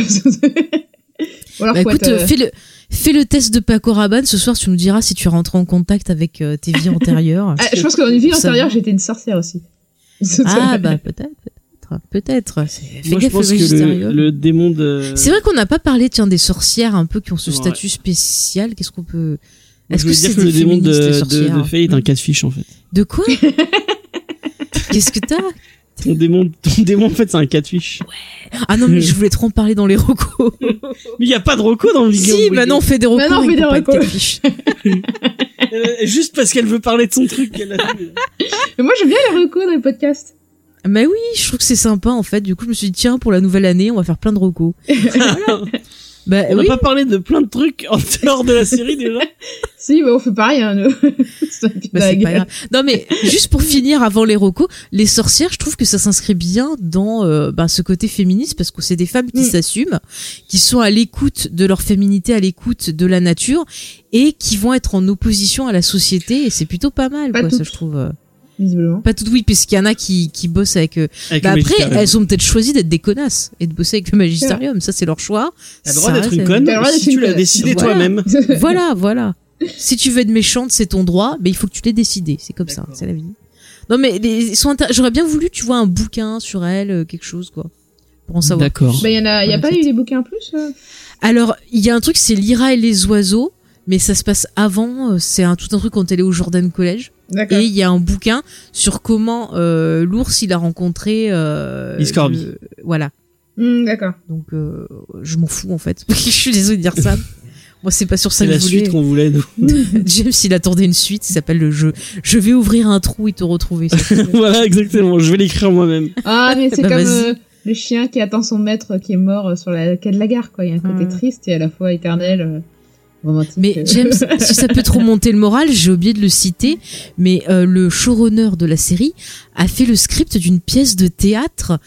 C: Ou alors
A: Bah
C: faut
A: écoute,
C: être, euh,
A: euh, fais le, fais le test de Paco Rabanne. Ce soir, tu nous diras si tu rentres en contact avec euh, tes vies antérieures.
C: ah, je pense qu'en une vie
A: Ça
C: antérieure,
A: va.
C: j'étais une sorcière aussi.
A: ah, bah peut-être, peut-être, peut-être. C'est- Fais
B: Moi, je
A: gaffe
B: pense
A: aux
B: que le,
A: mystérieux.
B: le démon de.
A: C'est vrai qu'on n'a pas parlé, tiens, des sorcières un peu qui ont ce
B: Ouais.
A: statut spécial. Qu'est-ce qu'on peut.
B: Je
A: Est-ce que
B: voulais dire
A: c'est
B: que
A: des
B: le démon
A: féministes, les
B: de, de,
A: sorcières
B: de Faye est un catfish en fait.
A: De quoi Qu'est-ce que t'as
B: Ton démon, ton démon en fait c'est un catfish.
A: Ah non, mais je voulais trop en parler dans les recos.
B: Mais il y a pas de reco dans le vidéo.
A: si, bah maintenant on fait des recos.
C: Maintenant, on
A: et
C: fait
A: qu'on
C: des
A: parle de
C: recos.
A: catfish.
B: Euh, Juste parce qu'elle veut parler de son truc qu'elle a fait.
C: Mais moi j'aime bien les recours dans les podcasts.
A: Mais oui, je trouve que c'est sympa en fait. Du coup, je me suis dit, tiens, pour la nouvelle année, on va faire plein de recos. Bah
B: On n'a
A: oui,
B: pas parlé de plein de trucs en dehors de la série déjà.
C: Si, bah on fait pareil, hein, nous. C'est un pied
A: Bah,
C: dans la
A: c'est pas
C: gueule.
A: grave. Non mais juste pour finir avant les recos, les sorcières, je trouve que ça s'inscrit bien dans euh, bah, ce côté féministe parce que c'est des femmes qui
C: Mm.
A: s'assument, qui sont à l'écoute de leur féminité, à l'écoute de la nature et qui vont être en opposition à la société et c'est plutôt pas mal
C: Pas
A: quoi, ça
C: toutes.
A: je trouve. euh.
C: visiblement.
A: Pas toutes oui puisqu'il y en a qui qui bossent avec euh,
B: Avec
A: bah,
B: le
A: après
B: magistérium.
A: elles ont peut-être choisi d'être des connasses et de bosser avec le magisterium, ça c'est leur choix.
B: T'as le droit
A: Ça
B: d'être
A: reste-
B: une conne
C: T'as le droit
B: Ah si
C: d'être
B: tu
C: une
B: l'as
C: conne.
B: décidé
A: Voilà.
B: toi-même.
A: voilà, voilà. Si tu veux être méchante, c'est ton droit, mais il faut que tu l'aies décidé. C'est comme ça,
B: D'accord.
A: c'est la vie. Non, mais les, ils sont inter- j'aurais bien voulu, tu vois, un bouquin sur elle, euh, quelque chose, quoi. Pour en savoir.
B: D'accord.
C: Bah, il y en a, il y a
A: Voilà,
C: pas
A: c'est
C: eu des bouquins en plus euh
A: Alors, il y a un truc, c'est Lyra et les oiseaux, mais ça se passe avant. euh, C'est un, tout un truc quand elle est au Jordan College.
C: D'accord.
A: Et il y a un bouquin sur comment euh, l'ours, il a rencontré. Euh,
B: Miss Corby.
A: le- Voilà.
C: Hmm, D'accord.
A: Donc, euh, je m'en fous, en fait. je suis désolée de dire ça. Moi, c'est pas sur ça
B: C'est
A: que
B: la
A: je voulais.
B: suite qu'on voulait. nous.
A: James, il attendait une suite, ça s'appelle le jeu. Je vais ouvrir un trou et te retrouver.
B: voilà exactement. Je vais l'écrire moi-même.
C: Ah, mais c'est
A: Bah,
C: comme
A: vas-y.
C: euh, le chien qui attend son maître euh, qui est mort euh, sur la quai de la gare, quoi. Il y a un côté
A: Hmm.
C: triste et à la fois éternel, euh, romantique.
A: mais
C: euh.
A: James, si ça peut trop monter le moral, j'ai oublié de le citer, mais euh, le showrunner de la série a fait le script d'une pièce de théâtre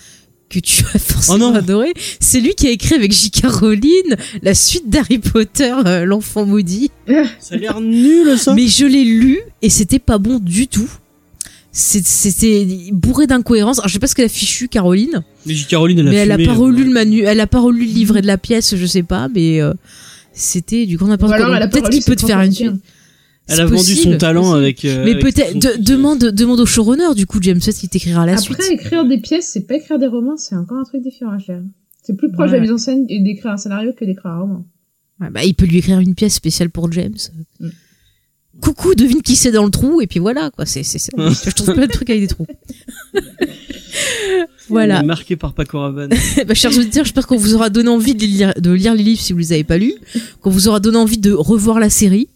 A: que tu as forcément
B: Oh non.
A: adoré. C'est lui qui a écrit avec J.K. Rowling la suite d'Harry Potter, euh, l'enfant maudit.
B: Ça a l'air nul ça.
A: Mais je l'ai lu et c'était pas bon du tout. C'est- C'était bourré d'incohérences. Alors je sais pas ce qu'elle a fichu, Caroline.
B: Mais J. Caroline elle a
A: mais elle a
B: fumé, euh,
A: pas
B: là.
A: relu le manu, elle a pas relu le livret de la pièce, je sais pas, mais euh, c'était du grand
C: Ou
A: n'importe quoi.
C: alors,
A: Donc,
C: elle a pas
A: Peut-être
C: relu
A: qu'il peut
C: ses
A: te faire une
C: propres
A: suite.
C: bouquins.
B: Elle
A: C'est
B: a vendu
A: possible.
B: son talent avec. euh,
A: Mais
B: avec
A: peut-être
B: son-
A: de- demande demande au showrunner du coup James Seth qui t'écrira la
C: Après,
A: suite.
C: écrire des pièces, c'est pas écrire des romans, c'est encore un truc différent, je dirais. C'est plus proche de
A: Ouais.
C: la mise en scène et d'écrire un scénario que d'écrire un roman.
A: Ouais, bah, il peut lui écrire une pièce spéciale pour James.
C: Mm.
A: Coucou, devine qui c'est dans le trou et puis voilà quoi. C'est c'est ça. je trouve plein de trucs avec des trous. voilà.
B: Marqué par Paco Rabanne.
A: Bah, chers auditeurs, j'espère qu'on vous aura donné envie de lire, de lire les livres si vous les avez pas lus, qu'on vous aura donné envie de revoir la série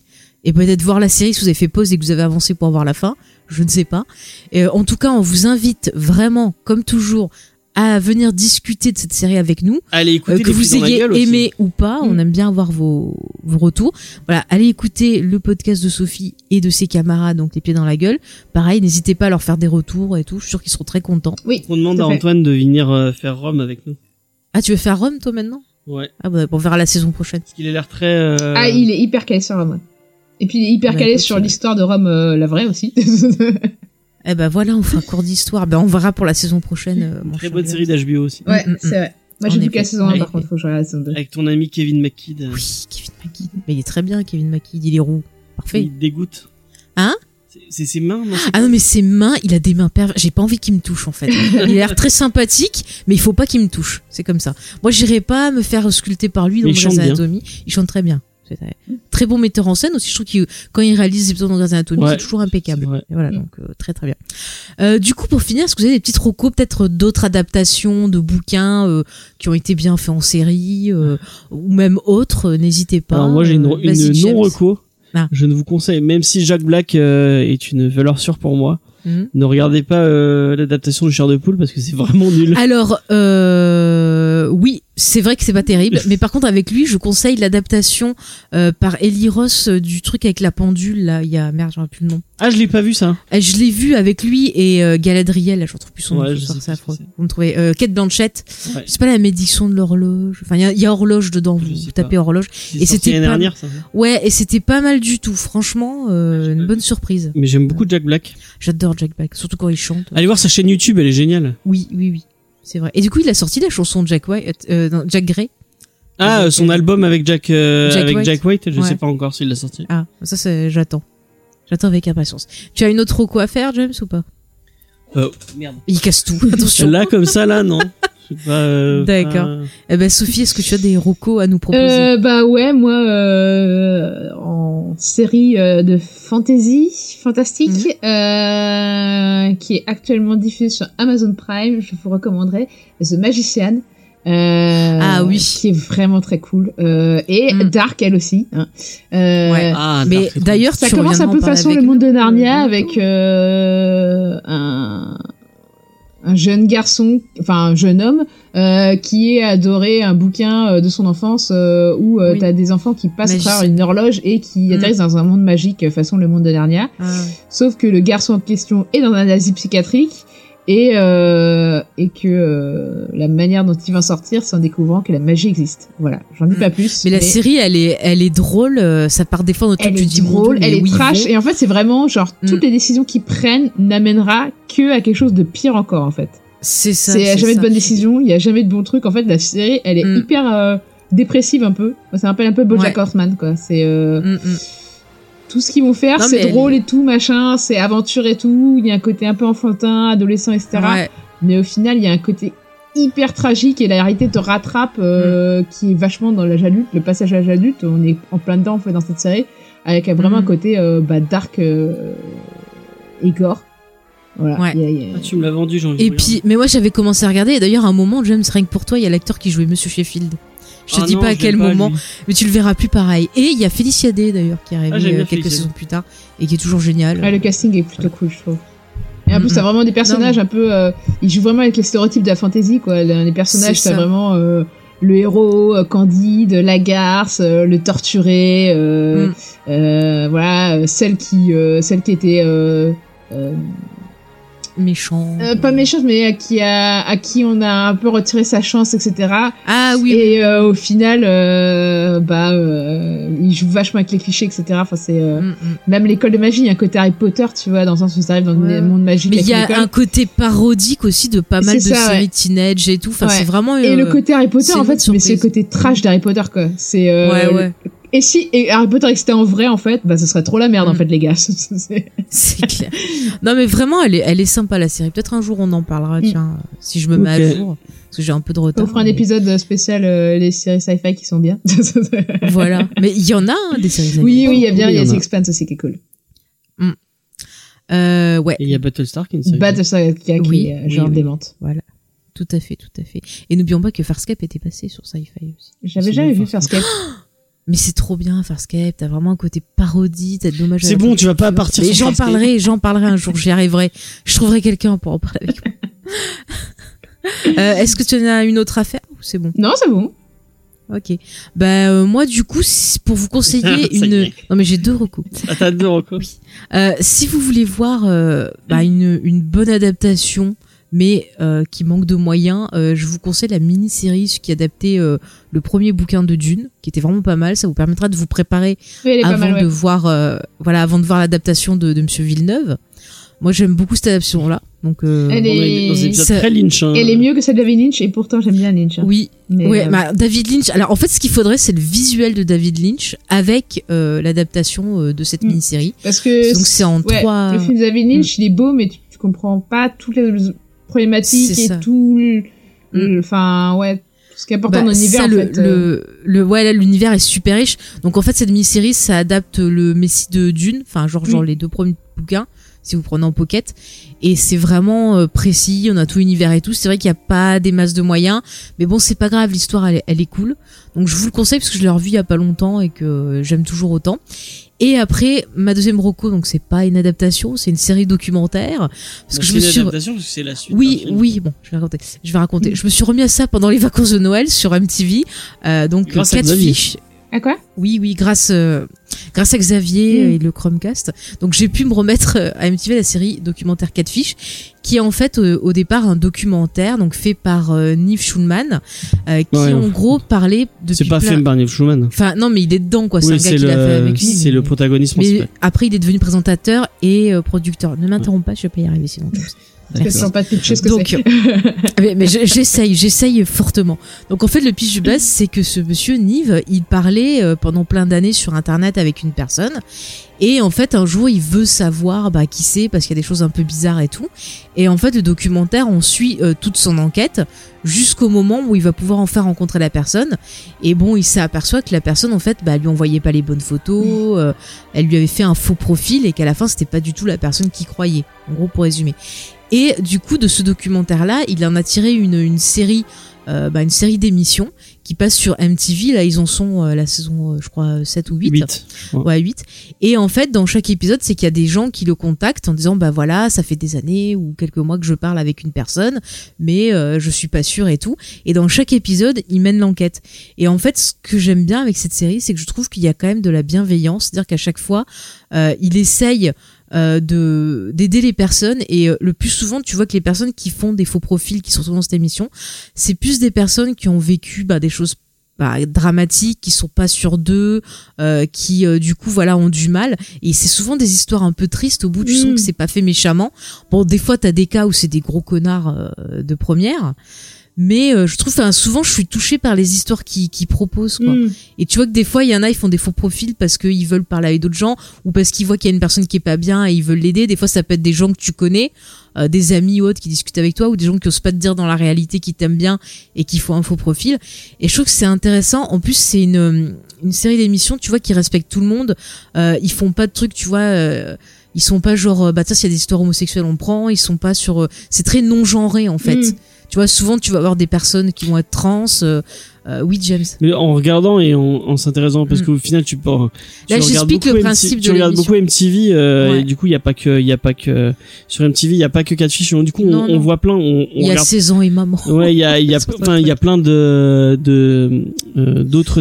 A: et peut-être voir la série si vous avez fait pause et que vous avez avancé pour voir la fin. Je ne sais pas. Et, euh, en tout cas, on vous invite vraiment, comme toujours, à venir discuter de cette série avec nous,
B: Allez
A: Euh,
B: écoutez
A: que
B: les
A: vous
B: filles dans la
A: ayez
B: gueule aussi.
A: aimé ou pas. On aime bien avoir vos, vos retours. Voilà, allez écouter le podcast de Sophie et de ses camarades, donc les pieds dans la gueule. Pareil, n'hésitez pas à leur faire des retours et tout. Je suis sûr qu'ils seront très contents.
C: Oui.
B: On demande
C: Tout à
B: à
C: fait.
B: Antoine de venir euh, faire Rome avec nous.
A: Ah, tu veux faire Rome toi maintenant
B: Ouais.
A: Ah, bah, on verra la saison prochaine.
B: Parce qu'il a l'air très. euh,
C: Ah, il est hyper calé sur Rome. ouais. Et puis, il est hyper
A: Bah,
C: calé
A: écoute,
C: sur
A: ouais.
C: l'histoire de Rome, euh, la vraie aussi.
A: Eh ben voilà, on fera un cours d'histoire. Ben on verra pour la saison prochaine. euh, mon
B: Très
A: cher
B: bonne
A: James.
B: série d'HBO aussi.
C: ouais,
A: Mm, mm,
C: c'est vrai. Moi,
A: En
C: j'ai vu
A: effet.
C: que la saison 1,
A: Ouais.
C: par contre, faut que je regarde la saison 2.
B: Avec ton ami Kevin McKidd. euh,
A: Oui, Kevin McKidd. Mais il est très bien, Kevin McKidd. Il est roux. Parfait.
B: Il dégoûte.
A: Hein
B: C'est- C'est ses mains, non c'est
A: Ah
B: quoi
A: non, mais ses mains, il a des mains perverses. J'ai pas envie qu'il me touche, en fait. Il a l'air très sympathique, mais il faut pas qu'il me touche. C'est comme ça. Moi, j'irai pas me faire sculpter par lui dans
B: Mais il
A: mon
B: chante bien.
A: anatomie. Il chante très bien. C'est- fait. ouais. Très bon metteur en scène aussi. Je trouve que quand il réalise les épisodes d'Angrès Anatomy,
B: Ouais.
A: c'est toujours impeccable.
B: C'est vrai.
A: Et voilà, donc euh, très très bien. Euh, du coup, pour finir, est-ce que vous avez des petites recos, peut-être euh, d'autres adaptations de bouquins euh, qui ont été bien faits en série euh, ou même autres euh, N'hésitez pas.
B: Alors moi j'ai une,
A: Euh,
B: une
A: vas-y, James.
B: non-reco.
A: Ah.
B: Je ne vous conseille, même si Jack Black euh, est une valeur sûre pour moi,
A: Mhm.
B: ne regardez pas euh, l'adaptation du chair de poule parce que c'est vraiment nul.
A: Alors, euh, oui, c'est vrai que c'est pas terrible, mais par contre avec lui, je conseille l'adaptation euh, par Eli Ross euh, du truc avec la pendule. Là, il y a merde, j'en ai plus le nom.
B: Ah, je l'ai pas vu ça.
A: Euh, Je l'ai vu avec lui et euh, Galadriel. Là, je retrouve plus son
B: Ouais,
A: nom.
B: je
A: ce soir, c'est
B: sais plus ce que
A: affreux. Vous me trouvez euh, Kate Blanchett.
B: Ouais.
A: C'est pas la malédiction de l'horloge. Enfin, il y a- il y, a horloge dedans.
B: Je
A: Vous
B: sais
A: tapez horloge.
B: C'est sorti
A: c'était
B: l'année
A: pas-
B: dernière ça.
A: Ouais, et c'était pas mal du tout. Franchement, euh, une bonne surprise.
B: Mais j'aime beaucoup Jack Black.
A: J'adore Jack Black, surtout quand il chante.
B: Allez voir sa chaîne YouTube, elle est géniale.
A: Oui, oui, oui. C'est vrai. Et du coup, il a sorti la chanson de Jack White, euh, non, Jack Gray.
B: Ah,
A: Avec,
B: euh, son
A: euh,
B: album avec Jack, euh,
A: Jack
B: avec
A: White.
B: Jack White, je
A: Ouais.
B: sais pas encore s'il l'a sorti.
A: Ah, ça, c'est, j'attends. J'attends avec impatience. Tu as une autre roco à faire, James, ou pas
B: Euh, merde.
A: Il casse tout, attention.
B: Là comme ça là non. Je sais pas, euh,
A: D'accord.
B: pas-
A: Eh ben, Sophie, est-ce que tu as des rocos à nous proposer
C: Euh, bah ouais, moi, euh, en série euh, de fantasy, fantastique,
A: Mhm.
C: euh, qui est actuellement diffusée sur Amazon Prime, je vous recommanderais The Magician. euh,
A: Ah oui.
C: Qui est vraiment très cool. Euh, et
A: Mm.
C: Dark, elle aussi. hein. Euh,
A: Ouais.
B: Ah,
A: Mais
B: Dark Crystal.
A: d'ailleurs,
C: ça
A: tu
C: commence
A: reviendras
C: un peu
A: en parler
C: façon
A: avec
C: le monde de
A: nous,
C: Narnia
A: euh,
C: avec euh, un, un jeune garçon, enfin un jeune homme, euh, qui est adoré un bouquin euh, de son enfance euh, où euh,
A: Oui.
C: t'as des enfants qui passent
A: Magicien.
C: par une horloge et qui
A: Mm.
C: atterrissent dans un monde magique euh, façon le monde de Narnia.
A: Ah.
C: Sauf que le garçon en question est dans un asile psychiatrique et, euh, et que euh, la manière dont il va en sortir, c'est en découvrant que la magie existe. Voilà, j'en dis
A: Mm.
C: pas plus.
A: Mais la série, elle est, elle est drôle. euh, Ça part des fois dans le truc,
C: Elle
A: tu
C: est
A: dis mon
C: drôle,
A: Dieu,
C: elle
A: mais
C: est
A: oui, ils
C: trash,
A: vont.
C: et en fait c'est vraiment genre toutes
A: Mm.
C: les décisions qu'ils prennent n'amènera que à quelque chose de pire encore en fait.
A: C'est ça.
C: C'est il y a jamais de
A: ça.
C: bonnes décisions, il y a jamais de bons trucs. En fait la série elle est
A: Mm.
C: hyper euh, dépressive un peu. Ça rappelle un peu BoJack Horseman quoi. C'est euh,
A: Mm, mm.
C: tout ce qu'ils vont faire,
A: Non, mais
C: c'est
A: elle
C: drôle et tout machin, c'est aventure et tout. Il y a un côté un peu enfantin, adolescent etc.
A: Ouais.
C: Mais au final il y a un côté hyper tragique et la réalité te rattrape euh,
A: Mm.
C: qui est vachement dans l'âge adulte le passage à l'âge adulte on est en plein dedans en fait dans cette série avec euh, vraiment
A: Mm.
C: un côté euh, bah, dark euh, et gore voilà
A: Ouais.
C: Il y a- il y a-
B: Ah, tu me l'as vendu, j'ai envie de
A: Et
B: regarder.
A: puis, mais moi j'avais commencé à regarder. Et d'ailleurs, à un moment, James, rien que pour toi, il y a l'acteur qui jouait Monsieur Sheffield. Je te
B: Ah
A: dis
B: non,
A: pas à
B: je
A: quel
B: l'aime pas,
A: moment,
B: lui.
A: mais tu le verras plus pareil. Et il y a Félicia Day d'ailleurs qui est arrivée
B: Ah, j'aime
A: euh,
B: bien
A: quelques
B: Félicia
A: saisons plus tard et qui est toujours géniale.
C: Ouais, le casting est plutôt cool je trouve et en plus
A: Mm,
C: t'as vraiment des personnages un peu euh, ils jouent vraiment avec les stéréotypes de la fantasy quoi les les personnages
A: C'est
C: t'as
A: ça.
C: vraiment euh, le héros euh, Candide la garce euh, le torturé euh,
A: Mm.
C: euh, voilà euh, celle qui euh, celle qui était euh, euh,
A: Méchant.
C: Euh, pas méchante, mais à qui, a, à qui on a un peu retiré sa chance, etc.
A: Ah oui.
C: Et euh, au final, euh, bah, euh, il joue vachement avec les clichés, etc. Enfin, c'est euh,
A: Mm, mm.
C: même l'école de magie, il y a un côté Harry Potter, tu vois, dans le sens où ça arrive dans
A: Ouais.
C: le monde magique.
A: Mais il y
C: avec
A: a
C: l'école.
A: un côté parodique aussi de pas mal de
C: C'est ça,
A: séries
C: ouais.
A: teenage et tout. Enfin,
C: Ouais.
A: c'est vraiment.
C: Et
A: euh,
C: le côté Harry Potter,
A: c'est
C: en
A: une
C: fait, mais c'est le
A: surprise.
C: côté trash d'Harry Potter, quoi. C'est euh,
A: Ouais,
C: le-
A: ouais.
C: Et si et Harry Potter existait en vrai, en fait, bah, ce serait trop la merde, en
A: Mm.
C: fait, les gars. C'est-
A: C'est clair. Non, mais vraiment, elle est, elle est sympa la série. Peut-être un jour on en parlera,
C: Mm.
A: tiens, euh, si je me mets à
B: Ok.
A: jour. Parce que j'ai un peu de retard.
C: On fera un
A: mais-
C: épisode spécial euh, les séries sci-fi qui sont bien.
A: Voilà. Mais il y en a hein, des séries.
C: oui, oui, il y a bien,
B: Oui,
C: il
B: il
C: y a
B: y en
C: The
B: a.
C: Expanse aussi qui est cool.
A: Euh, ouais,
B: Et il y a Battlestar qui est une série.
C: Battlestar Galactica
A: Oui,
C: qui est euh, genre
B: oui.
C: démente.
A: tout à fait, tout à fait. Et n'oublions pas que Farscape était passé sur Sci-Fi aussi.
C: J'avais
B: C'est
C: jamais
B: bien,
C: vu
B: Farscape.
C: Farscape.
A: Mais c'est trop bien, Farscape. T'as vraiment un côté parodie, t'as de l'hommage à
B: C'est
A: la
B: bon,
A: pop
B: tu vas pas
A: culture.
B: partir
A: Mais
B: sur
A: j'en
B: Farscape.
A: parlerai, j'en parlerai un jour, j'y arriverai. Je trouverai quelqu'un pour en parler avec moi. Euh, Est-ce que tu en as une autre affaire ou c'est bon
C: Non, c'est bon.
A: Ok. Bah euh, moi du coup, si- pour vous conseiller
B: Ça y
A: une,
B: est.
A: non mais j'ai deux recours.
B: Ah, t'as deux recos.
A: Euh, si vous voulez voir euh, bah, une, une bonne adaptation, mais euh, qui manque de moyens, euh, je vous conseille la mini-série qui adaptait euh, le premier bouquin de Dune, qui était vraiment pas mal. Ça vous permettra de vous préparer
C: Oui, elle est
A: avant
C: pas mal,
A: de
C: ouais.
A: voir, euh, voilà, avant de voir l'adaptation de, de Monsieur Villeneuve. Moi, j'aime beaucoup cette adaptation-là. Donc, euh,
C: Elle
B: On est
C: est-
B: dans un épisode
A: Ça-
B: très Lynch. hein.
C: Elle est mieux que celle de David Lynch et pourtant j'aime bien Lynch. hein.
A: oui,
C: Mais,
A: ouais,
C: euh,
A: bah, David Lynch. Alors, en fait, ce qu'il faudrait, c'est le visuel de David Lynch avec euh, l'adaptation euh, de cette
C: Mm.
A: mini-série.
C: parce que
A: Donc, c'est en
C: ouais,
A: trois. Mm.
C: le film de David Lynch, il est beau, mais tu, tu comprends pas toutes les
A: C'est
C: problématiques et
A: ça.
C: tout. le-
A: Mm.
C: le- Enfin, ouais. ce qui est important
A: Bah,
C: dans l'univers,
A: ça,
C: en
A: le,
C: fait. euh,
A: le, le- ouais, là, l'univers est super riche. Donc, en fait, cette mini-série, ça adapte le Messie de Dune, enfin, genre, genre
C: Oui.
A: les deux premiers bouquins, si vous prenez en pocket. Et c'est vraiment euh, précis, on a tout l'univers et tout. C'est vrai qu'il n'y a pas des masses de moyens, mais bon, c'est pas grave, l'histoire, elle, est- elle est cool. Donc, je vous le conseille parce que je l'ai revu il y a pas longtemps et que euh, j'aime toujours autant. Et après, ma deuxième roco, donc c'est pas une adaptation, c'est une série documentaire. Parce que je me
B: c'est
A: suis.
B: une adaptation, parce que c'est la suite.
A: Oui,
B: d'un film.
A: oui, bon, je vais raconter. Je vais raconter. Je me suis remis à ça pendant les vacances de Noël sur MTV. Euh, donc,
B: Grâce à
A: quatre
B: Xavier.
A: fiches.
C: Ah quoi
A: Oui, oui, grâce, euh, grâce à Xavier
C: Mm.
A: et le Chromecast. Donc, j'ai pu me remettre euh, à MTV la série documentaire 4 fiches, qui est en fait euh, au départ un documentaire donc fait par euh, Niv Schulman, euh, qui
B: Ouais,
A: en
B: on-
A: gros parlait de.
B: C'est pas fait par Neil Schumann.
A: Enfin, non, mais il est dedans, quoi. Oh, C'est
B: Oui,
A: un gars
B: c'est
A: qui l'a fait
B: le,
A: avec lui.
B: c'est
A: mais-
B: le protagoniste
A: mais
B: principal.
A: après, il est devenu présentateur et euh, producteur. Ne m'interromps pas, je vais pas y arriver sinon. James.
C: Parce que
B: D'accord.
C: sans pas te pitcher ce que
A: Donc, euh,
C: c'est.
A: Mais, mais je- j'essaye, j'essaye fortement. Donc en fait, le pitch de base, c'est que ce monsieur Nive, il parlait euh, pendant plein d'années sur Internet avec une personne, et en fait, un jour, il veut savoir bah, qui c'est parce qu'il y a des choses un peu bizarres et tout. Et en fait, le documentaire, on suit euh, toute son enquête jusqu'au moment où il va pouvoir enfin rencontrer la personne. Et bon, il s'aperçoit que la personne, en fait, bah, elle lui envoyait pas les bonnes photos, euh, elle lui avait fait un faux profil et qu'à la fin, c'était pas du tout la personne qui croyait. En gros, pour résumer. Et du coup, de ce documentaire-là, il en a tiré une, une série, euh, bah, une série d'émissions qui passe sur MTV. Là, ils en sont euh, la saison, euh, je crois, 7 ou 8.
B: Huit.
A: Ouais, 8. Et en fait, dans chaque épisode, c'est qu'il y a des gens qui le contactent en disant, bah voilà, ça fait des années ou quelques mois que je parle avec une personne, mais euh, je suis pas sûr et tout. Et dans chaque épisode, ils mènent l'enquête. Et en fait, ce que j'aime bien avec cette série, c'est que je trouve qu'il y a quand même de la bienveillance. C'est-à-dire qu'à chaque fois, euh, il essaye euh, de d'aider les personnes et euh, le plus souvent tu vois que les personnes qui font des faux profils qui sont souvent dans cette émission c'est plus des personnes qui ont vécu bah, des choses bah, dramatiques qui sont pas sûres d'eux euh, qui euh, du coup voilà ont du mal et c'est souvent des histoires un peu tristes au bout tu
C: Mm.
A: sens que c'est pas fait méchamment bon des fois t'as des cas où c'est des gros connards euh, de première mais euh, je trouve enfin, souvent je suis touchée par les histoires qui qui proposent quoi
C: Hmm.
A: et tu vois que des fois, il y en a, ils font des faux profils parce qu'ils veulent parler avec d'autres gens ou parce qu'ils voient qu'il y a une personne qui est pas bien et ils veulent l'aider. Des fois, ça peut être des gens que tu connais, euh, des amis ou autres qui discutent avec toi ou des gens qui osent pas te dire dans la réalité qu'ils t'aiment bien et qui font un faux profil. Et je trouve que c'est intéressant. En plus, c'est une, euh, une série d'émissions, tu vois, qui respectent tout le monde. Euh, ils font pas de trucs, tu vois. euh, ils sont pas genre, euh, bah tiens, s'il y a des histoires homosexuelles, on prend. Ils sont pas sur. euh, c'est très non genré en fait.
C: Mm.
A: Tu vois, souvent, tu vas avoir des personnes qui vont être trans. euh, euh, oui, James.
B: Mais en regardant et en, en s'intéressant, parce
A: Mm.
B: qu'au final, tu peux. tu
A: Là,
B: regardes
A: j'explique le
B: beaucoup MTV
A: principe de
B: Tu regardes
A: l'émission.
B: beaucoup MTV, euh,
A: Ouais.
B: et du coup, il y a pas que, il y a pas que sur MTV, il y a pas que quatre fiches. Donc, du coup, on,
A: Non,
B: on
A: non.
B: voit plein. On, on
A: Il y a
B: regarde.
A: 16 ans et maman.
B: Ouais, il y a, il y a,
A: C'est pas
B: enfin, il y a plein de, de, euh, d'autres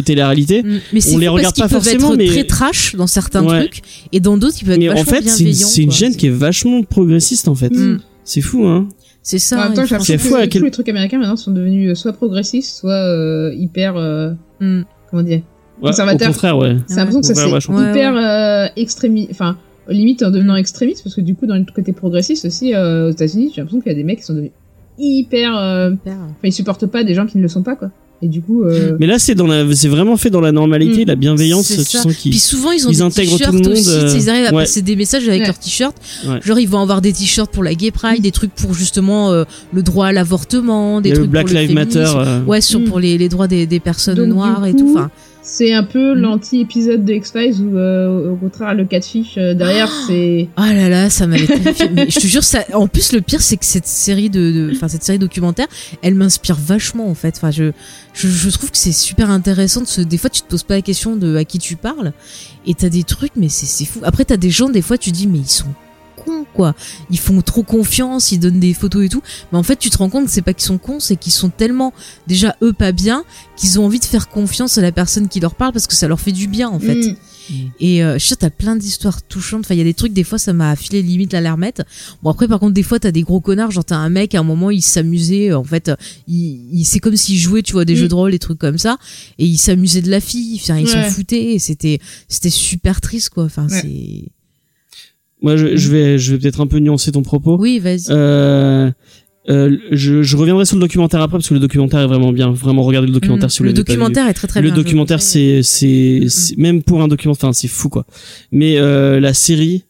B: téléréalités.
A: Mm. Mais c'est
B: les
A: fou parce
B: regarde
A: qu'ils
B: pas
A: peuvent
B: forcément,
A: être
B: mais-
A: très trash dans certains
B: Ouais.
A: trucs et dans d'autres ils peuvent être
B: Mais en
A: vachement
B: fait, c'est une,
A: bienveillants,
B: c'est une
A: quoi.
B: chaîne qui est vachement progressiste, en fait.
A: Mm.
B: C'est fou, hein.
A: C'est
C: En
A: ça.
C: même temps,
A: et
C: j'ai
A: franchement,
C: l'impression
B: fou à
C: que tous
B: quel-
C: les trucs américains maintenant sont devenus euh, soit progressistes, soit euh, hyper. euh,
A: mm.
C: Comment dire
B: Ouais, au
C: Conservateur.
B: contraire, ouais.
C: C'est l'impression que ça
B: Ouais,
C: c'est
B: ouais, je
A: comprends.
C: hyper euh, extrémiste. Enfin, limite en devenant extrémiste, parce que du coup, dans le côté progressiste aussi, euh, aux États-Unis, j'ai l'impression qu'il y a des mecs qui sont devenus hyper. euh, Enfin, ils supportent pas des gens qui ne le sont pas, quoi. Et du coup. euh,
B: Mais là, c'est dans la, c'est vraiment fait dans la normalité,
C: Mm.
B: la bienveillance.
A: C'est
B: Tu
A: ça.
B: sens qu'ils,
A: Puis souvent ils ont
B: Ils
A: des
B: intègrent tout le
A: t-shirts
B: monde,
A: aussi.
B: euh,
A: tu sais, Ils arrivent à
B: ouais.
A: passer des messages avec
C: Ouais.
A: leurs t-shirts.
B: Ouais.
A: Genre ils vont avoir des t-shirts pour la Gay Pride,
C: Mm.
A: des trucs pour justement euh, le droit à l'avortement,
B: il
A: des
B: y a
A: trucs
B: le Black
A: pour le
B: Lives Matter.
A: féminisme.
B: euh,
A: Ouais, sur
C: Mm.
A: pour les, les droits des, des personnes
C: Donc, du
A: noires et
C: coup,
A: tout. Enfin,
C: C'est un peu
A: Mm.
C: l'anti-épisode de X-Files où, euh, au contraire, le catfish euh, derrière, c'est.
A: Oh là là, ça m'avait terrifié. Mais je te jure, ça. En plus, le pire, c'est que cette série de, de- enfin cette série documentaire, elle m'inspire vachement en fait. Enfin, je, je, je trouve que c'est super intéressant. De se... Des fois, tu te poses pas la question de à qui tu parles, et t'as des trucs, mais c'est c'est fou. Après, t'as des gens, des fois, tu dis, mais ils sont cons quoi. Ils font trop confiance, ils donnent des photos et tout. Mais en fait, tu te rends compte, c'est pas qu'ils sont cons, c'est qu'ils sont tellement déjà eux pas bien qu'ils ont envie de faire confiance à la personne qui leur parle parce que ça leur fait du bien en fait.
C: Mm.
A: Et euh, je suis sûre, t'as plein d'histoires touchantes. Enfin, il y a des trucs, des fois, ça m'a affilé limite l'alarmette. Bon, après, par contre, des fois, t'as des gros connards. Genre, t'as un mec, à un moment, il s'amusait. euh, En fait, euh, il, il- c'est comme s'il jouait, tu vois, des
C: Mm.
A: jeux de rôle, des trucs comme ça. Et il s'amusait de la fille. Enfin, ils s'en
C: Ouais.
A: foutaient. Et c'était, c'était super triste, quoi. Enfin,
C: Ouais.
A: c'est.
B: Moi, je, je vais, je vais peut-être un peu nuancer ton propos.
A: Oui, vas-y.
B: Euh, euh, je, je reviendrai sur le documentaire après parce que le documentaire est vraiment bien. Vraiment, regardez le documentaire
A: Mm.
B: si vous
A: le
B: l'avez pas vu.
A: documentaire est très très
B: le
A: bien. Mm, je
B: documentaire,
A: conseille.
B: c'est, c'est, c'est- même pour un documentaire, enfin, c'est fou quoi. Mais euh, la série,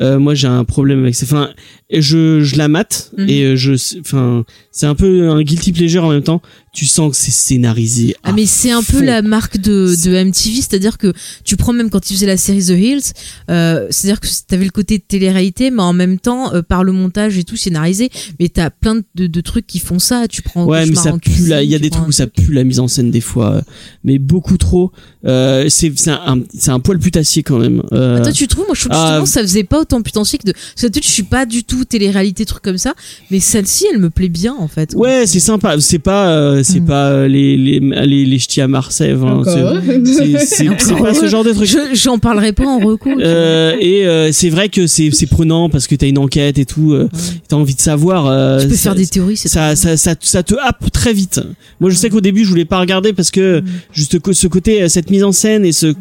B: Euh, moi, j'ai un problème avec ça. Enfin, je, je la mate
A: Mhm.
B: et euh, je, enfin, c'est un peu un guilty pleasure en même temps. Tu sens que c'est scénarisé.
A: Ah,
B: à
A: mais c'est un peu
B: fond.
A: la marque de, de MTV, c'est-à-dire que tu prends même quand ils faisaient la série The Hills, euh, c'est-à-dire que t'avais le côté de télé-réalité, mais en même temps, euh, par le montage et tout, scénarisé, mais t'as plein de, de, de trucs qui font ça, tu prends...
B: Ouais, mais
A: Cauchemar
B: ça
A: en
B: pue là. Il y
A: cuisine,
B: a
A: tu
B: des
A: prends
B: trucs où
A: un
B: ça
A: truc.
B: pue la mise en scène des fois, euh, mais beaucoup trop. Euh, c'est c'est un, un- c'est un poil putassier quand même. Euh,
A: Ah, toi, tu trouves Moi, je trouve que
B: Ah.
A: justement, ça faisait pas autant putancier que de... Parce que d'habitude, je suis pas du tout télé-réalité, trucs comme ça, mais celle-ci, elle me plaît bien, en fait. quoi.
B: ouais, c'est sympa. C'est pas, euh, c'est
A: Mm.
B: pas euh, les les les, les ch'tis à Marseille. hein.
C: Encore
B: C'est-
C: heureux.
B: c'est c'est- c'est pas ce genre de truc.
A: Je- J'en parlerai pas en recours.
B: Euh, et euh, c'est vrai que c'est c'est prenant parce que t'as une enquête et tout. Euh, T'as envie de savoir. euh,
A: tu peux
B: ça-
A: faire des théories, c'est
B: ça, ça, ça, ça te happe très vite. Moi, je sais qu'au début, je voulais pas regarder parce
A: Mm.
B: que juste que ce côté, euh, cette mise en scène et ce,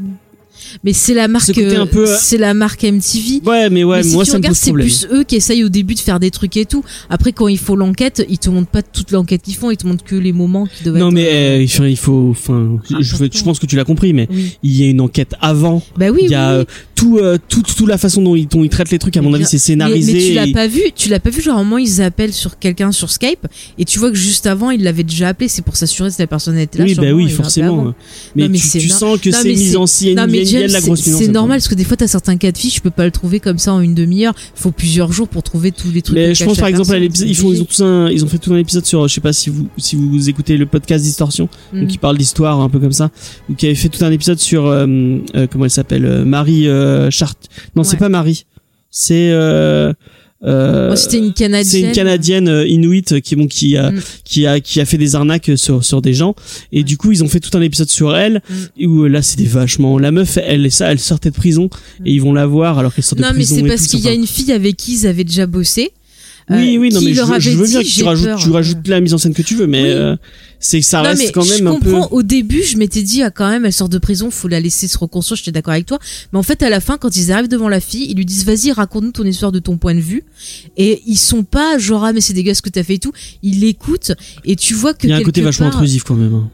A: Mais c'est la marque,
B: côté un
A: euh,
B: peu, euh,
A: c'est la marque MTV.
B: ouais, mais ouais,
A: mais si
B: moi,
A: tu
B: ça me
A: regardes,
B: pose
A: c'est
B: problème.
A: plus eux qui essayent au début de faire des trucs et tout. Après, quand ils font l'enquête, ils te montrent pas toute l'enquête qu'ils font, ils te montrent que les moments qui doivent
B: Non,
A: être.
B: mais euh, enfin, il faut, enfin, je, je- je pense que tu l'as compris, mais
A: Oui.
B: il y a une enquête avant.
A: Bah oui,
B: il y a
A: oui,
B: euh,
A: oui.
B: tout, euh, tout, tout la façon dont ils, dont ils traitent les trucs. À
A: Mais
B: mon
A: bien-
B: avis, c'est
A: Mais,
B: scénarisé.
A: mais tu
B: et-
A: l'as pas vu, tu l'as pas vu. Genre, à un moment, ils appellent sur quelqu'un sur Skype et tu vois que juste avant, ils l'avaient déjà appelé. C'est pour s'assurer si la personne était là.
B: oui,
A: sûrement,
B: bah
A: ils
B: oui,
A: l'ont appelé avant.
B: forcément. Mais,
A: Non, mais
B: tu,
A: c'est
B: tu
A: no-
B: sens que
A: Non,
B: c'est
A: mais
B: mis
A: c'est-
B: en scène,
A: Non
B: il y
A: mais
B: a- il y a
A: James,
B: de la
A: c'est-
B: grosse mise en
A: c'est
B: scène.
A: normal parce que des fois t'as certains cas de fiches, tu peux pas le trouver comme ça en une demi-heure. Faut plusieurs jours pour trouver tous les trucs.
B: Mais
A: que
B: je
A: cache
B: pense
A: la
B: par exemple à
A: personne,
B: l'épisode,
A: c'est
B: ils font, ils ont
A: obligé.
B: tous un, ils ont fait tout un épisode sur, je sais pas si vous, si vous écoutez le podcast Distorsion,
A: Mm.
B: donc qui parle d'histoire un peu comme ça, ou qui avait fait tout un épisode sur, euh, euh, comment elle s'appelle, euh, Marie euh, Chart. Non, c'est
A: Ouais.
B: pas Marie, c'est. Euh, euh,
A: Mm. Moi, c'était une canadienne.
B: c'est une canadienne euh, inuit euh, qui bon qui a
A: Mm.
B: qui a qui a fait des arnaques sur sur des gens et
A: Ouais.
B: du coup ils ont fait tout un épisode sur elle
A: Mm.
B: et où euh, là c'était vachement la meuf elle est ça elle sortait de prison et
A: Mm.
B: ils vont la voir alors qu'elle sort de
A: Non, mais
B: prison
A: c'est
B: et
A: parce
B: tout,
A: qu'il y a
B: enfin,
A: une fille avec qui ils avaient déjà bossé. euh,
B: oui, oui, non,
A: qui
B: mais je,
A: leur
B: veux- je
A: avait
B: veux
A: dit,
B: bien que tu
A: j'ai
B: rajoutes,
A: peur.
B: tu rajoutes la mise en scène que tu veux, mais
A: Oui.
B: euh, c'est que ça
A: Non,
B: reste
A: mais
B: quand même
A: je
B: un peu.
A: comprends. Au début, je m'étais dit, ah, quand même, elle sort de prison, faut la laisser se reconstruire, j'étais d'accord avec toi. Mais en fait, à la fin, quand ils arrivent devant la fille, ils lui disent, vas-y, raconte-nous ton histoire de ton point de vue. Et ils sont pas, genre, ah, mais c'est dégueulasse ce que t'as fait et tout. Ils l'écoutent. Et tu vois que.
B: Il y a un côté
A: quelque
B: vachement
A: part-
B: intrusif quand même. hein.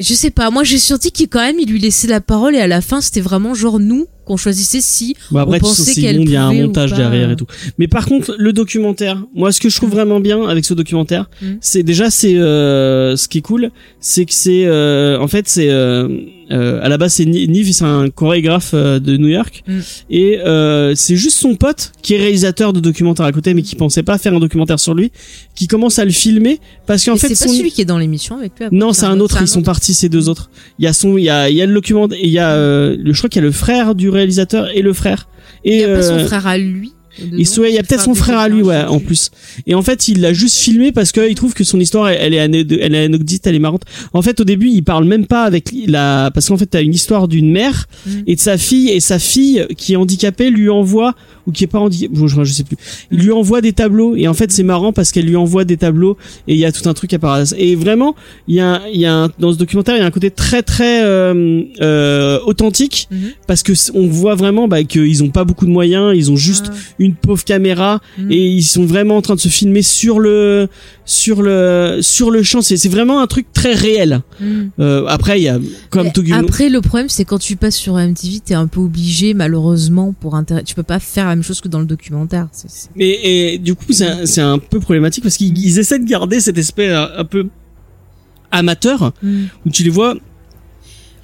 A: Je sais pas. Moi, j'ai senti qu'il, quand même, il lui laissait la parole. Et à la fin, c'était vraiment, genre, nous, qu'on choisissait si.
B: Bon, après, tu
A: pensait
B: sens que c'est
A: qu'elle
B: bon, il y a un
A: pouvait ou
B: montage
A: pas. Hein
B: derrière et tout. Mais par contre, le documentaire, moi, ce que je trouve vraiment bien avec ce documentaire,
A: Mm.
B: c'est déjà, c'est euh, ce qui est cool, c'est que c'est, euh, en fait, c'est euh, euh, à la base, c'est Ni- Niv, c'est un chorégraphe euh, de New York,
A: Mm.
B: et euh, c'est juste son pote qui est réalisateur de documentaire à côté, mais qui pensait pas faire un documentaire sur lui, qui commence à le filmer parce qu'en
A: Mais
B: fait,
A: c'est pas
B: son
A: celui qui est dans l'émission avec lui. après,
B: Non, c'est un autre. Ils
A: c'est Mmh.
B: sont partis ces deux autres. Il y a son, il y a, il y a le document et il y a, euh, le, je crois qu'il y a le frère du réalisateur et le frère. Et,
A: Il y a pas
B: euh,
A: son frère à lui. dedans,
B: et soit- il y a
A: qui
B: peut-être
A: fera
B: son
A: des
B: frère à lui,
A: dessins,
B: ouais,
A: je sais
B: en
A: plus.
B: plus. Et en fait, il l'a juste filmé parce qu'il trouve que son histoire, elle, elle est anecd- elle est anecdotique, elle est marrante. En fait, au début, il parle même pas avec la, parce qu'en fait, t'as une histoire d'une mère
A: Mm.
B: et de sa fille, et sa fille qui est handicapée lui envoie, ou qui est pas handicapée, bon, je, je sais plus, il lui envoie des tableaux, et en fait, c'est marrant parce qu'elle lui envoie des tableaux, et il y a tout un truc à part. Et vraiment, il y a, un- il y a un- dans ce documentaire, il y a un côté très, très, euh, euh, authentique,
A: Mhm.
B: parce que c- on voit vraiment, bah, qu'ils ont pas beaucoup de moyens, ils ont juste une pauvre caméra
A: Mm.
B: et ils sont vraiment en train de se filmer sur le sur le sur le champ c'est c'est vraiment un truc très réel
A: Mm.
B: Euh, après il y a comme
A: Mais
B: tout
A: Après, le problème, c'est quand tu passes sur MTV, t'es un peu obligé, malheureusement, pour inter... tu peux pas faire la même chose que dans le documentaire. C'est- c'est-
B: mais et, du coup c'est un- c'est un peu problématique parce qu'ils ils essaient de garder cet aspect un, un peu amateur
A: Hmm.
B: où tu les vois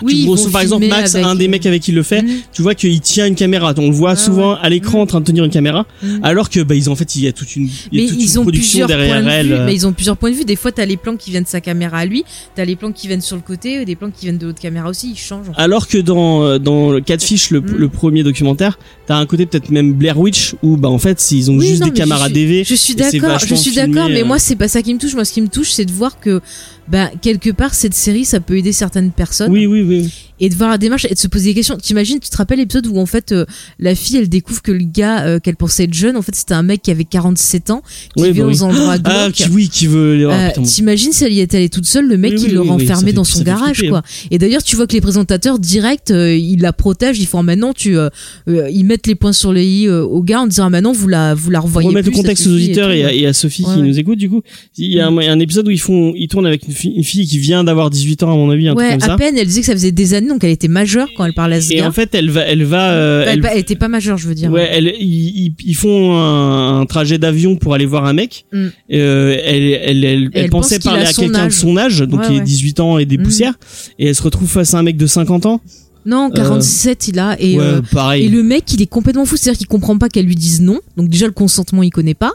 A: Oui,
B: tu,
A: ils
B: bon,
A: vont
B: par exemple
A: filmer
B: Max
A: avec-
B: un des mecs avec qui il le fait
A: Mm.
B: tu vois qu'il tient une caméra on le voit
A: Ah
B: souvent
A: ouais.
B: à l'écran en train de tenir une caméra
A: Mm.
B: alors que bah ils ont en fait il y a toute une, il y a
A: Mais
B: toute
A: ils
B: une
A: ont
B: production
A: plusieurs points
B: derrière
A: de
B: elle
A: vue.
B: euh.
A: Mais ils ont plusieurs points de vue. Des fois, t'as les plans qui viennent de sa caméra à lui, t'as les plans qui viennent sur le côté, des plans qui viennent de l'autre caméra aussi. Ils changent. en fait.
B: Alors que dans euh, dans le Catfish, le,
A: Mm.
B: le premier documentaire, t'as un côté peut-être même Blair Witch où bah en fait ils ont
A: Oui,
B: juste
A: non,
B: des
A: mais je
B: caméras
A: suis-
B: DV.
A: Je suis
B: Ah, et c'est
A: d'accord, je
B: vachement
A: suis
B: filmé,
A: d'accord, mais
B: euh.
A: moi c'est pas ça qui me touche. Moi, ce qui me touche, c'est de voir que, bah, quelque part, cette série, ça peut aider certaines personnes.
B: Oui oui oui.
A: et de voir la démarche et de se poser des questions. T'imagines, tu te rappelles l'épisode où en fait euh, la fille elle découvre que le gars euh, qu'elle pensait être jeune, en fait c'était un mec qui avait 47 ans qui
B: Oui, bah
A: vivait
B: oui.
A: aux endroits
B: Ah
A: glauques.
B: qui oui qui veut. ah,
A: Euh,
B: putain.
A: T'imagines si elle y était allée toute seule, le mec
B: Oui,
A: il
B: oui,
A: l'aurait
B: oui, oui,
A: enfermée
B: ça
A: dans
B: fait-
A: son
B: ça fait
A: garage
B: flipper, hein.
A: quoi. Et d'ailleurs tu vois que les présentateurs direct ah, euh, ils la protègent, ils font maintenant tu euh, euh, ils mettent mettre les points sur les i euh, aux gars en disant ah, maintenant vous la vous la revoyez
B: remettre
A: plus,
B: le contexte
A: ça
B: aux
A: suffit
B: auditeurs
A: tout,
B: et, à,
A: ouais.
B: et à Sophie
A: Ouais,
B: qui
A: ouais.
B: nous écoute, du coup, il y a un, un épisode où ils font, ils tournent avec une fille, une fille qui vient d'avoir 18 ans à mon avis, un
A: Ouais,
B: truc comme
A: à
B: ça.
A: peine elle disait que ça faisait des années donc elle était majeure quand elle parlait à ce
B: Et
A: gars.
B: en fait, elle va, elle va, euh,
A: elle,
B: elle,
A: bah, elle était pas majeure je veux dire.
B: ouais, elle, ils, ils- ils font un, un trajet d'avion pour aller voir un mec.
A: Mm.
B: Euh, elle, elle, elle, elle
A: elle pense
B: pensait
A: qu'il
B: parler
A: a
B: à
A: son
B: quelqu'un de
A: âge.
B: son âge, donc
A: Ouais,
B: il est
A: ouais.
B: 18 ans et des
A: Mm.
B: poussières, et elle se retrouve face à un mec de 50 ans.
A: Non, 47 il a et
B: Euh, ouais,
A: euh,
B: pareil.
A: Et le mec, il est complètement fou, c'est-à-dire qu'il comprend pas qu'elle lui dise non. Donc déjà le consentement, il connaît pas.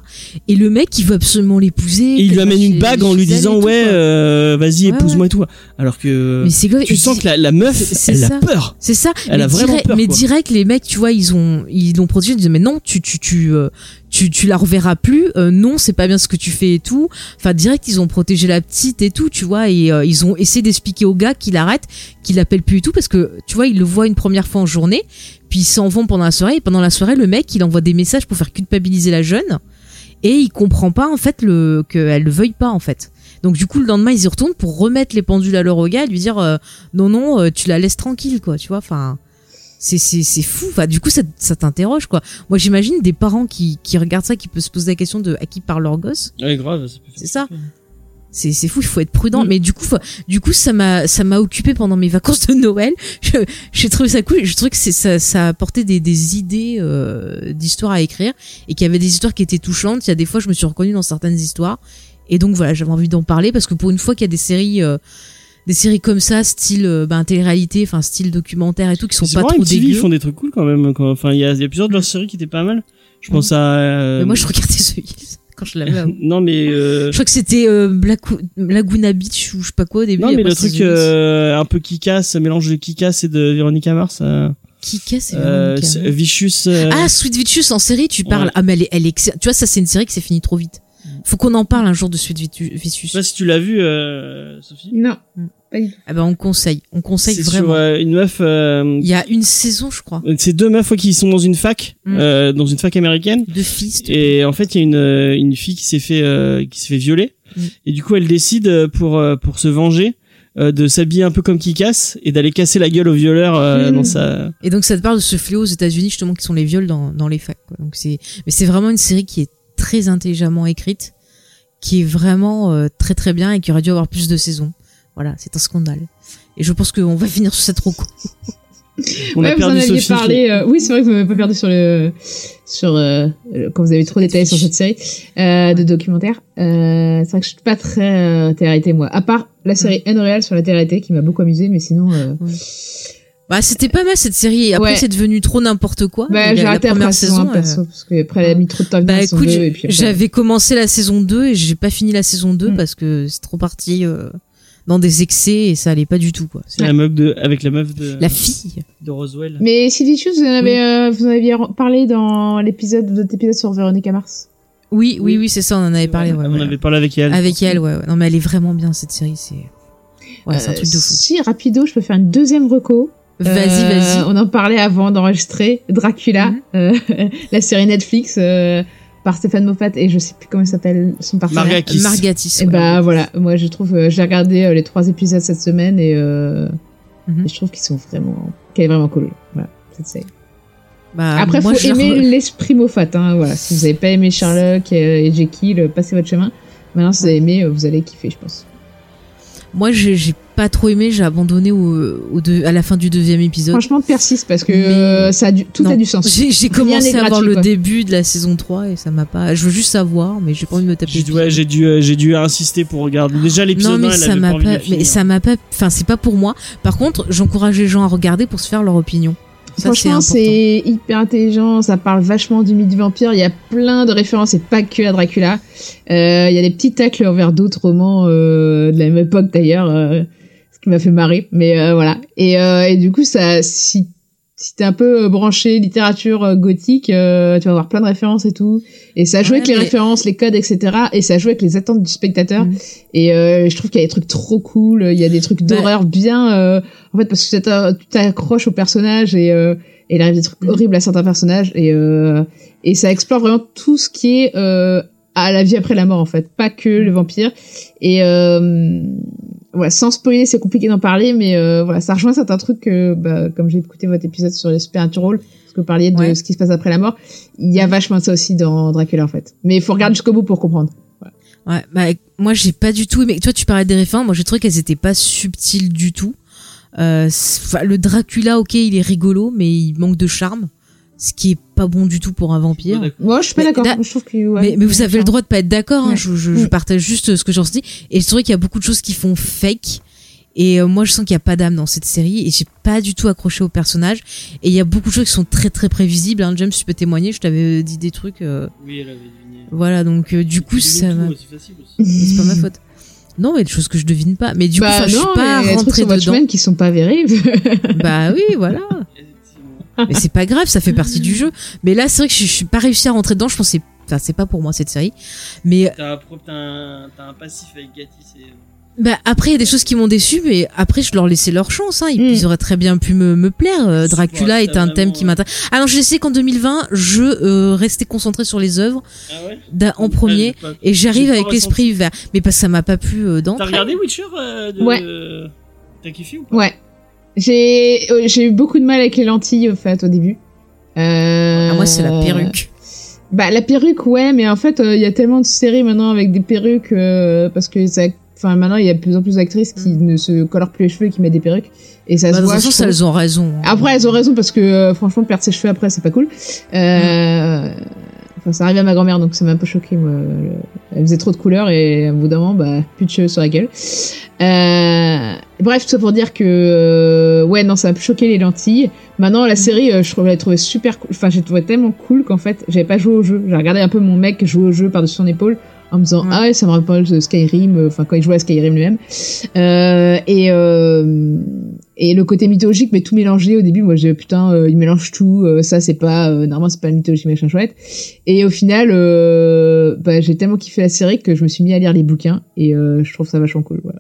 A: Et le mec, il veut absolument l'épouser.
B: Et il lui
A: qu'elle
B: amène
A: soit
B: une
A: chez-
B: bague en
A: chez
B: lui
A: elle et
B: disant
A: tout,
B: ouais
A: quoi.
B: euh, vas-y
A: Ouais,
B: épouse-moi et tout alors que
A: mais c'est quoi
B: tu
A: et
B: sens
A: c'est-
B: que la, la meuf
A: c'est
B: elle
A: ça.
B: a peur
A: c'est ça.
B: elle
A: mais
B: a vraiment
A: direct,
B: peur,
A: mais
B: quoi.
A: direct, les mecs, tu vois, ils ont ils l'ont protégé. Ils disaient mais non, tu tu tu euh, tu, tu la reverras plus. Euh, non, c'est pas bien ce que tu fais et tout. Enfin direct, ils ont protégé la petite et tout, tu vois. Et euh, ils ont essayé d'expliquer au gars qu'il arrête, qu'il l'appelle plus et tout parce que tu vois, il le voit une première fois en journée, puis ils s'en vont pendant la soirée. Et pendant la soirée, le mec, il envoie des messages pour faire culpabiliser la jeune. Et il comprend pas en fait le qu'elle le veuille pas en fait. Donc du coup le lendemain ils y retournent pour remettre les pendules à leur au gars et lui dire euh, non non euh, tu la laisses tranquille quoi tu vois enfin c'est c'est c'est fou enfin du coup ça, ça t'interroge quoi moi j'imagine des parents qui qui regardent ça qui peuvent se poser la question de à qui parle leur gosse
B: ouais grave ça peut
A: c'est ça c'est c'est fou il faut être prudent
B: Mm.
A: mais du coup faut- du coup ça m'a ça m'a occupé pendant mes vacances de Noël je j'ai trouvé ça cool je trouvais que c'est ça ça apportait des des idées euh, d'histoires à écrire et qu'il y avait des histoires qui étaient touchantes il y a des fois je me suis reconnue dans certaines histoires et donc voilà j'avais envie d'en parler parce que pour une fois qu'il y a des séries euh, des séries comme ça style euh, ben télé-réalité enfin style documentaire et tout qui sont
B: C'est
A: pas
B: marrant,
A: trop
B: MTV, ils
A: dégueux Mm.
B: font des trucs cool quand même. quoi. Enfin, il y a, il y a plusieurs de leurs séries qui étaient pas mal. Je pense à. euh,
A: mais moi je regardais ce quand je l'avais
B: non mais. euh,
A: je crois que c'était euh, Black Laguna Beach ou je sais pas quoi au début
B: Non
A: et
B: mais
A: après,
B: le
A: c'est
B: truc
A: The Office.
B: euh, un peu Kikas, mélange de Kikas et de Véronica Mars. euh,
A: qui casse et
B: euh,
A: Véronica.
B: c'est- Vicious. euh,
A: Ah, Sweet Vicious en série, tu parles.
B: Ouais. Mm.
A: Ah, mais elle est, elle est excell- Tu vois, ça, c'est une série qui s'est finie trop vite. Faut qu'on en parle un jour de Sweet Vitu-
B: Je sais
A: Vicious.
B: pas si tu l'as vu, euh, Sophie.
C: Non,
A: Mm.
C: pas du tout.
A: Ah, ben, on conseille. On conseille
B: C'est sur
A: vraiment.
B: euh, une meuf. euh,
A: Il y a une saison, je crois,
B: c'est deux meufs ouais, qui sont dans une fac,
A: Mm.
B: euh, dans une fac américaine.
A: de Fist.
B: Et en fait, il y a une, euh, une fille qui s'est fait euh, qui s'est fait violer.
A: Mm.
B: Et du coup, elle décide euh, pour euh, pour se venger euh, de s'habiller un peu comme qui casse et d'aller casser la gueule au violeur euh,
C: Mm.
B: dans sa.
A: Et donc, ça te parle de ce fléau aux États-Unis, justement, qui sont les viols dans, dans les facs. quoi. Donc, c'est, mais c'est vraiment une série qui est très intelligemment écrite, qui est vraiment euh, très très bien et qui aurait dû avoir plus de saisons. Voilà, c'est un scandale. Et je pense qu'on va finir sur cette roco.
B: On
C: ouais,
B: a perdu
C: vous en aviez
B: Sophie.
C: parlé. euh, oui, c'est vrai que vous m'avez pas perdu sur le sur euh, le- quand vous avez trop détaillé sur cette série euh, de documentaire. Euh, c'est vrai que je suis pas très euh, télé-réalité moi. À part la série Unreal sur la télé-réalité qui m'a beaucoup amusé, mais sinon. euh,
A: Ouais. Bah, c'était pas mal cette série. Après,
C: Ouais.
A: c'est devenu trop n'importe quoi.
C: Bah,
A: Mais
C: j'ai
A: la, la
C: arrêté après
A: première
C: la saison, un
A: saison. euh,
C: perso, parce que après elle a mis trop de temps
A: Bah,
C: dans la saison
A: écoute,
C: deux,
A: je-
C: et puis après-
A: J'avais commencé la saison 2 et j'ai pas fini la saison 2
C: Mm.
A: parce que c'est trop parti euh, dans des excès et ça allait pas du tout quoi.
B: C'est la meuf de avec la meuf de
A: La fille.
B: de Roswell.
C: Mais Sylvie Chou, vous en avez, euh, vous en aviez parlé dans l'épisode, votre épisode sur Véronique Mars.
A: Euh, Oui, oui,
B: Oui.
A: oui, c'est ça, on en avait parlé.
B: on
A: ouais, Ah
B: on
A: ouais.
B: avait parlé avec elle.
A: Avec elle, ouais, ouais. Non, mais elle est vraiment bien cette série. C'est ouais, c'est un truc de fou.
C: Si rapido, je peux faire une deuxième reco.
A: Vas-y,
C: Euh,
A: vas-y.
C: On en parlait avant d'enregistrer Dracula,
A: Mhm.
C: euh, la série Netflix euh, par Stéphane Moffat et je sais plus comment il s'appelle son partenaire.
B: Margaret Kiss.
A: Margatis.
C: Et
A: ouais.
C: bah voilà, moi je trouve, euh, j'ai regardé euh, les trois épisodes cette semaine et, euh,
A: Mhm.
C: et je trouve qu'ils sont vraiment, qu'elle est vraiment cool. Voilà, cette série.
A: Bah,
C: Après,
A: moi, je
C: faut
A: la
C: aimer
A: re-
C: l'esprit Moffat. Hein, voilà. Si vous n'avez pas aimé Sherlock et, et Jekyll, euh, passez votre chemin. Maintenant, si vous avez aimé, euh, vous allez kiffer, je pense.
A: Moi, j'ai j'ai pas trop aimé. J'ai abandonné au, au deux- à la fin du deuxième épisode.
C: Franchement, persiste parce que
A: Mais-
C: euh, ça a du- tout
A: Non.
C: a du sens.
A: J'ai j'ai
C: Rien
A: commencé
C: n'est
A: à voir
C: gratuit,
A: le
C: quoi.
A: début de la saison 3 et ça m'a pas. Je veux juste savoir, mais j'ai pas envie de me taper.
B: J'ai dû
A: le
B: ouais, j'ai dû euh, j'ai dû insister pour regarder déjà
A: Non
B: l'épisode 1
A: mais
B: elle
A: ça
B: avait
A: m'a pas,
B: pas envie de le
A: mais
B: finir.
A: ça m'a pas, enfin c'est pas pour moi. Par contre, j'encourage les gens à regarder pour se faire leur opinion. Ça, c'est
C: Franchement,
A: important.
C: c'est hyper intelligent. Ça parle vachement du mythe du vampire. Il y a plein de références et pas que à Dracula. Euh, il y a des petits tacles envers d'autres romans euh, de la même époque d'ailleurs, euh, ce qui m'a fait marrer. Mais euh, voilà. Et, euh, et du coup, ça, si, si t'es un peu euh, branché littérature euh, gothique, euh, tu vas avoir plein de références et tout. Et ça joue
A: Ouais,
C: avec les
A: mais-
C: références, les codes, etc. Et ça joue avec les attentes du spectateur.
A: Mhm.
C: Et euh, je trouve qu'il y a des trucs trop cool. Il y a des trucs
A: Bah-
C: d'horreur bien. euh, en fait, parce que t'atta- tu t'accroches au personnage et euh, et il arrive des trucs
A: Mhm.
C: horribles à certains personnages et euh, et ça explore vraiment tout ce qui est euh, à la vie après la mort en fait, pas que le vampire et euh, voilà, sans spoiler, c'est compliqué d'en parler, mais euh, voilà, ça rejoint certains trucs, euh, bah, comme j'ai écouté votre épisode sur les Supernatural, parce que vous parliez de
A: Ouais.
C: ce qui se passe après la mort, il y a vachement de ça aussi dans Dracula en fait. Mais il faut regarder jusqu'au bout pour comprendre.
A: Ouais, bah, moi j'ai pas du tout mais toi tu parlais des références, moi j'ai trouvé qu'elles étaient pas subtiles du tout. Euh, c'est- enfin, le Dracula, ok, il est rigolo, mais il manque de charme, ce qui est pas bon du tout pour un vampire.
C: Moi, je suis pas
A: Mais
C: d'accord.
A: da-
C: Je trouve que ouais,
A: mais, mais vous avez le droit de pas être d'accord. hein.
C: Ouais.
A: Je, je- je
C: Oui.
A: partage juste euh, ce que j'en dis. Et c'est vrai qu'il y a beaucoup de choses qui font fake. Et euh, moi, je sens qu'il y a pas d'âme dans cette série. Et j'ai pas du tout accroché au personnage. Et il y a beaucoup de choses qui sont très très prévisibles. Hein. James, tu peux témoigner. Je t'avais dit des trucs. euh,
B: Oui, elle avait deviné.
A: voilà. Donc euh, du coup, ça. m'a- Mhm. C'est pas ma faute. Non, mais des choses que je devine pas. Mais du coup,
C: bah,
A: enfin, je
C: non,
A: suis pas
C: mais il y a des trucs
A: rentrée
C: sur
A: dedans.
C: Watchmen qui sont pas avérés.
A: Bah oui, voilà. Mais c'est pas grave, ça fait partie du jeu. Mais là, c'est vrai que je, je suis pas réussi à rentrer dedans. Je pensais, enfin, c'est pas pour moi cette série. Mais
B: T'as un, passif avec euh, Gatti, c'est.
A: bah après, il y a des choses qui m'ont déçu. Mais après, je leur laissais leur chance. Hein. Ils,
C: Mm.
A: ils auraient très bien pu me, me plaire. Euh,
B: C'est
A: Dracula
B: vrai,
A: est
B: t'as
A: un thème
B: vraiment, euh
A: qui
B: ouais.
A: m'intéresse. Alors, je sais qu'en 2020, je euh, restais concentrée sur les œuvres
B: Ah ouais
A: d'un- en premier. Et j'arrive avec l'esprit vert. Mais parce que ça m'a pas plu euh,
B: T'as
A: d'entrée.
B: regardé Witcher euh, de... T'as kiffé ou pas
C: ouais. J'ai euh, j'ai eu beaucoup de mal avec les lentilles en fait au début. Euh...
A: Ah, moi, c'est la perruque.
C: Bah la perruque ouais, mais en fait euh, il y a tellement de séries maintenant avec des perruques euh, parce que ça, enfin maintenant il y a de plus en plus d'actrices qui ne se colorent plus les cheveux et qui mettent des perruques et ça
A: Mm. Bah,
C: se
A: de toute
C: voit. Ah.
A: façon,
C: je
A: ça,
C: trouve.
A: elles ont raison. hein.
C: Après elles ont raison parce que euh, franchement perdre ses cheveux après c'est pas cool. Euh... Enfin ça arrive à ma grand-mère donc ça m'a un peu choqué moi. le- Elle faisait trop de couleurs et à bout d'un moment bah plus de cheveux sur la gueule. Euh... Bref tout ça pour dire que euh, ouais non ça m'a choqué les lentilles. Maintenant la série euh, je trouve la trouvée super cool. Enfin j'ai trouvé tellement cool qu'en fait j'avais pas joué au jeu. J'ai regardé un peu mon mec jouer au jeu par dessus son épaule en me disant
A: Ouais.
C: ah ouais, ça me rappelle euh, Skyrim. euh, Enfin quand il jouait à Skyrim lui-même. Euh, et euh, et le côté mythologique mais tout mélangé au début moi j'ai putain euh, il mélange tout euh, ça c'est pas euh, normalement c'est pas la mythologie machin chouette et au final euh, bah, j'ai tellement kiffé la série que je me suis mis à lire les bouquins et euh, je trouve ça vachement cool voilà.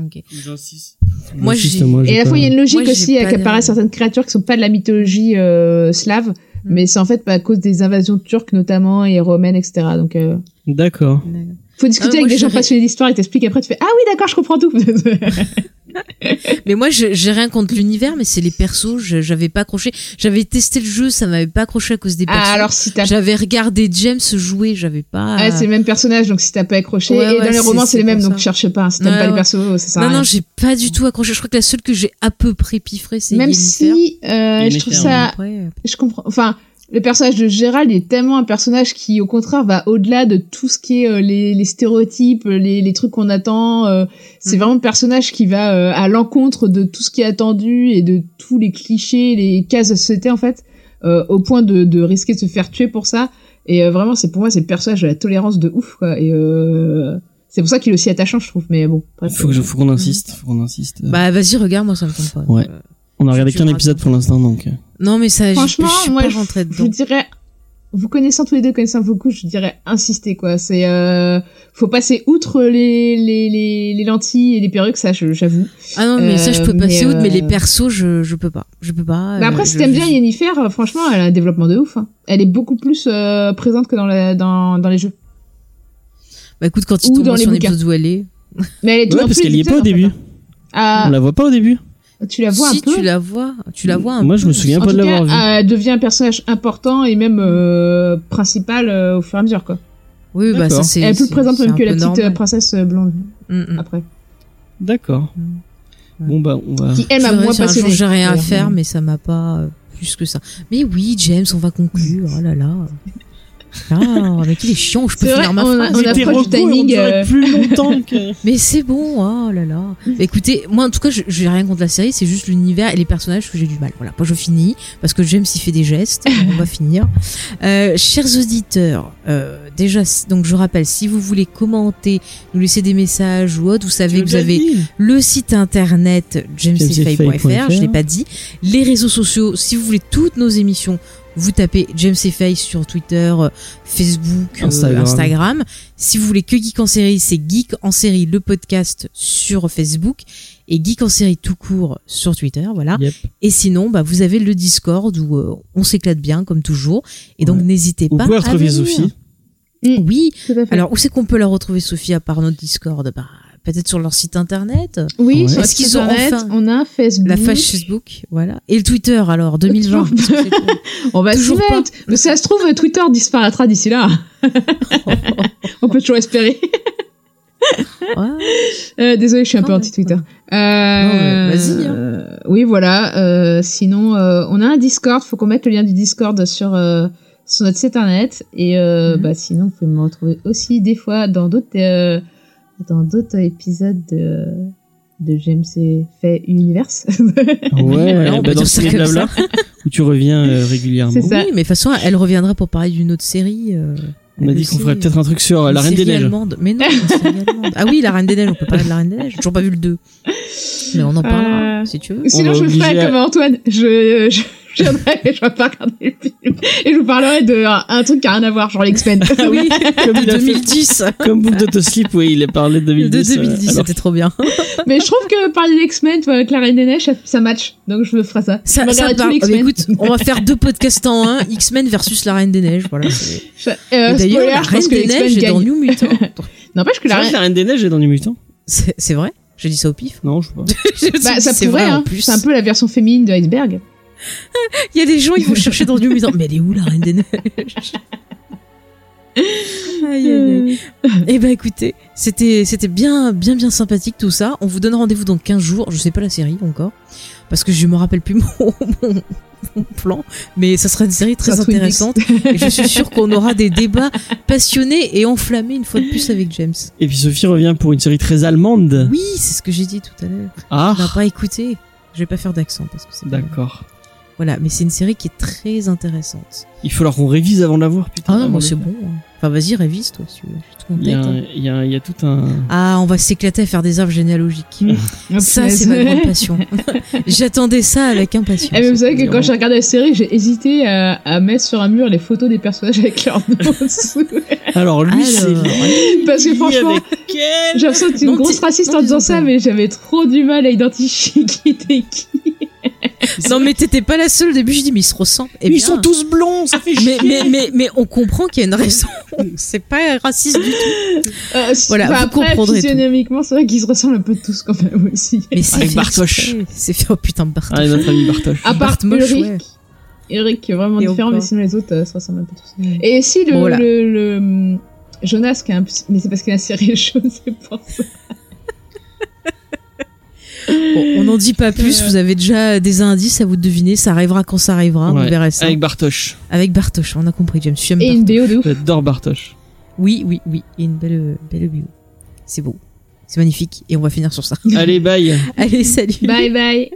A: Ok.
B: J'insiste.
A: Moi, j'ai-
C: et à la fois il y a une logique
A: Moi, j'ai
C: aussi à
A: pas
C: qu'apparaissent
A: de- Mm.
C: certaines créatures qui sont pas de la mythologie euh, slave mais c'est en fait bah, à cause des invasions turques notamment et romaines etc donc euh,
B: D'accord.
C: faut discuter
A: Ah, moi,
C: avec des
A: je
C: gens
A: dirais-
C: passionnés d'histoire et t'expliques après tu fais ah oui d'accord je comprends tout
A: Mais moi, je- j'ai rien contre l'univers, mais c'est les persos. je- J'avais pas accroché. J'avais testé le jeu, ça m'avait pas accroché à cause des persos.
C: ah, alors si t'as
A: J'avais regardé James jouer, j'avais pas.
C: Ah, c'est le même personnage, donc si t'as pas accroché.
A: Ouais,
C: et dans
A: ouais,
C: les
A: c'est-
C: romans,
A: c'est
C: c'est les mêmes,
A: pour
C: donc
A: ça.
C: cherche pas. Si t'aimes
A: Ouais,
C: pas les
A: ouais.
C: persos, ça sert à
A: non,
C: rien.
A: non, j'ai pas du tout accroché. Je crois que la seule que j'ai à peu près piffré, c'est
C: même
A: Yennefer.
C: si euh, je
B: Yennefer,
C: trouve
B: ouais.
C: ça.
A: Après, euh,
C: Je comprends. Enfin, le personnage de Gérald est tellement un personnage qui, au contraire, va au-delà de tout ce qui est euh, les, les stéréotypes, les, les trucs qu'on attend. euh, c'est
A: Mm.
C: vraiment le personnage qui va euh, à l'encontre de tout ce qui est attendu et de tous les clichés, les cases de société, en fait, euh, au point de, de risquer de se faire tuer pour ça. Et euh, vraiment, c'est pour moi, c'est le personnage de la tolérance de ouf, quoi. Et euh, c'est pour ça qu'il est aussi attachant, je trouve. Mais bon, bref.
B: Faut que je- faut qu'on insiste. Faut qu'on insiste.
A: Mhm. Bah, vas-y, regarde, moi, ça me tente pas.
B: Ouais.
A: Euh,
B: On a regardé
A: tu
B: qu'un
A: racontes.
B: épisode pour l'instant, donc. euh,
A: Non, mais ça, j'ai-
C: Franchement,
A: je suis
C: moi,
A: pas
C: je-
A: rentrée
C: je vous
A: dedans.
C: dirais, vous connaissant tous les deux, connaissant beaucoup, je dirais insister quoi. C'est, euh, faut passer outre les, les, les, les lentilles et les perruques, ça, je- j'avoue.
A: Ah non, mais ça, je peux
C: Euh,
A: passer
C: mais,
A: outre, mais les
C: euh,
A: persos, je, je peux pas. Je peux pas.
C: Mais après,
A: euh,
C: si
A: je-
C: t'aimes
A: je-
C: bien Yennefer, euh, franchement, elle a un développement de ouf. hein. Elle est beaucoup plus euh, présente que dans, la, dans, dans les jeux.
A: Bah, écoute, quand il
C: Ou
A: tombe
C: dans les
A: sur un
C: bouquins.
A: épisode où elle est.
C: Mais elle est
B: Ouais,
C: toujours
B: parce
C: plus
B: qu'elle y est pas au
C: épisode, en
B: début.
C: fait, hein.
B: On la voit pas au début.
C: Ah, tu la vois
A: si,
C: un peu.
A: tu la vois. Tu la vois un
B: Moi,
A: peu.
B: je me souviens
C: en
B: pas
C: tout
B: de l'avoir vue.
C: cas, elle devient un personnage important et même euh, principal euh, au fur et à mesure quoi.
A: Oui, bah, ça,
B: D'accord.
A: c'est.
C: Elle est plus
A: c'est-
C: présente
A: c'est
C: même
A: un
C: que la
A: peu
C: petite euh,
A: normal.
C: princesse euh, blonde
A: Mm, mm.
C: après.
B: D'accord.
A: Mm. Ouais.
B: Bon, bah, on va.
C: Qui elle m'a
A: Je
C: moins
A: verrai si un jour
C: passionnée.
A: J'ai rien à
C: d'ailleurs.
A: faire, mais ça m'a pas euh, plus que ça. Mais oui, James, on va conclure. Oh là là. Ah, mais il est chiant, je peux
C: C'est vrai,
A: finir ma
C: on a-
A: phrase.
C: on a-
B: Tes
C: approche
B: recours
C: du
B: vont
C: timing,
B: durer
C: euh.
B: plus longtemps que.
A: Mais c'est bon, oh là là. Mais Écoutez, moi en tout cas, je- j'ai rien contre la série, c'est juste l'univers et les personnages que j'ai du mal. Voilà, moi je finis, parce que James il fait des gestes, on va finir. Euh, chers auditeurs, euh, déjà, c- donc je rappelle, si vous voulez commenter, nous laisser des messages ou autre, vous savez que vous avez le site internet jamesfay.fr, je l'ai pas dit, les réseaux sociaux, si vous voulez toutes nos émissions, vous tapez James et Faye sur Twitter, euh, Facebook, euh, Instagram.
B: Instagram.
A: Si vous voulez que Geek en série, c'est Geek en série le podcast sur Facebook et Geek en série tout court sur Twitter, voilà.
B: Yep.
A: Et sinon, bah vous avez le Discord où euh, on s'éclate bien comme toujours et donc
B: Ouais.
A: n'hésitez
B: Vous
A: pas
B: pouvez
A: à
B: retrouver
A: venir.
B: Sophie.
A: Oui,
C: Tout à fait.
A: alors, où c'est qu'on peut la retrouver, Sophie, à part notre Discord Bah, peut-être sur leur site internet,
C: Oui,
B: Ouais.
C: sur
A: Est-ce
C: ce
A: qu'ils ont enfin
C: on a un Facebook.
A: la page Facebook, voilà. Et le Twitter, alors, 2020.
C: Toujours
A: parce que c'est tout.
C: On va s'y
A: Toujours pas.
C: mettre. Mais ça se trouve, Twitter disparaîtra d'ici là. on peut toujours espérer.
A: Ouais.
C: Euh, désolé, je suis un
A: Non,
C: peu
A: mais-
C: anti-Twitter. Euh,
A: mais vas-y, hein.
C: euh, oui, voilà. Euh, sinon, euh, on a un Discord. Faut qu'on mette le lien du Discord sur euh, sur notre site internet. Et euh,
A: Mhm.
C: bah sinon, vous pouvez me retrouver aussi des fois dans d'autres euh, dans d'autres épisodes de de GMC fait Universe.
B: Ouais,
A: Voilà, on
B: bah,
A: peut
B: dans
A: dire ça
B: Ciné
A: comme
B: Blabla, où tu reviens euh, régulièrement.
C: C'est ça.
A: Oui, mais de toute façon, elle reviendra pour parler d'une autre série. euh,
B: On a
A: elle
B: dit
A: aussi.
B: qu'on ferait peut-être un truc sur euh, la
A: Une
B: Reine des
A: série
B: Neiges.
A: allemande. Mais non, une série allemande. Ah oui, la Reine des Neiges, on peut parler de la Reine des Neiges. J'ai toujours pas vu le 2. Mais on en parlera,
C: Euh,
A: si tu veux.
C: Sinon,
B: va
C: je ferai
B: obliger à-
C: comme Antoine. Je je je viendrai, je vais pas regarder le film et je vous parlerai de un, un truc qui a rien à voir, genre les X-Men.
A: oui,
B: Comme il a fait-
A: 2010.
B: Comme Bouffe de Sleep, oui, il a parlé de
A: De
B: 2010. euh,
A: 2010,
B: alors-
A: c'était trop bien.
C: Mais je trouve que parler euh, des X-Men, tu vois, avec la Reine des Neiges, ça- ça match. Donc je me ferai ça.
A: Ça,
C: je me
A: ça
C: regarderai tous
A: part.
C: les
A: Ah, mais
C: X-Men.
A: écoute, on va faire deux podcasts en un, X-Men versus la Reine des Neiges. Voilà. c'est-
C: Je- euh,
A: Et D'ailleurs,
C: spoiler,
A: la
C: je
A: Reine
C: pense que les
A: des Neiges
C: X-Men
A: est dans
C: gagnent.
A: New Mutant.
C: N'empêche que
B: C'est
C: la
B: vrai que
C: Reine.
B: la Reine des Neiges est dans les mutants
A: C'est c'est vrai J'ai dit ça au pif.
B: Non, je sais pas.
A: Je dis,
C: Bah, ça
A: c'est
C: pourrait,
A: vrai en
C: hein.
A: plus.
C: C'est un peu la version féminine de Iceberg.
A: Il y a des gens, ils vont chercher dans New Mutant. Mais elle est où la Reine des Neiges Aïe, aïe,
C: Euh,
A: aïe. Eh ben écoutez, c'était c'était bien bien bien sympathique tout ça. On vous donne rendez-vous dans 15 jours. Je sais pas la série encore parce que je me rappelle plus mon, mon- mon plan, mais ça sera une série très
C: Sur Twin Peaks.
A: intéressante. Et je suis sûre qu'on aura des débats passionnés et enflammés une fois de plus avec James.
B: Et puis Sophie revient pour une série très allemande.
A: Oui, c'est ce que j'ai dit tout à l'heure.
B: Ah,
A: On va pas écouter. Je vais pas faire d'accent parce que c'est pas
B: d'accord.
A: voilà. Mais c'est une série qui est très intéressante.
B: Il faut alors qu'on révise avant de la voir, putain.
A: Ah non,
B: Avant
A: moi
B: de-
A: c'est bon. hein. Enfin vas-y révise toi si tu veux. J'ai tout en
B: Il y, a
A: tête,
B: un-
A: hein.
B: il y a un- il y a tout un...
A: Ah on va s'éclater à faire des arbres généalogiques.
C: Oh,
A: Ça,
C: punaise.
A: c'est ma grande passion. J'attendais ça avec impatience.
C: Eh, mais vous savez que quand j'ai regardé la série, j'ai hésité à, à mettre sur un mur les photos des personnages avec leurs noms en dessous.
B: Alors lui,
A: Alors, eh
B: c'est...
C: Parce que franchement, j'ai l'impression d'être une
A: Non,
C: grosse
A: t'es-
C: raciste
A: non,
C: en
A: t'es
C: disant ça,
A: gentille.
C: mais j'avais trop du mal à identifier qui était qui.
A: non, mais t'étais pas la seule au début, je dis, mais ils se ressemblent. Eh
B: Ils
A: bien,
B: sont tous blonds, ça fait
A: mais,
B: chier.
A: mais, mais, mais on comprend qu'il y a une raison. C'est pas raciste du tout.
C: Euh, si-
A: Voilà,
C: enfin,
A: vous
C: après,
A: comprendrez tout.
C: physionomiquement, c'est vrai qu'ils se ressemblent un peu tous quand même aussi.
A: Mais c'est
B: Avec
A: fait
B: Bartoche.
A: exprès. C'est fait, oh putain, Bartoche.
B: Ah, et notre ami Bartoche.
C: À part
A: Bartmoche,
C: Ulrich.
A: ouais.
C: Ulrich qui est vraiment
A: Et
C: différent,
A: encore.
C: mais sinon les autres euh, se ressemblent un peu tous. Et si le,
A: Bon, voilà.
C: le, le, hum, Jonas qui a un petit- Mais c'est parce qu'il a serré jaune, c'est pour ça.
A: Bon, on n'en dit pas plus, vous avez déjà des indices à vous deviner, ça arrivera quand ça arrivera,
B: Ouais,
A: on verra ça.
B: Avec
A: Avec,
B: Bartoche.
A: Bartoche, on a compris, James. Tu aimes
C: Et une
A: Bartoche.
C: BO de ouf.
B: J'adore Bartoche.
A: Oui, oui, oui, et une belle, belle bio. C'est beau. C'est magnifique, et on va finir sur ça.
B: Allez, bye
A: Allez, salut.
C: Bye bye.